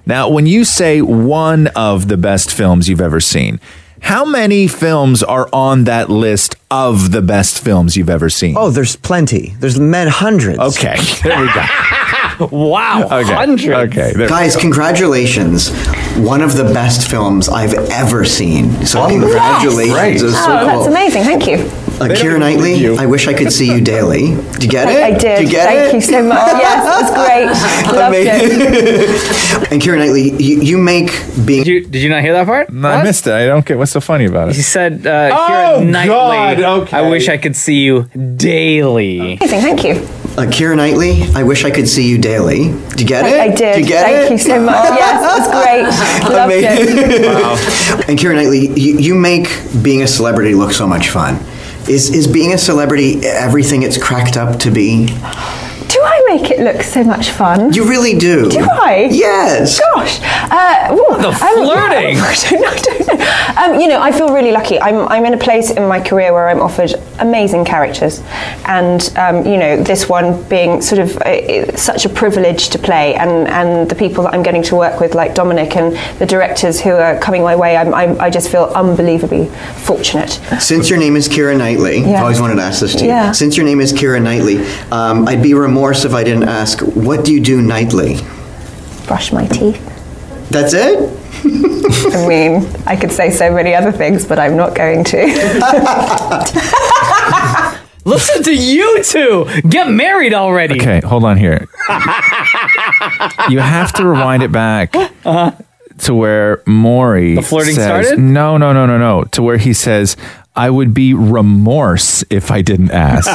[SPEAKER 4] Now, when you say one of the best films you've ever seen, how many films are on that list of the best films you've ever seen? Oh,
[SPEAKER 26] there's plenty. There's men hundreds.
[SPEAKER 4] Okay, there we go.
[SPEAKER 2] (laughs)
[SPEAKER 7] (laughs)
[SPEAKER 2] wow,
[SPEAKER 4] Okay. hundreds. Okay, there we
[SPEAKER 7] Guys,
[SPEAKER 4] go.
[SPEAKER 7] congratulations. One of the best films I've ever seen.
[SPEAKER 4] Oh,
[SPEAKER 7] So (laughs) congratulations.
[SPEAKER 17] Yes.
[SPEAKER 7] It's so
[SPEAKER 17] oh,
[SPEAKER 7] cool.
[SPEAKER 17] that's amazing. Thank you.
[SPEAKER 7] Uh, Keira Knightley, I wish I could see you daily. Did you get
[SPEAKER 17] I,
[SPEAKER 7] it?
[SPEAKER 17] I did.
[SPEAKER 7] Did you get it?
[SPEAKER 17] Thank you
[SPEAKER 7] (laughs)
[SPEAKER 17] so much. yes, it's (laughs) great. Loved
[SPEAKER 5] (laughs)
[SPEAKER 17] it.
[SPEAKER 7] and Keira Knightley, you, you make being. Did
[SPEAKER 2] you, did you not hear that part?
[SPEAKER 4] No, I missed it. I don't get what's so funny about it.
[SPEAKER 2] He said, uh,
[SPEAKER 4] Oh,
[SPEAKER 2] Keira Knightley,
[SPEAKER 4] God, okay.
[SPEAKER 2] I wish I could see you daily.
[SPEAKER 17] Amazing. Thank you.
[SPEAKER 7] Uh, Keira Knightley, I wish I could see you daily. Did you get it?
[SPEAKER 17] I, I did.
[SPEAKER 7] Did you get
[SPEAKER 17] Thank
[SPEAKER 7] it?
[SPEAKER 17] you so
[SPEAKER 7] (laughs)
[SPEAKER 17] much. Yes, it's great. Loved it.
[SPEAKER 7] And Kira Knightley, you, you make being a celebrity look so much fun. Is, is being a celebrity everything it's cracked up to be?
[SPEAKER 17] Do I make it look so much fun?
[SPEAKER 7] You really do.
[SPEAKER 17] Do I?
[SPEAKER 7] Yes.
[SPEAKER 17] Gosh. Uh, ooh,
[SPEAKER 7] The
[SPEAKER 17] (laughs) I'm-
[SPEAKER 7] flirting.
[SPEAKER 17] I don't know. Um, you know, I feel really lucky. I'm, I'm in a place in my career where I'm offered amazing characters. And, um, you know, this one being sort of uh, such a privilege to play. And, and the people that I'm getting to work with, like Dominic and the directors who are coming my way, I'm, I'm, I just feel unbelievably
[SPEAKER 7] (laughs)
[SPEAKER 17] fortunate.
[SPEAKER 7] Since your name is Kira Knightley, I've
[SPEAKER 17] Yeah.
[SPEAKER 7] always wanted to ask this to you.
[SPEAKER 17] Yeah.
[SPEAKER 7] Since your name is Kira Knightley, um, I'd be remorse if I didn't ask, what do you do nightly?
[SPEAKER 17] Brush my teeth.
[SPEAKER 7] That's it?
[SPEAKER 17] I mean, I could say so many other things, but I'm not
[SPEAKER 7] (laughs)
[SPEAKER 17] going to.
[SPEAKER 2] Listen to you two. Get married already.
[SPEAKER 4] (laughs) Okay, hold on here. you (laughs) have to rewind it back to where Maury the
[SPEAKER 2] flirting
[SPEAKER 4] says,
[SPEAKER 2] started?
[SPEAKER 4] No, no, no, no, no. To where he says, "I would be remorse if I didn't ask."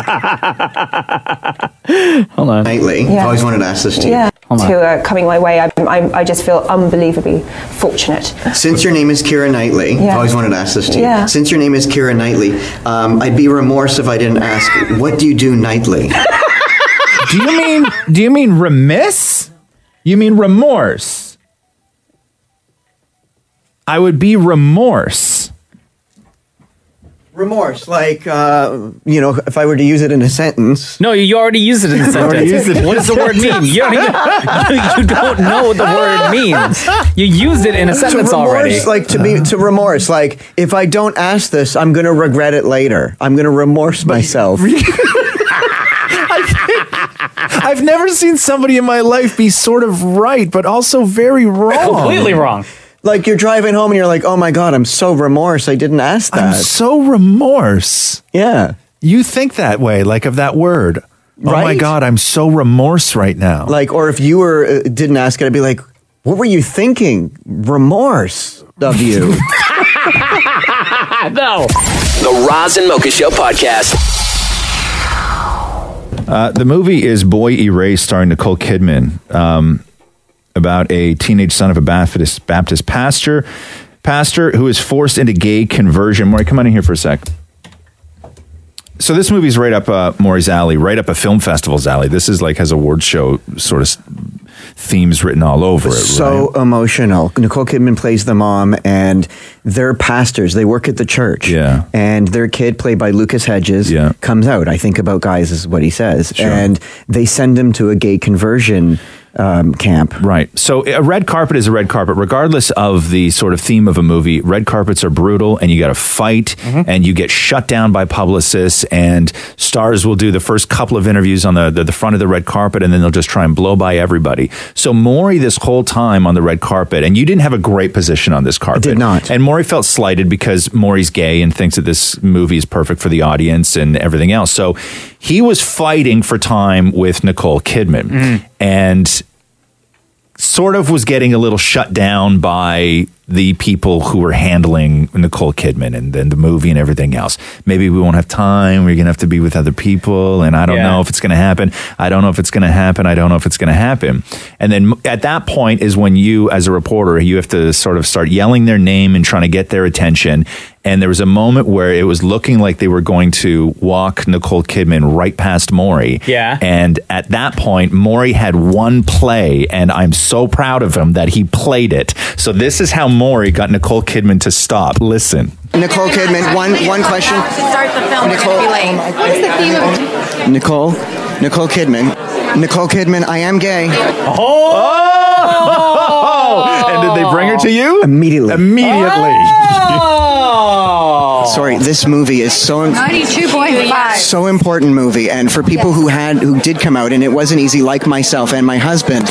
[SPEAKER 7] Hold on. Nightly,
[SPEAKER 17] Yeah.
[SPEAKER 7] I've always wanted to ask this to you.
[SPEAKER 17] yeah, who are coming my way, I, I, I just feel unbelievably fortunate.
[SPEAKER 7] Since your name is Kira Knightley,
[SPEAKER 17] Yeah.
[SPEAKER 7] I've always wanted to ask this to you.
[SPEAKER 17] Yeah.
[SPEAKER 7] Since your name is Kira Knightley, um, I'd be remorse if I didn't ask, what do you do nightly?
[SPEAKER 4] (laughs) do you mean? Do you mean remiss? You mean remorse? I would be remorse.
[SPEAKER 7] Remorse, like,
[SPEAKER 27] uh, you know, if I were to use it in a sentence.
[SPEAKER 2] No, you already used it in a
[SPEAKER 27] You already
[SPEAKER 2] sentence.
[SPEAKER 27] used it in
[SPEAKER 2] What does the
[SPEAKER 27] a
[SPEAKER 2] word mean?
[SPEAKER 27] sentence. (laughs)
[SPEAKER 2] You, already- you don't know (laughs) what the word means. You used it in a sentence
[SPEAKER 27] to remorse,
[SPEAKER 2] already.
[SPEAKER 27] Like to be to remorse. Like if I don't ask this, I'm going to regret it later. I'm going to remorse myself. (laughs)
[SPEAKER 4] I've never seen somebody in my life be sort of right, but also very wrong.
[SPEAKER 27] Like you're driving home and you're like, oh my god, I'm so remorse. I didn't ask that.
[SPEAKER 4] I'm so remorse.
[SPEAKER 27] Yeah.
[SPEAKER 4] You think that way, like of that word. Oh my
[SPEAKER 27] Right?
[SPEAKER 4] God, I'm so remorse right now.
[SPEAKER 27] like, or if you were uh, didn't ask it, I'd be like, what were you thinking? Remorse of
[SPEAKER 4] (laughs)
[SPEAKER 27] you.
[SPEAKER 2] (laughs) no.
[SPEAKER 1] The Roz and Mocha Show podcast.
[SPEAKER 4] Uh, the movie is Boy Erased, starring Nicole Kidman, um, about a teenage son of a Baptist, Baptist pastor, pastor who is forced into gay conversion. Maury, come on in here for a sec. So this movie's right up uh, Maury's alley, right up a film festival's alley. This is like has award show sort of s- themes written all over it.
[SPEAKER 27] so emotional. Nicole Kidman plays the mom, and they're pastors. They work at the church. Yeah. And their kid, played by Lucas Hedges, comes out. I think about guys is what he says, and they send him to a gay conversion um, camp.
[SPEAKER 4] Right. So a red carpet is a red carpet, regardless of the sort of theme of a movie. Red carpets are brutal, and you got to fight, and you get shut down by publicists. And stars will do the first couple of interviews on the, the the front of the red carpet, and then they'll just try and blow by everybody. So Maury, this whole time on the red carpet, and you didn't have a great position on this carpet. did not. And Maury felt slighted because Maury's gay and thinks that this movie is perfect for the audience and everything else. So he was fighting for time with Nicole Kidman, and sort of was getting a little shut down by the people who were handling Nicole Kidman and then the movie and everything else. Maybe we won't have time. We're going to have to be with other people. And I don't know if it's going to happen. I don't know if it's going to happen. I don't know if it's going to happen. And then at that point is when you, as a reporter, you have to sort of start yelling their name and trying to get their attention. And there was a moment where it was looking like they were going to walk Nicole Kidman right past Maury.
[SPEAKER 2] Yeah.
[SPEAKER 4] And at that point, Maury had one play, and I'm so proud of him that he played it. So this is how Maury got Nicole Kidman to stop. Listen.
[SPEAKER 7] Nicole Kidman, one, one question.
[SPEAKER 13] Start the film. We're going to be late. What is the theme of
[SPEAKER 7] Nicole, Nicole Kidman. Nicole Kidman, I am gay.
[SPEAKER 4] Oh! And did they bring her to you?
[SPEAKER 27] Immediately.
[SPEAKER 4] Immediately.
[SPEAKER 7] Sorry, this movie is so im-
[SPEAKER 17] 92.5.
[SPEAKER 7] so important movie and for people who had who did come out and it wasn't easy like myself and my husband.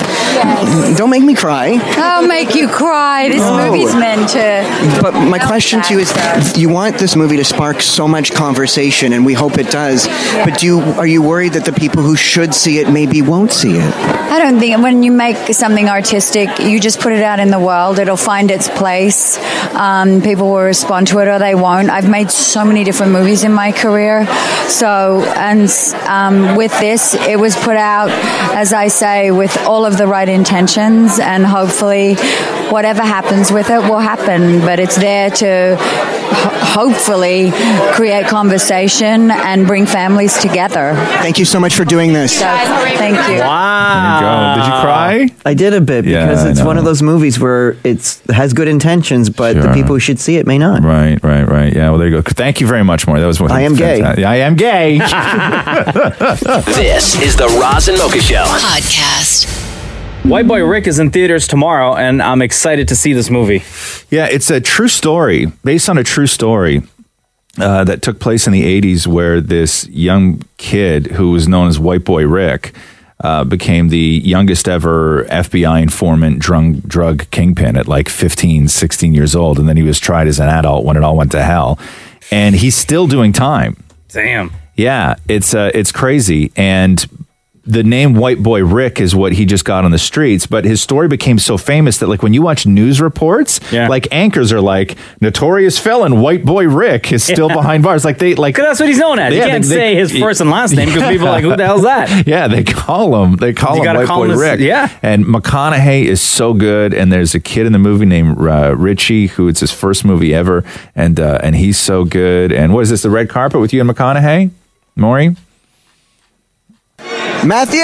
[SPEAKER 7] Don't make me cry.
[SPEAKER 16] I'll make you cry. This
[SPEAKER 7] No.
[SPEAKER 16] movie's meant to.
[SPEAKER 7] But my question to you is you want this movie to spark so much conversation and we hope it does. But do you are you worried that the people who should see it maybe won't see it?
[SPEAKER 16] I don't think when you make something artistic, you just put it out in the world. It'll find its place. Um, people will respond to it or they won't. I've made so many different movies in my career. So, and um, with this, it was put out, as I say, with all of the right intentions, and hopefully, whatever happens with it will happen. But it's there to ho- hopefully create conversation and bring families together.
[SPEAKER 7] Thank you so much for doing this.
[SPEAKER 16] So, thank you.
[SPEAKER 4] Wow.
[SPEAKER 7] Uh,
[SPEAKER 4] Did you cry?
[SPEAKER 28] I did a bit because
[SPEAKER 4] I
[SPEAKER 28] it's
[SPEAKER 4] know.
[SPEAKER 28] one of those movies where it's has good intentions, but the
[SPEAKER 4] Sure.
[SPEAKER 28] people who should see it may not.
[SPEAKER 4] Right, right, right. Yeah. Well, there you go. Thank you very much, Maury. That was
[SPEAKER 28] I am gay.
[SPEAKER 4] Yeah, I
[SPEAKER 7] (laughs)
[SPEAKER 4] am gay.
[SPEAKER 28] (laughs)
[SPEAKER 4] (laughs)
[SPEAKER 1] This is the Roz and Mocha Show.
[SPEAKER 3] Podcast.
[SPEAKER 2] White Boy Rick is in theaters tomorrow, and I'm excited to
[SPEAKER 4] (laughs)
[SPEAKER 2] see this movie.
[SPEAKER 4] Yeah, it's a true story based on a true story uh, that took place in the 80s where this young kid who was known as White Boy Rick uh, became the youngest ever FBI informant drug, drug kingpin at like 15, 16 years old. And then he was tried as an adult when it all went to hell. And he's still doing time.
[SPEAKER 2] Damn.
[SPEAKER 4] Yeah, it's uh, it's crazy, and the name White Boy Rick is what he just got on the streets. But his story became so famous that, like, when you watch news reports, like anchors are like notorious felon White Boy Rick is still
[SPEAKER 2] Yeah.
[SPEAKER 4] behind bars. Like they like
[SPEAKER 2] 'Cause that's what he's known as. You can't say his first and last
[SPEAKER 4] (laughs)
[SPEAKER 2] name 'cause people are like, "Who the hell's that?"
[SPEAKER 4] Yeah, they call him they call
[SPEAKER 2] You
[SPEAKER 4] him
[SPEAKER 2] gotta
[SPEAKER 4] White
[SPEAKER 2] call
[SPEAKER 4] Boy
[SPEAKER 2] him this-
[SPEAKER 4] Rick.
[SPEAKER 2] yeah.
[SPEAKER 4] And McConaughey is so good, and there's a kid in the movie named uh, Richie who it's his first movie ever, and uh, and he's so good. And what is this? The red carpet with you and McConaughey, Maury.
[SPEAKER 7] Matthew,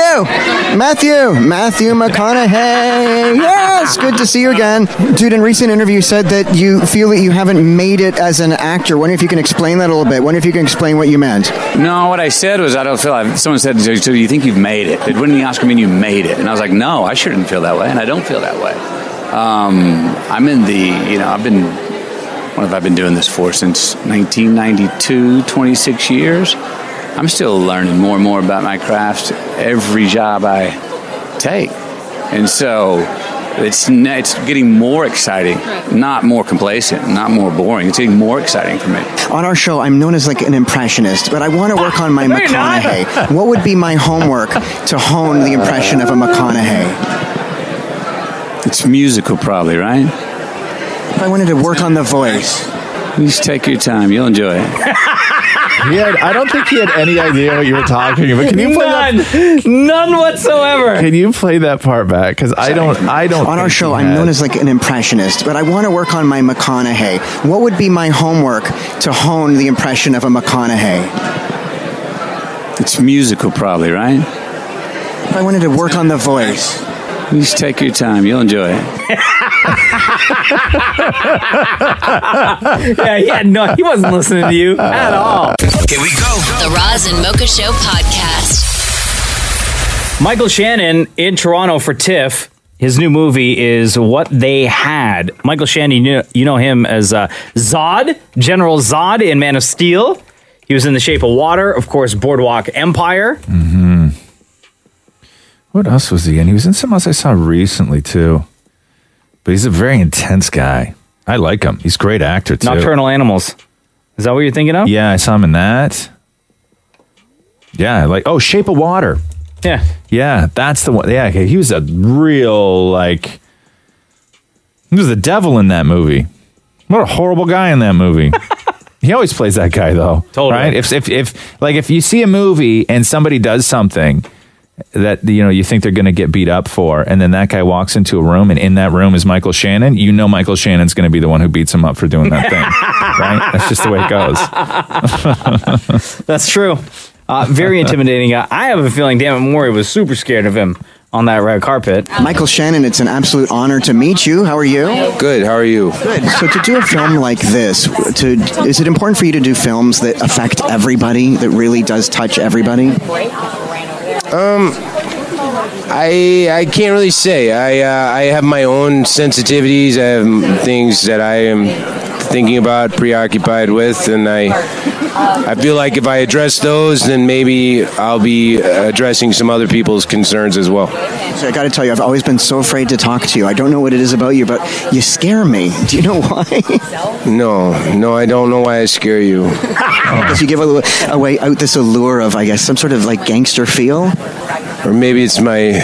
[SPEAKER 7] Matthew, Matthew McConaughey. Yes, good to see you again, dude. In recent interview, said that you feel that you haven't made it as an actor. Wonder if you can explain that a little bit. Wonder if you can explain what you meant.
[SPEAKER 29] No, what I said was I don't feel. I've, someone said, "So so you think you've made it?" It wouldn't the Oscar mean you made it? And I was like, "No, I shouldn't feel that way, and I don't feel that way." Um, I'm in the, you know, I've been. What have I been doing this for since 1992? 26 years. I'm still learning more and more about my craft every job I take, and so it's n- it's getting more exciting, not more complacent, not more boring. It's getting more exciting for me.
[SPEAKER 7] On our show, I'm known as like an impressionist, but I want to work on my McConaughey. What would be my homework to hone the impression of a McConaughey?
[SPEAKER 29] It's musical, probably, right?
[SPEAKER 7] If I wanted to work on the voice.
[SPEAKER 29] Just take your time. You'll enjoy it.
[SPEAKER 4] Yeah, I don't think he had any idea what you were talking about. Can you play that?
[SPEAKER 2] None whatsoever.
[SPEAKER 4] Can you play that part back? Because I don't. I don't.
[SPEAKER 7] On our
[SPEAKER 4] think
[SPEAKER 7] show,
[SPEAKER 4] he
[SPEAKER 7] I'm
[SPEAKER 4] had-
[SPEAKER 7] known as like an impressionist, but I want to work on my McConaughey. What would be my homework to hone the impression of a McConaughey?
[SPEAKER 29] It's musical, probably, right?
[SPEAKER 7] If I wanted to work on the voice.
[SPEAKER 29] Just take your time. You'll enjoy it.
[SPEAKER 2] (laughs) yeah, yeah, no, he wasn't listening to you at all.
[SPEAKER 3] Here we go. The Roz and Mocha Show Podcast.
[SPEAKER 2] Michael Shannon in Toronto for TIFF. His new movie is What They Had. Michael Shannon, you know, you know him as uh, Zod, General Zod in Man of Steel. He was in The Shape of Water, of course, Boardwalk Empire.
[SPEAKER 4] hmm What else was he in? He was in something else I saw recently too. But he's a very intense guy. I like him. He's a great actor too.
[SPEAKER 2] Nocturnal Animals. Is that what you're thinking of?
[SPEAKER 4] Yeah, I saw him in that. Yeah, I like oh, Shape of Water.
[SPEAKER 2] Yeah.
[SPEAKER 4] Yeah, that's the one. Yeah, okay, he was a real like. He was the devil in that movie. What a horrible guy in that movie. he always plays that guy though. Totally. Right? If if if like if you see a movie and somebody does something that you know you think they're going to get beat up for and then that guy walks into a room and in that room is Michael Shannon, you know Michael Shannon's going to be the one who beats him up for doing that thing. right? That's just the way it goes.
[SPEAKER 2] That's true. Uh, very intimidating guy. I have a feeling Dammit Mori was super scared (laughs) of him on that red carpet.
[SPEAKER 7] Michael Shannon, it's an absolute honor to meet you. How are you?
[SPEAKER 29] Good. How are you?
[SPEAKER 7] Good. So to do a film like this, to is it important for you to do films that affect everybody, that really does touch everybody?
[SPEAKER 23] Um, I I can't really say. I uh, I have my own sensitivities. I have things that I am thinking about, preoccupied with, and I I feel like if I address those, then maybe I'll be addressing some other people's concerns as well.
[SPEAKER 7] So I got to tell you, I've always been so afraid to talk to you. I don't know what it is about you, but you scare me. Do you know why?
[SPEAKER 23] No, no, I don't know why I scare
[SPEAKER 7] (laughs)
[SPEAKER 23] you.
[SPEAKER 7] Because you give a little- away out this allure of, I guess, some sort of like gangster feel.
[SPEAKER 23] or maybe it's my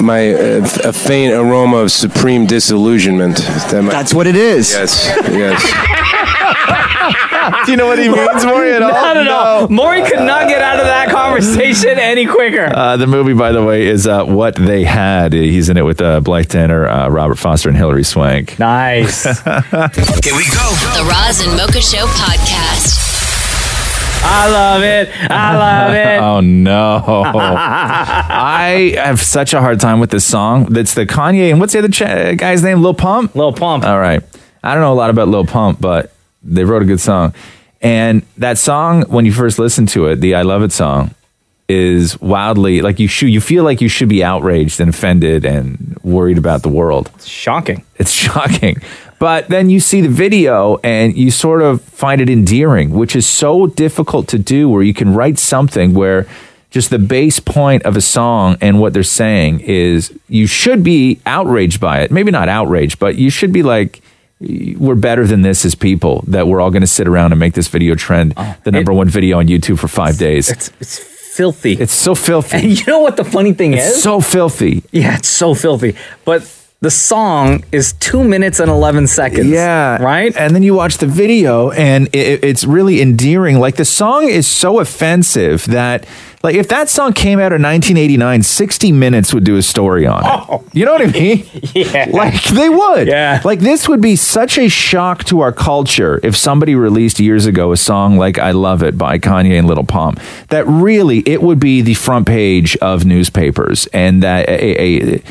[SPEAKER 23] my uh, a faint aroma of supreme disillusionment. That
[SPEAKER 7] That's what it is.
[SPEAKER 23] Yes, yes.
[SPEAKER 5] Do you know what he means, Maury,
[SPEAKER 2] at all?
[SPEAKER 5] Not at all. Maury could not get out of that conversation any quicker.
[SPEAKER 4] Uh, the movie, by the way, is uh, What They Had. He's in it with uh, Blythe Danner, uh, Robert Foster, and Hilary Swank. (laughs)
[SPEAKER 2] Nice.
[SPEAKER 4] Here we go.
[SPEAKER 3] The Roz and Mocha Show podcast.
[SPEAKER 2] I love it. I love it.
[SPEAKER 4] (laughs) oh no!
[SPEAKER 2] (laughs)
[SPEAKER 4] I have such a hard time with this song. That's the Kanye and what's the other ch- guy's name? Lil Pump. Lil Pump. All right. I don't know a lot about Lil Pump, but they wrote a good song. And that song, when you first listen to it, the "I Love It" song is wildly like you should. You feel like you should be outraged and offended and worried about the world. It's
[SPEAKER 2] shocking.
[SPEAKER 4] It's (laughs) shocking. But then you see the video and you sort of find it endearing, which is so difficult to do where you can write something where just the base point of a song and what they're saying is you should be outraged by it. Maybe not outraged, but you should be like, we're better than this as people that we're all going to sit around and make this video trend the number one video on YouTube for five days. It's,
[SPEAKER 2] it's filthy.
[SPEAKER 4] It's so filthy.
[SPEAKER 2] And you know what the funny thing
[SPEAKER 4] It's
[SPEAKER 2] is?
[SPEAKER 4] so filthy.
[SPEAKER 2] Yeah, it's so filthy. But the song is two minutes and 11 seconds.
[SPEAKER 4] Yeah. Right? And then you watch the video and it, it's really endearing. Like the song is so offensive that like if that song came out in 1989, 60 minutes would do a story on it. You know what I mean? (laughs)
[SPEAKER 2] yeah.
[SPEAKER 4] Like they would. Yeah. Like this would be such a shock to our culture if somebody released years ago a song like I Love It by Kanye and Little Pump that really it would be the front page of newspapers and that a, a, a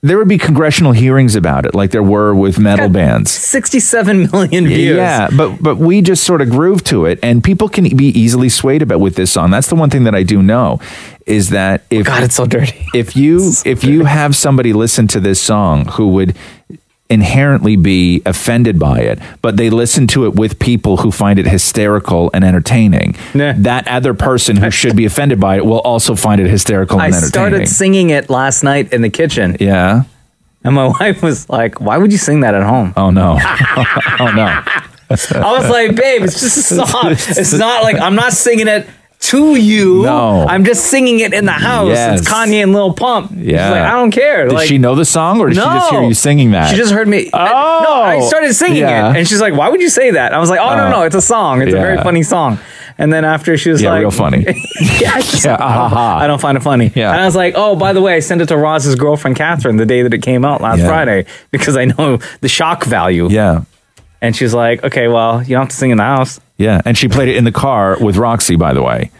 [SPEAKER 4] there would be congressional hearings about it, like there were with metal bands.
[SPEAKER 2] 67 million views.
[SPEAKER 4] Yeah, but but we just sort of groove to it, and people can be easily swayed about with this song. That's the one thing that I do know is that if God, it's
[SPEAKER 2] so dirty.
[SPEAKER 4] If
[SPEAKER 2] (laughs)
[SPEAKER 4] you if you have somebody listen to this song who would inherently be offended by it, but they listen to it with people who find it hysterical and entertaining, that other person who should be offended by it will also find it hysterical
[SPEAKER 2] I
[SPEAKER 4] and entertaining.
[SPEAKER 2] started singing it last night in the kitchen.
[SPEAKER 4] Yeah.
[SPEAKER 2] And my (laughs) wife was like, Why would you sing that at home?
[SPEAKER 4] Oh,
[SPEAKER 2] (laughs)
[SPEAKER 4] no. oh, no.
[SPEAKER 2] I was like, Babe,
[SPEAKER 4] (laughs)
[SPEAKER 2] it's just a song. It's not like I'm not singing it to you. No. I'm just singing it in the house.
[SPEAKER 4] Yes.
[SPEAKER 2] It's Kanye and Lil Pump. She's
[SPEAKER 4] Yeah.
[SPEAKER 2] like, I don't care.
[SPEAKER 4] Did
[SPEAKER 2] like,
[SPEAKER 4] she know the song or did she just hear
[SPEAKER 2] No.
[SPEAKER 4] you singing that?
[SPEAKER 2] She just heard me. Oh, I, no, I started singing
[SPEAKER 4] Yeah.
[SPEAKER 2] it, and she's like, "Why would you say that?" I was like, "Oh no,
[SPEAKER 4] Oh.
[SPEAKER 2] no, it's a song. It's a very
[SPEAKER 4] Yeah.
[SPEAKER 2] funny song." And then after she was
[SPEAKER 4] Yeah,
[SPEAKER 2] like,
[SPEAKER 4] real funny.
[SPEAKER 2] (laughs) yeah,
[SPEAKER 4] (laughs)
[SPEAKER 2] I, just, I, don't, I don't find it funny." Yeah. And I was like, "Oh, by the way, I sent it to Roz's girlfriend Catherine the day that it came out last
[SPEAKER 4] Yeah.
[SPEAKER 2] Friday because I know the shock value."
[SPEAKER 4] Yeah.
[SPEAKER 2] And she's like, "Okay, well, you don't have to sing in the house."
[SPEAKER 4] Yeah, and she played it in the car with Roxy, by the way.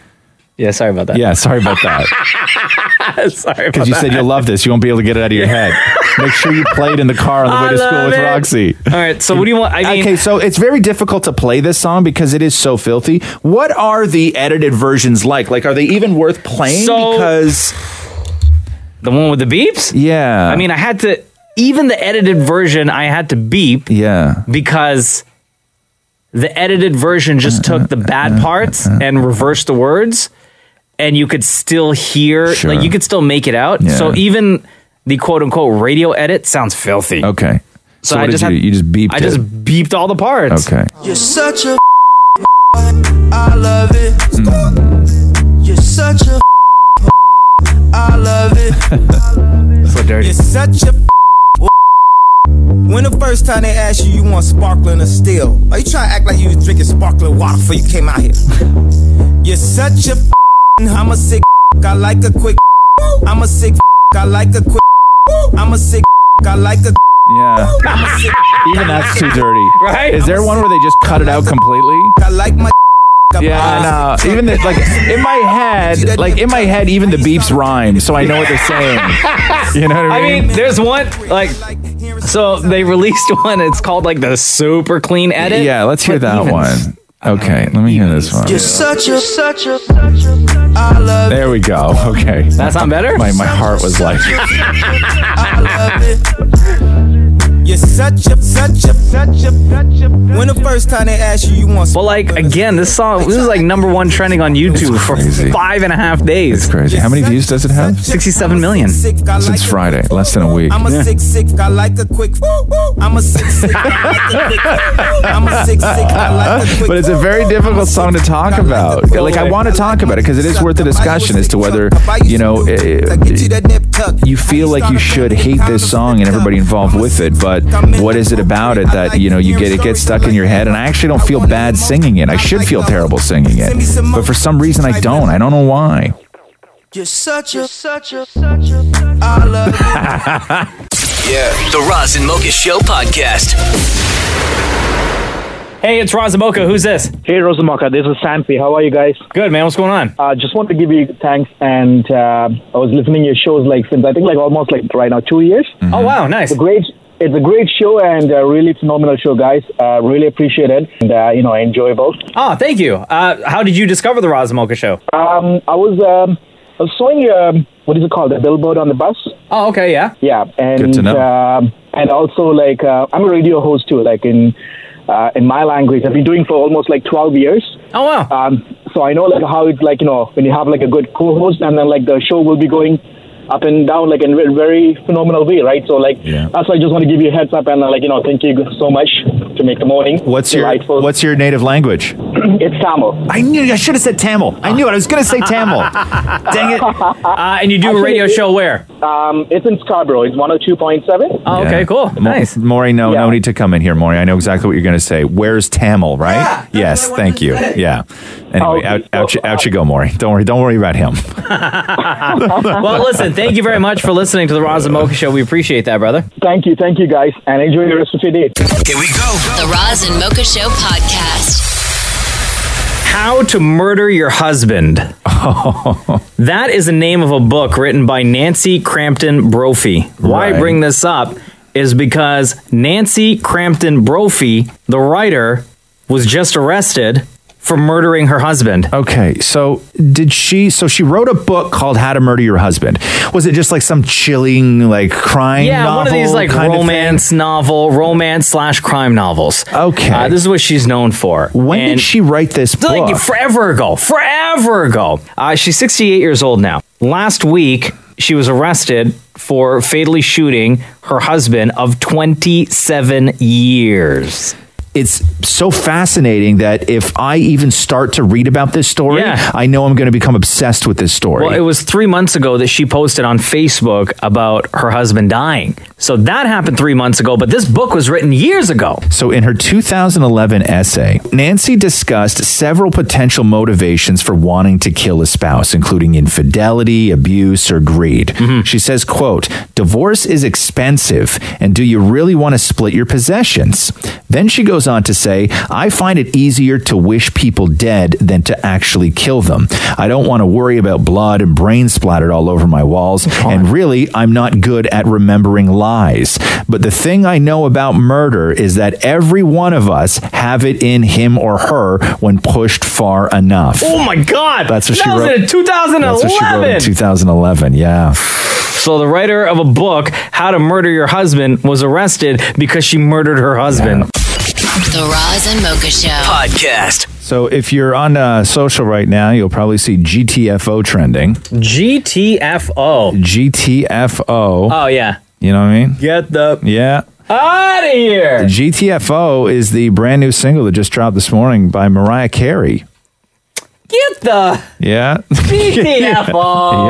[SPEAKER 2] Yeah, sorry about that.
[SPEAKER 4] Yeah, sorry about
[SPEAKER 2] (laughs)
[SPEAKER 4] that. (laughs)
[SPEAKER 2] sorry about
[SPEAKER 4] Because you said
[SPEAKER 2] that. (laughs)
[SPEAKER 5] (laughs)
[SPEAKER 4] you'll love this. You won't be able to get it out of your head. Make sure you play it in the car on the
[SPEAKER 2] (laughs) I
[SPEAKER 4] way to school
[SPEAKER 2] love
[SPEAKER 4] with
[SPEAKER 2] it.
[SPEAKER 4] Roxy.
[SPEAKER 2] All right, so what do you want? I mean,
[SPEAKER 4] okay, so it's very difficult to play this song because it is so filthy. What are the edited versions like? Like, are they even worth playing?
[SPEAKER 2] So-
[SPEAKER 4] because
[SPEAKER 2] the one with the beeps.
[SPEAKER 4] Yeah,
[SPEAKER 2] I mean, I had to even the edited version. I had to beep.
[SPEAKER 4] Yeah,
[SPEAKER 2] because the edited version just
[SPEAKER 4] Uh,
[SPEAKER 2] took the bad parts and reversed the words, and you could still hear. Like you could still make it out. So even the quote unquote radio edit sounds filthy.
[SPEAKER 4] Okay.
[SPEAKER 2] So,
[SPEAKER 4] So what
[SPEAKER 2] I
[SPEAKER 4] did
[SPEAKER 2] just
[SPEAKER 4] you
[SPEAKER 2] had-
[SPEAKER 4] do? You just beeped
[SPEAKER 2] I just beeped all the parts.
[SPEAKER 4] Okay.
[SPEAKER 8] You're such a I love it. You're such a (laughs) I love it. (laughs)
[SPEAKER 2] so dirty.
[SPEAKER 8] You're such a (laughs) when the first time they asked you, you want sparkling or still? Are you trying to act like you was drinking sparkling water before you came out here? (laughs) You're such a (laughs) I'm a sick (laughs) I like a quick (laughs) I'm a sick (laughs) I like a quick (laughs) I'm a sick I like a (laughs)
[SPEAKER 4] yeah.
[SPEAKER 8] I'm a sick
[SPEAKER 4] Even that's too dirty.
[SPEAKER 8] Right?
[SPEAKER 4] Is there one where they just cut it out completely?
[SPEAKER 8] I like my (laughs)
[SPEAKER 4] Yeah, no. Even the, like in my head, like in my head, even the beeps rhyme, so I know what they're saying. (laughs) You know what I mean?
[SPEAKER 2] I mean, there's one like. So they released (laughs) one. It's called like the super clean edit.
[SPEAKER 4] Yeah, let's hear that one. Okay, let me hear this one.
[SPEAKER 8] You're such a such a I love
[SPEAKER 4] There we go. Okay,
[SPEAKER 2] that's not better.
[SPEAKER 4] My my heart was like,
[SPEAKER 8] I love it. You're such a such a such a such a When the first time they asked you you want
[SPEAKER 2] Well, like again, this song this is like number one trending on YouTube for five and a half days. It's
[SPEAKER 4] crazy. How many views does it have?
[SPEAKER 2] Sixty-seven million.
[SPEAKER 4] since Friday, less than a week.
[SPEAKER 8] I'm a sick sick I like a quick I'm a sick sick I like a quick I'm a sick sick I like
[SPEAKER 4] (laughs)
[SPEAKER 8] a quick
[SPEAKER 4] but it's a very difficult song to talk about. Like I want to talk about it because it is worth a discussion as to whether you know eh, you feel like you should hate this song and everybody involved with it, but but what is it about it that you know you get it gets stuck in your head? And I actually don't feel bad singing it. I should feel terrible singing it, but for some reason I don't. I don't know why. (laughs)
[SPEAKER 5] You're such a, such a, such a, I love
[SPEAKER 6] Yeah. The Roz and Mocha Show podcast.
[SPEAKER 2] Hey, it's Razamoka. Who's this?
[SPEAKER 30] Hey, Razamoka. This is Sampi. How are you guys?
[SPEAKER 2] Good, man. What's going on?
[SPEAKER 30] I uh, just want to give you thanks. And uh, I was listening to your shows like since I think like almost like right now two years.
[SPEAKER 2] Oh wow, nice.
[SPEAKER 30] It's a great. It's a great show and a really phenomenal show, guys. Uh, really appreciate it and uh, you know enjoyable.
[SPEAKER 2] Oh, thank you. Uh, how did you discover the
[SPEAKER 30] (laughs)
[SPEAKER 2] Razamoka Show?
[SPEAKER 30] Um, I was um, I was showing um, what is it called the billboard on the bus.
[SPEAKER 2] Oh, okay, yeah.
[SPEAKER 30] Yeah, and
[SPEAKER 2] Good to know.
[SPEAKER 30] Um, and also like uh, I'm a radio host too, like in uh, in my language. I've been doing for almost like 12 years.
[SPEAKER 2] Oh wow!
[SPEAKER 30] Um, so I know like how it's like you know when you have like a good co-host and then like the show will be going up and down like in a very phenomenal way, right? So like that's why I just want to give you a heads up and uh, like you know thank you so much to make the morning.
[SPEAKER 4] What's your What's your native language?
[SPEAKER 30] it's Tamil.
[SPEAKER 4] I knew I should have said Tamil. I knew it. I was going to say Tamil. Dang it!
[SPEAKER 2] Uh, and you do a radio show where?
[SPEAKER 30] Um, it's in Scarborough. It's 102.7.
[SPEAKER 2] Oh,
[SPEAKER 4] Yeah. Mo- Maury, no, no need to come in here, Maury. I know exactly what you're going to say. Where's Tamil, right? yes, thank you. Yeah. Anyway,
[SPEAKER 2] Oh,
[SPEAKER 4] out, out, you,
[SPEAKER 2] uh,
[SPEAKER 4] out you go, Maury. Don't worry. Don't worry about him.
[SPEAKER 2] Ah.
[SPEAKER 5] (laughs)
[SPEAKER 2] well, listen, thank you very much for listening to the Razamoka Show. We appreciate that, brother.
[SPEAKER 30] Thank you, thank you guys, and enjoy the rest of your day.
[SPEAKER 3] (laughs) The Roz and Mocha Show podcast.
[SPEAKER 2] How to Murder Your Husband. that is the name of a book written by Nancy Crampton Brophy. Why I bring this up is because Nancy Crampton Brophy, the writer, was just arrested for murdering her husband.
[SPEAKER 4] Okay, so did she? So she wrote a book called "How to Murder Your Husband." Was it just like some chilling, like crime?
[SPEAKER 2] yeah, one of these
[SPEAKER 4] novel
[SPEAKER 2] like
[SPEAKER 4] kind of thing?
[SPEAKER 2] romance novel, romance slash crime novels. Okay, uh, this is what she's known for. When
[SPEAKER 4] did she write this
[SPEAKER 2] Like
[SPEAKER 4] book?
[SPEAKER 2] forever ago, forever ago. Uh, she's 68 years old now. Last week, she was arrested for fatally shooting her husband of 27 years.
[SPEAKER 4] It's so fascinating that if I even start to read about this story, I know I'm going to become obsessed with this story.
[SPEAKER 2] Well, it was three months ago that she posted on Facebook about her husband dying. So that happened three months ago, but this book was written years ago.
[SPEAKER 4] So, in her 2011 essay, Nancy discussed several potential motivations for wanting to kill a spouse, including infidelity, abuse, or greed.
[SPEAKER 2] Mm-hmm.
[SPEAKER 4] She says, "quote Divorce is expensive, and do you really want to split your possessions?" Then she goes on to say, "I find it easier to wish people dead than to actually kill them. I don't want to worry about blood and brain splattered all over my walls, and really, I'm not good at remembering lies. But the thing I know about murder is that every one of us have it in him or her when pushed far enough.
[SPEAKER 2] Oh my God!
[SPEAKER 4] That's what she
[SPEAKER 2] That was
[SPEAKER 4] wrote.
[SPEAKER 2] in 2011.
[SPEAKER 4] That's what she wrote in 2011. Yeah.
[SPEAKER 2] So the writer of a book, How to Murder Your Husband, was arrested because she murdered her husband.
[SPEAKER 3] The Roz and Mocha Show podcast.
[SPEAKER 4] So if you're on uh, social right now, you'll probably see GTFO trending.
[SPEAKER 2] GTFO.
[SPEAKER 4] GTFO. Oh
[SPEAKER 2] yeah.
[SPEAKER 4] You know what I mean?
[SPEAKER 2] Get the
[SPEAKER 4] yeah.
[SPEAKER 2] out of here.
[SPEAKER 4] GTFO is the brand new single that just dropped this morning by Mariah Carey.
[SPEAKER 2] Get the
[SPEAKER 4] Yeah.
[SPEAKER 2] GTFO.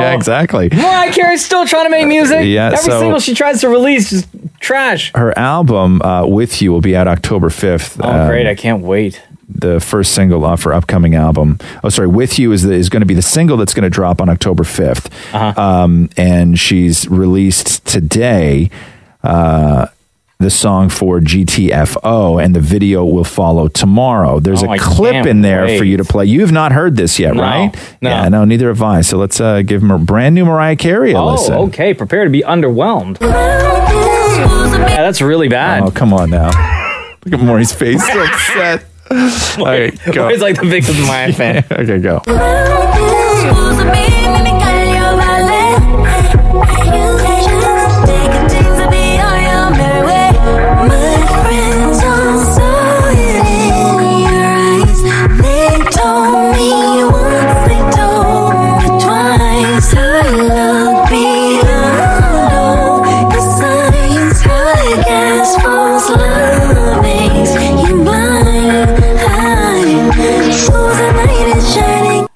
[SPEAKER 4] (laughs) yeah, exactly.
[SPEAKER 2] Mariah Carey's still trying to make music.
[SPEAKER 4] Yeah,
[SPEAKER 2] Every
[SPEAKER 4] so-
[SPEAKER 2] single she tries to release is trash.
[SPEAKER 4] Her album uh, "With You" will be out October fifth. um,
[SPEAKER 2] Oh, great. I can't wait.
[SPEAKER 4] The first single off her upcoming album. Oh, sorry, "With You" is the, is going to be the single that's going to drop on October 5th
[SPEAKER 2] Uh-huh.
[SPEAKER 4] Um, and she's released today uh, the song for GTFO, and the video will follow tomorrow. There's
[SPEAKER 2] Oh,
[SPEAKER 4] a
[SPEAKER 2] I
[SPEAKER 4] clip
[SPEAKER 2] can't
[SPEAKER 4] in there
[SPEAKER 2] wait.
[SPEAKER 4] for you to play. You have not heard this yet,
[SPEAKER 2] No,
[SPEAKER 4] right?
[SPEAKER 2] no.
[SPEAKER 4] Yeah, no, neither have I. So let's uh, give her brand new Mariah Carey a
[SPEAKER 2] Oh,
[SPEAKER 4] listen.
[SPEAKER 2] okay. Prepare to be underwhelmed. Yeah, that's really bad.
[SPEAKER 4] Oh, come on now. (laughs) Look at Maury's face. So upset.
[SPEAKER 2] (laughs) Oh
[SPEAKER 4] All right, go.
[SPEAKER 2] Maury's like the biggest
[SPEAKER 4] (laughs)
[SPEAKER 2] Mariah fan.
[SPEAKER 4] okay, go.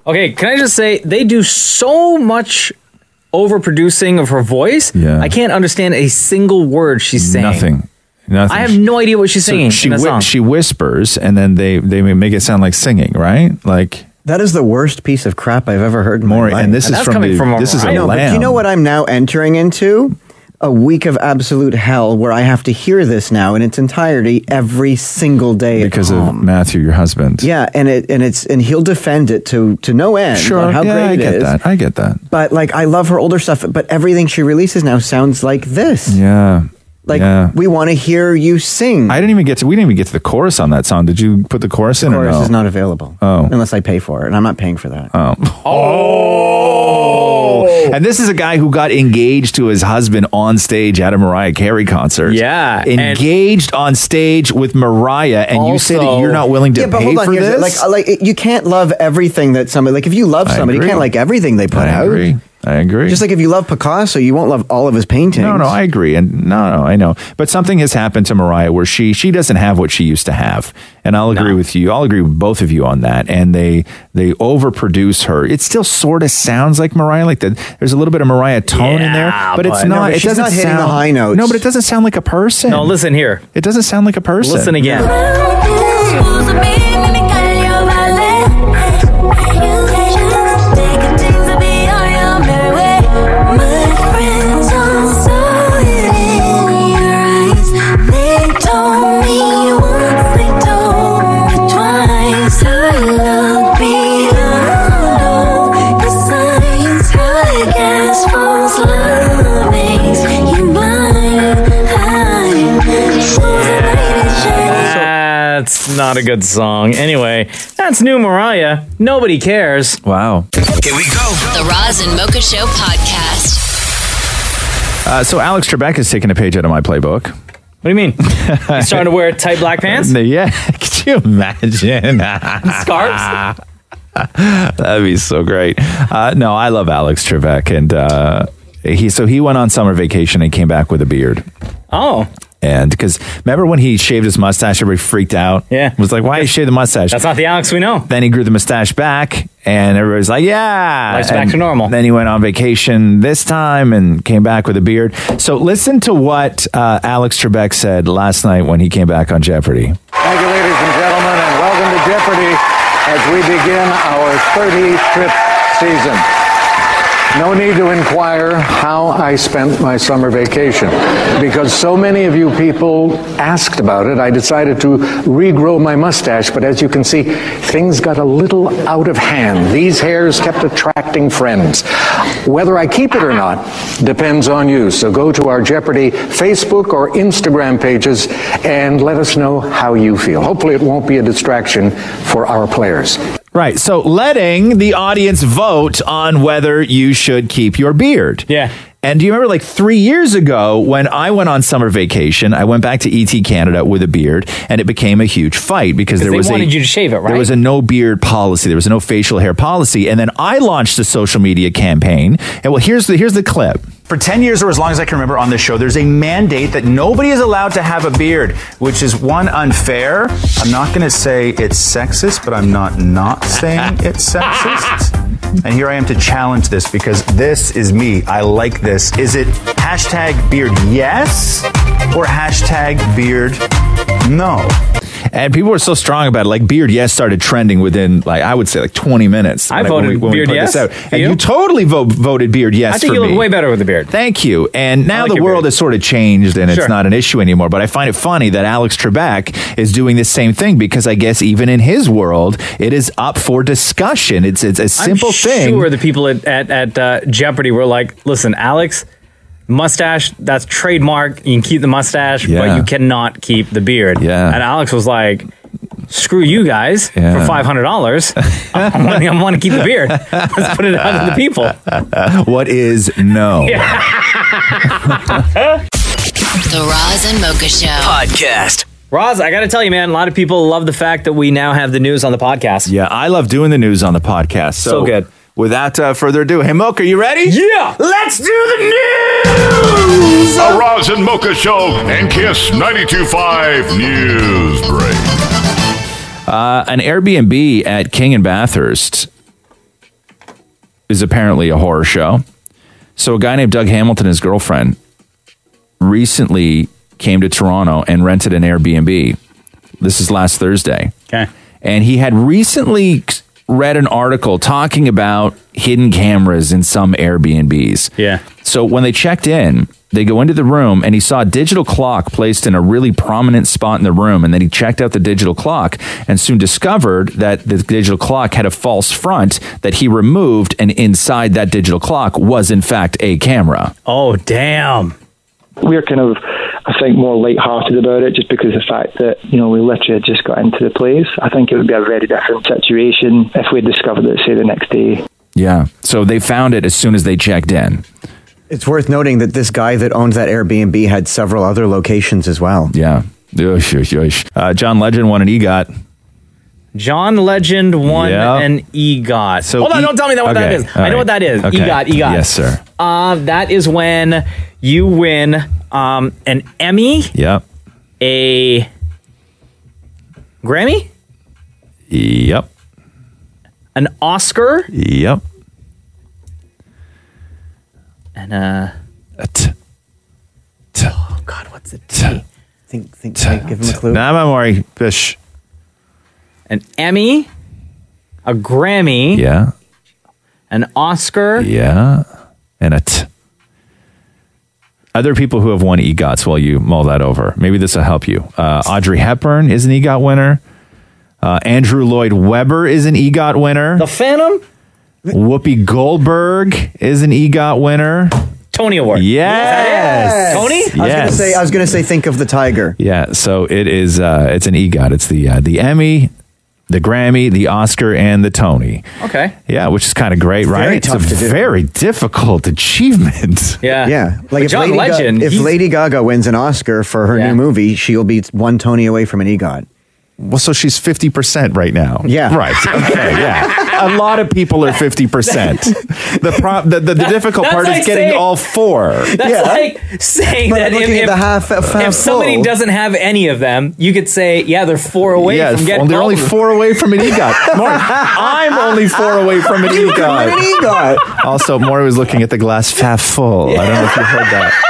[SPEAKER 2] Okay, can I just say they do so much overproducing of her voice? Yeah. I can't understand a single word she's saying.
[SPEAKER 4] Nothing. Nothing.
[SPEAKER 2] I have no idea what she's
[SPEAKER 4] So
[SPEAKER 2] singing.
[SPEAKER 4] she
[SPEAKER 2] in that
[SPEAKER 4] whi-
[SPEAKER 2] song.
[SPEAKER 4] she whispers, and then they they make it sound like singing, right? Like
[SPEAKER 7] that is the worst piece of crap I've ever heard. In
[SPEAKER 4] Maury,
[SPEAKER 7] my life.
[SPEAKER 4] and this is from the, this is a
[SPEAKER 7] No,
[SPEAKER 4] lamb.
[SPEAKER 7] But you know what I'm now entering into? A week of absolute hell where I have to hear this now in its entirety every single day at
[SPEAKER 4] because
[SPEAKER 7] home.
[SPEAKER 4] of Matthew, your husband.
[SPEAKER 7] Yeah, and it and it's and he'll defend it to to no end.
[SPEAKER 4] Sure,
[SPEAKER 7] on how
[SPEAKER 4] yeah,
[SPEAKER 7] great
[SPEAKER 4] I
[SPEAKER 7] it
[SPEAKER 4] get
[SPEAKER 7] is.
[SPEAKER 4] that. I get that.
[SPEAKER 7] But like, I love her older stuff. But everything she releases now sounds like this.
[SPEAKER 4] Yeah.
[SPEAKER 7] Like we want to hear you sing.
[SPEAKER 4] I didn't even get to. We didn't even get to the chorus on that song. Did you put the chorus in? or
[SPEAKER 7] chorus
[SPEAKER 4] no?
[SPEAKER 7] is not available.
[SPEAKER 4] Oh,
[SPEAKER 7] unless I pay for it, and I'm not paying for that.
[SPEAKER 4] Oh. (laughs) Oh. And this is a guy who got engaged to his husband on stage at a Mariah Carey concert. Yeah. Engaged on stage with Mariah, and you say that you're not willing to
[SPEAKER 7] yeah, but
[SPEAKER 4] pay
[SPEAKER 7] hold on,
[SPEAKER 4] for
[SPEAKER 7] here's it.
[SPEAKER 4] this?
[SPEAKER 7] Like, uh, like it- you can't love everything that somebody like. If you love
[SPEAKER 4] I
[SPEAKER 7] somebody, you
[SPEAKER 4] agree.
[SPEAKER 7] can't like everything they put out.
[SPEAKER 4] agree. I agree.
[SPEAKER 7] Just like if you love Picasso, you won't love all of his paintings.
[SPEAKER 4] No, no, I agree, and no, no, I know. But something has happened to Mariah where she she doesn't have what she used to have, and I'll agree with you. I'll agree with both of you on that. And they they overproduce her. It still sort of sounds like Mariah, like that. There's a little bit of Mariah tone in there,
[SPEAKER 2] Yeah,
[SPEAKER 4] but, it's
[SPEAKER 2] but- No,
[SPEAKER 4] not.
[SPEAKER 2] but
[SPEAKER 4] it
[SPEAKER 2] she's
[SPEAKER 4] doesn't
[SPEAKER 2] not hitting
[SPEAKER 4] sound,
[SPEAKER 2] the high notes.
[SPEAKER 4] No, but it doesn't sound like a person.
[SPEAKER 2] No, listen here.
[SPEAKER 4] It doesn't sound like a person.
[SPEAKER 2] Listen again. That's not a good song. Anyway, that's new Mariah. Nobody cares.
[SPEAKER 4] Wow.
[SPEAKER 2] Here we go.
[SPEAKER 3] The Roz and Mocha Show podcast.
[SPEAKER 4] Uh, so Alex Trebek has taken a page out of my playbook. What
[SPEAKER 2] do you mean? He's starting to wear tight black pants?
[SPEAKER 4] (laughs) yeah. Could you imagine?
[SPEAKER 2] (laughs) Scarves?
[SPEAKER 4] (laughs) That'd be so great. Uh, no, I love Alex Trebek, and uh, he so he went on summer vacation and came back with a beard.
[SPEAKER 2] Oh,
[SPEAKER 4] and because remember when he shaved his mustache, everybody freaked out. Yeah, was like, why you shave the mustache? That's
[SPEAKER 2] not the Alex we know.
[SPEAKER 4] Then he grew the mustache back, and everybody's like, yeah,
[SPEAKER 2] Life's back
[SPEAKER 4] And
[SPEAKER 2] to normal.
[SPEAKER 4] Then he went on vacation this time and came back with a beard. So listen to what uh, Alex Trebek said last night when he came back on Jeopardy.
[SPEAKER 31] Thank you, ladies and gentlemen, and welcome to Jeopardy as we begin our 35th season. No need to inquire how I spent my summer vacation because so many of you people asked about it. I decided to regrow my mustache, but as you can see, things got a little out of hand. These hairs kept attracting friends. Whether I keep it or not depends on you. So go to our Jeopardy Facebook or Instagram pages and let us know how you feel. Hopefully, it won't be a distraction for our players.
[SPEAKER 4] Right. So letting the audience vote on whether you should keep your beard. Yeah. And do you remember like three years ago when I went on summer vacation, I went back to ET Canada with a beard and it became a huge fight because there
[SPEAKER 2] they
[SPEAKER 4] was
[SPEAKER 2] wanted
[SPEAKER 4] a,
[SPEAKER 2] you to shave it, right?
[SPEAKER 4] There was a no beard policy. There was no facial hair policy. And then I launched a social media campaign. And well, here's the, here's the clip. For 10 years or as long as I can remember on this show, there's a mandate that nobody is allowed to have a beard, which is one unfair. I'm not going to say it's sexist, but I'm not not saying it's sexist. And here I am to challenge this because this is me. I like this. Is it hashtag beard yes or hashtag beard no? And people were so strong about it. Like beard yes started trending within like I would say like 20 minutes.
[SPEAKER 2] I
[SPEAKER 4] Like,
[SPEAKER 2] voted beard
[SPEAKER 4] put this out.
[SPEAKER 2] yes.
[SPEAKER 4] And you, totally vo- voted beard yes.
[SPEAKER 2] I think
[SPEAKER 4] for
[SPEAKER 2] you look
[SPEAKER 4] me.
[SPEAKER 2] way better with a beard.
[SPEAKER 4] Thank you. And now
[SPEAKER 2] like
[SPEAKER 4] the
[SPEAKER 2] your
[SPEAKER 4] world
[SPEAKER 2] beard.
[SPEAKER 4] has sort of changed and
[SPEAKER 2] Sure.
[SPEAKER 4] it's not an issue anymore. But I find it funny that Alex Trebek is doing the same thing because I guess even in his world, it is up for discussion. It's it's a simple
[SPEAKER 2] I'm
[SPEAKER 4] thing.
[SPEAKER 2] Sure, the people at at, at uh, Jeopardy were like, "Listen, Alex, mustache that's trademark. You can keep the mustache,
[SPEAKER 4] Yeah.
[SPEAKER 2] but you cannot keep the beard." Yeah. And Alex was like, "Screw you guys
[SPEAKER 4] Yeah.
[SPEAKER 2] for five hundred dollars. I want to keep
[SPEAKER 4] (laughs)
[SPEAKER 2] the beard. Let's put it out to the people."
[SPEAKER 4] what is no?
[SPEAKER 3] The Roz and Mocha Show podcast.
[SPEAKER 2] Roz, I got to tell you, man, a lot of people love the fact that we now have the news on the podcast.
[SPEAKER 4] Yeah, I love doing the news on the podcast. So,
[SPEAKER 2] So good.
[SPEAKER 4] Without uh, further ado, hey Mocha, you ready? Yeah. Let's do the news.
[SPEAKER 5] A Roz and Mocha Show and Kiss 92.5 News Break.
[SPEAKER 4] Uh, an Airbnb at King and Bathurst is apparently a horror show. So a guy named Doug Hamilton, his girlfriend, recently came to Toronto and rented an Airbnb. This is last Thursday.
[SPEAKER 5] Okay.
[SPEAKER 4] And he had recently read an article talking about hidden cameras in some Airbnbs.
[SPEAKER 5] Yeah.
[SPEAKER 4] So when they checked in, they go into the room and he saw a digital clock placed in a really prominent spot in the room. And then he checked out the digital clock and soon discovered that the digital clock had a false front that he removed. And inside that digital clock was, in fact, a camera.
[SPEAKER 5] Oh, damn.
[SPEAKER 9] We're kind of, I think, more light-hearted about it, just because of the fact that you know we literally had just got into the place. I think it would be a very different situation if we discovered it, say, the next day.
[SPEAKER 4] Yeah. So they found it as soon as they checked in.
[SPEAKER 7] It's worth noting that this guy that owned that Airbnb had several other locations as well.
[SPEAKER 4] Yeah. Yosh, yosh, yosh. Uh, John Legend won an EGOT.
[SPEAKER 5] John Legend won
[SPEAKER 4] Yeah.
[SPEAKER 5] an EGOT.
[SPEAKER 4] So
[SPEAKER 5] Hold on,
[SPEAKER 4] E-
[SPEAKER 5] don't tell me that what that
[SPEAKER 4] Okay,
[SPEAKER 5] is.
[SPEAKER 4] all
[SPEAKER 5] I know
[SPEAKER 4] right.
[SPEAKER 5] what that is. E
[SPEAKER 4] Okay.
[SPEAKER 5] EGOT, EGOT.
[SPEAKER 4] Yes, sir.
[SPEAKER 5] Uh, that is when you win um, an Emmy,
[SPEAKER 4] Yep.
[SPEAKER 5] a Grammy,
[SPEAKER 4] Yep.
[SPEAKER 5] an Oscar,
[SPEAKER 4] Yep.
[SPEAKER 5] and uh,
[SPEAKER 4] a t-
[SPEAKER 5] t- oh God, what's a t?
[SPEAKER 7] Think, think, think give him a clue.
[SPEAKER 4] Nah, I'm worried. Fish.
[SPEAKER 5] An Emmy, a Grammy,
[SPEAKER 4] Yeah.
[SPEAKER 5] an Oscar.
[SPEAKER 4] Yeah. And a t. Other people who have won E EGOTs while you mull that over. Maybe this will help you. Uh, Audrey Hepburn is an E EGOT winner. Uh, Andrew Lloyd Webber is an E EGOT winner. The
[SPEAKER 5] Phantom?
[SPEAKER 4] Whoopi Goldberg is an E EGOT winner.
[SPEAKER 5] Tony Award.
[SPEAKER 4] Yes.
[SPEAKER 7] I was gonna
[SPEAKER 4] Yes.
[SPEAKER 7] say. I was gonna say. Think of the tiger.
[SPEAKER 4] Yeah, so it is. Uh, it's an EGOT. It's the uh, the Emmy, the Grammy, the Oscar, and the Tony.
[SPEAKER 5] Okay.
[SPEAKER 4] Yeah, which is kind of great, right?
[SPEAKER 7] very
[SPEAKER 4] it's
[SPEAKER 7] tough
[SPEAKER 4] a
[SPEAKER 7] to do.
[SPEAKER 4] very difficult achievement.
[SPEAKER 5] (laughs) Yeah.
[SPEAKER 7] Yeah.
[SPEAKER 4] But
[SPEAKER 7] Like if,
[SPEAKER 4] John
[SPEAKER 7] Lady, Ga-
[SPEAKER 4] Legend,
[SPEAKER 7] if
[SPEAKER 4] he's-
[SPEAKER 7] Lady Gaga wins an Oscar for her new movie, she'll be one Tony away from an EGOT.
[SPEAKER 4] Well, so she's fifty percent right now.
[SPEAKER 7] Yeah.
[SPEAKER 4] Right.
[SPEAKER 5] (laughs)
[SPEAKER 4] Okay. Oh, Yeah. A lot of people are fifty percent. The, pro- the the the difficult
[SPEAKER 5] That's
[SPEAKER 4] part
[SPEAKER 5] like
[SPEAKER 4] is getting
[SPEAKER 5] saying-
[SPEAKER 4] all
[SPEAKER 5] (laughs)
[SPEAKER 4] four.
[SPEAKER 5] That's like saying
[SPEAKER 4] But
[SPEAKER 5] that if,
[SPEAKER 4] looking at
[SPEAKER 5] if-
[SPEAKER 4] the half-
[SPEAKER 5] if
[SPEAKER 4] half
[SPEAKER 5] somebody
[SPEAKER 4] full.
[SPEAKER 5] doesn't have any of them, you could say, yeah, they're four away
[SPEAKER 4] yeah,
[SPEAKER 5] from
[SPEAKER 4] f-
[SPEAKER 5] getting
[SPEAKER 4] they're
[SPEAKER 5] all
[SPEAKER 4] only
[SPEAKER 5] of them.
[SPEAKER 4] four away from an EGOT. Mark, I'm only four away from an
[SPEAKER 5] You
[SPEAKER 4] EGOT.
[SPEAKER 5] got an
[SPEAKER 4] EGOT. Also, Maury was looking at the glass half full. I don't know if you heard that.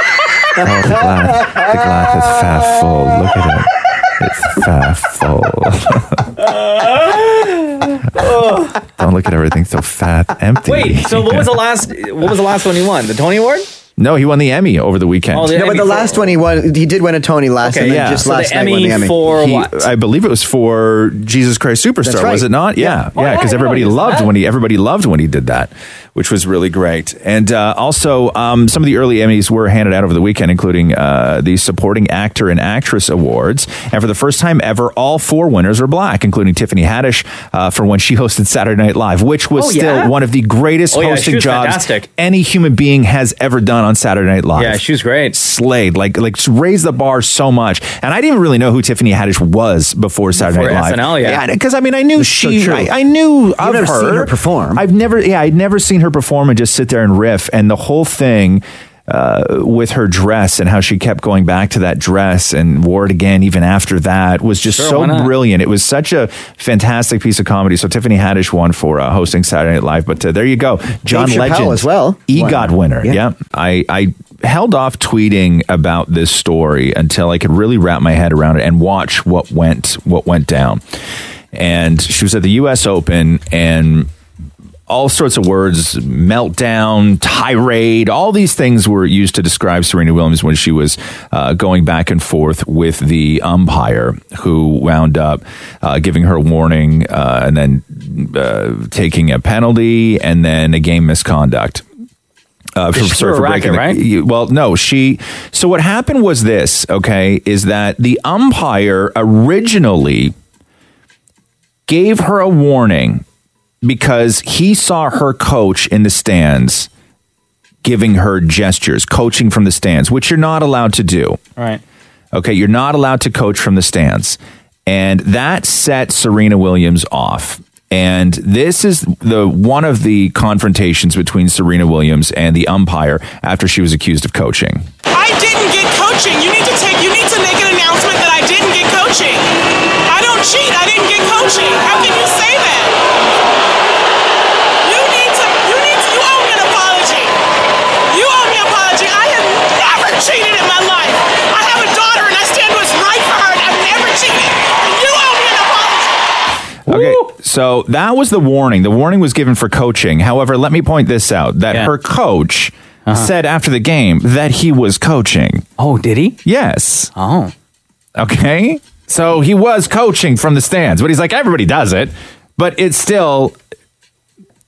[SPEAKER 4] Oh, the glass, the glass is half full. Look at it.
[SPEAKER 5] (laughs)
[SPEAKER 4] It's half full. (laughs) don't look at everything
[SPEAKER 5] (laughs)
[SPEAKER 4] so fat, empty.
[SPEAKER 5] Wait, so what was the last? What was the last one you won? The Tony Award?
[SPEAKER 4] (laughs) No, he won the Emmy over the weekend.
[SPEAKER 5] Oh,
[SPEAKER 7] no, but the last one he won, he did win a Tony last, and then just last night won the Emmy
[SPEAKER 4] He- I believe it was for Jesus Christ Superstar,
[SPEAKER 7] That's right.
[SPEAKER 4] was it not? Yeah,
[SPEAKER 5] Oh,
[SPEAKER 7] Yeah.
[SPEAKER 4] yeah, because everybody loved when he everybody loved when he did that, which was really great. And uh, also, um, some of the early Emmys were handed out over the weekend, including uh, the Supporting Actor and Actress Awards. And for the first time ever, all four winners are black, including Tiffany Haddish uh, for when she hosted Saturday Night Live, which was
[SPEAKER 5] Oh,
[SPEAKER 4] still
[SPEAKER 5] yeah?
[SPEAKER 4] one of the greatest
[SPEAKER 5] Oh, yeah, she
[SPEAKER 4] hosting
[SPEAKER 5] was
[SPEAKER 4] jobs
[SPEAKER 5] fantastic.
[SPEAKER 4] any human being has ever done on Saturday Night Live.
[SPEAKER 5] Yeah, she was great.
[SPEAKER 4] Slayed, like like raised the bar so much. And I didn't really know who Tiffany Haddish was before Saturday
[SPEAKER 5] Before
[SPEAKER 4] Night
[SPEAKER 5] SNL,
[SPEAKER 4] Live.
[SPEAKER 5] yeah.
[SPEAKER 4] because I mean, I knew
[SPEAKER 5] That's so
[SPEAKER 4] she.
[SPEAKER 5] true.
[SPEAKER 4] I, I knew
[SPEAKER 5] You've
[SPEAKER 4] of
[SPEAKER 5] never
[SPEAKER 4] her.
[SPEAKER 5] seen her
[SPEAKER 4] perform. I've never. Yeah, I'd never seen her perform and just sit there and riff. And the whole thing. Uh, with her dress and how she kept going back to that dress and wore it again even after that was just
[SPEAKER 5] Sure, why
[SPEAKER 4] so
[SPEAKER 5] not?
[SPEAKER 4] brilliant. It was such a fantastic piece of comedy. So Tiffany Haddish won for uh, hosting Saturday Night Live, but uh, there you go, John
[SPEAKER 7] Chappelle
[SPEAKER 4] Legend
[SPEAKER 7] as well.
[SPEAKER 4] EGOT
[SPEAKER 7] Wow.
[SPEAKER 4] winner. Yeah. I I held off tweeting about this story until I could really wrap my head around it and watch what went what went down. And she was at the U.S. Open and. All sorts of words, meltdown, tirade, all these things were used to describe Serena Williams when she was uh, going back and forth with the umpire who wound up uh, giving her a warning uh, and then uh, taking a penalty and then a game misconduct uh, for,
[SPEAKER 5] She
[SPEAKER 4] sorry,
[SPEAKER 5] threw
[SPEAKER 4] for
[SPEAKER 5] a
[SPEAKER 4] breaking
[SPEAKER 5] racket,
[SPEAKER 4] the- you- well, no, she. So what happened was this. Okay, is that the umpire originally gave her a warning because he saw her coach in the stands giving her gestures, coaching from the stands, which you're not allowed to do.
[SPEAKER 5] Right.
[SPEAKER 4] Okay, you're not allowed to coach from the stands. And that set Serena Williams off. And this is the one of the confrontations between Serena Williams and the umpire after she was accused of coaching.
[SPEAKER 11] I didn't get coaching. You need to take. You need to make an announcement that I didn't get coaching. I don't cheat. I didn't get coaching. How can you say that? You need to. You need to. You owe me an apology. You owe me an apology. I have never cheated in my life. I have a daughter.
[SPEAKER 4] Okay, so that was the warning. The warning was given for coaching. However, let me point this out that her coach said after the game that he was coaching.
[SPEAKER 5] Uh-huh. Oh, did he?
[SPEAKER 4] Yes. Oh. Okay. So he was coaching from the stands, but he's like, everybody does it, but it's still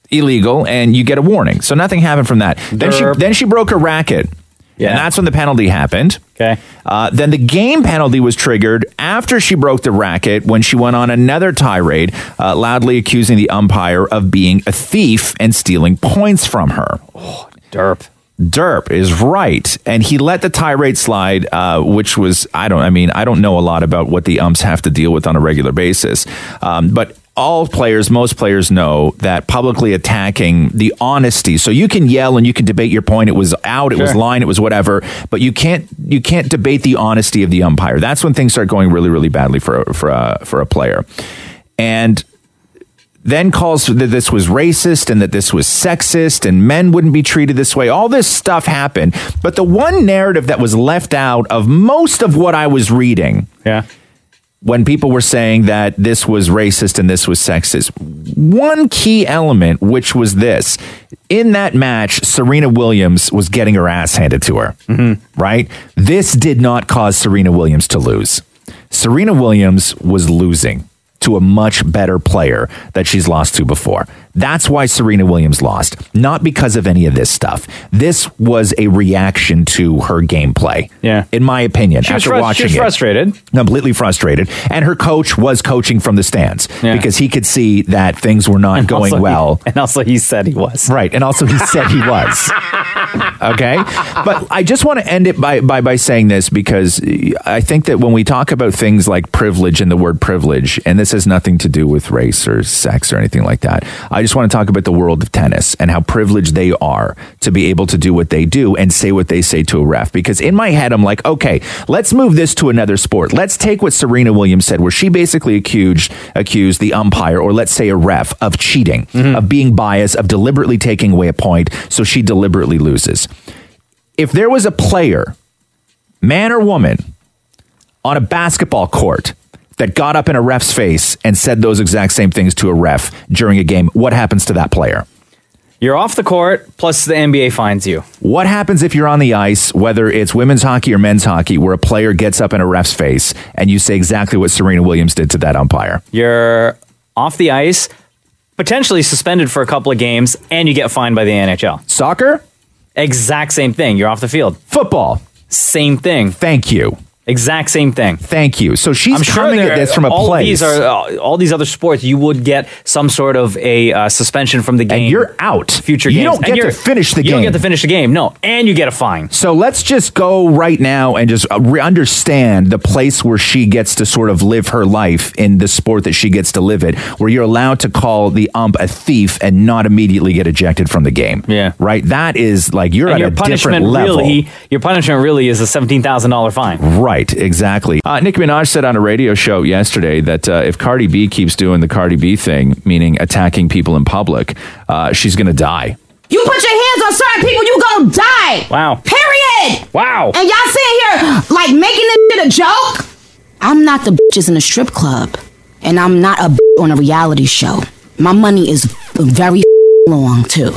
[SPEAKER 4] illegal and you get a warning. So nothing happened from that. Then she
[SPEAKER 5] Derp.
[SPEAKER 4] then she broke her racket. Yeah. And that's when the penalty happened. Okay. Uh, then the game penalty was triggered after she broke the racket when she went on another tirade, uh, loudly accusing the umpire of being a thief and stealing points from her. Oh, derp. Derp is right, and he let the tirade slide, uh, which was I don't. I mean, I don't know a lot about what the umps have to deal with on a regular basis, um, but all players, most players know that publicly attacking the honesty. So you can yell and you can debate your point. It was out. It was
[SPEAKER 10] Sure.
[SPEAKER 4] line. It was whatever. But you can't you can't debate the honesty of the umpire. That's when things start going really really badly for a- for a, for a player, and then calls that this was racist and that this was sexist and men wouldn't be treated this way. All this stuff happened. But the one narrative that was left out of most of what I was reading. Yeah. When people were saying that this was racist and this was sexist, one key element, which was this in that match, Serena Williams was getting her ass handed to her, right? This did not cause Serena Williams to lose. Serena Williams was losing to a much better player that she's lost to before. That's why Serena Williams lost, not because of any of this stuff. This was a reaction to her gameplay. Yeah. In my opinion,
[SPEAKER 5] She was
[SPEAKER 4] after
[SPEAKER 5] frus- she
[SPEAKER 4] watching
[SPEAKER 5] was
[SPEAKER 4] it.
[SPEAKER 5] frustrated.
[SPEAKER 4] Completely frustrated. And her coach was coaching from the stands because he could see that things were not going
[SPEAKER 5] also he-
[SPEAKER 4] well. (laughs) and also he said he was. Right. And also he said he (laughs) was okay but i just want to end it by, by by saying this because i think that when we talk about things like privilege and the word privilege and this has nothing to do with race or sex or anything like that i just want to talk about the world of tennis and how privileged they are to be able to do what they do and say what they say to a ref because in my head i'm like okay let's move this to another sport let's take what serena williams said where she basically accused accused the umpire or let's say a ref of cheating of being biased of deliberately taking away a point so she deliberately loses if there was a player, man or woman, on a basketball court that got up in a ref's face and said those exact same things to a ref during a game, what happens to that player?
[SPEAKER 5] You're off the court, plus the NBA fines you.
[SPEAKER 4] What happens if you're on the ice, whether it's women's hockey or men's hockey, where a player gets up in a ref's face and you say exactly what Serena Williams did to that umpire?
[SPEAKER 5] You're off the ice, potentially suspended for a couple of games, and you get fined by the NHL.
[SPEAKER 4] Soccer?
[SPEAKER 5] Exact same thing. You're off the field.
[SPEAKER 4] Football?
[SPEAKER 5] Same thing.
[SPEAKER 4] Thank you.
[SPEAKER 5] Exact same thing.
[SPEAKER 4] Thank you. So she's coming at this from a
[SPEAKER 5] all
[SPEAKER 4] place.
[SPEAKER 5] These are, uh, all these other sports, you would get some sort of a uh, suspension from the game. And you're
[SPEAKER 4] out.
[SPEAKER 5] Future
[SPEAKER 4] You
[SPEAKER 5] games.
[SPEAKER 4] don't
[SPEAKER 5] And
[SPEAKER 4] get to
[SPEAKER 5] you're-
[SPEAKER 4] finish the
[SPEAKER 5] You don't
[SPEAKER 4] game.
[SPEAKER 5] get to finish the game. No. And you get a fine.
[SPEAKER 4] So let's just go right now and just uh, re- understand the place where she gets to sort of live her life in the sport that she gets to live it, where you're allowed to call the ump a thief and not immediately get ejected from the game. Yeah. Right? That is like you're
[SPEAKER 5] and
[SPEAKER 4] at
[SPEAKER 5] your
[SPEAKER 4] a
[SPEAKER 5] punishment
[SPEAKER 4] different level.
[SPEAKER 5] really your punishment really is a seventeen thousand dollar fine.
[SPEAKER 4] Right, exactly. Uh, Nicki Minaj said on a radio show yesterday that uh, if Cardi B keeps doing the Cardi B thing, meaning attacking people in public, uh, she's going to die.
[SPEAKER 13] You put your hands on certain people, you gonna die.
[SPEAKER 5] Wow.
[SPEAKER 13] Period.
[SPEAKER 5] Wow.
[SPEAKER 13] And y'all sitting here like making this shit a joke? I'm not the bitches in a strip club, and I'm not a bitch on a reality show. My money is very long too.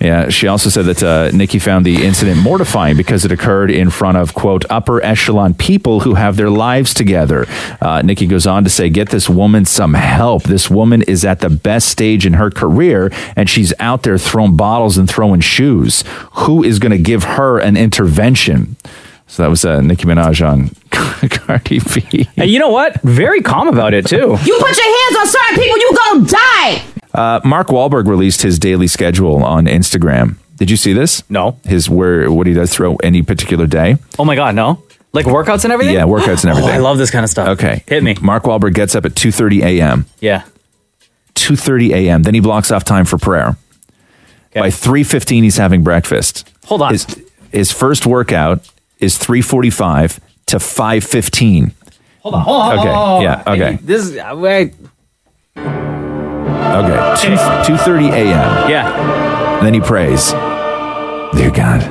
[SPEAKER 4] Yeah, she also said that uh, Nikki found the incident mortifying because it occurred in front of, quote, upper echelon people who have their lives together. Uh, Nikki goes on to say, get this woman some help. This woman is at the best stage in her career, and she's out there throwing bottles and throwing shoes. Who is going to give her an intervention? So that was uh, Nicki Minaj on (laughs) Cardi B.
[SPEAKER 5] And you know what? Very calm about it too.
[SPEAKER 13] You put your hands on certain people, you gonna die.
[SPEAKER 4] Uh, Mark Wahlberg released his daily schedule on Instagram. Did you see this? No. His where what he does throughout any particular day.
[SPEAKER 5] Oh my god, no. Like workouts and everything?
[SPEAKER 4] Yeah, workouts and everything.
[SPEAKER 5] Oh, I love this kind of stuff.
[SPEAKER 4] Okay.
[SPEAKER 5] Hit me.
[SPEAKER 4] Mark Wahlberg gets up at 2:30 a.m.
[SPEAKER 5] Yeah.
[SPEAKER 4] 2:30 a.m. Then he blocks off time for prayer. By 3:15 he's having breakfast.
[SPEAKER 5] Hold on.
[SPEAKER 4] His, his first workout is 3:45 to 5:15.
[SPEAKER 5] Hold on. Hold on.
[SPEAKER 4] Okay,
[SPEAKER 5] hold on, hold on.
[SPEAKER 4] yeah, okay.
[SPEAKER 5] This is uh, wait.
[SPEAKER 4] Okay. 2 2:30 a.m.
[SPEAKER 5] Yeah.
[SPEAKER 4] Then he prays. Dear God,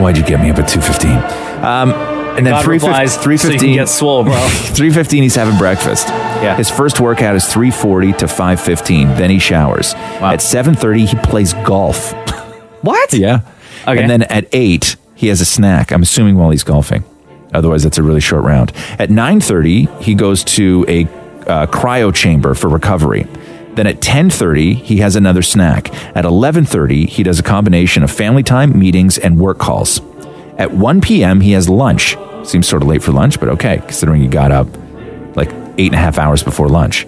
[SPEAKER 4] why'd you get me up at 2:15? Um And then
[SPEAKER 5] God
[SPEAKER 4] three
[SPEAKER 5] replies,
[SPEAKER 4] three
[SPEAKER 5] "So you
[SPEAKER 4] fifteen.
[SPEAKER 5] can
[SPEAKER 4] (laughs)
[SPEAKER 5] get swole, bro."
[SPEAKER 4] three fifteen. He's having breakfast. Yeah. His first workout is three forty to five fifteen. Then he showers. At seven thirty, he plays golf. (laughs)
[SPEAKER 2] What?
[SPEAKER 4] Yeah. Okay. And then at eight, he has a snack. I'm assuming while he's golfing. Otherwise, that's a really short round. At nine thirty, he goes to a uh, cryo chamber for recovery. Then at 10:30 he has another snack. At 11:30 he does a combination of family time, meetings and work calls. At 1 p.m. he has lunch. Seems sort of late for lunch, but okay, considering he got up like eight and a half hours before lunch.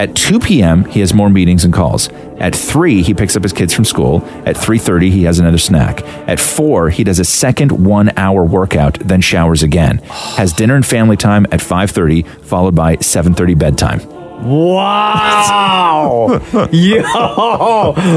[SPEAKER 4] At 2 p.m., he has more meetings and calls. At 3, he picks up his kids from school. At 3:30, he has another snack. At 4, he does a second 1-hour workout, then showers again. Has dinner and family time at 5:30, followed by 7:30 bedtime. (laughs)
[SPEAKER 5] Wow. Yo.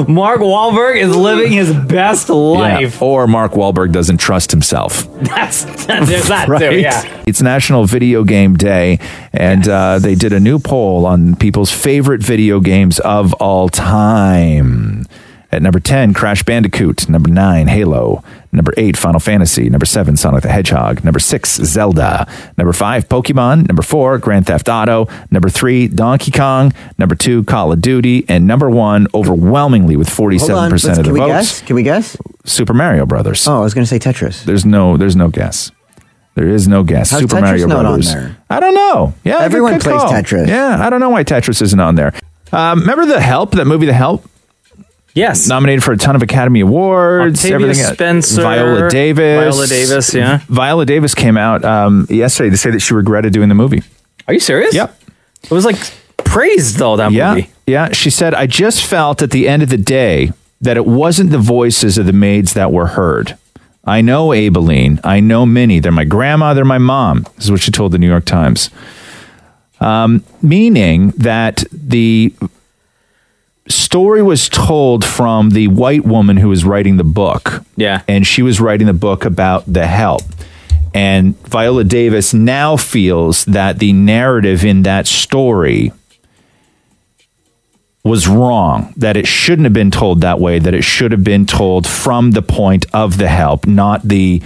[SPEAKER 5] Mark Wahlberg is living his best life.
[SPEAKER 4] Yeah, Or Mark Wahlberg doesn't trust himself.
[SPEAKER 5] That's, that's there's
[SPEAKER 4] (laughs)
[SPEAKER 5] that too. Yeah.
[SPEAKER 4] It's National Video Game Day, and uh, they did a new poll on people's favorite video games of all time. At number 10, Crash Bandicoot. Number 9, Halo. Number 8, Final Fantasy. Number 7, Sonic the Hedgehog. Number 6, Zelda. Number 5, Pokemon. Number 4, Grand Theft Auto. Number 3, Donkey Kong. Number 2, Call of Duty. And number 1, overwhelmingly with 47%
[SPEAKER 7] Hold on, let's-
[SPEAKER 4] of the
[SPEAKER 7] can we
[SPEAKER 4] votes.
[SPEAKER 7] guess? Can we guess?
[SPEAKER 4] Super Mario Brothers. Oh, I was going to say Tetris. There's no, there's no guess. There is no guess.
[SPEAKER 7] How's
[SPEAKER 4] Super
[SPEAKER 7] Tetris
[SPEAKER 4] Mario
[SPEAKER 7] not on
[SPEAKER 4] Brothers.
[SPEAKER 7] there?
[SPEAKER 4] I don't know. Yeah, good-
[SPEAKER 7] Everyone
[SPEAKER 4] good
[SPEAKER 7] plays
[SPEAKER 4] call.
[SPEAKER 7] Tetris.
[SPEAKER 4] Yeah, I don't know why Tetris isn't on there. Um, remember the Help? That movie, The Help.
[SPEAKER 5] Yes.
[SPEAKER 4] Nominated for a ton of Academy Awards.
[SPEAKER 5] Octavia
[SPEAKER 4] everything.
[SPEAKER 5] Spencer,
[SPEAKER 4] Viola Davis.
[SPEAKER 5] Viola Davis, yeah.
[SPEAKER 4] Viola Davis came out um, yesterday to say that she regretted doing the movie.
[SPEAKER 5] Are you serious?
[SPEAKER 4] Yep.
[SPEAKER 5] It was like praised though that
[SPEAKER 4] yeah,
[SPEAKER 5] movie.
[SPEAKER 4] Yeah, she said, I just felt at the end of the day that it wasn't the voices of the maids that were heard. I know Abilene. I know Minnie. They're my grandma. They're my mom. This is what she told the New York Times. Um, meaning that the story was told from the white woman who was writing the book.
[SPEAKER 5] Yeah.
[SPEAKER 4] And she was writing the book about the help. And Viola Davis now feels that the narrative in that story was wrong, that it shouldn't have been told that way, that it should have been told from the point of the help, not the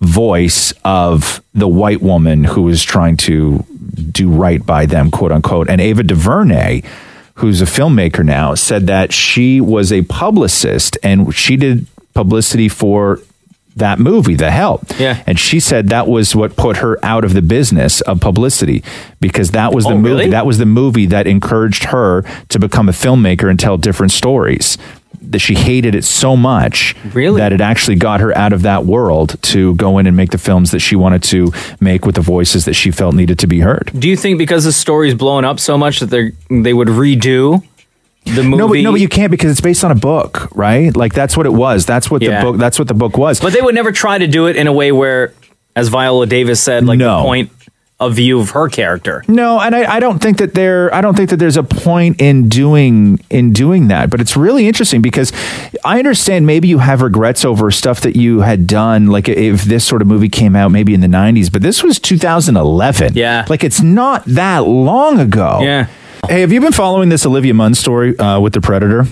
[SPEAKER 4] voice of the white woman who is trying to do right by them, quote unquote. And Ava DuVernay, who's a filmmaker now, said that she was a publicist and she did publicity for that movie, The Help.
[SPEAKER 5] Yeah.
[SPEAKER 4] And she said that was what put her out of the business of publicity because that was the movie that was the movie that encouraged her to become a filmmaker and tell different stories. That she hated it so much really? that it actually got her out of that world to go in and make the films that she wanted to make with the voices that she felt needed to be heard.
[SPEAKER 5] Do you think because the story's blown up so much that they they would redo the movie?
[SPEAKER 4] No, but, no, but you can't because it's based on a book, right? Like that's what it was. That's what
[SPEAKER 5] Yeah.
[SPEAKER 4] the book. That's what the book was.
[SPEAKER 5] But they would never try to do it in a way where, as Viola Davis said, like the point of view of her character.
[SPEAKER 4] No, and I, I don't think that there I don't think that there's a point in doing in doing that. But it's really interesting because I understand maybe you have regrets over stuff that you had done, like if this sort of movie came out maybe in the nineties, but this was two thousand eleven. Yeah. Like it's not that long ago. Yeah. Hey, have you been following this Olivia Munn story uh, with the Predator?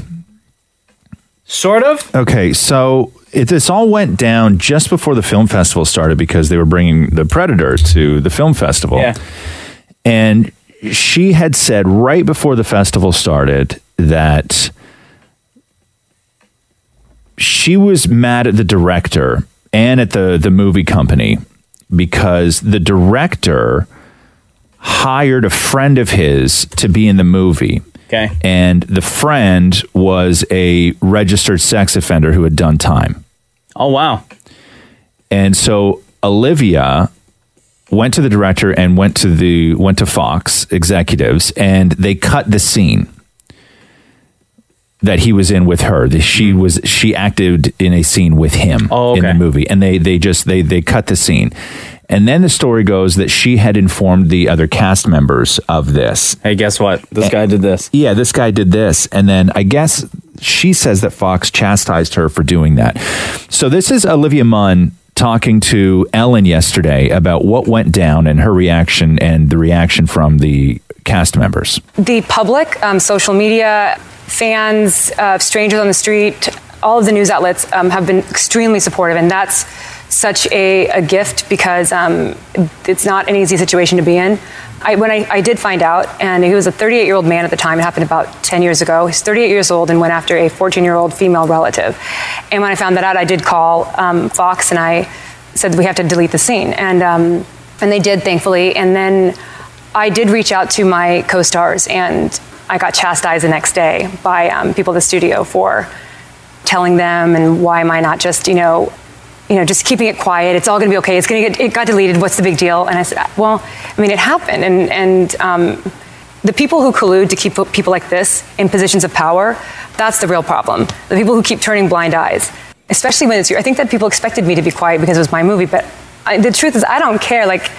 [SPEAKER 5] Sort of.
[SPEAKER 4] Okay, so it, this all went down just before the film festival started because they were bringing the Predator to the film festival. Yeah. And she had said right before the festival started that she was mad at the director and at the the movie company because the director hired a friend of his to be in the movie.
[SPEAKER 5] Okay.
[SPEAKER 4] And the friend was a registered sex offender who had done time.
[SPEAKER 5] Oh wow.
[SPEAKER 4] And so Olivia went to the director and went to the went to Fox executives and they cut the scene that he was in with her. That she was she acted in a scene with him
[SPEAKER 5] Oh,
[SPEAKER 4] in the movie, and they they just they they cut the scene. And then the story goes that she had informed the other cast members of this.
[SPEAKER 5] Hey, guess what? This guy did this.
[SPEAKER 4] Yeah, this guy did this. And then I guess she says that Fox chastised her for doing that. So this is Olivia Munn talking to Ellen yesterday about what went down and her reaction and the reaction from the cast members.
[SPEAKER 10] the public, um, social media, fans, uh, strangers on the street, all of the news outlets um, have been extremely supportive, and that's
[SPEAKER 22] such a, a gift because um, it's not an easy situation to be in. I, when I, I did find out, and he was a 38 year old man at the time, it happened about 10 years ago. He's 38 years old and went after a 14 year old female relative. And when I found that out, I did call um, Fox and I said, We have to delete the scene. And, um, and they did, thankfully. And then I did reach out to my co stars, and I got chastised the next day by um, people at the studio for telling them and why am I not just, you know, you know, just keeping it quiet. It's all going to be okay. It's going to get. It got deleted. What's the big deal? And I said, well, I mean, it happened. And and um, the people who collude to keep people like this in positions of power, that's the real problem. The people who keep turning blind eyes, especially when it's. your- I think that people expected me to be quiet because it was my movie. But I, the truth is, I don't care. Like.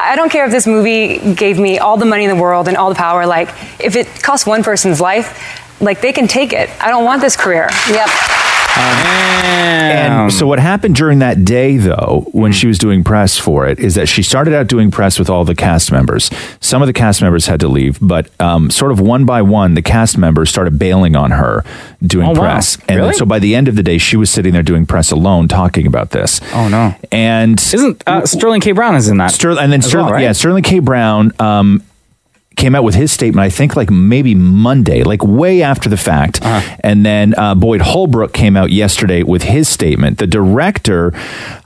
[SPEAKER 22] I don't care if this movie gave me all the money in the world and all the power. Like, if it costs one person's life, like they can take it. I don't want this career. Yep.
[SPEAKER 4] And so what happened during that day, though, when she was doing press for it, is that she started out doing press with all the cast members. Some of the cast members had to leave, but um, sort of one by one, the cast members started bailing on her doing
[SPEAKER 2] Oh, wow.
[SPEAKER 4] press. And
[SPEAKER 2] Really?
[SPEAKER 4] so by the end of the day, she was sitting there doing press alone, talking about this. Oh no! And isn't uh, Sterling K. Brown is in that? Sterling and then
[SPEAKER 2] as
[SPEAKER 4] Sterling,
[SPEAKER 2] well, right?
[SPEAKER 4] yeah, Sterling K. Brown. Um, came out with his statement, I think, like maybe Monday, like way after the fact. And then uh, Boyd Holbrook came out yesterday with his statement. The director,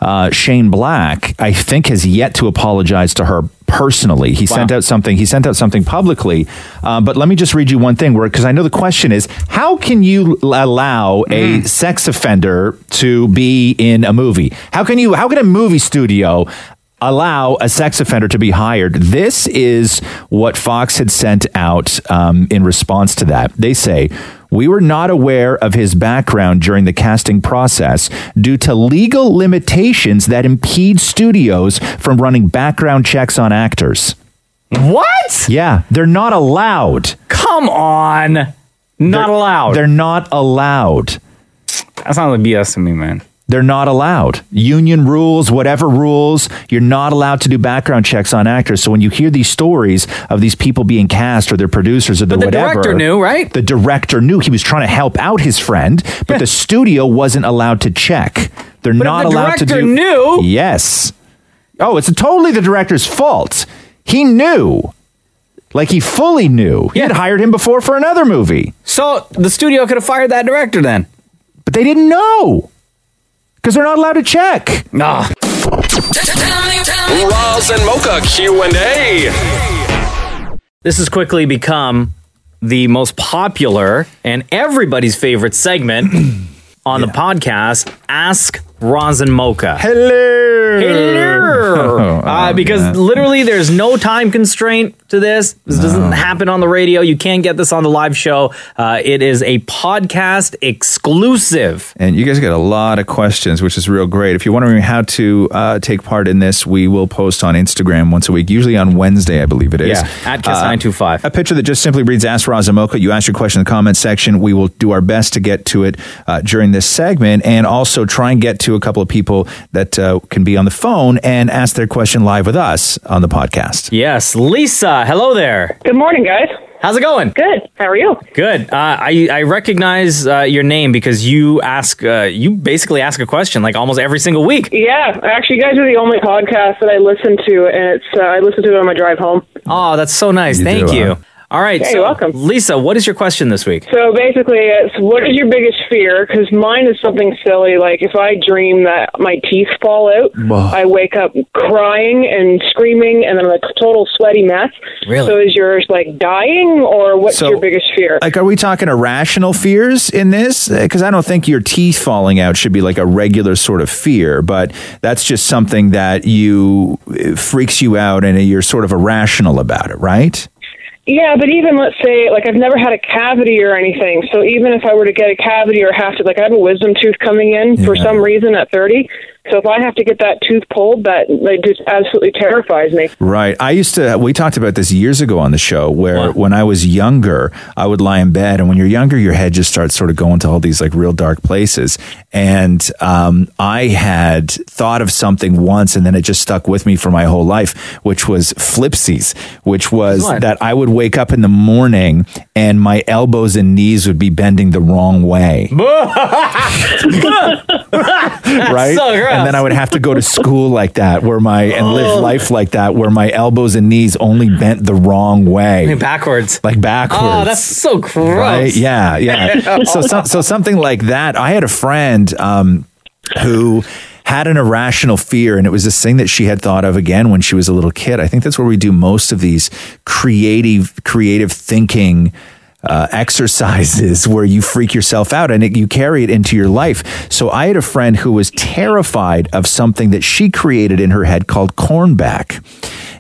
[SPEAKER 4] uh, Shane Black, I think, has yet to apologize to her personally. He sent out something. He sent out something publicly. Uh, but let me just read you one thing, where because I know the question is, how can you l- allow a sex offender to be in a movie? How can you? How can a movie studio allow a sex offender to be hired. This is what Fox had sent out um, in response to that. They say, we were not aware of his background during the casting process due to legal limitations that impede studios from running background checks on actors. What? Yeah, they're not allowed. Come on. Not allowed. They're not allowed. That sounds like BS to me, man. They're not allowed. Union rules, whatever rules, you're not allowed to do background checks on actors. So when you hear these stories of these people being cast or their producers or their
[SPEAKER 2] But the
[SPEAKER 4] whatever,
[SPEAKER 2] director knew,
[SPEAKER 4] right? The director knew he was trying to help out his friend, (laughs) but the studio wasn't allowed to check. They're
[SPEAKER 2] But if
[SPEAKER 4] not
[SPEAKER 2] the
[SPEAKER 4] allowed to
[SPEAKER 2] director
[SPEAKER 4] do.
[SPEAKER 2] knew-
[SPEAKER 4] Yes. Oh, it's totally the director's fault. He knew. Like he fully knew. He had hired him before for another movie. So the studio could have fired that director then. But they didn't know. Because they're not allowed to check. Nah.
[SPEAKER 1] Roz and Mocha Q&A.
[SPEAKER 2] This has quickly become the most popular and everybody's favorite segment on the podcast. Ask Roz and Mocha.
[SPEAKER 4] Hello.
[SPEAKER 2] Hello. uh, because literally, there's no time constraint to this. This doesn't happen on the radio. You can't get this on the live show. Uh, it is a podcast exclusive.
[SPEAKER 4] And you guys get a lot of questions, which is real great. If you're wondering how to uh, take part in this, we will post on Instagram once a week, usually on Wednesday, I believe it is.
[SPEAKER 2] Yeah, at Kiss
[SPEAKER 4] Uh,
[SPEAKER 2] 925.
[SPEAKER 4] A picture that just simply reads Ask Razamoka. You ask your question in the comments section. We will do our best to get to it uh, during this segment and also try and get to a couple of people that uh, can be on the phone and ask their question live with us on the podcast.
[SPEAKER 2] Yes, Lisa. Hello there.
[SPEAKER 14] Good morning, guys.
[SPEAKER 2] How's it going?
[SPEAKER 14] Good. How are you?
[SPEAKER 2] Good. Uh, I I recognize uh, your name because you ask uh, you basically ask a question like almost every single week.
[SPEAKER 14] Yeah, actually, you guys are the only podcast that I listen to, and it's uh, I listen to it on my drive home.
[SPEAKER 2] Oh, that's so nice. Thank
[SPEAKER 14] do,
[SPEAKER 2] you.
[SPEAKER 14] huh?
[SPEAKER 2] All right.
[SPEAKER 14] Yeah,
[SPEAKER 2] so,
[SPEAKER 14] you're welcome.
[SPEAKER 2] Lisa, what is your question this week?
[SPEAKER 14] So basically, it's what is your biggest fear? Because mine is something silly. Like if I dream that my teeth fall out,
[SPEAKER 2] Bah.
[SPEAKER 14] I wake up crying and screaming, and then I'm a total sweaty mess.
[SPEAKER 4] Really?
[SPEAKER 14] So is yours like dying, or what's
[SPEAKER 4] So-
[SPEAKER 14] your biggest fear?
[SPEAKER 4] Like, are we talking irrational fears in this? Because I don't think your teeth falling out should be like a regular sort of fear, but that's just something that you it freaks you out and you're sort of irrational about it, right?
[SPEAKER 14] Yeah, but even let's say, like, I've never had a cavity or anything. So even if I were to get a cavity or have to, like, I have a wisdom tooth coming in for some reason at 30. So if I have to get that tooth pulled, that like, just absolutely terrifies me.
[SPEAKER 4] Right. I used to, we talked about this years ago on the show where when I was younger, I would lie in bed. And when you're younger, your head just starts sort of going to all these like real dark places. And um, I had thought of something once and then it just stuck with me for my whole life, which was flipsies, which was
[SPEAKER 2] What?
[SPEAKER 4] that I would wake up in the morning and my elbows and knees would be bending the wrong way.
[SPEAKER 2] right?
[SPEAKER 4] right? and then I would have to go to school like that, where my and
[SPEAKER 2] Oh.
[SPEAKER 4] live life like that, where my elbows and knees only bent the wrong way,
[SPEAKER 2] backwards,
[SPEAKER 4] like backwards.
[SPEAKER 2] Oh, that's so gross.
[SPEAKER 4] Right?
[SPEAKER 2] (laughs)
[SPEAKER 4] Yeah, yeah. so, so, so something like that. I had a friend um, who had an irrational fear, and it was this thing that she had thought of again when she was a little kid. I think that's where we do most of these creative, creative thinking. Uh, exercises (laughs) where you freak yourself out and it, you carry it into your life. So I had a friend who was terrified of something that she created in her head called cornback.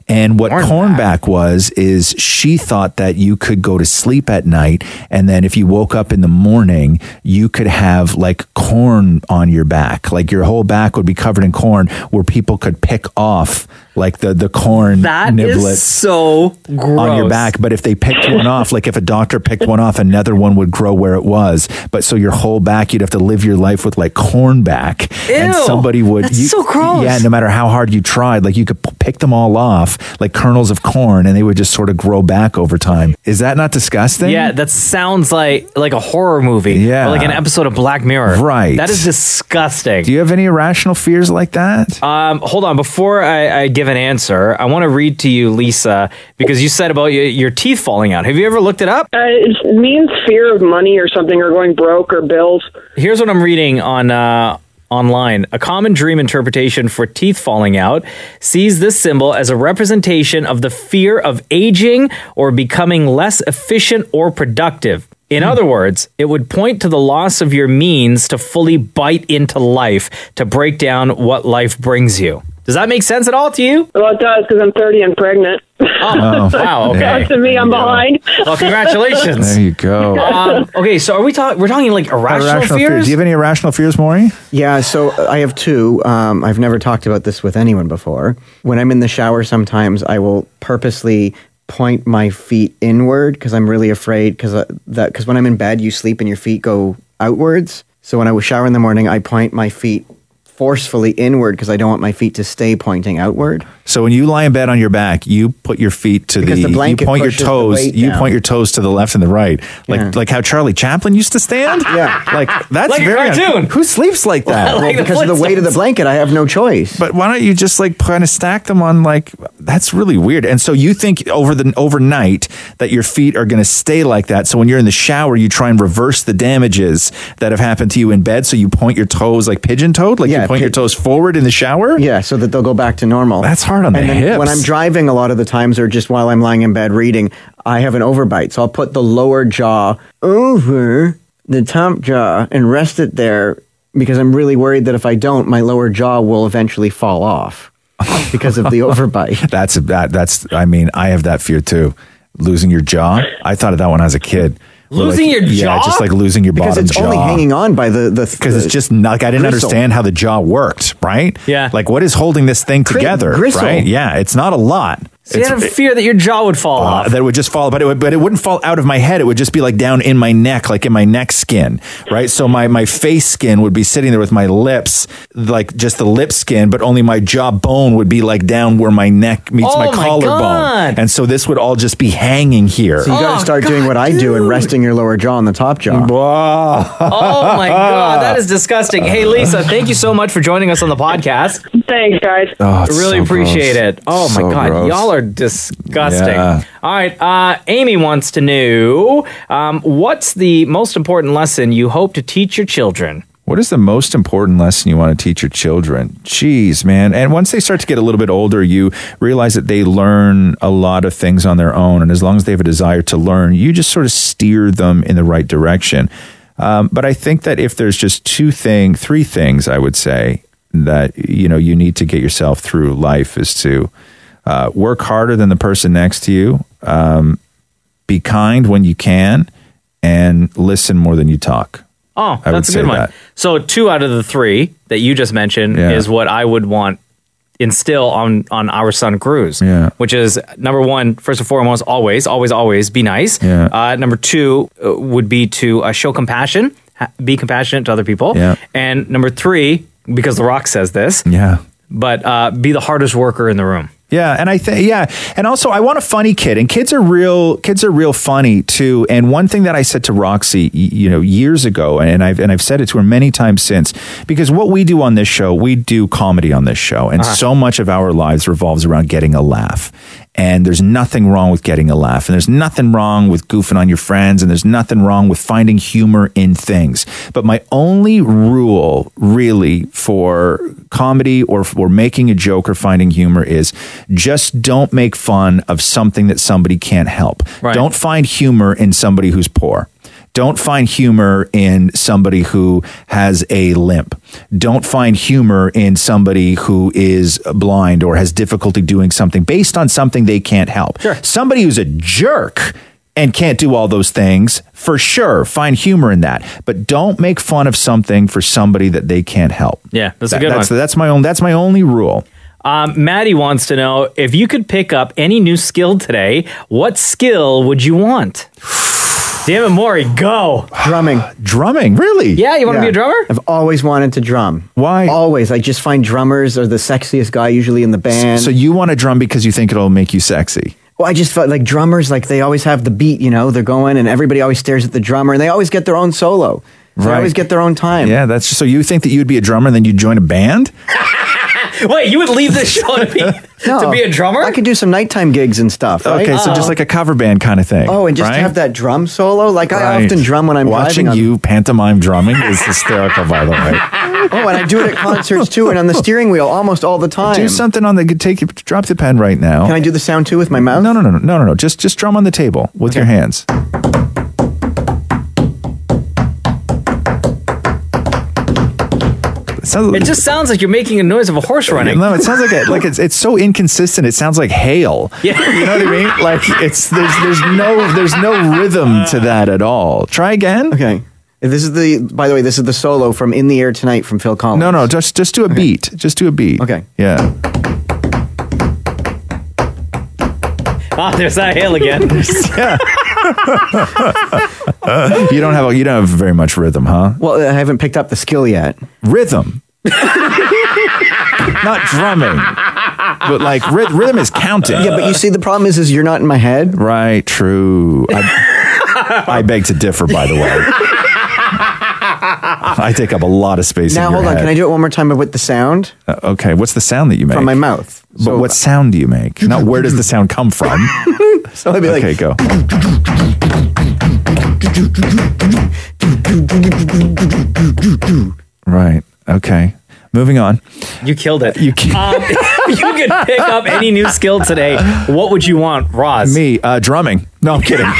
[SPEAKER 4] And what cornback was is she thought that you could go to sleep at night and then if you woke up in the morning, you could have like corn on your back. Like your whole back would be covered in corn where people could pick off like the the corn
[SPEAKER 2] That is so
[SPEAKER 4] on your
[SPEAKER 2] gross.
[SPEAKER 4] back but if they picked one off like if a doctor picked one off another one would grow where it was but so your whole back you'd have to live your life with like corn back and
[SPEAKER 2] Ew.
[SPEAKER 4] somebody would
[SPEAKER 2] That's
[SPEAKER 4] you-
[SPEAKER 2] so gross.
[SPEAKER 4] yeah no matter how hard you tried like you could p- pick them all off like kernels of corn and they would just sort of grow back over time is that not disgusting
[SPEAKER 2] Yeah, that sounds like like a horror movie.
[SPEAKER 4] Yeah.
[SPEAKER 2] Or like an episode of Black Mirror.
[SPEAKER 4] Right.
[SPEAKER 2] That is disgusting.
[SPEAKER 4] do you have any irrational fears like that
[SPEAKER 2] Um, hold on. Before I, I give an answer, I want to read to you, Lisa, because you said about your, your teeth falling out. Have you ever looked it up?
[SPEAKER 14] Uh, it means fear of money or something, or going broke or bills.
[SPEAKER 2] Here's what I'm reading on uh, online. A common dream interpretation for teeth falling out sees this symbol as a representation of the fear of aging or becoming less efficient or productive.
[SPEAKER 4] Hmm.
[SPEAKER 2] In other words, it would point to the loss of your means to fully bite into life to break down what life brings you. Does that make
[SPEAKER 4] (laughs)
[SPEAKER 2] sense at all to you?
[SPEAKER 14] Well, it does because I'm 30 and pregnant. (laughs)
[SPEAKER 2] Oh, wow, okay.
[SPEAKER 14] Talk to me, I'm behind.
[SPEAKER 2] Well, congratulations. (laughs)
[SPEAKER 4] there you go
[SPEAKER 2] Um, okay, so are we talking? We're talking like irrational, fears.
[SPEAKER 7] Do you
[SPEAKER 4] have any irrational fears, Maury?
[SPEAKER 7] Yeah, so uh, I have two. Um, I've never talked about this with anyone before. When I'm in the shower, sometimes I will purposely point my feet inward because I'm really afraid because that because when I'm in bed, you sleep and your feet go outwards. So when I was shower in the morning, I point my feet forcefully inward because I don't want my feet to stay pointing outward.
[SPEAKER 4] So when you lie in bed on your back, you put your feet to
[SPEAKER 7] Because
[SPEAKER 4] the,
[SPEAKER 7] the blanket
[SPEAKER 4] you point your
[SPEAKER 7] pushes the
[SPEAKER 4] toes,
[SPEAKER 7] weight
[SPEAKER 4] you
[SPEAKER 7] down.
[SPEAKER 4] point your toes to the left and the right, like
[SPEAKER 7] Yeah.
[SPEAKER 4] like how Charlie Chaplin used to stand. Yeah, like
[SPEAKER 5] (laughs)
[SPEAKER 4] that's
[SPEAKER 7] Like a
[SPEAKER 4] very
[SPEAKER 7] cartoon.
[SPEAKER 4] Who sleeps like that?
[SPEAKER 7] Well, because of the weight of the blanket, I have no choice.
[SPEAKER 4] But why don't you just like kind of stack them on like that's really weird. And so you think over the overnight that your feet are going to stay like that. So when you're in the shower, you try and reverse the damages that have happened to you in bed. So you point your toes like pigeon toed, like you point your toes forward in the shower.
[SPEAKER 7] Yeah, so that they'll go back to normal.
[SPEAKER 4] That's hard on
[SPEAKER 7] and
[SPEAKER 4] the
[SPEAKER 7] then
[SPEAKER 4] hips.
[SPEAKER 7] when I'm driving, a lot of the times, or just while I'm lying in bed reading, I have an overbite. So I'll put the lower jaw over the top jaw and rest it there because I'm really worried that if I don't, my lower jaw will eventually fall
[SPEAKER 4] (laughs)
[SPEAKER 7] off because of the overbite.
[SPEAKER 4] That's that. That's. I mean, I have that fear too. Losing your jaw. I thought of that when I was a kid. Where,
[SPEAKER 7] Losing
[SPEAKER 4] like,
[SPEAKER 7] your
[SPEAKER 4] Yeah,
[SPEAKER 7] jaw?
[SPEAKER 4] just like losing your
[SPEAKER 7] Because
[SPEAKER 4] bottom
[SPEAKER 7] it's only
[SPEAKER 4] jaw.
[SPEAKER 7] hanging on by the the
[SPEAKER 4] because it's just not, like I didn't
[SPEAKER 7] Gristle.
[SPEAKER 4] understand how the jaw worked, right? Yeah. Like what is holding this thing
[SPEAKER 2] Gri-
[SPEAKER 4] together,
[SPEAKER 2] gristle.
[SPEAKER 4] right? Yeah, it's not a lot.
[SPEAKER 2] So you
[SPEAKER 4] It's-
[SPEAKER 2] had a
[SPEAKER 4] it-
[SPEAKER 2] fear that your jaw would fall off.
[SPEAKER 4] uh, that would just fall, but it would, but it wouldn't fall out of my head. It would just be like down in my neck, like in my neck skin, right? So my my face skin would be sitting there with my lips, like just the lip skin, but only my jawbone would be like down where my neck meets
[SPEAKER 7] Oh
[SPEAKER 4] my
[SPEAKER 7] my
[SPEAKER 4] collarbone,
[SPEAKER 7] God.
[SPEAKER 4] and so this would all just be hanging here.
[SPEAKER 7] So you
[SPEAKER 5] Oh,
[SPEAKER 7] got to start doing what I do and resting your lower jaw on the top jaw.
[SPEAKER 2] Oh my god, that is disgusting. Hey Lisa, thank you so much for joining us on the podcast.
[SPEAKER 14] Thanks, guys.
[SPEAKER 4] Oh, it's
[SPEAKER 2] really
[SPEAKER 4] so
[SPEAKER 2] appreciate
[SPEAKER 4] gross.
[SPEAKER 2] it. Oh
[SPEAKER 4] So
[SPEAKER 2] my god,
[SPEAKER 4] gross.
[SPEAKER 2] y'all are disgusting.
[SPEAKER 4] Yeah.
[SPEAKER 2] All right, uh, Amy wants to know um, what's the most important lesson you hope to teach your children?
[SPEAKER 4] What is the most important lesson you want to teach your children? Jeez, man. And once they start to get a little bit older, you realize that they learn a lot of things on their own. And as long as they have a desire to learn, you just sort of steer them in the right direction. Um, but I think that if there's just two thing, three things I would say that, you know, you need to get yourself through life is to uh, work harder than the person next to you, um, be kind when you can, and listen more than you talk.
[SPEAKER 2] Oh,
[SPEAKER 4] I would
[SPEAKER 2] that's a
[SPEAKER 4] say
[SPEAKER 2] good one.
[SPEAKER 4] that.
[SPEAKER 2] So two out of the three that you just mentioned
[SPEAKER 4] Yeah.
[SPEAKER 2] is what I would want instill on on our son Cruz.
[SPEAKER 4] Yeah.
[SPEAKER 2] Which is number one, first and foremost, always, always, always be nice.
[SPEAKER 4] Yeah.
[SPEAKER 2] Uh, number two uh, would be to uh, show compassion, ha- be compassionate to other people.
[SPEAKER 4] Yeah.
[SPEAKER 2] And number three, because The Rock says this,
[SPEAKER 4] Yeah.
[SPEAKER 2] but uh, be the hardest worker in the room.
[SPEAKER 4] Yeah, and I think yeah, and also I want a funny kid, and kids are real. Kids are real funny too. And one thing that I said to Roxy, y- you know, years ago, and I've and I've said it to her many times since, because what we do on this show, we do comedy on this show, and
[SPEAKER 12] Uh-huh.
[SPEAKER 4] so much of our lives revolves around getting a laugh. And there's nothing wrong with getting a laugh, and there's nothing wrong with goofing on your friends, and there's nothing wrong with finding humor in things. But my only rule, really, for comedy or for making a joke or finding humor is just don't make fun of something that somebody can't help. Don't find humor in somebody who's poor. Don't find humor in somebody who has a limp. Don't find humor in somebody who is blind or has difficulty doing something based on something they can't help. Somebody who's a jerk and can't do all those things, for sure, find humor in that. But don't make fun of something for somebody that they can't help.
[SPEAKER 5] Yeah, that's a
[SPEAKER 4] That-
[SPEAKER 5] good
[SPEAKER 4] that's,
[SPEAKER 5] one.
[SPEAKER 4] that's my own. That's my only rule.
[SPEAKER 5] Um, Maddie wants to know if you could pick up any new skill today, what skill would you want? Damn it, Maury, go.
[SPEAKER 7] Drumming.
[SPEAKER 4] drumming, really?
[SPEAKER 5] Yeah, you want to be a drummer?
[SPEAKER 7] I've always wanted to drum.
[SPEAKER 4] Why?
[SPEAKER 7] Always. I just find drummers are the sexiest guy usually in
[SPEAKER 5] (laughs)
[SPEAKER 7] the band.
[SPEAKER 4] So you want to drum because you think it'll make you sexy.
[SPEAKER 7] Well, I just felt like drummers, like they always have the beat, you know, they're going and everybody always stares at the drummer and they always get their own solo. They
[SPEAKER 4] Right.
[SPEAKER 7] always get their own time.
[SPEAKER 4] Yeah, that's so you think that you'd be a drummer and then you'd join a band?
[SPEAKER 5] (laughs) Wait, you would leave this show to be, to be a drummer? Oh.
[SPEAKER 7] I could do some nighttime gigs and stuff. right?
[SPEAKER 4] Okay, so just like a cover band kind of thing.
[SPEAKER 7] Oh, and just
[SPEAKER 4] right?
[SPEAKER 7] have that drum solo. Like I
[SPEAKER 4] Right.
[SPEAKER 7] often drum when I'm
[SPEAKER 4] watching
[SPEAKER 7] driving on-
[SPEAKER 4] you pantomime drumming is hysterical. By the way,
[SPEAKER 7] (laughs) Oh, and I do it at concerts too, and on the steering wheel almost all the (laughs) time.
[SPEAKER 4] (laughs) do something on the take. Drop the pen right now. Can
[SPEAKER 7] I do the sound too with my mouth?
[SPEAKER 4] No, no, no, no, no, no, no. Just just drum on the table with your hands. It, sounds,
[SPEAKER 5] It just sounds like you're making a noise of a horse running.
[SPEAKER 4] No, it sounds like it, like it's it's so inconsistent. It sounds like hail.
[SPEAKER 5] (laughs) Yeah.
[SPEAKER 4] you know what I mean. Like it's there's there's no there's no (laughs) rhythm to that at all. Try again.
[SPEAKER 7] Okay. This is the by the way, this is the solo from In the Air Tonight from Phil Collins.
[SPEAKER 4] No, no, just just do a beat. Just do a beat.
[SPEAKER 7] Okay.
[SPEAKER 4] Yeah.
[SPEAKER 5] Ah, there's that hail again.
[SPEAKER 4] (laughs) yeah. you don't have you don't have very much rhythm, huh?
[SPEAKER 7] Well, I haven't picked up the skill yet.
[SPEAKER 4] Rhythm, not drumming, but like ryth-
[SPEAKER 7] (laughs)
[SPEAKER 4] rhythm is counting.
[SPEAKER 7] Yeah, but you see, the problem is, is you're not in my head.
[SPEAKER 4] Right. True. I, (laughs) I beg to differ. By the way, I take up a lot of space.
[SPEAKER 7] now
[SPEAKER 4] in your
[SPEAKER 7] hold on,
[SPEAKER 4] head.
[SPEAKER 7] can I do it one more time but with the sound?
[SPEAKER 4] Uh, okay, what's the sound that you make
[SPEAKER 7] From my mouth.
[SPEAKER 4] But what sound do you make? Not where does the sound come from?
[SPEAKER 7] (laughs) So I'd be like,
[SPEAKER 4] okay, go. Right. Okay. Moving on.
[SPEAKER 5] (laughs) You killed it. You, um, if you could pick up any new skill today, what would you want, Roz?
[SPEAKER 4] Me, uh, drumming. No, I'm kidding.
[SPEAKER 5] (laughs)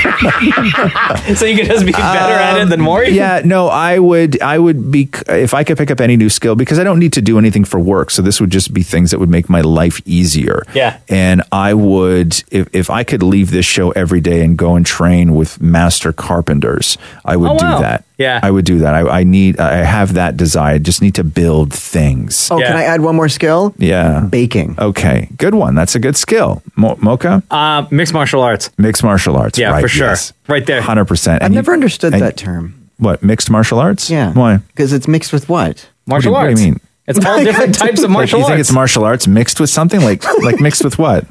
[SPEAKER 4] Uh,
[SPEAKER 5] so you could just be better at it than Maury?
[SPEAKER 4] Um, Yeah, no, I would, I would be if I could pick up any new skill because I don't need to do anything for work. So this would just be things that would make my life easier.
[SPEAKER 5] Yeah.
[SPEAKER 4] And I would, if if I could leave this show every day and go and train with master carpenters, I would
[SPEAKER 5] Oh,
[SPEAKER 4] do
[SPEAKER 5] wow.
[SPEAKER 4] that.
[SPEAKER 5] Yeah.
[SPEAKER 4] I would do that. I, I need, I have that desire. I just need to build things.
[SPEAKER 7] oh, can I add one more skill?
[SPEAKER 4] Yeah.
[SPEAKER 7] Baking.
[SPEAKER 4] Okay, good one. That's a good skill. Mo- Mocha.
[SPEAKER 5] Uh, mixed martial arts.
[SPEAKER 4] Mixed martial arts.
[SPEAKER 5] Yeah,
[SPEAKER 4] right,
[SPEAKER 5] for sure.
[SPEAKER 4] yes.
[SPEAKER 5] Right there.
[SPEAKER 4] 100%.
[SPEAKER 7] I've never understood that term.
[SPEAKER 4] What, mixed martial arts?
[SPEAKER 7] Yeah.
[SPEAKER 4] Why?
[SPEAKER 7] Because it's mixed with what?
[SPEAKER 4] Martial What do you- what do you arts. mean?
[SPEAKER 5] It's
[SPEAKER 7] (laughs)
[SPEAKER 5] all different types of martial
[SPEAKER 4] like, You think
[SPEAKER 5] arts.
[SPEAKER 4] it's martial arts mixed with something like like mixed
[SPEAKER 5] (laughs)
[SPEAKER 4] with what?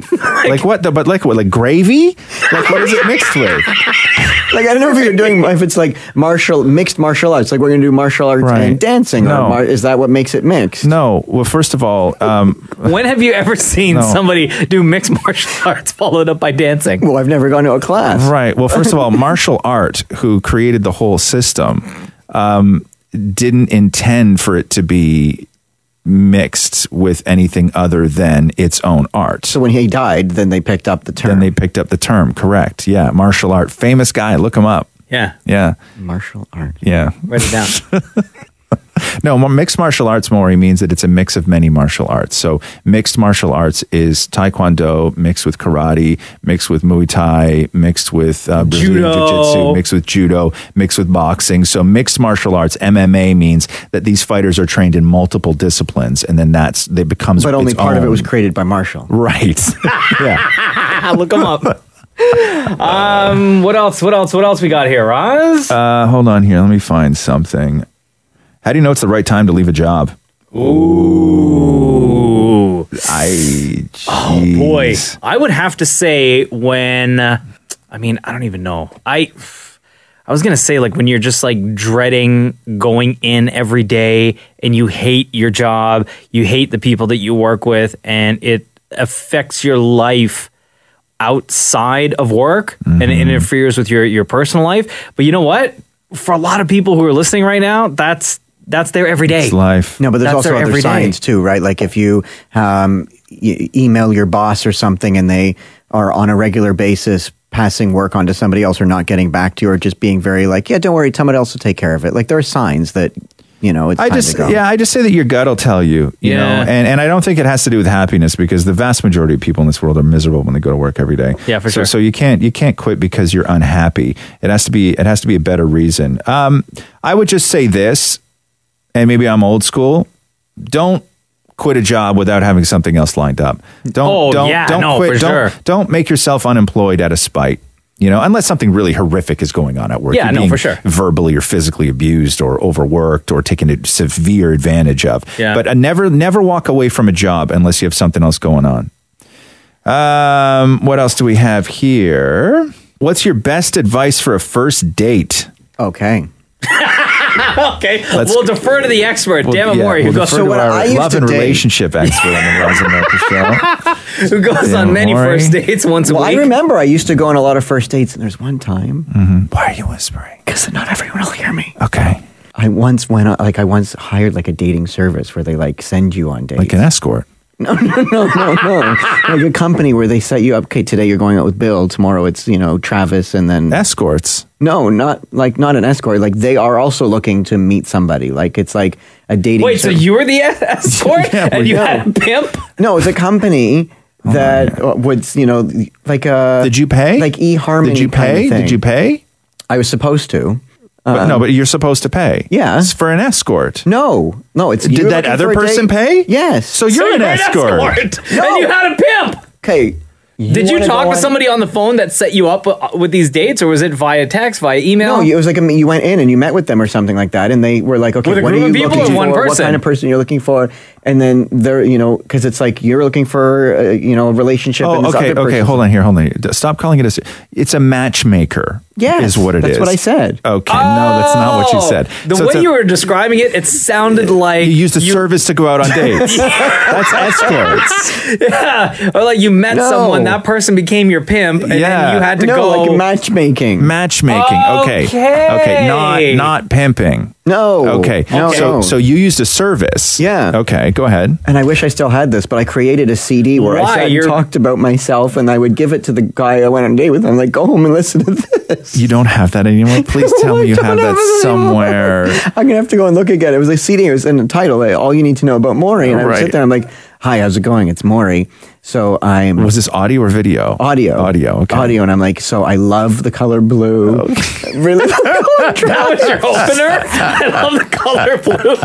[SPEAKER 4] like what? though? But like what? Like gravy? Like what is it mixed with?
[SPEAKER 7] Like I don't know if you're doing if it's like martial mixed martial arts. Like we're gonna do martial arts and dancing.
[SPEAKER 4] No.
[SPEAKER 7] Or mar- is that what makes it mixed?
[SPEAKER 4] No. Well, first of all, um,
[SPEAKER 5] (laughs) When have you ever seen
[SPEAKER 4] No.
[SPEAKER 5] somebody do mixed martial (laughs) arts followed up by dancing?
[SPEAKER 7] Well, I've never gone to a class.
[SPEAKER 4] Right. Well, first
[SPEAKER 7] (laughs)
[SPEAKER 4] of all, martial art, who created the whole system, um, didn't intend for it to be mixed with anything other than its own art. So
[SPEAKER 7] when he died, then they picked up the term.
[SPEAKER 4] Then they picked up the term. Correct. Yeah. Martial art. Famous guy. Look him up.
[SPEAKER 5] Yeah.
[SPEAKER 4] Yeah.
[SPEAKER 7] Martial art.
[SPEAKER 4] Yeah.
[SPEAKER 5] Write it down.
[SPEAKER 4] (laughs) No, mo- mixed martial arts, Maury, means that it's a mix of many martial arts. So mixed martial arts is taekwondo mixed with karate, mixed with muay thai, mixed with uh, Brazilian
[SPEAKER 5] Judo.
[SPEAKER 4] jiu-jitsu, mixed with judo, mixed with boxing. So mixed martial arts, MMA, means that these fighters are trained in multiple disciplines, and then that's they becomes.
[SPEAKER 7] But only
[SPEAKER 4] its
[SPEAKER 7] part of it
[SPEAKER 4] own.
[SPEAKER 7] was created by Marshall.
[SPEAKER 4] Right.
[SPEAKER 7] (laughs)
[SPEAKER 5] (laughs) Look them
[SPEAKER 4] (laughs)
[SPEAKER 5] up. Um, what else? What else? What else we got here, Roz?
[SPEAKER 4] uh, hold on here. Let me find something. How do you know it's the right time to leave a job?
[SPEAKER 5] Ooh.
[SPEAKER 4] I.
[SPEAKER 5] Oh boy, I would have to say when. uh, I mean, I don't even know. I. I was gonna say like when you're just like dreading going in every day and you hate your job, you hate the people that you work with, and it affects your life outside of work and it
[SPEAKER 7] Mm-hmm.
[SPEAKER 5] interferes with your your personal life. But you know what? For a lot of people who are listening right now, that's that's their every day.
[SPEAKER 7] It's life. No, but there's
[SPEAKER 5] That's
[SPEAKER 7] also
[SPEAKER 5] their
[SPEAKER 7] other
[SPEAKER 5] every day.
[SPEAKER 7] signs too, right? Like if you um, y- email your boss or something, and they are on a regular basis passing work on to somebody else, or not getting back to you, or just being very like, "Yeah, don't worry, someone else will take care of it." Like there are signs that you know it's
[SPEAKER 4] I
[SPEAKER 7] time
[SPEAKER 4] just
[SPEAKER 7] to go.
[SPEAKER 4] yeah, I just say that your gut will tell you, you
[SPEAKER 7] Yeah.
[SPEAKER 4] know, and and I don't think it has to do with happiness because the vast majority of people in this world are miserable when they go to work every day.
[SPEAKER 5] Yeah, for
[SPEAKER 4] so,
[SPEAKER 5] sure.
[SPEAKER 4] So you can't you can't quit because you're unhappy. It has to be it has to be a better reason. Um, I would just say this, and maybe I'm old school. Don't quit a job without having something else lined up. Don't
[SPEAKER 5] Oh,
[SPEAKER 4] don't
[SPEAKER 5] yeah,
[SPEAKER 4] don't
[SPEAKER 5] no,
[SPEAKER 4] quit.
[SPEAKER 5] for
[SPEAKER 4] don't
[SPEAKER 5] sure.
[SPEAKER 4] don't make yourself unemployed out of spite. You know, unless something really horrific is going on at work.
[SPEAKER 5] Yeah,
[SPEAKER 4] You're
[SPEAKER 5] no,
[SPEAKER 4] being
[SPEAKER 5] for sure.
[SPEAKER 4] Verbally or physically abused or overworked or taken a severe advantage of.
[SPEAKER 5] Yeah.
[SPEAKER 4] But uh, never never walk away from a job unless you have something else going on. Um, what else do we have here? What's your best advice for a first date?
[SPEAKER 7] Okay.
[SPEAKER 5] (laughs) okay,
[SPEAKER 4] Let's-
[SPEAKER 5] we'll defer to the expert.
[SPEAKER 4] Well,
[SPEAKER 5] Damn it,
[SPEAKER 4] yeah,
[SPEAKER 5] Maury, who
[SPEAKER 4] we'll
[SPEAKER 5] goes
[SPEAKER 4] defer to our love and relationship expert on the Rosin Murphy show.
[SPEAKER 5] who goes on many first dates once a
[SPEAKER 7] well,
[SPEAKER 5] week.
[SPEAKER 7] I remember I used to go on a lot of first dates, and there's one time.
[SPEAKER 4] Why are you whispering?
[SPEAKER 7] Because not everyone will hear me.
[SPEAKER 4] Mm-hmm. Okay.
[SPEAKER 7] I once went on, like I once hired like a dating service where they like send you on dates, like
[SPEAKER 4] an escort.
[SPEAKER 7] (laughs) No, no, no, no, no. like a company where they set you up. Okay, today you're going out with Bill. Tomorrow it's you know Travis, and then
[SPEAKER 4] escorts.
[SPEAKER 7] No, not like not an escort. Like they are also looking to meet somebody. Like it's like a dating.
[SPEAKER 5] Wait, so
[SPEAKER 7] service.
[SPEAKER 5] you were the (laughs)
[SPEAKER 4] (laughs)
[SPEAKER 5] escort
[SPEAKER 7] Yeah,
[SPEAKER 5] and
[SPEAKER 7] we
[SPEAKER 5] you
[SPEAKER 7] know.
[SPEAKER 5] had a pimp?
[SPEAKER 7] No, it's a company that uh, would you know like uh
[SPEAKER 4] Oh, Did you pay?
[SPEAKER 7] Like eHarmony.
[SPEAKER 4] Did you pay? Did you pay?
[SPEAKER 7] I was supposed to.
[SPEAKER 4] But
[SPEAKER 7] Um,
[SPEAKER 4] no, but you're supposed to pay.
[SPEAKER 7] Yeah.
[SPEAKER 4] It's for an escort.
[SPEAKER 7] No, no. It's
[SPEAKER 4] did
[SPEAKER 7] you're
[SPEAKER 4] that
[SPEAKER 7] looking
[SPEAKER 4] other
[SPEAKER 7] for a
[SPEAKER 4] person
[SPEAKER 7] date?
[SPEAKER 4] pay?
[SPEAKER 7] Yes.
[SPEAKER 4] So you're an escort.
[SPEAKER 5] And you had a
[SPEAKER 4] (laughs)
[SPEAKER 5] pimp. (laughs)
[SPEAKER 7] Okay.
[SPEAKER 5] Did you
[SPEAKER 7] wanna
[SPEAKER 5] talk
[SPEAKER 7] go
[SPEAKER 5] to
[SPEAKER 7] on-
[SPEAKER 5] somebody on the phone that set you up uh, with these dates, or was it via text, via email?
[SPEAKER 7] No, it was like a, you went in and you met with them or something like that, and they were like,
[SPEAKER 5] With
[SPEAKER 7] "Okay,
[SPEAKER 5] a
[SPEAKER 7] what are
[SPEAKER 5] group
[SPEAKER 7] you
[SPEAKER 5] of people
[SPEAKER 7] looking
[SPEAKER 5] or
[SPEAKER 7] for?
[SPEAKER 5] one
[SPEAKER 7] What
[SPEAKER 5] person?
[SPEAKER 7] kind of person you're looking for?" And then they're, you know, because it's like you're looking for, uh, you know, a relationship. and
[SPEAKER 4] Oh,
[SPEAKER 7] this
[SPEAKER 4] okay,
[SPEAKER 7] other
[SPEAKER 4] okay.
[SPEAKER 7] person's-
[SPEAKER 4] Hold on here. Hold on. here. D- Stop calling it a. It's a matchmaker.
[SPEAKER 5] Yes,
[SPEAKER 4] is what it is.
[SPEAKER 5] that's what I said.
[SPEAKER 4] Okay, no, that's not what you said.
[SPEAKER 5] Oh, The
[SPEAKER 4] So it's
[SPEAKER 5] way
[SPEAKER 4] a-
[SPEAKER 5] you were describing it, it sounded like you
[SPEAKER 4] used a service to go out
[SPEAKER 5] (laughs)
[SPEAKER 4] on dates. That's escorts.
[SPEAKER 5] Yeah, or like you met
[SPEAKER 4] No.
[SPEAKER 5] someone, that person became your pimp, and then you had to
[SPEAKER 7] no,
[SPEAKER 5] go
[SPEAKER 7] like matchmaking.
[SPEAKER 4] Matchmaking. Okay.
[SPEAKER 5] Okay.
[SPEAKER 4] Not not pimping.
[SPEAKER 7] No.
[SPEAKER 4] Okay.
[SPEAKER 7] No.
[SPEAKER 4] So so you used a service.
[SPEAKER 7] Yeah.
[SPEAKER 4] Okay. Go ahead.
[SPEAKER 7] And I wish I still had this, but I created a CD where
[SPEAKER 4] Why?
[SPEAKER 7] I sat
[SPEAKER 4] You're-
[SPEAKER 7] and talked about myself, and I would give it to the guy I went on a date with. I'm like, go home and listen to this.
[SPEAKER 4] You don't have that anymore. Please tell me you have that somewhere.
[SPEAKER 7] I'm gonna have to go and look again. It was a CD. It was in the title. eh, All you need to know about Maury. And I would
[SPEAKER 4] Right.
[SPEAKER 7] sit there. I'm like, "Hi, how's it going? It's Maury." So I'm.
[SPEAKER 4] Was this audio or video?
[SPEAKER 7] Audio.
[SPEAKER 4] Audio. Okay. Oh.
[SPEAKER 7] Audio. And I'm like, so I love the color blue. (laughs) really.
[SPEAKER 4] (laughs)
[SPEAKER 5] that was your
[SPEAKER 7] (laughs)
[SPEAKER 5] opener. I love the color blue.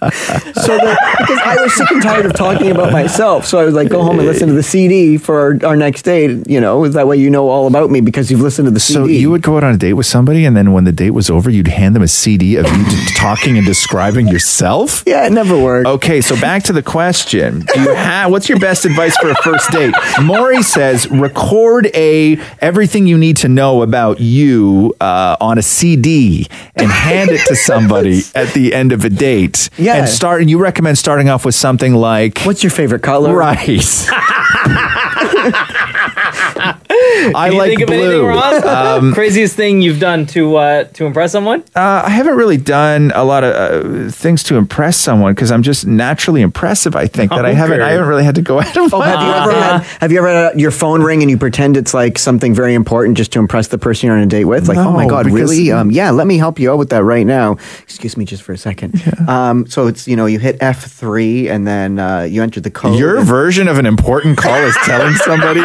[SPEAKER 7] so that, because I was sick and tired of talking about myself, so I was like, go home and listen to the CD for our, our next date. You know, that way you know all about me because you've listened to the
[SPEAKER 4] So
[SPEAKER 7] CD.
[SPEAKER 4] you would go out on a date with somebody, and then when the date was over, you'd hand them a CD of you t- (laughs) talking and describing yourself.
[SPEAKER 7] Yeah, it never worked.
[SPEAKER 4] Okay, so back to the question: Do you have what's your best advice for a first date? Maury says record a everything you need to know about you uh, on a CD and hand
[SPEAKER 7] (laughs)
[SPEAKER 4] it to somebody at the end of a date.
[SPEAKER 7] Yeah.
[SPEAKER 4] and start. And you recommend starting off with something like,
[SPEAKER 7] "What's your favorite color?"
[SPEAKER 4] Right.
[SPEAKER 7] (laughs)
[SPEAKER 4] I
[SPEAKER 5] Can you
[SPEAKER 4] like
[SPEAKER 5] think of Anything,
[SPEAKER 4] blue.
[SPEAKER 5] Ross?
[SPEAKER 4] Um,
[SPEAKER 5] Craziest thing you've done to uh, to impress someone?
[SPEAKER 4] Uh, I haven't really done a lot of uh, things to impress someone because I'm just naturally impressive. I think that I haven't. I
[SPEAKER 7] Okay.
[SPEAKER 4] haven't really had to go (laughs) out.
[SPEAKER 7] Oh, have you ever
[SPEAKER 4] uh,
[SPEAKER 5] (laughs)
[SPEAKER 7] had, have you ever had your phone ring and you pretend it's like something very important just to impress the person you're on a date with? Like, oh my
[SPEAKER 4] No,
[SPEAKER 7] god,
[SPEAKER 4] because-
[SPEAKER 7] really? Um, yeah, let me help you out with that right now. Excuse me, just for a second. Um, so it's you know you hit F three and then uh, you enter the code.
[SPEAKER 4] Your
[SPEAKER 7] and-
[SPEAKER 4] version of an important call is telling somebody
[SPEAKER 5] (laughs)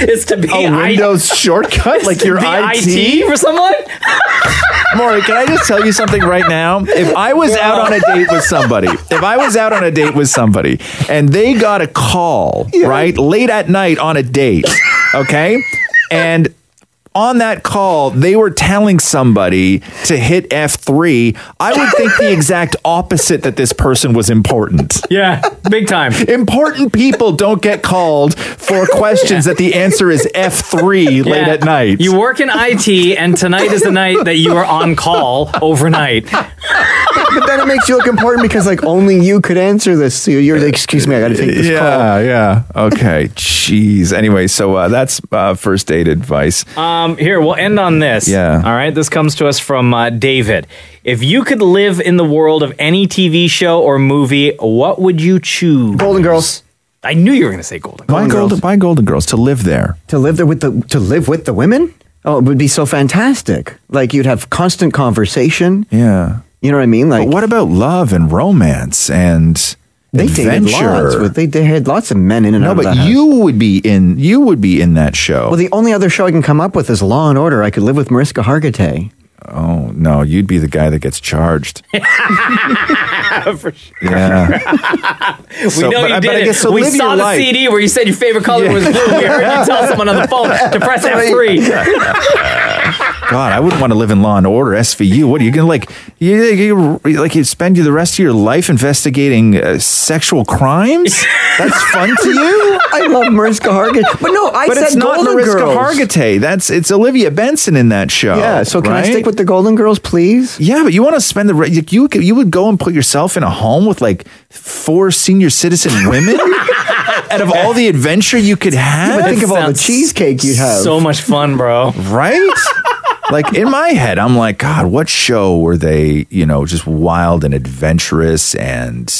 [SPEAKER 5] it's to be
[SPEAKER 4] a Windows shortcut, like your
[SPEAKER 5] (laughs) The
[SPEAKER 4] IT.
[SPEAKER 5] for someone?
[SPEAKER 4] Maury, can I just tell you something right now? If I was out on a date with somebody, if I was out on a date with somebody and they got a call, right, late at night on a date, okay, and on that call they were telling somebody to hit F3, I would think
[SPEAKER 7] (laughs)
[SPEAKER 4] the exact opposite that this person was important.
[SPEAKER 2] Yeah, big time.
[SPEAKER 4] important people don't get called for questions that the answer is
[SPEAKER 2] (laughs)
[SPEAKER 4] F3 late
[SPEAKER 2] Yeah.
[SPEAKER 4] at night.
[SPEAKER 2] You work in IT, and tonight is the night that you are on call overnight.
[SPEAKER 7] Oh, but then it makes you look important because like only you could answer this. So you're like, excuse me, I got to take this
[SPEAKER 4] yeah,
[SPEAKER 7] call.
[SPEAKER 4] yeah. Okay. Jeez. Anyway, so uh, that's uh, first date advice.
[SPEAKER 2] Um, here, we'll end on this.
[SPEAKER 4] Yeah.
[SPEAKER 2] All right. This comes to us from uh, David. If you could live in the world of any TV show or movie, what would you choose? Golden
[SPEAKER 7] Girls.
[SPEAKER 2] I knew you were going to say Golden
[SPEAKER 4] Why
[SPEAKER 2] Girls.
[SPEAKER 4] Golden, why Golden Girls to live there?
[SPEAKER 7] To live there with the to live with the women? Oh, it would be so fantastic. Like you'd have constant conversation.
[SPEAKER 4] Yeah.
[SPEAKER 7] You know what I mean? Like
[SPEAKER 4] what about love and romance and
[SPEAKER 7] they dated
[SPEAKER 4] adventure?
[SPEAKER 7] lots with they, they had lots of men in and
[SPEAKER 4] no,
[SPEAKER 7] out of that
[SPEAKER 4] but
[SPEAKER 7] house.
[SPEAKER 4] you would be in. You would be in that show.
[SPEAKER 7] Well, the only other show I can come up with is Law and Order. I could live with Mariska Hargitay.
[SPEAKER 4] oh no, you'd be the guy that gets charged.
[SPEAKER 2] For sure.
[SPEAKER 4] Yeah.
[SPEAKER 2] We
[SPEAKER 4] So,
[SPEAKER 2] know
[SPEAKER 4] but-
[SPEAKER 2] you
[SPEAKER 4] but
[SPEAKER 2] did
[SPEAKER 4] I
[SPEAKER 2] it.
[SPEAKER 4] guess so
[SPEAKER 2] we
[SPEAKER 4] live
[SPEAKER 2] saw
[SPEAKER 4] your
[SPEAKER 2] the
[SPEAKER 4] life.
[SPEAKER 2] CD where you said your favorite color
[SPEAKER 4] Yeah.
[SPEAKER 2] was blue. We heard you tell someone on the phone to
[SPEAKER 4] (laughs)
[SPEAKER 2] press F3.
[SPEAKER 4] God, I wouldn't want to live in Law and Order SVU. What are you gonna like? You, you like you spend the rest of your life investigating uh, sexual crimes? That's fun to you?
[SPEAKER 7] (laughs) I love Mariska Hargitay. But no, I
[SPEAKER 4] but
[SPEAKER 7] said
[SPEAKER 4] it's not
[SPEAKER 7] Golden
[SPEAKER 4] Mariska
[SPEAKER 7] Girls.
[SPEAKER 4] Hargitay. That's it's Olivia Benson in that show.
[SPEAKER 7] Yeah, so can I
[SPEAKER 4] right?
[SPEAKER 7] stick with the Golden Girls, please?
[SPEAKER 4] Yeah, but you want to spend the re- you you could- you would go and put yourself in a home with like four senior citizen
[SPEAKER 7] (laughs)
[SPEAKER 4] women. Out of all the adventure you could have,
[SPEAKER 7] but think of all the cheesecake you'd have.
[SPEAKER 2] So much fun, bro. (laughs)
[SPEAKER 4] right? like in my head, I'm like, God, what show were they? You know, just wild and adventurous and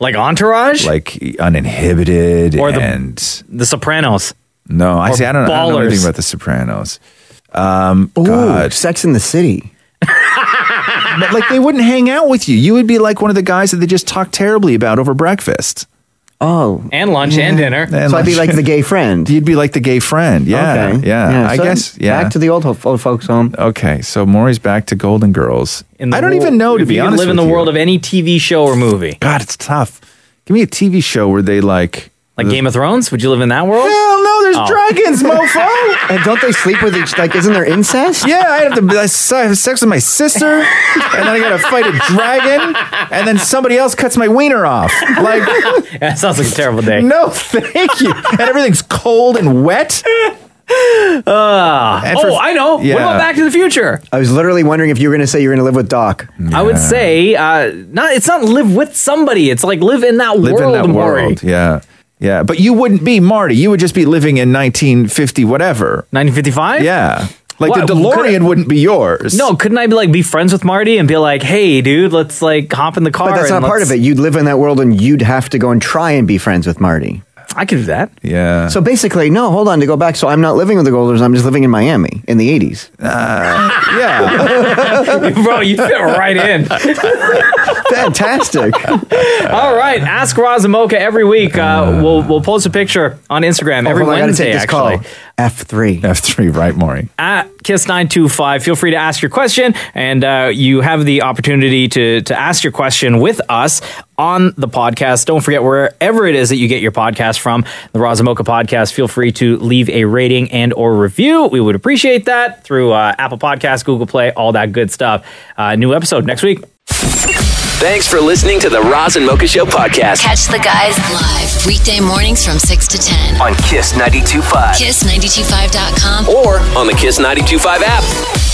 [SPEAKER 2] Like Entourage?
[SPEAKER 4] like uninhibited
[SPEAKER 2] Or the-
[SPEAKER 4] and
[SPEAKER 2] The Sopranos.
[SPEAKER 4] no, I
[SPEAKER 2] or
[SPEAKER 4] see. I don't, I don't know
[SPEAKER 2] Ballers.
[SPEAKER 4] anything about The Sopranos. Um, God,
[SPEAKER 7] Sex in the
[SPEAKER 2] (laughs)
[SPEAKER 7] City.
[SPEAKER 4] but like they wouldn't hang out with you. You would be like one of the guys that they just talk terribly about over breakfast.
[SPEAKER 7] Oh,
[SPEAKER 2] And lunch and dinner.
[SPEAKER 7] so I'd be like the gay friend.
[SPEAKER 4] (laughs) You'd be like the gay friend. Yeah,
[SPEAKER 7] Okay.
[SPEAKER 4] yeah.
[SPEAKER 7] Yeah,
[SPEAKER 4] I
[SPEAKER 7] so
[SPEAKER 4] guess. Yeah.
[SPEAKER 7] back to the old, ho- old folks home.
[SPEAKER 4] Okay, so Maury's back to Golden Girls.
[SPEAKER 2] In the
[SPEAKER 4] I don't
[SPEAKER 2] world-
[SPEAKER 4] even know to
[SPEAKER 2] if
[SPEAKER 4] be
[SPEAKER 2] you could
[SPEAKER 4] honest.
[SPEAKER 2] live in the
[SPEAKER 4] with you.
[SPEAKER 2] world of any TV show or movie.
[SPEAKER 4] God, it's tough. Give me a TV show where they like
[SPEAKER 2] Like Game of Thrones? Would you live in that world?
[SPEAKER 4] Hell no, there's
[SPEAKER 2] Oh.
[SPEAKER 4] dragons, mofo.
[SPEAKER 7] (laughs) And don't they sleep with each? Like, isn't there incest?
[SPEAKER 4] Yeah, I have to I s- I have sex with my sister, and then I gotta fight a (laughs) dragon, and then somebody else cuts my wiener
[SPEAKER 2] (laughs)
[SPEAKER 4] off. Like,
[SPEAKER 2] (laughs) that sounds like a terrible day.
[SPEAKER 4] no, thank you. And everything's cold and wet.
[SPEAKER 2] (laughs) Ah.
[SPEAKER 4] And for-
[SPEAKER 2] oh, I know.
[SPEAKER 4] Yeah.
[SPEAKER 2] What about Back to the Future?
[SPEAKER 7] I was literally wondering if you were going to say you were going to live with Doc.
[SPEAKER 2] I would say uh, not. It's not live with somebody. It's like live in that
[SPEAKER 4] Live
[SPEAKER 2] world.
[SPEAKER 4] in that
[SPEAKER 2] Maury.
[SPEAKER 4] world. Yeah, yeah. But you wouldn't be Marty. You would just be living in 1950 whatever.
[SPEAKER 2] 1955.
[SPEAKER 4] Yeah, like
[SPEAKER 2] What?
[SPEAKER 4] the DeLorean wouldn't be yours.
[SPEAKER 2] No, couldn't I be like be friends with Marty and be like, hey, dude, let's like hop in the car.
[SPEAKER 7] But that's
[SPEAKER 2] and
[SPEAKER 7] not part of
[SPEAKER 2] let's-
[SPEAKER 7] it. You'd live in that world, and you'd have to go and try and be friends with Marty.
[SPEAKER 2] I could do
[SPEAKER 1] (laughs)
[SPEAKER 2] that. (laughs)
[SPEAKER 4] Yeah.
[SPEAKER 7] So basically, no. Hold on, to go back. So I'm not living with the Golders. I'm just living in Miami in the '80s.
[SPEAKER 2] Ah.
[SPEAKER 4] yeah. (laughs)
[SPEAKER 2] (laughs) Bro, you fit right in.
[SPEAKER 7] (laughs) Fantastic.
[SPEAKER 2] (laughs) All right, ask Roz and Mocha every week. Uh, we'll we'll post a picture on Instagram every
[SPEAKER 7] Oh, hold on, I gotta
[SPEAKER 2] Wednesday.
[SPEAKER 7] take this
[SPEAKER 2] actually,
[SPEAKER 7] call. F three.
[SPEAKER 4] F three. Right, Maury.
[SPEAKER 2] at Kiss925. Feel free to ask your question, and uh, you have the opportunity to, to ask your question with us on the podcast. Don't forget, wherever it is that you get your podcast from, the Razamoka podcast, feel free to leave a rating and or review. We would appreciate that through uh, Apple Podcasts, Google Play, all that good stuff. Uh, new episode next week.
[SPEAKER 1] Thanks for listening to the Roz and Mocha Show podcast
[SPEAKER 3] Catch the guys live weekday mornings from 6 to 10.
[SPEAKER 1] on Kiss 92.5
[SPEAKER 3] Kiss925.com
[SPEAKER 1] or on the Kiss 92.5 app.